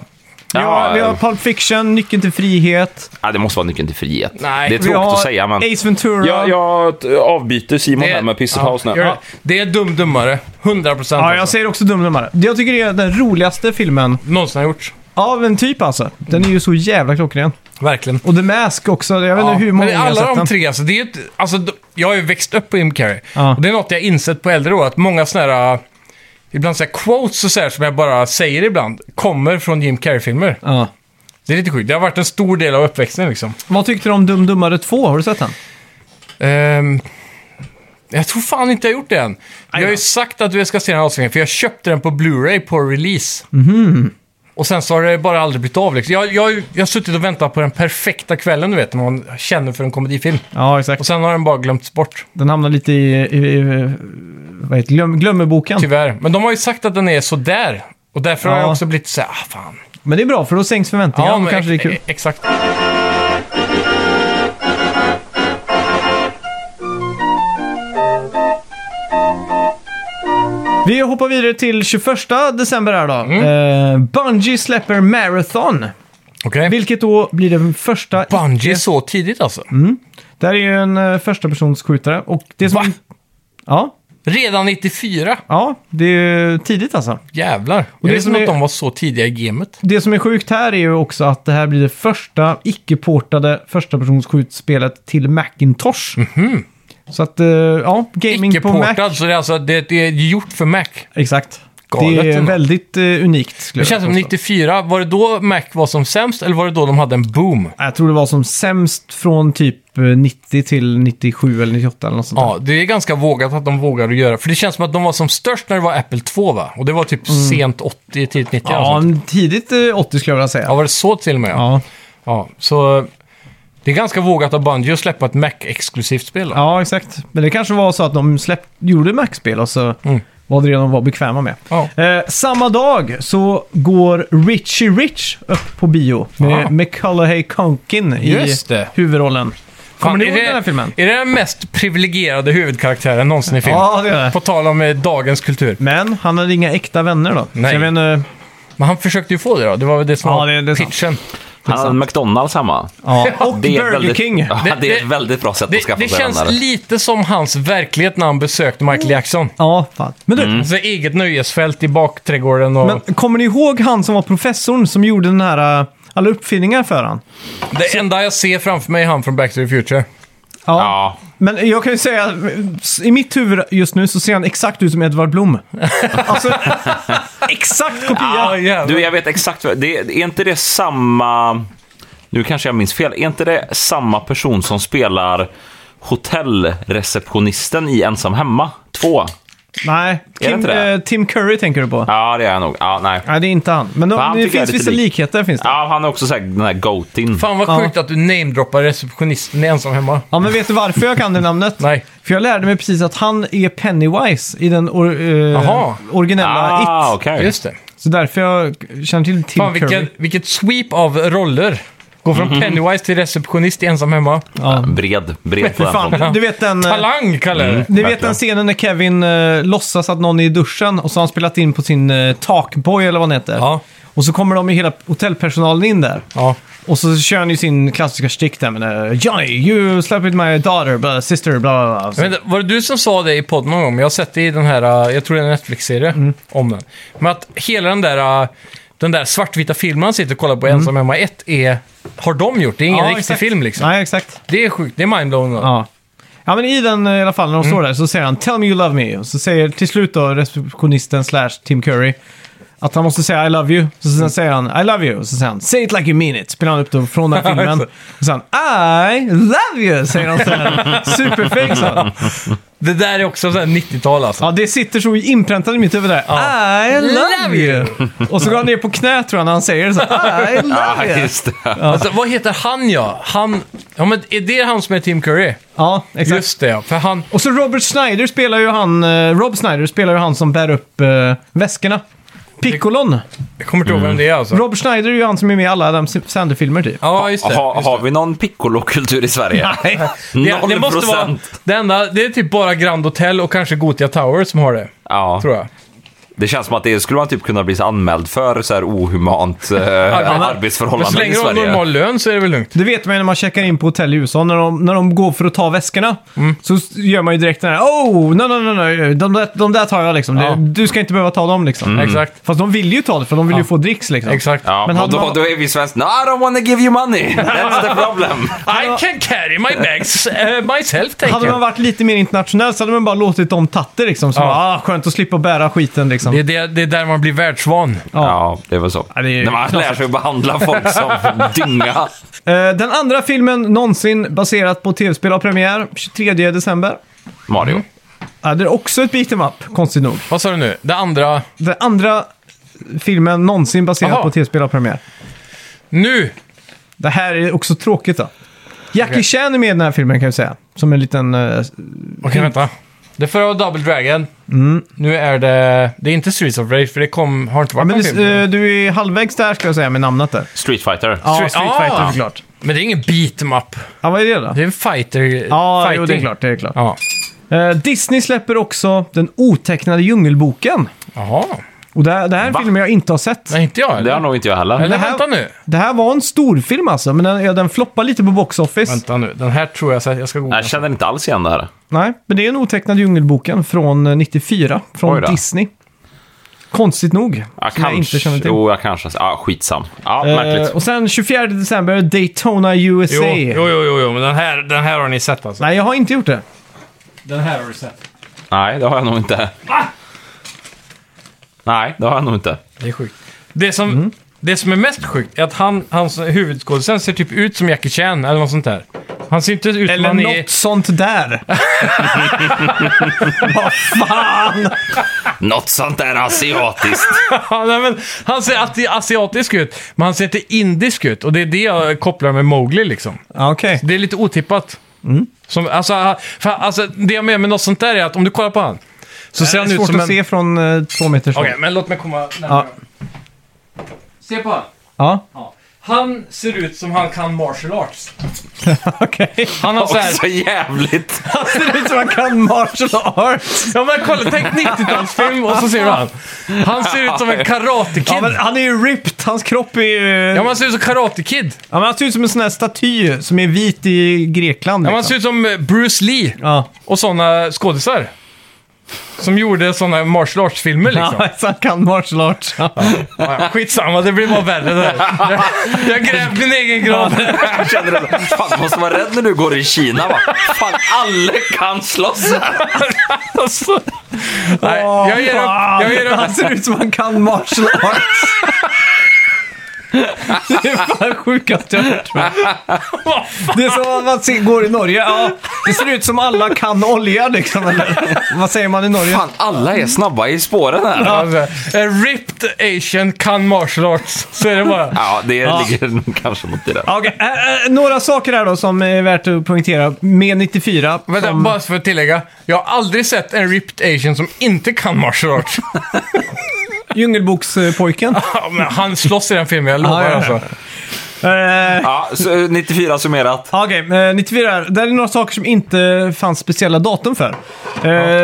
[SPEAKER 3] Ja,
[SPEAKER 1] vi har
[SPEAKER 3] eh.
[SPEAKER 1] Pulp Fiction, Nyckeln till frihet.
[SPEAKER 3] ja, det måste vara nyckeln till frihet.
[SPEAKER 2] Nej,
[SPEAKER 3] det är
[SPEAKER 1] Vi
[SPEAKER 3] tråkigt
[SPEAKER 1] har
[SPEAKER 3] att säga men...
[SPEAKER 1] Ace Ventura.
[SPEAKER 3] Jag, jag t- avbyter Simon här med Piss
[SPEAKER 2] ja,
[SPEAKER 3] House nu.
[SPEAKER 2] gör det. Det är dum dummare. 100 procent. alltså.
[SPEAKER 1] Ja, jag säger också Dum Dummare. Det Jag tycker det är den roligaste filmen.
[SPEAKER 2] Någonsin har gjorts.
[SPEAKER 1] Av en typ alltså. Den är ju så jävla klockren.
[SPEAKER 2] Verkligen.
[SPEAKER 1] Och The Mask också. Jag vet inte hur
[SPEAKER 2] men
[SPEAKER 1] många gånger jag har
[SPEAKER 2] alla
[SPEAKER 1] sett
[SPEAKER 2] de
[SPEAKER 1] den.
[SPEAKER 2] tre, alltså, det är ju ett, alltså, d- jag har ju växt upp på Jim Carrey.
[SPEAKER 1] Ja.
[SPEAKER 2] Och det är något jag insett på äldre år, att många sådana här, eh, ibland så här quotes och så här, som jag bara säger ibland, kommer från Jim Carrey-filmer.
[SPEAKER 1] Ja.
[SPEAKER 2] Det är lite sjukt. Det har varit en stor del av uppväxten liksom.
[SPEAKER 1] Vad tyckte du om Dum Dummare 2? Har du sett den?
[SPEAKER 2] Ehm, jag tror fan inte jag har gjort det än. Jag har ju
[SPEAKER 1] då.
[SPEAKER 2] sagt att vi ska se den här avstängningen, för jag köpte den på Blu-ray på release.
[SPEAKER 1] Mhm.
[SPEAKER 2] Och sen så har det bara aldrig blivit av. Liksom. Jag, jag, har ju- jag har suttit och väntat på den perfekta kvällen, du vet, när man känner för en komedifilm.
[SPEAKER 1] Ja,
[SPEAKER 2] Och
[SPEAKER 1] exakt.
[SPEAKER 2] sen har den bara glömts bort,
[SPEAKER 1] Den hamnar lite i... i, i vad heter det? Glöm, glömmerboken.
[SPEAKER 2] tyvärr. Men de har ju sagt att den är sådär. Och därför har
[SPEAKER 1] Ja.
[SPEAKER 2] jag också blivit såhär, ah fan.
[SPEAKER 1] Men det är bra, för då sänks förväntningarna. Ja,
[SPEAKER 2] men
[SPEAKER 1] kanske det är
[SPEAKER 2] ex-
[SPEAKER 1] kul.
[SPEAKER 2] Exakt.
[SPEAKER 1] Vi hoppar vidare till 21 december här då.
[SPEAKER 2] Mm.
[SPEAKER 1] Eh, Bungie släpper Marathon.
[SPEAKER 2] Okej.
[SPEAKER 1] Vilket då blir den första...
[SPEAKER 2] Bungie så tidigt alltså.
[SPEAKER 1] Mm. Det här är ju en uh, förstapersonsskjutare. Och det som...
[SPEAKER 2] Va?
[SPEAKER 1] Ja,
[SPEAKER 2] Redan 94.
[SPEAKER 1] ja, det är ju tidigt alltså.
[SPEAKER 2] Jävlar.
[SPEAKER 1] det
[SPEAKER 2] jag visste
[SPEAKER 1] som
[SPEAKER 2] inte
[SPEAKER 1] är-
[SPEAKER 2] att de var så tidiga i gamet.
[SPEAKER 1] Det som är sjukt här är ju också att det här blir det första icke-portade förstapersonsskjutspelet till Macintosh. Så att, eh, ja, gaming på Mac.
[SPEAKER 2] Mhm. Icke-portad, så det är alltså det är gjort för Mac.
[SPEAKER 1] Exakt.
[SPEAKER 2] Galet
[SPEAKER 1] det är
[SPEAKER 2] ändå.
[SPEAKER 1] väldigt eh, unikt. skulle
[SPEAKER 2] Det
[SPEAKER 1] jag
[SPEAKER 2] känns som
[SPEAKER 1] påstå.
[SPEAKER 2] 94, var det då Mac var som sämst eller var det då de hade en boom?
[SPEAKER 1] Jag tror det var som sämst från typ eh, 90 till 97 eller 98 eller något sånt där.
[SPEAKER 2] Ja, det är ganska vågat att de vågade göra. För det känns som att de var som störst när det var Apple 2 va? Och det var typ sent 80, tidigt 90 eller
[SPEAKER 1] Mm. Ja,
[SPEAKER 2] sånt.
[SPEAKER 1] tidigt eh, 80 skulle jag vilja säga.
[SPEAKER 2] ja, var det så till och med?
[SPEAKER 1] Ja,
[SPEAKER 2] ja så det är ganska vågat av Bungie att släppa ett Mac-exklusivt spel. då.
[SPEAKER 1] ja exakt. Men det kanske var så att de släpp, gjorde Mac-spel och så var det det de var bekväma med.
[SPEAKER 2] Mm. Ja.
[SPEAKER 1] Eh, samma dag så går Richie Rich upp på bio med
[SPEAKER 2] Ah.
[SPEAKER 1] McCullough Conkin i
[SPEAKER 2] Just det.
[SPEAKER 1] huvudrollen. Kommer
[SPEAKER 2] Fan,
[SPEAKER 1] ni
[SPEAKER 2] är
[SPEAKER 1] ihåg
[SPEAKER 2] det-
[SPEAKER 1] den här filmen?
[SPEAKER 2] Är det den mest privilegierade huvudkaraktären någonsin i film?
[SPEAKER 1] Ja, det är det.
[SPEAKER 2] På tal om eh, dagens kultur.
[SPEAKER 1] Men han hade inga äkta vänner då.
[SPEAKER 2] Nej.
[SPEAKER 1] Så jag vet inte-
[SPEAKER 2] Men han försökte ju få det då. Det var väl det som
[SPEAKER 1] Ja,
[SPEAKER 2] var
[SPEAKER 1] det- det är sant.
[SPEAKER 2] pitchen.
[SPEAKER 3] Han hade McDonalds hemma.
[SPEAKER 1] ja. Och
[SPEAKER 3] är
[SPEAKER 1] Burger
[SPEAKER 3] väldigt,
[SPEAKER 1] King.
[SPEAKER 3] Ja,
[SPEAKER 2] Det-
[SPEAKER 3] det, är
[SPEAKER 2] det-
[SPEAKER 3] ett väldigt bra sätt att
[SPEAKER 2] Det,
[SPEAKER 3] skaffa
[SPEAKER 2] det
[SPEAKER 3] sig
[SPEAKER 2] känns
[SPEAKER 3] vänner.
[SPEAKER 2] lite som hans verklighet när han besökte Michael Jackson.
[SPEAKER 1] Ja, fan. Men du,
[SPEAKER 2] Så eget nöjesfält i bakträdgården och...
[SPEAKER 1] Men kommer ni ihåg han som var professorn som gjorde den här, äh, alla uppfinningar för han?
[SPEAKER 2] det enda jag ser framför mig är han från Back to the Future.
[SPEAKER 3] Ja,
[SPEAKER 1] Men jag kan ju säga, i mitt huvud just nu så ser han exakt ut som Edvard Blom. alltså, exakt
[SPEAKER 2] Ah,
[SPEAKER 1] kopia.
[SPEAKER 3] Du, jag vet exakt. vad- Det, är inte det samma... Nu kanske jag minns fel. Är inte det samma person som spelar hotellreceptionisten i Ensam Hemma 2?
[SPEAKER 1] Nej,
[SPEAKER 3] det
[SPEAKER 1] Kim,
[SPEAKER 3] inte det?
[SPEAKER 1] eh, Tim Curry tänker du på.
[SPEAKER 3] Ja, det är jag nog. Ja, nej.
[SPEAKER 1] Nej, det är inte han. Men de,
[SPEAKER 3] Fan,
[SPEAKER 1] det
[SPEAKER 3] tycker jag
[SPEAKER 1] finns
[SPEAKER 3] är lite
[SPEAKER 1] vissa
[SPEAKER 3] lik.
[SPEAKER 1] likheter. Finns det. Ja.
[SPEAKER 3] Ja, han är också så här, den här goatin.
[SPEAKER 2] Fan vad sjukt att du namedroppar receptionisten i ensam hemma.
[SPEAKER 1] men vet du varför jag kan det namnet?
[SPEAKER 2] Nej.
[SPEAKER 1] För jag lärde mig precis att han är Pennywise i den or, eh,
[SPEAKER 2] Jaha.
[SPEAKER 1] originella
[SPEAKER 3] Ah,
[SPEAKER 1] It.
[SPEAKER 3] okej.
[SPEAKER 2] Just det.
[SPEAKER 1] Så därför jag känner till Tim
[SPEAKER 2] Fan
[SPEAKER 1] Curry.
[SPEAKER 2] vilket, vilket sweep av roller. Gå från
[SPEAKER 3] Mm.
[SPEAKER 2] Pennywise till receptionist i ensam hemma.
[SPEAKER 3] Ja, Bred. Bred på
[SPEAKER 1] Fy
[SPEAKER 3] den fronten.
[SPEAKER 1] fan, du vet den... eh,
[SPEAKER 2] Talang kallar jag det.
[SPEAKER 1] Ni vet
[SPEAKER 3] Verkligen.
[SPEAKER 1] den scenen när Kevin eh, låtsas att någon är i duschen och så har han spelat in på sin eh, talkboy eller vad den heter.
[SPEAKER 2] Ja.
[SPEAKER 1] Och så kommer de i hela hotellpersonalen in där.
[SPEAKER 2] Ja.
[SPEAKER 1] Och så kör han ju sin klassiska stick där med eh, Johnny, you slept with my daughter, blah, sister, bla bla bla.
[SPEAKER 2] Jag
[SPEAKER 1] Så-
[SPEAKER 2] vet inte, var det du som sa det i podden någon gång? Men Jag har sett det i den här, uh, jag tror det är en Netflix-serie
[SPEAKER 1] Mm.
[SPEAKER 2] om den. Men att hela den där, uh, den där svartvita filmen han sitter och kollar på ensam hemma 1 är, har de gjort. Det är ingen
[SPEAKER 1] Mm. Ja,
[SPEAKER 2] riktig
[SPEAKER 1] exakt.
[SPEAKER 2] film liksom.
[SPEAKER 1] Nej, exakt.
[SPEAKER 2] Det är sjukt, det är mindblowing. va?
[SPEAKER 1] Ja. Ja, men i den eh, i alla fall, när de står där så säger han “Tell me you love me” och så säger till slut då receptionisten slash Tim Curry att han måste säga “I love you” så sen säger han “I love you” och så säger han “Say it like you mean it” spelar han upp då från den här filmen. och sen “I love you” säger han sen. Superfake så. här.
[SPEAKER 2] Det där är också så här 90-tal alltså.
[SPEAKER 1] Ja, det sitter så inpräntat i mitt huvud där. “I love
[SPEAKER 2] Love
[SPEAKER 1] you” och så går han ner på knä tror jag när han säger det så. här, “I
[SPEAKER 3] Ja,
[SPEAKER 1] love you”
[SPEAKER 3] just det.
[SPEAKER 2] Alltså, vad heter han ja? Han... Ja, men är det han som är Tim Curry?
[SPEAKER 1] Ja, exakt.
[SPEAKER 2] Just det, ja. För han...
[SPEAKER 1] Och så Robert Schneider spelar ju han, eh, Rob Schneider spelar ju han som bär upp eh, väskorna. Piccolon.
[SPEAKER 2] Jag kommer inte ihåg
[SPEAKER 3] Mm.
[SPEAKER 2] vem det är alltså.
[SPEAKER 1] Rob Schneider är ju han som är med i alla Adam Sandler-filmer typ.
[SPEAKER 2] Ja, just det.
[SPEAKER 3] Ha,
[SPEAKER 2] Just det.
[SPEAKER 3] har vi någon piccolo-kultur i Sverige? Nej.
[SPEAKER 2] Det, det måste vara... Det enda, det är typ bara Grand Hotel och kanske Gotia Tower som har det.
[SPEAKER 3] Ja,
[SPEAKER 2] Tror jag.
[SPEAKER 3] det känns som att det skulle man typ kunna bli så anmäld för så här ohumant eh,
[SPEAKER 2] Men så
[SPEAKER 3] arbetsförhållanden i
[SPEAKER 2] länge de har
[SPEAKER 3] Sverige.
[SPEAKER 2] normal lön så är det väl lugnt.
[SPEAKER 1] Det vet man ju när man checkar in på hotell i USA. När de, när de går för att ta väskorna
[SPEAKER 2] Mm.
[SPEAKER 1] så s- gör man ju direkt den här “Oh, no, no, no, no. De, där, de där tar jag liksom.
[SPEAKER 2] Ja.
[SPEAKER 1] Det- Du ska inte behöva ta dem liksom.
[SPEAKER 2] Exakt.
[SPEAKER 1] Fast de vill ju ta det för de vill ju
[SPEAKER 2] Ja.
[SPEAKER 1] få dricks liksom.
[SPEAKER 2] Exakt.
[SPEAKER 3] Mm. Ja, men
[SPEAKER 1] Men
[SPEAKER 3] och
[SPEAKER 1] hade
[SPEAKER 3] då,
[SPEAKER 1] man-
[SPEAKER 3] då är vi svenskar. No, I don't wanna give you money. That's the problem.
[SPEAKER 2] I can carry my bags eh, myself, thank
[SPEAKER 1] Hade man
[SPEAKER 2] you.
[SPEAKER 1] varit lite mer internationell så hade man bara låtit dem tatta liksom. Så
[SPEAKER 2] Ja.
[SPEAKER 1] bara, ah, skönt att slippa bära skiten liksom.
[SPEAKER 2] Det är, det, det är där man blir världsvan.
[SPEAKER 3] ja. det var så.
[SPEAKER 1] Ja, det är ju
[SPEAKER 3] När man lär sig att behandla folk som dynga.
[SPEAKER 1] Eh, Den andra filmen någonsin baserat på tv-spel har premiär 23 december. Mm.
[SPEAKER 3] Mario.
[SPEAKER 1] Ja, Det är också ett beat em up, konstigt nog.
[SPEAKER 2] Vad sa du nu? Det andra...
[SPEAKER 1] Den andra filmen någonsin baserat
[SPEAKER 2] Aha.
[SPEAKER 1] på tv-spel har premiär.
[SPEAKER 2] Nu!
[SPEAKER 1] Det här är också tråkigt då. Jackie
[SPEAKER 2] Okej.
[SPEAKER 1] Chan är med i den här filmen kan jag säga. Som en liten... eh,
[SPEAKER 2] Okej, vänta. Det förra var Double Dragon.
[SPEAKER 1] Mm.
[SPEAKER 2] Nu är det... Det är inte Streets of Rage, för det kom, har inte varit
[SPEAKER 1] men
[SPEAKER 2] någon
[SPEAKER 1] det,
[SPEAKER 2] film.
[SPEAKER 1] eh, du är halvvägs där ska jag säga med namnet där.
[SPEAKER 3] Street Fighter.
[SPEAKER 1] Ja,
[SPEAKER 2] Street-
[SPEAKER 1] Street
[SPEAKER 2] Ah!
[SPEAKER 1] Fighter såklart.
[SPEAKER 2] Men det är ingen beat em up.
[SPEAKER 1] Ja, vad är det då?
[SPEAKER 2] Det är en fighter.
[SPEAKER 1] Ja,
[SPEAKER 2] fighting.
[SPEAKER 1] jo, det är klart. Det är klart.
[SPEAKER 2] Ja.
[SPEAKER 1] Eh, Disney släpper också den otecknade Djungelboken.
[SPEAKER 2] Jaha.
[SPEAKER 1] Och det, här- det här är en
[SPEAKER 3] Va?
[SPEAKER 1] film jag inte har sett.
[SPEAKER 2] Nej, inte jag
[SPEAKER 3] Det har
[SPEAKER 2] eller?
[SPEAKER 3] nog inte jag heller.
[SPEAKER 2] Eller
[SPEAKER 1] Det här-
[SPEAKER 2] vänta nu.
[SPEAKER 1] Det här var en stor film alltså, men den, ja, den floppar lite på box office.
[SPEAKER 2] Vänta nu. Den här tror jag så att jag ska googla.
[SPEAKER 3] Jag känner inte alls igen det här.
[SPEAKER 1] Nej, men det är en otecknad Djungelboken från eh, 94,
[SPEAKER 3] Oj
[SPEAKER 1] från
[SPEAKER 3] då.
[SPEAKER 1] Disney. Konstigt nog,
[SPEAKER 3] Ja,
[SPEAKER 1] som jag inte känner till.
[SPEAKER 3] Jo, jag kanske. Ja, skitsam. Ja,
[SPEAKER 1] Eh,
[SPEAKER 3] märkligt.
[SPEAKER 1] och sen 24 december, Daytona USA.
[SPEAKER 2] Jo, jo, jo, jo, jo, men den här, den här har ni sett alltså.
[SPEAKER 1] Nej, jag har inte gjort det.
[SPEAKER 2] Den här har du sett.
[SPEAKER 3] Nej, det har jag nog inte. Nej, det har jag nog inte.
[SPEAKER 2] Det är sjukt. Mm. Det som, det som är mest sjukt är att han, hans huvudskådisen ser typ ut som Jackie Chan eller något sånt där. Han ser inte ut som
[SPEAKER 1] Eller
[SPEAKER 2] han
[SPEAKER 1] något
[SPEAKER 2] är...
[SPEAKER 1] sånt där. Vad fan!
[SPEAKER 3] Något sånt där asiatiskt.
[SPEAKER 2] Ja, nej, men han ser alltid asiatisk ut, men han ser inte indisk ut. Och det är det jag kopplar med Mowgli liksom.
[SPEAKER 1] Ja, Okej.
[SPEAKER 2] Det är lite otippat. Som, alltså, han- för, alltså, det jag menar med något sånt där är att om du kollar på han så
[SPEAKER 1] Det
[SPEAKER 2] ser
[SPEAKER 1] är
[SPEAKER 2] han ut
[SPEAKER 1] svårt
[SPEAKER 2] som
[SPEAKER 1] att
[SPEAKER 2] en...
[SPEAKER 1] se från eh, två meters håll.
[SPEAKER 2] Okej, men låt mig komma
[SPEAKER 1] Ja.
[SPEAKER 2] närmare. Se på han.
[SPEAKER 1] Ja,
[SPEAKER 2] Ja. Han ser ut som han kan martial arts.
[SPEAKER 1] okej.
[SPEAKER 2] Han har så här...
[SPEAKER 3] Så jävligt.
[SPEAKER 1] Han ser ut som han kan martial arts.
[SPEAKER 2] Ja men kolla, tänk 90-talsfilm och så ser du han. Han ser ut som en karate-kid.
[SPEAKER 1] Ja, men han är ju ripped. Hans kropp är ju... Ja,
[SPEAKER 2] Ja, man ser ut som karate-kid.
[SPEAKER 1] men han ser ut som en sån här staty som är vit i Grekland.
[SPEAKER 2] Ja, man
[SPEAKER 1] liksom.
[SPEAKER 2] ser ut som eh, Bruce Lee
[SPEAKER 1] ja.
[SPEAKER 2] och sådana skådisar. Som gjorde sådana martial arts-filmer liksom.
[SPEAKER 1] ja, så han kan martial arts.
[SPEAKER 2] Ja, ja. Skitsamma, det blir bara värre det här. Jag- Jag grävde min egen grav.
[SPEAKER 3] Jag känner det. så. Fan, du måste vara rädd när du går i Kina va? Fan, alla kan slåss.
[SPEAKER 2] Alltså. Nej, jag ger upp. Jag ger upp.
[SPEAKER 1] Han ser ut som han kan martial arts. Det är fan sjukast jag hört. tror jag. Det är som att man ser, går i Norge. Ja, det ser ut som alla kan olja liksom. Eller, vad säger man i Norge?
[SPEAKER 3] Fan, alla är snabba i spåren här.
[SPEAKER 2] Alltså, en ripped asian kan martial arts. Så är det bara.
[SPEAKER 3] Ja, det ligger kanske mot i det.
[SPEAKER 1] Ja, okej. Eh, eh, några saker här då som är värt att poängtera med 94.
[SPEAKER 2] Vänta,
[SPEAKER 1] som...
[SPEAKER 2] bara för att tillägga. Jag har aldrig sett en ripped asian som inte kan martial arts.
[SPEAKER 1] Djungelbokspojken.
[SPEAKER 2] Ja, men han slåss i den filmen, jag lovar
[SPEAKER 1] Ja, ja, ja.
[SPEAKER 2] alltså.
[SPEAKER 1] Eh,
[SPEAKER 3] Ja, så 94 summerat.
[SPEAKER 1] Ja, Okej, eh, 94. här. Där är några saker som inte fanns speciella datum för.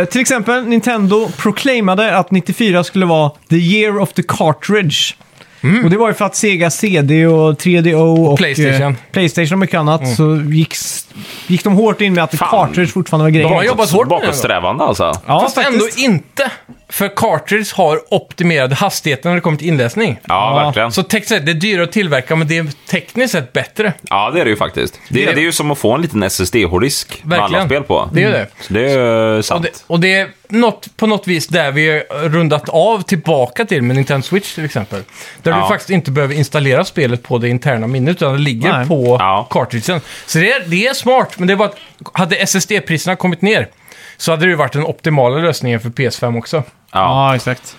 [SPEAKER 1] Eh, Till exempel, Nintendo proclaimade att 94 skulle vara the year of the cartridge.
[SPEAKER 2] Mm.
[SPEAKER 1] Och det var ju för att Sega CD och 3DO och
[SPEAKER 2] Playstation. Mm.
[SPEAKER 1] eh, Playstation och mycket annat så gick, s- gick de hårt in med att cartridge fortfarande var grejen.
[SPEAKER 2] De har jobbat hårt med det. då.
[SPEAKER 3] Bakåtsträvande alltså.
[SPEAKER 1] Ja,
[SPEAKER 2] Fast ändå
[SPEAKER 1] faktiskt.
[SPEAKER 2] inte. För cartridge har optimerad hastigheten när det kommer till inläsning.
[SPEAKER 3] Ja, verkligen.
[SPEAKER 2] Så tekniskt sett, det är dyrare att tillverka, men det är tekniskt sett bättre.
[SPEAKER 3] Ja, det är det ju faktiskt. Det, det är ju som att få en liten SSD-hårddisk med alla
[SPEAKER 2] Verkligen.
[SPEAKER 3] spel på. Mm.
[SPEAKER 2] Det är det.
[SPEAKER 3] Så det är ju
[SPEAKER 2] Och
[SPEAKER 3] sant.
[SPEAKER 2] det, och det är något, på något vis där vi har rundat av tillbaka till med Nintendo Switch till exempel. Där
[SPEAKER 3] Ja.
[SPEAKER 2] du faktiskt inte behöver installera spelet på det interna minnet utan det ligger
[SPEAKER 1] Nej.
[SPEAKER 2] på
[SPEAKER 3] Ja.
[SPEAKER 2] cartridgen. Så det är, det är smart, men det är bara att hade SSD-priserna kommit ner så hade det ju varit den optimala lösningen för PS5 också.
[SPEAKER 1] Ja, exakt.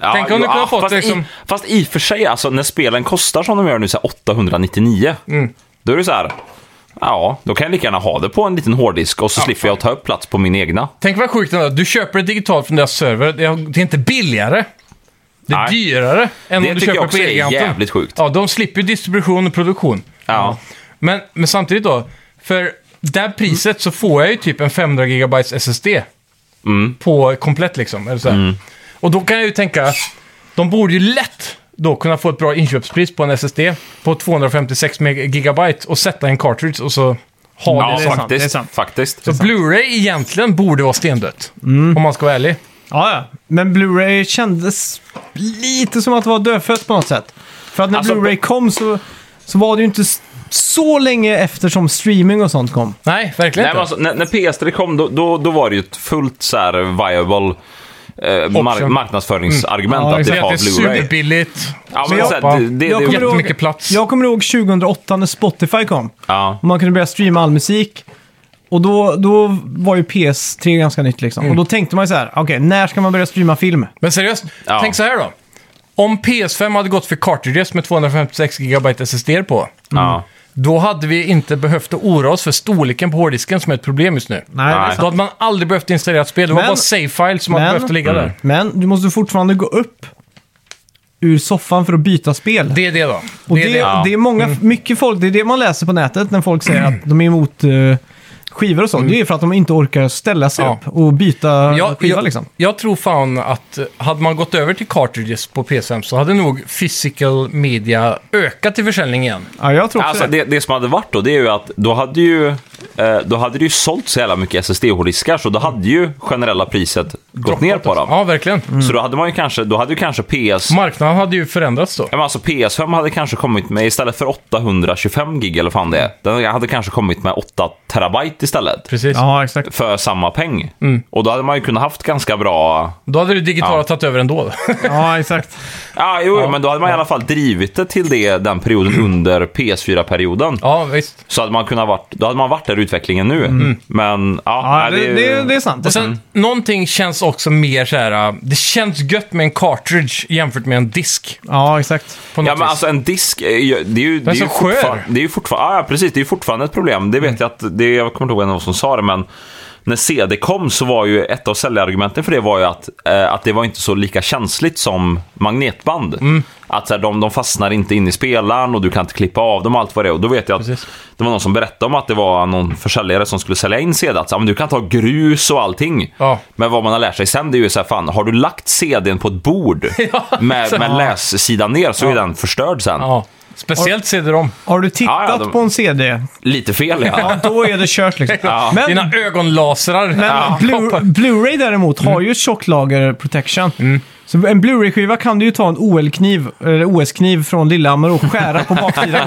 [SPEAKER 3] Ja,
[SPEAKER 2] Tänk om du
[SPEAKER 3] jo,
[SPEAKER 2] kunde ha fått
[SPEAKER 3] fast,
[SPEAKER 2] det liksom-
[SPEAKER 3] i, fast i och för sig, alltså, när spelen kostar som de gör nu, så här 899,
[SPEAKER 2] Mm.
[SPEAKER 3] då är det så här... Ja, då kan jag lika gärna ha det på en liten hårddisk och så slipper jag ta upp plats på min egna.
[SPEAKER 2] Tänk vad sjukt det är. Du köper det digitalt från deras server. Det är- det är inte billigare. Det är
[SPEAKER 3] Nej.
[SPEAKER 2] dyrare än
[SPEAKER 3] Det
[SPEAKER 2] om du
[SPEAKER 3] tycker jag
[SPEAKER 2] köper
[SPEAKER 3] också
[SPEAKER 2] på
[SPEAKER 3] är
[SPEAKER 2] Elgiganten.
[SPEAKER 3] jävligt sjukt.
[SPEAKER 2] Ja, de slipper ju distribution och produktion.
[SPEAKER 3] Ja.
[SPEAKER 2] Men, men samtidigt då, för det här priset så får jag ju typ en 500 GB SSD.
[SPEAKER 3] Mm.
[SPEAKER 2] På komplett liksom. Eller så här. Och då kan jag ju tänka, de borde ju lätt då kunna få ett bra inköpspris på en SSD på 256 GB och sätta en cartridge och så ha
[SPEAKER 3] Ja,
[SPEAKER 2] det.
[SPEAKER 3] faktiskt.
[SPEAKER 1] sant, det är sant.
[SPEAKER 3] faktiskt.
[SPEAKER 2] Så Blu-ray egentligen borde vara stendött.
[SPEAKER 1] Mm.
[SPEAKER 2] Om man ska vara ärlig.
[SPEAKER 1] Ja, ja. Men Blu-ray kändes lite som att vara dödfött på något sätt. För att när
[SPEAKER 3] Alltså,
[SPEAKER 1] Blu-ray kom så, så var det ju inte s- så länge efter som streaming och sånt kom.
[SPEAKER 2] Nej, verkligen
[SPEAKER 3] Nej,
[SPEAKER 2] inte.
[SPEAKER 3] men alltså, när, när PS3 kom, då, då, då var det ju ett fullt så här viable eh, mar-
[SPEAKER 2] Option.
[SPEAKER 3] marknadsföringsargument
[SPEAKER 1] Mm. Ja,
[SPEAKER 3] att det
[SPEAKER 1] exakt.
[SPEAKER 3] var
[SPEAKER 2] det är
[SPEAKER 3] Blu-ray.
[SPEAKER 2] superbilligt.
[SPEAKER 3] Ja,
[SPEAKER 2] Så
[SPEAKER 3] men
[SPEAKER 2] jag-
[SPEAKER 3] så här, det, det,
[SPEAKER 1] jag
[SPEAKER 3] det,
[SPEAKER 1] kommer ihåg-
[SPEAKER 2] Jättemycket plats.
[SPEAKER 1] Jag kommer ihåg 2008 när Spotify kom.
[SPEAKER 3] ja.
[SPEAKER 1] Och man kunde börja streama all musik. Och då, då var ju PS3 ganska nytt liksom.
[SPEAKER 2] Mm.
[SPEAKER 1] Och då tänkte man ju så här, okej, när ska man börja streama film?
[SPEAKER 2] Men seriöst,
[SPEAKER 3] Ja.
[SPEAKER 2] tänk så här då. Om PS5 hade gått för cartridges med 256 GB SSD på,
[SPEAKER 3] Ja.
[SPEAKER 2] Mm. då hade vi inte behövt att oroa oss för storleken på hårddisken som är ett problem just nu.
[SPEAKER 1] Nej,
[SPEAKER 3] Nej.
[SPEAKER 2] Då hade man aldrig behövt installera ett spel. Det var
[SPEAKER 1] Men-
[SPEAKER 2] bara save-file som
[SPEAKER 1] men- Mm.
[SPEAKER 2] hade behövt ligga där.
[SPEAKER 1] Men du måste fortfarande gå upp ur soffan för att byta spel.
[SPEAKER 2] Det är det då.
[SPEAKER 1] Och det, det, är många, mycket folk, det är det man läser på nätet när folk säger att de är emot eh, skivor och sånt. Det är ju för att de inte orkar ställa sig
[SPEAKER 2] Ja.
[SPEAKER 1] upp och byta
[SPEAKER 2] jag,
[SPEAKER 1] skiva
[SPEAKER 2] jag,
[SPEAKER 1] liksom.
[SPEAKER 2] jag tror fan att eh, hade man gått över till cartridges på PS5 så hade nog physical media ökat i försäljning igen.
[SPEAKER 1] Ja, jag tror också
[SPEAKER 3] Alltså
[SPEAKER 1] det.
[SPEAKER 3] det, det som hade varit då, det är ju att då hade ju, eh, då hade det ju sålt så jävla mycket SSD-hårddiskar, så då hade ju generella priset gått ner på dem.
[SPEAKER 2] alltså. Ja, verkligen.
[SPEAKER 1] Mm.
[SPEAKER 3] Så då hade man ju kanske, då hade ju kanske PS...
[SPEAKER 2] Marknaden hade ju förändrats då.
[SPEAKER 3] Ja, men alltså PS5 hade kanske kommit med, istället för 825 gig eller fan det är, den hade kanske kommit med 8 terabyte istället.
[SPEAKER 2] Precis. Mm.
[SPEAKER 1] Ja, exakt.
[SPEAKER 3] För samma peng. Och då hade man ju kunnat haft ganska bra...
[SPEAKER 2] Då hade du digitala
[SPEAKER 3] Ja.
[SPEAKER 2] tagit över ändå.
[SPEAKER 1] Ja, exakt.
[SPEAKER 3] Ja, jo, men då hade man i alla fall drivit det till det, den perioden under PS4-perioden.
[SPEAKER 2] ja, visst.
[SPEAKER 3] Så hade man kunnat varit, då hade man varit där i utvecklingen nu. Men ja,
[SPEAKER 1] Ja,
[SPEAKER 3] nej,
[SPEAKER 1] det, det, det är sant. Det är
[SPEAKER 2] Och sen,
[SPEAKER 3] Mm.
[SPEAKER 1] sant.
[SPEAKER 2] någonting känns också mer så här... äh, Det känns gött med en cartridge jämfört med en disk.
[SPEAKER 1] Ja, exakt.
[SPEAKER 2] På något
[SPEAKER 3] Ja, men
[SPEAKER 2] vis.
[SPEAKER 3] alltså en disk är ju... Det är ju, det är
[SPEAKER 2] så
[SPEAKER 3] ju
[SPEAKER 2] skör.
[SPEAKER 3] fortfar- Det är ju fortfarande... Ja, precis. Det är ju fortfarande ett problem. Det vet jag att... Det, jag kommer inte ihåg vem det var som sa det, men... När CD kom så var ju ett av säljargumenten för det var ju att, eh, att det var inte så lika känsligt som magnetband. Att så här, de, de fastnar inte in i spelaren och du kan inte klippa av dem och allt vad det är. Och då vet jag att
[SPEAKER 2] Precis.
[SPEAKER 3] det var någon som berättade om att det var någon försäljare som skulle sälja in CD. Att så här, men du kan ta grus och allting.
[SPEAKER 2] Ja.
[SPEAKER 3] Men vad man har lärt sig sen det är ju så här, fan, har du lagt CDn på ett bord med, med lässidan ner så är den förstörd sen.
[SPEAKER 2] Ja. Speciellt CD-ROM.
[SPEAKER 1] Har du tittat
[SPEAKER 3] Ja, ja, de-
[SPEAKER 1] på en CD,
[SPEAKER 3] Lite fel ja.
[SPEAKER 1] ja, då är det kört liksom.
[SPEAKER 3] Ja.
[SPEAKER 1] Men,
[SPEAKER 2] Dina ögonlasrar.
[SPEAKER 1] men
[SPEAKER 2] Ja. Mm.
[SPEAKER 1] Blu- Blu-ray däremot har ju tjocklager protection. Så en Blu-ray-skiva kan du ju ta en OL-kniv, eller OS-kniv från Lillehammer och skära på baksidan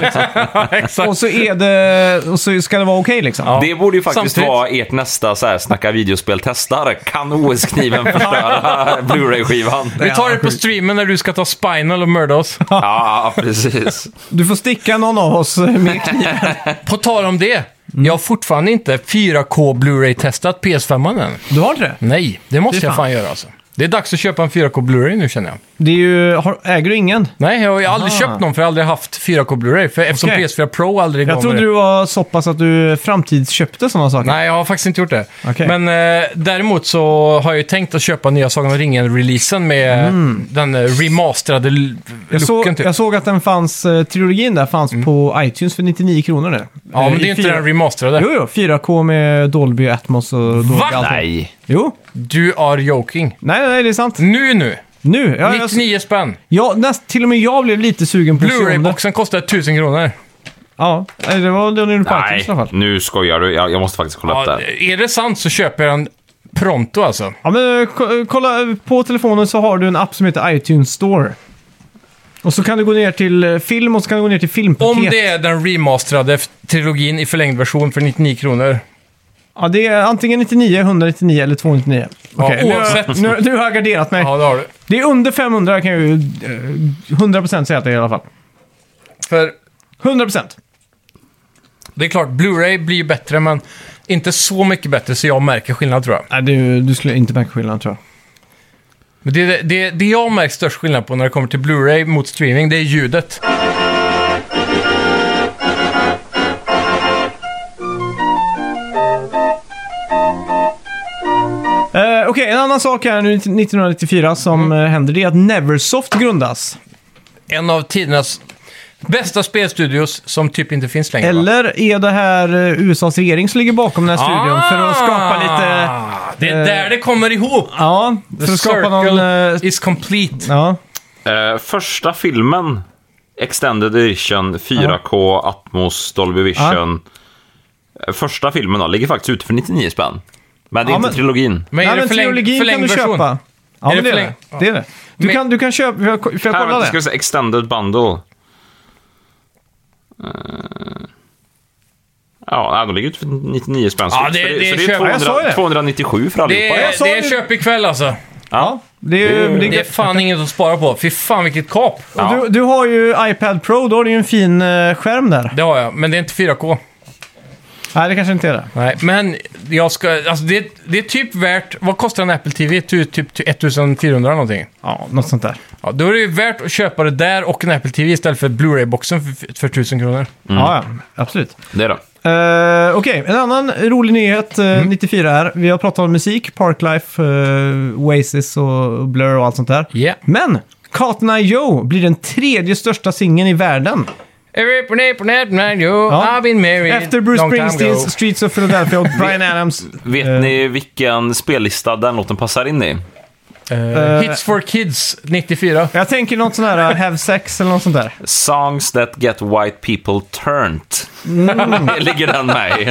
[SPEAKER 1] liksom.
[SPEAKER 2] Exakt.
[SPEAKER 1] Och så, är det, och så ska det vara okej liksom.
[SPEAKER 2] Ja.
[SPEAKER 3] Det borde ju faktiskt
[SPEAKER 2] Samtidigt-
[SPEAKER 3] vara ert nästa så här, snacka videospel testar. Kan OS-kniven förstöra Blu-ray-skivan?
[SPEAKER 2] Vi tar det på streamen när du ska ta Spinal och mörda oss.
[SPEAKER 3] Ja, precis.
[SPEAKER 1] Du får sticka någon av oss eh, med kniv.
[SPEAKER 2] På tal om det. Jag har fortfarande inte 4K Blu-ray-testat PS5 än.
[SPEAKER 1] Du har inte det?
[SPEAKER 2] Nej, det måste
[SPEAKER 1] Fy
[SPEAKER 2] jag
[SPEAKER 1] fan.
[SPEAKER 2] fan göra alltså. Det är dags att köpa en 4K Blu-ray nu känner jag.
[SPEAKER 1] det är ju, har, äger du ingen?
[SPEAKER 2] Nej, jag har ju aldrig
[SPEAKER 1] Aha.
[SPEAKER 2] köpt någon för jag har aldrig haft 4K Blu-ray. För eftersom
[SPEAKER 1] Okej.
[SPEAKER 2] PS4 Pro aldrig
[SPEAKER 1] Jag
[SPEAKER 2] gav
[SPEAKER 1] trodde
[SPEAKER 2] mig
[SPEAKER 1] du
[SPEAKER 2] det.
[SPEAKER 1] var så pass att du framtidsköpte sådana saker.
[SPEAKER 2] Nej, jag har faktiskt inte gjort det.
[SPEAKER 1] Okej.
[SPEAKER 2] Men eh, däremot så har jag ju tänkt att köpa nya Sagan om ringen-releasen med den eh, remasterade l-
[SPEAKER 1] Mm. jag, såg,
[SPEAKER 2] looken typ. Mm.
[SPEAKER 1] jag såg att den fanns, eh, trilogin där fanns på iTunes för 99 kronor nu.
[SPEAKER 2] Ja, men det är inte
[SPEAKER 1] fyra...
[SPEAKER 2] den remasterade.
[SPEAKER 1] Jo, jo. 4K med Dolby Atmos och Dolby
[SPEAKER 2] Va?
[SPEAKER 1] allting.
[SPEAKER 3] Nej.
[SPEAKER 1] Jo.
[SPEAKER 2] Du are joking.
[SPEAKER 1] Nej, nej, det är sant.
[SPEAKER 2] Nu nu!
[SPEAKER 1] Nu. Ja, jag,
[SPEAKER 2] 99 spänn.
[SPEAKER 1] ja, näst, till och med jag blev lite sugen på att se om det.
[SPEAKER 2] Blu-ray-boxen kostar 1000 kronor.
[SPEAKER 1] Ja, nej, det var den du på
[SPEAKER 3] Nej,
[SPEAKER 1] iTunes i alla fall.
[SPEAKER 3] nu skojar du. Jag, jag måste faktiskt kolla upp det.
[SPEAKER 2] Ja,
[SPEAKER 3] här.
[SPEAKER 2] är det sant så köper jag den pronto alltså.
[SPEAKER 1] Ja, men eh, ko- eh, kolla. eh, På telefonen så har du en app som heter iTunes Store. Och så kan du gå ner till eh, film och så kan du gå ner till filmpaket.
[SPEAKER 2] Om det är den remasterade f- trilogin i förlängd version för 99 kronor.
[SPEAKER 1] Ja, det är antingen 99, 199 eller 299.
[SPEAKER 2] Ja,
[SPEAKER 1] Okej, nu har-
[SPEAKER 2] oavsett.
[SPEAKER 1] Nu, nu har jag garderat mig.
[SPEAKER 2] Ja, det har du.
[SPEAKER 1] Det är under 500 kan jag ju eh, 100% säga att det är i alla fall.
[SPEAKER 2] För
[SPEAKER 1] 100%.
[SPEAKER 2] det är klart, Blu-ray blir ju bättre, men inte så mycket bättre så jag märker skillnad tror jag.
[SPEAKER 1] Nej, du, du skulle inte märka skillnaden tror jag.
[SPEAKER 2] Men det, det, det jag märker störst skillnad på när det kommer till Blu-ray mot streaming, det är ljudet.
[SPEAKER 1] Eh, Okej, en annan sak här nu 1994 som eh, händer det är att Neversoft grundas.
[SPEAKER 2] En av tidernas bästa spelstudios som typ inte finns längre. va?
[SPEAKER 1] Eller är det här eh, USAs regering som ligger bakom den här studion för att skapa lite...
[SPEAKER 2] Ah, Det är där
[SPEAKER 1] eh,
[SPEAKER 2] det kommer ihop!
[SPEAKER 1] Ja, för att skapa någon... eh,
[SPEAKER 2] is complete.
[SPEAKER 1] Ja,
[SPEAKER 3] Eh, första filmen, Extended Edition, 4K, Atmos, Dolby Vision. Eh, Första filmen då, ligger faktiskt ute för 99 spänn. Men det är
[SPEAKER 1] Ja,
[SPEAKER 3] inte
[SPEAKER 1] men-
[SPEAKER 3] trilogin.
[SPEAKER 2] Men är
[SPEAKER 1] Nej,
[SPEAKER 2] det
[SPEAKER 1] men
[SPEAKER 2] förlängd,
[SPEAKER 1] trilogin kan
[SPEAKER 2] förlängd
[SPEAKER 1] du
[SPEAKER 2] version?
[SPEAKER 1] köpa. Ja,
[SPEAKER 2] Är
[SPEAKER 1] men det
[SPEAKER 2] det
[SPEAKER 1] är det.
[SPEAKER 2] förläng-
[SPEAKER 1] det, är det. Du,
[SPEAKER 2] Men-
[SPEAKER 1] kan, du kan köpa... Får jag, får jag
[SPEAKER 3] Här,
[SPEAKER 1] kolla
[SPEAKER 3] vänta, ska
[SPEAKER 1] det?
[SPEAKER 3] vi se. Extended Bundle. Eh, Ja, nej, de ligger ute för 99 spänn.
[SPEAKER 2] Ja,
[SPEAKER 3] så
[SPEAKER 2] det-
[SPEAKER 3] så
[SPEAKER 2] det
[SPEAKER 3] så
[SPEAKER 2] köper-
[SPEAKER 1] jag sa
[SPEAKER 3] 200,
[SPEAKER 1] det.
[SPEAKER 3] 297 för
[SPEAKER 2] Det
[SPEAKER 3] allihopa.
[SPEAKER 2] är,
[SPEAKER 1] sa
[SPEAKER 2] det är
[SPEAKER 1] ju-
[SPEAKER 2] köp ikväll alltså.
[SPEAKER 3] Ja.
[SPEAKER 1] Det är, ju- det är
[SPEAKER 2] Det är fan inget att spara på. Fy fan vilket kap.
[SPEAKER 3] Ja.
[SPEAKER 1] Du, du har ju iPad Pro, då har du ju en fin eh, skärm där.
[SPEAKER 2] Det har jag, men det är inte 4K.
[SPEAKER 1] Nej, det kanske inte är det.
[SPEAKER 2] Nej, men jag ska... Alltså det, det är typ värt... Vad kostar en Apple TV? Ty- Typ 1400 eller någonting.
[SPEAKER 1] Ja, något sånt där.
[SPEAKER 2] Ja, då är det ju värt att köpa det där och en Apple TV istället för Blu-ray-boxen för, för 1000 kronor.
[SPEAKER 1] Ja, ja, absolut.
[SPEAKER 3] Det är det.
[SPEAKER 1] Eh, Okej, en annan rolig nyhet eh,
[SPEAKER 2] Mm.
[SPEAKER 1] 94 är. Vi har pratat om musik, Parklife, eh, Oasis och Blur och allt sånt där.
[SPEAKER 2] Ja.
[SPEAKER 1] Men Cotton Eye Joe blir den tredje största singeln i världen.
[SPEAKER 2] I've been married
[SPEAKER 1] Efter Bruce
[SPEAKER 2] long time ago.
[SPEAKER 1] Springsteens Streets of Philadelphia och Brian Adams.
[SPEAKER 3] Vet
[SPEAKER 1] Eh.
[SPEAKER 3] ni vilken spellista den låten passar in i?
[SPEAKER 2] Eh, Hits for Kids 94.
[SPEAKER 1] Jag tänker något sånt här, eh, Have Sex eller något sånt där.
[SPEAKER 3] Songs that get white people turned.
[SPEAKER 1] Mm.
[SPEAKER 3] Ligger den med i?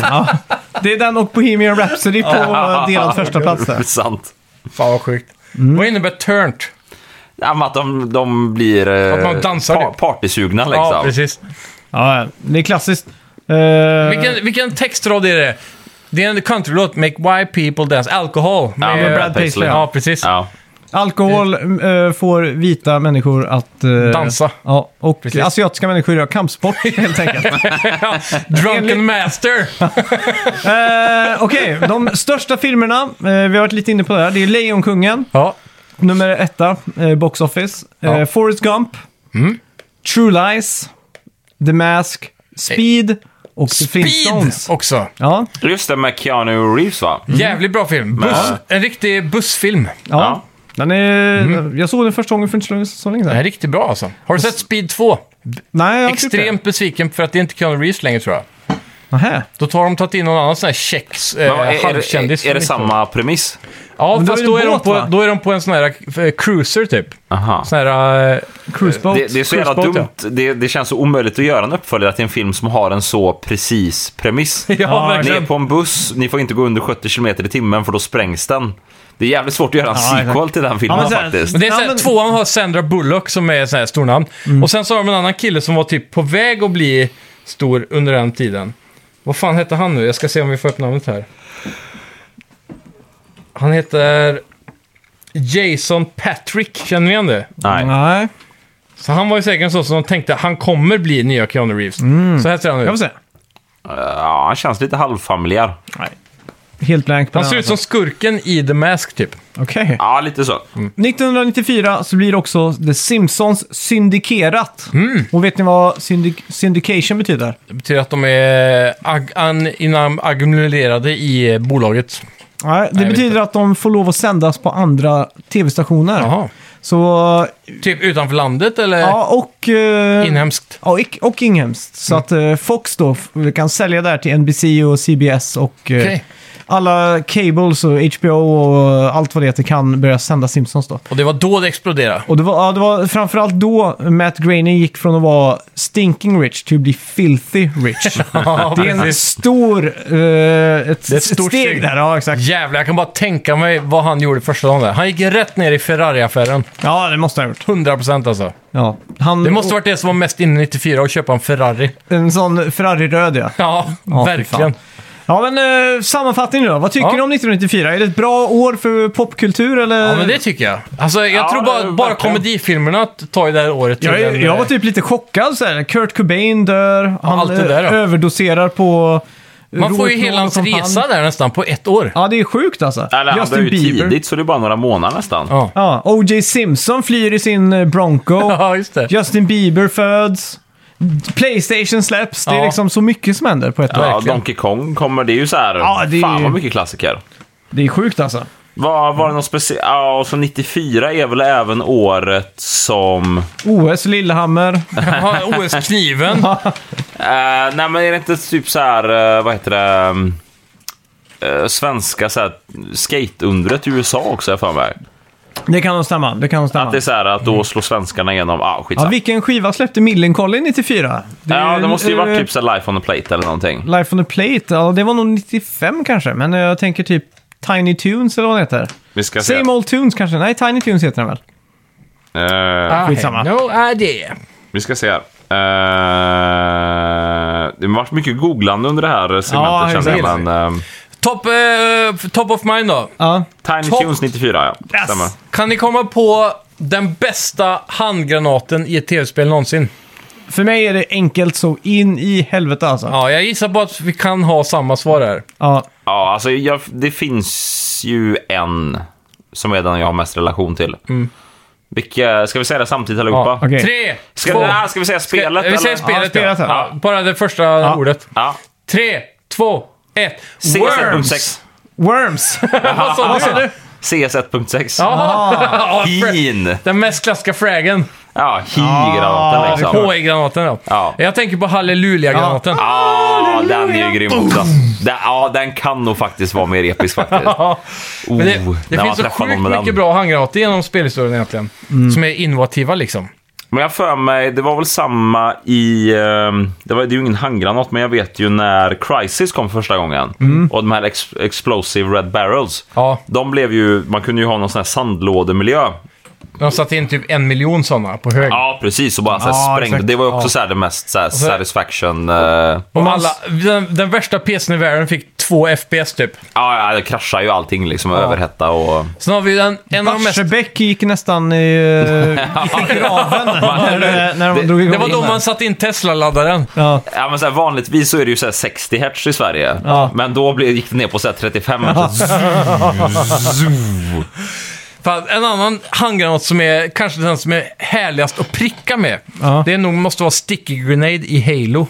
[SPEAKER 1] Det är den och Bohemian Rhapsody på eh, delad första plats där.
[SPEAKER 3] Sant.
[SPEAKER 2] Fan vad sjukt.
[SPEAKER 1] Mm.
[SPEAKER 2] Vad innebär turnt?
[SPEAKER 3] Ja, men att de, de blir eh,
[SPEAKER 2] Att man dansar,
[SPEAKER 3] pa-
[SPEAKER 2] typ.
[SPEAKER 3] partysugna liksom.
[SPEAKER 2] Ja, precis.
[SPEAKER 1] Ja, det är klassiskt. Eh, Eh,
[SPEAKER 2] Vilken, vilken textrad är det? Det är en countrylåt, Make White People Dance Alcohol.
[SPEAKER 3] Ja,
[SPEAKER 1] med
[SPEAKER 3] men-
[SPEAKER 1] Brad Paisley,
[SPEAKER 2] Ja, precis.
[SPEAKER 3] Ja.
[SPEAKER 1] Alkohol eh, får vita människor att... eh,
[SPEAKER 2] Dansa.
[SPEAKER 1] Ja, och
[SPEAKER 2] Precis.
[SPEAKER 1] asiatiska människor gör kampsport helt enkelt.
[SPEAKER 2] Drunken Master!
[SPEAKER 1] Eh, Okej, de största filmerna, eh, vi har varit lite inne på det här, det är Lejonkungen,
[SPEAKER 2] Ja,
[SPEAKER 1] nummer etta, eh, Box Office, eh,
[SPEAKER 2] Ja. Mm.
[SPEAKER 1] Forrest Gump, True Lies, The Mask, Speed och The
[SPEAKER 2] Speed
[SPEAKER 1] Flintstones.
[SPEAKER 2] också.
[SPEAKER 1] Ja,
[SPEAKER 3] Just det, med Keanu Reeves va?
[SPEAKER 2] Jävligt bra film. Buss, en riktig bussfilm.
[SPEAKER 1] ja.
[SPEAKER 3] Ja.
[SPEAKER 1] Den är,
[SPEAKER 2] Mm.
[SPEAKER 1] Jag såg den första gången för inte så länge- så länge
[SPEAKER 2] Den är
[SPEAKER 1] sedan.
[SPEAKER 2] riktigt bra alltså. Har du sett Speed 2?
[SPEAKER 1] Nej, jag har inte gjort det.
[SPEAKER 2] Extremt besviken för att det är inte Keanu Reeves längre tror jag.
[SPEAKER 1] Nähä.
[SPEAKER 2] Då tar de tagit in någon annan sån här tjeck eh,
[SPEAKER 3] Men vad- är, är,
[SPEAKER 2] halvkändis.
[SPEAKER 3] är, är det samma premiss?
[SPEAKER 2] Ja,
[SPEAKER 1] Men då
[SPEAKER 2] fast
[SPEAKER 1] är det
[SPEAKER 2] då är, de
[SPEAKER 1] båt, va?
[SPEAKER 2] på, då är de på en sån här eh, cruiser typ.
[SPEAKER 3] Aha.
[SPEAKER 2] Sån här... eh,
[SPEAKER 1] Cruiseboat.
[SPEAKER 3] Det, det är så jävla
[SPEAKER 2] Cruiseboat,
[SPEAKER 3] dumt. Det, det känns så omöjligt att göra en uppföljare till en film som har en så precis premiss.
[SPEAKER 2] ja,
[SPEAKER 3] Ni
[SPEAKER 2] verkligen.
[SPEAKER 3] är på en buss, ni får inte gå under 70 km i timmen för då sprängs den. Det är jävligt svårt att göra en
[SPEAKER 1] Ja, exakt.
[SPEAKER 3] sequel till den filmen
[SPEAKER 1] Ja, men så här-
[SPEAKER 3] faktiskt.
[SPEAKER 2] Men det är
[SPEAKER 1] Ja,
[SPEAKER 2] såhär,
[SPEAKER 1] men- Mm.
[SPEAKER 2] Tvåan har Sandra Bullock som är sån här stor namn. Och sen så har de en annan kille som var typ på väg att bli stor under den tiden. Vad fan hette han nu? Jag ska se om vi får upp namnet här. Han heter Jason Patrick, känner ni igen det?
[SPEAKER 3] Nej.
[SPEAKER 1] Nej,
[SPEAKER 2] Så han var ju säkert en sån som de tänkte, han kommer bli nya Keanu Reeves. Så här ser han
[SPEAKER 1] Mm. jag får
[SPEAKER 2] ut.
[SPEAKER 1] se.
[SPEAKER 3] Ja, han känns lite halvfamiljär.
[SPEAKER 1] Helt blank på
[SPEAKER 2] Han
[SPEAKER 1] den
[SPEAKER 2] ser ut som skurken i The Mask typ.
[SPEAKER 1] Okej.
[SPEAKER 3] Ja, lite så.
[SPEAKER 1] 1994 så blir också The Simpsons syndikerat.
[SPEAKER 2] Mm.
[SPEAKER 1] Och vet ni vad syndic- syndication betyder?
[SPEAKER 2] Det betyder att de är ag- an- innan ackumulerade i eh, bolaget.
[SPEAKER 1] Nej, det
[SPEAKER 2] jag vet
[SPEAKER 1] betyder
[SPEAKER 2] inte.
[SPEAKER 1] att de får lov att sändas på andra tv-stationer.
[SPEAKER 2] Jaha.
[SPEAKER 1] Så,
[SPEAKER 2] Typ utanför landet eller
[SPEAKER 1] ja, och... eh,
[SPEAKER 2] inhemskt? Mm.
[SPEAKER 1] Ja, och, och inhemskt. Så att eh, Fox då f- kan sälja där till NBC och CBS och eh,
[SPEAKER 2] Okej.
[SPEAKER 1] alla cables och HBO och eh, allt vad det heter kan börja sända Simpsons då.
[SPEAKER 2] Och det var då det exploderade.
[SPEAKER 1] Och det var, ja, det var framförallt då Matt Groening gick från att vara stinking rich till att bli filthy rich. det är en stor... eh, ett,
[SPEAKER 2] är ett
[SPEAKER 1] ett
[SPEAKER 2] stort
[SPEAKER 1] steg,
[SPEAKER 2] steg.
[SPEAKER 1] där, ja exakt.
[SPEAKER 2] Jävlar, jag kan bara tänka mig vad han gjorde första dagen där. Han gick rätt ner i Ferrari-affären.
[SPEAKER 1] Ja, det måste han ha gjort.
[SPEAKER 2] 100% alltså.
[SPEAKER 1] Ja. Han,
[SPEAKER 2] Det måste varit det som var mest inne 94, att köpa en Ferrari.
[SPEAKER 1] En sån Ferrari-röd ja.
[SPEAKER 2] Ja,
[SPEAKER 1] Ja, fy
[SPEAKER 2] verkligen.
[SPEAKER 1] fan. Ja, men eh, sammanfattning nu då. Vad tycker
[SPEAKER 2] Ja.
[SPEAKER 1] ni om 1994? Är det ett bra år för popkultur eller?
[SPEAKER 2] Ja, men det tycker jag. Alltså, jag
[SPEAKER 3] Ja,
[SPEAKER 2] tror
[SPEAKER 3] det
[SPEAKER 2] bara,
[SPEAKER 3] är
[SPEAKER 2] bara
[SPEAKER 3] verkligen.
[SPEAKER 2] komedifilmerna tar ju det här året till
[SPEAKER 1] jag, är-
[SPEAKER 2] en,
[SPEAKER 1] jag
[SPEAKER 2] eh,
[SPEAKER 1] var typ lite chockad så här. Kurt Cobain dör. Han
[SPEAKER 2] allt det
[SPEAKER 1] eh,
[SPEAKER 2] där, ja.
[SPEAKER 1] överdoserar på... eh,
[SPEAKER 2] Man får ju
[SPEAKER 1] rotvrål
[SPEAKER 2] hela hans
[SPEAKER 1] och champagne.
[SPEAKER 2] resa där nästan på ett år.
[SPEAKER 1] Ja, det är sjukt alltså.
[SPEAKER 3] Eller han dör ju tidigt, så det är bara några månader nästan.
[SPEAKER 2] Ja.
[SPEAKER 1] Ja, O.J. Simpson flyr i sin eh, Bronco.
[SPEAKER 2] Ja, just det.
[SPEAKER 1] Justin Bieber föds. Playstation släpps. Det är
[SPEAKER 2] Ja.
[SPEAKER 1] liksom så mycket som händer på ett år.
[SPEAKER 3] Ja,
[SPEAKER 2] verkligen.
[SPEAKER 3] Donkey Kong kommer, det är ju så här.
[SPEAKER 1] Ja, det är
[SPEAKER 3] Fan
[SPEAKER 1] ju-
[SPEAKER 3] vad mycket klassiker.
[SPEAKER 1] Det är sjukt alltså.
[SPEAKER 3] Var, var det någon speciell... Ja, och så 94 är väl även året som...
[SPEAKER 1] OS, Lillehammer.
[SPEAKER 2] Ja, OS-kniven.
[SPEAKER 3] Eh, nej, men är det inte typ så här, eh, vad heter det? mm, eh, svenska så här, skateundret i USA också, jag för mig.
[SPEAKER 1] Det kan nog stämma. Det kan nog stämma.
[SPEAKER 3] Att det är så här att då slår svenskarna igenom, ah,
[SPEAKER 1] Ja,
[SPEAKER 3] skitsamma.
[SPEAKER 1] vilken skiva släppte Millencolin 94?
[SPEAKER 3] Ja, det, måste ju varit
[SPEAKER 1] eh,
[SPEAKER 3] typ så här Life on a Plate eller någonting.
[SPEAKER 1] Life on the Plate, ja, det var nog 95 kanske. Men eh, jag tänker typ Tiny Tunes eller vad den heter.
[SPEAKER 3] Vi ska se.
[SPEAKER 1] Same Old Tunes kanske? Nej, Tiny Tunes heter den väl?
[SPEAKER 3] Eh,
[SPEAKER 1] Skitsamma.
[SPEAKER 2] I have no idea.
[SPEAKER 3] vi ska se här. Eh, det har varit mycket googlande under det här segmentet
[SPEAKER 1] Ja,
[SPEAKER 3] känner jag,
[SPEAKER 1] exakt.
[SPEAKER 3] men... ehm,
[SPEAKER 2] Top, eh, top of mind då.
[SPEAKER 1] Ja.
[SPEAKER 3] Tiny
[SPEAKER 2] Top-
[SPEAKER 3] Tunes 94, ja.
[SPEAKER 1] Yes.
[SPEAKER 3] Stämmer.
[SPEAKER 2] Kan ni komma på den bästa handgranaten i ett tv-spel någonsin?
[SPEAKER 1] För mig är det enkelt så in i helvete alltså. Ja.
[SPEAKER 2] Ja, jag gissar på att vi kan ha samma svar här.
[SPEAKER 3] Ja, alltså jag, det finns ju en som är den jag har mest relation till. Vilka, ska vi säga det samtidigt allihopa?
[SPEAKER 1] Mm. okej.
[SPEAKER 2] Tre,
[SPEAKER 3] Ska,
[SPEAKER 2] två...
[SPEAKER 3] nej, ska vi säga spelet?
[SPEAKER 2] vi säger
[SPEAKER 3] eller?
[SPEAKER 1] Ja,
[SPEAKER 2] spelet, ja,
[SPEAKER 1] spelet, ja.
[SPEAKER 2] Bara det första ordet.
[SPEAKER 3] Ja.
[SPEAKER 2] Tre, två, ett.
[SPEAKER 3] CS
[SPEAKER 2] Worms!
[SPEAKER 3] 1.6.
[SPEAKER 1] Worms!
[SPEAKER 2] Vad sa du? Ah.
[SPEAKER 3] CS 1.6.
[SPEAKER 2] Jaha. Ja, fra-
[SPEAKER 3] Hin!
[SPEAKER 2] Den mest klassiska fragen.
[SPEAKER 3] Ja, hi-granaten
[SPEAKER 1] Ja,
[SPEAKER 3] liksom.
[SPEAKER 2] HE-granaten då.
[SPEAKER 3] Ja.
[SPEAKER 2] Jag tänker på Halleluja-granaten.
[SPEAKER 3] Ja, den är ju grym också. Den, ja, den kan nog faktiskt vara mer episk faktiskt.
[SPEAKER 2] Ja.
[SPEAKER 3] Oh,
[SPEAKER 2] Men det, det
[SPEAKER 3] när man
[SPEAKER 2] finns så
[SPEAKER 3] träffar någon
[SPEAKER 2] sjukt
[SPEAKER 3] med den.
[SPEAKER 2] mycket bra handgranater genom spelhistorien egentligen. Som är innovativa liksom.
[SPEAKER 3] Men jag för mig, det var väl samma i... ehm, Det, var, det är ju ingen handgranat, men jag vet ju när Crisis kom första gången. Och de här ex, Explosive Red Barrels.
[SPEAKER 2] Mm. Ja.
[SPEAKER 3] De blev ju... Man kunde ju ha någon sån här sandlådemiljö.
[SPEAKER 2] De satte in typ en miljon sådana på hög.
[SPEAKER 3] Ja, precis. Och bara så
[SPEAKER 1] Ja,
[SPEAKER 3] här sprängde.
[SPEAKER 1] exakt.
[SPEAKER 3] Det var ju också
[SPEAKER 2] Ja.
[SPEAKER 3] så här det mest så här,
[SPEAKER 2] så-
[SPEAKER 3] satisfaction... eh,
[SPEAKER 2] Och alla, den, den värsta PCn i världen fick två FPS typ.
[SPEAKER 3] Ja, ja, det kraschar ju allting liksom. Överhetta och...
[SPEAKER 2] Sen har vi den, en av de mest...
[SPEAKER 1] Barsebäck gick nästan i, eh, i graven när, när de
[SPEAKER 3] Det-
[SPEAKER 1] drog igång
[SPEAKER 2] Det var då
[SPEAKER 1] den.
[SPEAKER 2] man satte in Tesla-laddaren.
[SPEAKER 1] Ja,
[SPEAKER 3] Ja, men så här, vanligtvis så är det ju så här 60 hertz i Sverige.
[SPEAKER 1] Ja.
[SPEAKER 3] Men då blev, gick det ner på så här 35 hertz. Så
[SPEAKER 2] Fan, en annan handgranat som är kanske den som är härligast att pricka med.
[SPEAKER 1] Ja.
[SPEAKER 2] Det är nog måste vara sticky grenade i Halo.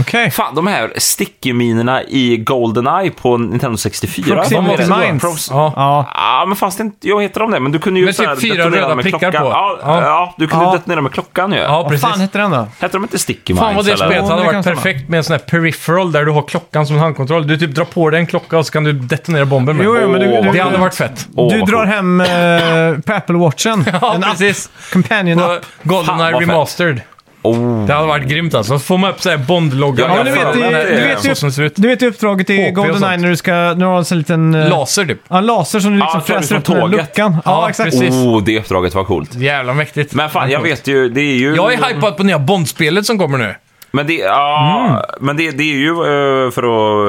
[SPEAKER 1] okej.
[SPEAKER 3] Fan, de här sticky-minerna i Goldeneye på Nintendo 64.
[SPEAKER 1] Proximity
[SPEAKER 3] Vad var det?
[SPEAKER 1] mines.
[SPEAKER 3] Prox-
[SPEAKER 2] Ja.
[SPEAKER 1] Ja.
[SPEAKER 3] Ja, men fanns det inte... Jag heter de det? Men du kunde ju
[SPEAKER 2] Med
[SPEAKER 3] så här
[SPEAKER 2] typ fyra
[SPEAKER 3] detonera
[SPEAKER 2] röda
[SPEAKER 3] dem med
[SPEAKER 2] prickar
[SPEAKER 3] klockan.
[SPEAKER 2] på.
[SPEAKER 3] Ja,
[SPEAKER 2] Ja.
[SPEAKER 3] ja. du kunde
[SPEAKER 1] Ja.
[SPEAKER 3] detonera med klockan ju.
[SPEAKER 2] Ja,
[SPEAKER 1] Vad
[SPEAKER 2] precis.
[SPEAKER 1] fan
[SPEAKER 2] Fan,
[SPEAKER 1] hette den då?
[SPEAKER 3] Heter de inte sticky mines?
[SPEAKER 2] vad det
[SPEAKER 3] eller?
[SPEAKER 2] spelet
[SPEAKER 1] Ja,
[SPEAKER 2] hade
[SPEAKER 1] det
[SPEAKER 2] varit
[SPEAKER 1] kan stämma.
[SPEAKER 2] perfekt med en sån här peripheral där du har klockan som handkontroll. Du typ drar på dig en klocka och så kan du detonera bomben med
[SPEAKER 1] Jo, jo, men du-
[SPEAKER 2] Åh,
[SPEAKER 1] du-
[SPEAKER 2] Det hade varit fett.
[SPEAKER 3] Åh,
[SPEAKER 1] du
[SPEAKER 3] vad
[SPEAKER 1] drar
[SPEAKER 3] coolt.
[SPEAKER 1] hem eh, på Apple Watchen.
[SPEAKER 2] Ja,
[SPEAKER 1] en app,
[SPEAKER 2] precis.
[SPEAKER 1] Companion app.
[SPEAKER 2] Och Goldeneye
[SPEAKER 3] Fan, vad fett.
[SPEAKER 2] Remastered.
[SPEAKER 3] Oh.
[SPEAKER 2] Det hade varit grymt alltså. Får man upp så här Bond-loggan.
[SPEAKER 3] Ja, men du
[SPEAKER 2] Jag
[SPEAKER 3] vet
[SPEAKER 2] får
[SPEAKER 3] ju-
[SPEAKER 2] den här-
[SPEAKER 3] du vet
[SPEAKER 1] ju-
[SPEAKER 2] Så som det ser ut.
[SPEAKER 1] Du vet ju uppdraget i
[SPEAKER 2] HP och
[SPEAKER 1] Goldeneye
[SPEAKER 2] sånt.
[SPEAKER 1] när du ska... Nu har du en liten... eh,
[SPEAKER 2] Laser typ.
[SPEAKER 1] Ja, en laser som du liksom
[SPEAKER 3] tar du
[SPEAKER 1] fräser
[SPEAKER 3] från
[SPEAKER 1] upp den här
[SPEAKER 3] tåget.
[SPEAKER 1] luckan. Ja,
[SPEAKER 2] Ja,
[SPEAKER 1] exakt.
[SPEAKER 2] precis.
[SPEAKER 3] oh, det uppdraget var coolt.
[SPEAKER 2] Jävla mäktigt.
[SPEAKER 3] Men fan, jag vet ju, det är ju...
[SPEAKER 2] Jag är hypad på nya Bond-spelet som kommer nu.
[SPEAKER 3] Men det, ja,
[SPEAKER 2] Mm.
[SPEAKER 3] men det, det är ju, eh, för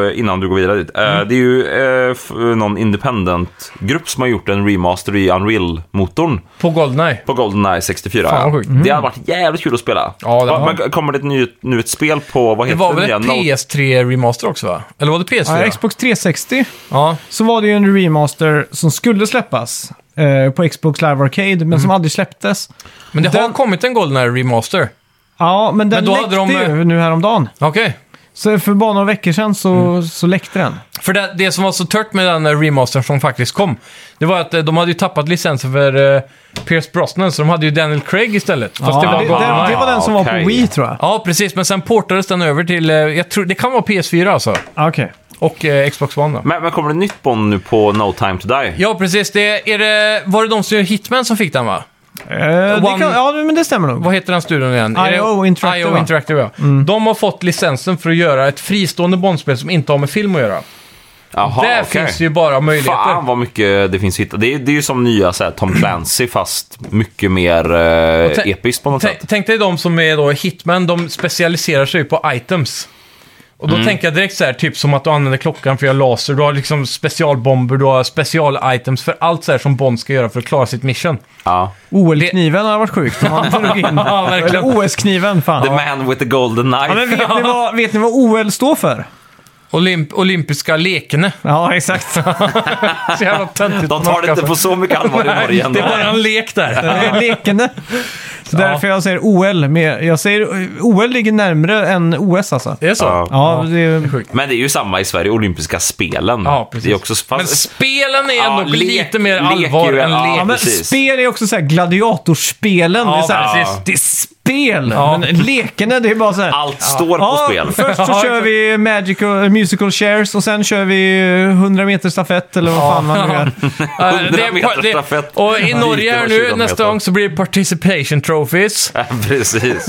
[SPEAKER 3] att, innan du går vidare dit, eh,
[SPEAKER 2] Mm.
[SPEAKER 3] det är ju eh, f- någon independent-grupp som har gjort en remaster i Unreal-motorn
[SPEAKER 2] På Goldeneye.
[SPEAKER 3] på Goldeneye 64.
[SPEAKER 2] Fan, vad
[SPEAKER 3] ja.
[SPEAKER 2] sjukt. Mm.
[SPEAKER 3] Det hade varit jävligt kul att spela.
[SPEAKER 2] Ja, det
[SPEAKER 3] Va-
[SPEAKER 2] har-
[SPEAKER 3] men kommer det ett ny, nu ett spel på, vad
[SPEAKER 2] Det
[SPEAKER 3] heter
[SPEAKER 2] var väl
[SPEAKER 3] nya?
[SPEAKER 2] en
[SPEAKER 3] Note-
[SPEAKER 2] PS3-remaster också va? Eller var det PS4?
[SPEAKER 1] Ja, Xbox 360
[SPEAKER 2] Ja.
[SPEAKER 1] så var det ju en remaster som skulle släppas eh, på Xbox Live Arcade, men som
[SPEAKER 2] Mhm.
[SPEAKER 1] aldrig släpptes.
[SPEAKER 2] Men det har
[SPEAKER 1] Den-
[SPEAKER 2] kommit en Goldeneye Remaster.
[SPEAKER 1] Ja, men den
[SPEAKER 2] Men då hade
[SPEAKER 1] läckte
[SPEAKER 2] de, eh,
[SPEAKER 1] ju nu häromdagen.
[SPEAKER 2] Okej.
[SPEAKER 1] Så för bara några veckor sedan så,
[SPEAKER 2] Mm.
[SPEAKER 1] så läckte den.
[SPEAKER 2] För det, det som var så tört med den här remastern som faktiskt kom, det var att eh, de hade ju tappat licensen för eh, Pierce Brosnan, så de hade ju Daniel Craig istället. Fast
[SPEAKER 1] Ja,
[SPEAKER 2] det var
[SPEAKER 1] det,
[SPEAKER 2] Goldeneye.
[SPEAKER 1] det, det var den som var
[SPEAKER 3] Okej.
[SPEAKER 1] på Wii tror jag.
[SPEAKER 2] Ja, precis. Men sen portades den över till, eh, jag tror, det kan vara PS4 alltså.
[SPEAKER 1] Ja, Okej.
[SPEAKER 2] Och eh, Xbox One då.
[SPEAKER 3] Men, men kommer det nytt Bond nu på No Time To Die?
[SPEAKER 2] Ja, precis. Det, är det, var det de som gör Hitman som fick den va?
[SPEAKER 1] Eh, det
[SPEAKER 2] One-
[SPEAKER 1] kan, ja, men det stämmer nog.
[SPEAKER 2] Vad heter den studion igen? Är det-
[SPEAKER 1] IO Interactive,
[SPEAKER 2] IO
[SPEAKER 1] va?
[SPEAKER 2] Interactive, ja. Mm. De har fått licensen för att göra ett fristående Bondspel som inte har med film att göra.
[SPEAKER 3] Jaha,
[SPEAKER 2] Där
[SPEAKER 3] okej.
[SPEAKER 2] finns ju bara möjligheter.
[SPEAKER 3] Fan vad mycket det finns att hitta. Det är, det är ju som nya så här, Tom Clancy fast mycket mer eh,
[SPEAKER 2] tänk-
[SPEAKER 3] episkt på något
[SPEAKER 2] Tänk-
[SPEAKER 3] sätt.
[SPEAKER 2] Tänk dig de som är då hitmen, de specialiserar sig på items. Och då
[SPEAKER 3] Mm.
[SPEAKER 2] tänker jag direkt så här, typ som att du använder klockan för att göra laser, du har liksom specialbomber, du har specialitems för allt så här som Bond ska göra för att klara sitt mission.
[SPEAKER 3] Ja.
[SPEAKER 1] OL-kniven har varit sjukt. om Man drog in.
[SPEAKER 2] Ja, verkligen.
[SPEAKER 1] Eller OS-kniven, fan.
[SPEAKER 3] The man with the golden knife.
[SPEAKER 1] Ja, men vet, ni vad, vet ni vad OL står för?
[SPEAKER 2] Olymp- olympiska lekene.
[SPEAKER 1] Ja, exakt.
[SPEAKER 2] Så jävla töntigt.
[SPEAKER 3] De tar det inte på så mycket allvar i
[SPEAKER 2] Nej,
[SPEAKER 3] Norge
[SPEAKER 2] det är bara
[SPEAKER 3] ändå.
[SPEAKER 2] en lek där.
[SPEAKER 1] Det är lekande. Så därför jag säger OL. Med, jag säger OL ligger närmre än OS alltså.
[SPEAKER 2] Det är så?
[SPEAKER 3] Ja.
[SPEAKER 1] Ja, det är...
[SPEAKER 3] Men det är ju samma i Sverige, olympiska spelen.
[SPEAKER 2] Ja, precis.
[SPEAKER 3] Det är också fast,
[SPEAKER 2] Men spelen är
[SPEAKER 3] Ja,
[SPEAKER 2] ändå
[SPEAKER 3] lek-
[SPEAKER 2] lite mer
[SPEAKER 3] lek
[SPEAKER 2] allvar
[SPEAKER 3] ju,
[SPEAKER 2] än
[SPEAKER 3] ja.
[SPEAKER 2] lek.
[SPEAKER 1] Ja, men
[SPEAKER 3] precis.
[SPEAKER 1] spel är också så här gladiatorspelen.
[SPEAKER 2] Ja,
[SPEAKER 1] det, är så här,
[SPEAKER 2] precis.
[SPEAKER 1] det är spel!
[SPEAKER 2] Ja.
[SPEAKER 1] Men lekande, det är bara så här...
[SPEAKER 3] Allt står på
[SPEAKER 1] Ja,
[SPEAKER 3] spel.
[SPEAKER 1] först så
[SPEAKER 2] Ja,
[SPEAKER 1] kör vi magical, musical chairs och sen kör vi eh, 100 meter stafett eller vad fan man nu gör.
[SPEAKER 2] Eh, det är-
[SPEAKER 3] 100 meter
[SPEAKER 2] det-
[SPEAKER 3] stafett.
[SPEAKER 2] Och i Norge här
[SPEAKER 3] Lite över
[SPEAKER 2] nu
[SPEAKER 3] 20
[SPEAKER 2] nästa
[SPEAKER 3] meter.
[SPEAKER 2] gång så blir det participation trophies.
[SPEAKER 3] Ja, precis.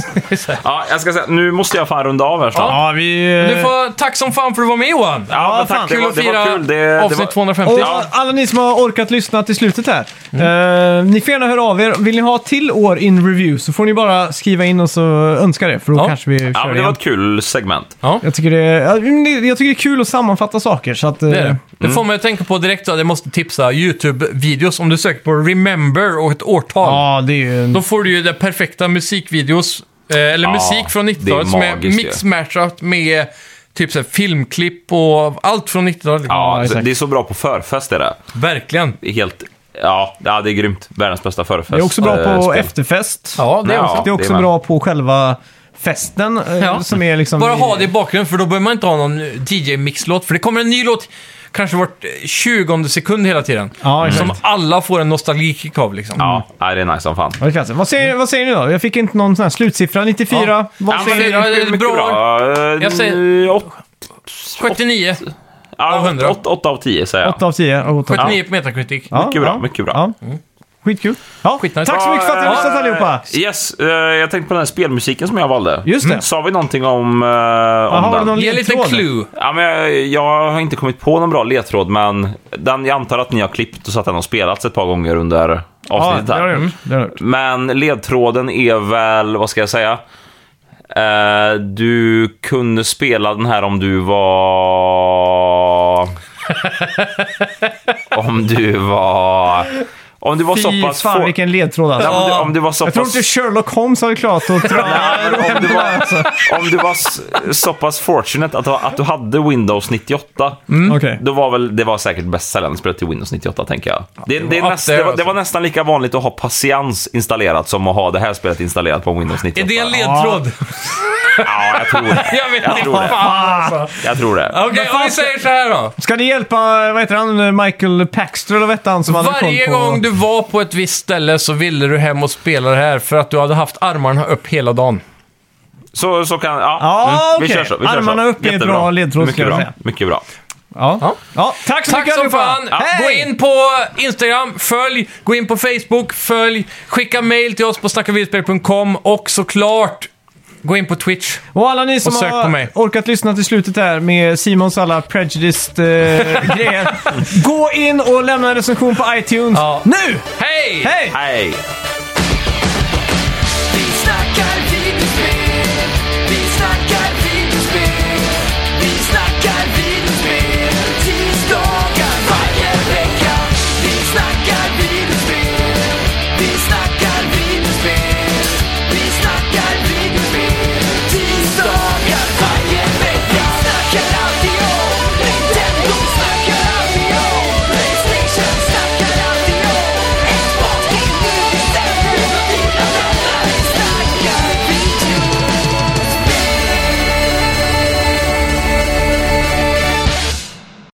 [SPEAKER 3] Ja, jag ska säga, nu måste jag fan runda av här snart.
[SPEAKER 1] Ja, vi... eh,
[SPEAKER 2] Du får, tack som fan för att du var med Johan!
[SPEAKER 3] Ja, men
[SPEAKER 1] fan.
[SPEAKER 3] tack. Det
[SPEAKER 2] Kul
[SPEAKER 3] var,
[SPEAKER 2] att
[SPEAKER 3] det var
[SPEAKER 2] fira
[SPEAKER 3] kul. Det, det
[SPEAKER 2] avsnitt
[SPEAKER 3] var,
[SPEAKER 2] 250.
[SPEAKER 1] Och
[SPEAKER 2] Ja. Mm.
[SPEAKER 1] alla ni som har orkat lyssna till slutet här. eh, ni får gärna höra av er. Vill ni ha till år in review så får ni bara skriva in och så önska det. För då
[SPEAKER 2] Ja.
[SPEAKER 1] kanske vi kör
[SPEAKER 3] ja, men det
[SPEAKER 1] igen.
[SPEAKER 3] var ett kul segment.
[SPEAKER 1] Jag tycker, det är, ja, men det- jag tycker det är kul att sammanfatta saker. Så att, eh,
[SPEAKER 2] Det, är
[SPEAKER 3] Mm.
[SPEAKER 2] det. det får mig att tänka på direkt att jag måste tipsa YouTube-videos. Om du söker på “Remember” och ett årtal,
[SPEAKER 1] Ja, det är ju... En,
[SPEAKER 2] då får du ju den perfekta musikvideos, eh, eller
[SPEAKER 3] Ja,
[SPEAKER 2] musik från
[SPEAKER 3] det är
[SPEAKER 2] 90-talet som är
[SPEAKER 3] magiskt ju.
[SPEAKER 2] mix-matchat med typ så här, filmklipp och allt från 90-talet.
[SPEAKER 3] Ja,
[SPEAKER 1] exakt.
[SPEAKER 3] det är så bra på förfest är det.
[SPEAKER 2] Verkligen.
[SPEAKER 3] Det är Helt, ja, ja, det är grymt. Världens bästa förfest.
[SPEAKER 1] det är också bra
[SPEAKER 3] eh,
[SPEAKER 1] på
[SPEAKER 3] spel.
[SPEAKER 1] efterfest.
[SPEAKER 2] Ja, det är
[SPEAKER 3] Ja.
[SPEAKER 2] också.
[SPEAKER 1] det är
[SPEAKER 3] det
[SPEAKER 1] också
[SPEAKER 3] är man.
[SPEAKER 1] bra på själva festen. eh,
[SPEAKER 2] Ja.
[SPEAKER 1] Som är liksom
[SPEAKER 2] Bara
[SPEAKER 1] i-
[SPEAKER 2] ha det i bakgrunden, för då behöver man inte ha någon DJ-mixlåt. För det kommer en ny låt, kanske vart 20 sekund hela tiden.
[SPEAKER 3] Mm.
[SPEAKER 1] Ja, exakt.
[SPEAKER 2] som alla får en nostalgikick av liksom.
[SPEAKER 3] Ja, ja, det är nice som fan.
[SPEAKER 1] Ja, det är klasse. vad, säger, vad säger ni då? Jag fick inte någon sån här slutsiffra. 94.
[SPEAKER 2] Mm. Ja.
[SPEAKER 1] Vad
[SPEAKER 2] Ja, men
[SPEAKER 1] säger
[SPEAKER 2] det-
[SPEAKER 1] ni?
[SPEAKER 2] det är bra.
[SPEAKER 3] Eh,
[SPEAKER 2] Jag säger-
[SPEAKER 3] åt-
[SPEAKER 2] 79.
[SPEAKER 3] ja,
[SPEAKER 2] av 100.
[SPEAKER 3] åt- åtta av tio säger jag.
[SPEAKER 1] 8 av 10.
[SPEAKER 2] 79 på Metacritic.
[SPEAKER 3] Mycket bra, mycket bra.
[SPEAKER 1] Ja. Skitkul. Ja,
[SPEAKER 2] Mm. Skitnice.
[SPEAKER 1] Tack så mycket för att ni har lyssnat allihopa.
[SPEAKER 3] Yes, eh, jag tänkte på den här spelmusiken som jag valde.
[SPEAKER 1] Just det.
[SPEAKER 3] Mm. Sa vi någonting om, eh, om
[SPEAKER 1] har du
[SPEAKER 3] den?
[SPEAKER 1] någon
[SPEAKER 2] Ge en liten
[SPEAKER 1] ledtråd.
[SPEAKER 2] clue.
[SPEAKER 3] Ja, men jag, jag har inte kommit på någon bra ledtråd, men den, jag antar att ni har klippt och så att den har spelats ett par gånger under
[SPEAKER 1] Ja,
[SPEAKER 3] avsnittet.
[SPEAKER 1] det
[SPEAKER 3] här.
[SPEAKER 1] har jag
[SPEAKER 2] Mm.
[SPEAKER 1] gjort. Det har jag gjort.
[SPEAKER 3] Men ledtråden är väl, vad ska jag säga? Eh, du kunde spela den här om du var... om du var... Om du var så
[SPEAKER 1] Fy
[SPEAKER 3] pass...
[SPEAKER 1] fan
[SPEAKER 3] få-
[SPEAKER 1] vilken ledtråd alltså.
[SPEAKER 3] Ja, om, du, om du var så
[SPEAKER 1] Jag tror
[SPEAKER 3] pass...
[SPEAKER 1] inte Sherlock Holmes hade klarat att dra
[SPEAKER 3] Nej, men om du var,
[SPEAKER 1] alltså.
[SPEAKER 3] om du var s- så pass fortunate att, att du hade Windows 98,
[SPEAKER 1] Okej.
[SPEAKER 3] då var väl, det var säkert bästsäljande spelet till Windows 98, tänker jag. Det, det, är
[SPEAKER 2] var
[SPEAKER 3] näst,
[SPEAKER 2] up there,
[SPEAKER 3] det, var, det
[SPEAKER 2] alltså.
[SPEAKER 3] var nästan lika vanligt att ha Patiens installerat som att ha det här spelet installerat på Windows
[SPEAKER 2] Är
[SPEAKER 3] 98.
[SPEAKER 2] det en ledtråd?
[SPEAKER 3] Ja, jag tror det.
[SPEAKER 2] Jag vet
[SPEAKER 3] Jag
[SPEAKER 2] inte.
[SPEAKER 3] tror det.
[SPEAKER 2] Fan
[SPEAKER 1] Ah.
[SPEAKER 2] alltså.
[SPEAKER 3] Jag tror det.
[SPEAKER 2] Okej, om vi säger så här då.
[SPEAKER 1] Ska ni hjälpa, vad heter han, Michael Paxter eller vad hette han som hade koll
[SPEAKER 2] Varje
[SPEAKER 1] på...
[SPEAKER 2] gång du var på ett visst ställe så ville du hem och spela det här för att du hade haft armarna upp hela dagen.
[SPEAKER 3] Så, så kan... Ja, Mm.
[SPEAKER 1] Ja,
[SPEAKER 3] vi
[SPEAKER 1] okej.
[SPEAKER 3] kör så. Vi kör
[SPEAKER 1] Armarna
[SPEAKER 3] så.
[SPEAKER 1] upp är ett
[SPEAKER 3] Jättebra.
[SPEAKER 1] bra ledtråd, ska
[SPEAKER 3] Mycket
[SPEAKER 1] jag
[SPEAKER 3] bra.
[SPEAKER 1] säga.
[SPEAKER 3] Mycket bra.
[SPEAKER 1] Ja. Ja. Tack så
[SPEAKER 2] Tack
[SPEAKER 1] mycket
[SPEAKER 2] som
[SPEAKER 1] allihopa.
[SPEAKER 2] fan! Gå
[SPEAKER 1] Hej!
[SPEAKER 2] in på Instagram, följ, gå in på Facebook, följ, skicka mail till oss på snackavidspel.com och såklart gå in på Twitch.
[SPEAKER 1] Och alla ni som
[SPEAKER 2] Och sök på
[SPEAKER 1] har
[SPEAKER 2] mig.
[SPEAKER 1] orkat lyssna till slutet här med Simons alla prejudiced eh, grejer. Gå in och lämna en recension på iTunes
[SPEAKER 2] Ja.
[SPEAKER 1] nu!
[SPEAKER 2] Hej!
[SPEAKER 1] Hej!
[SPEAKER 3] Hej!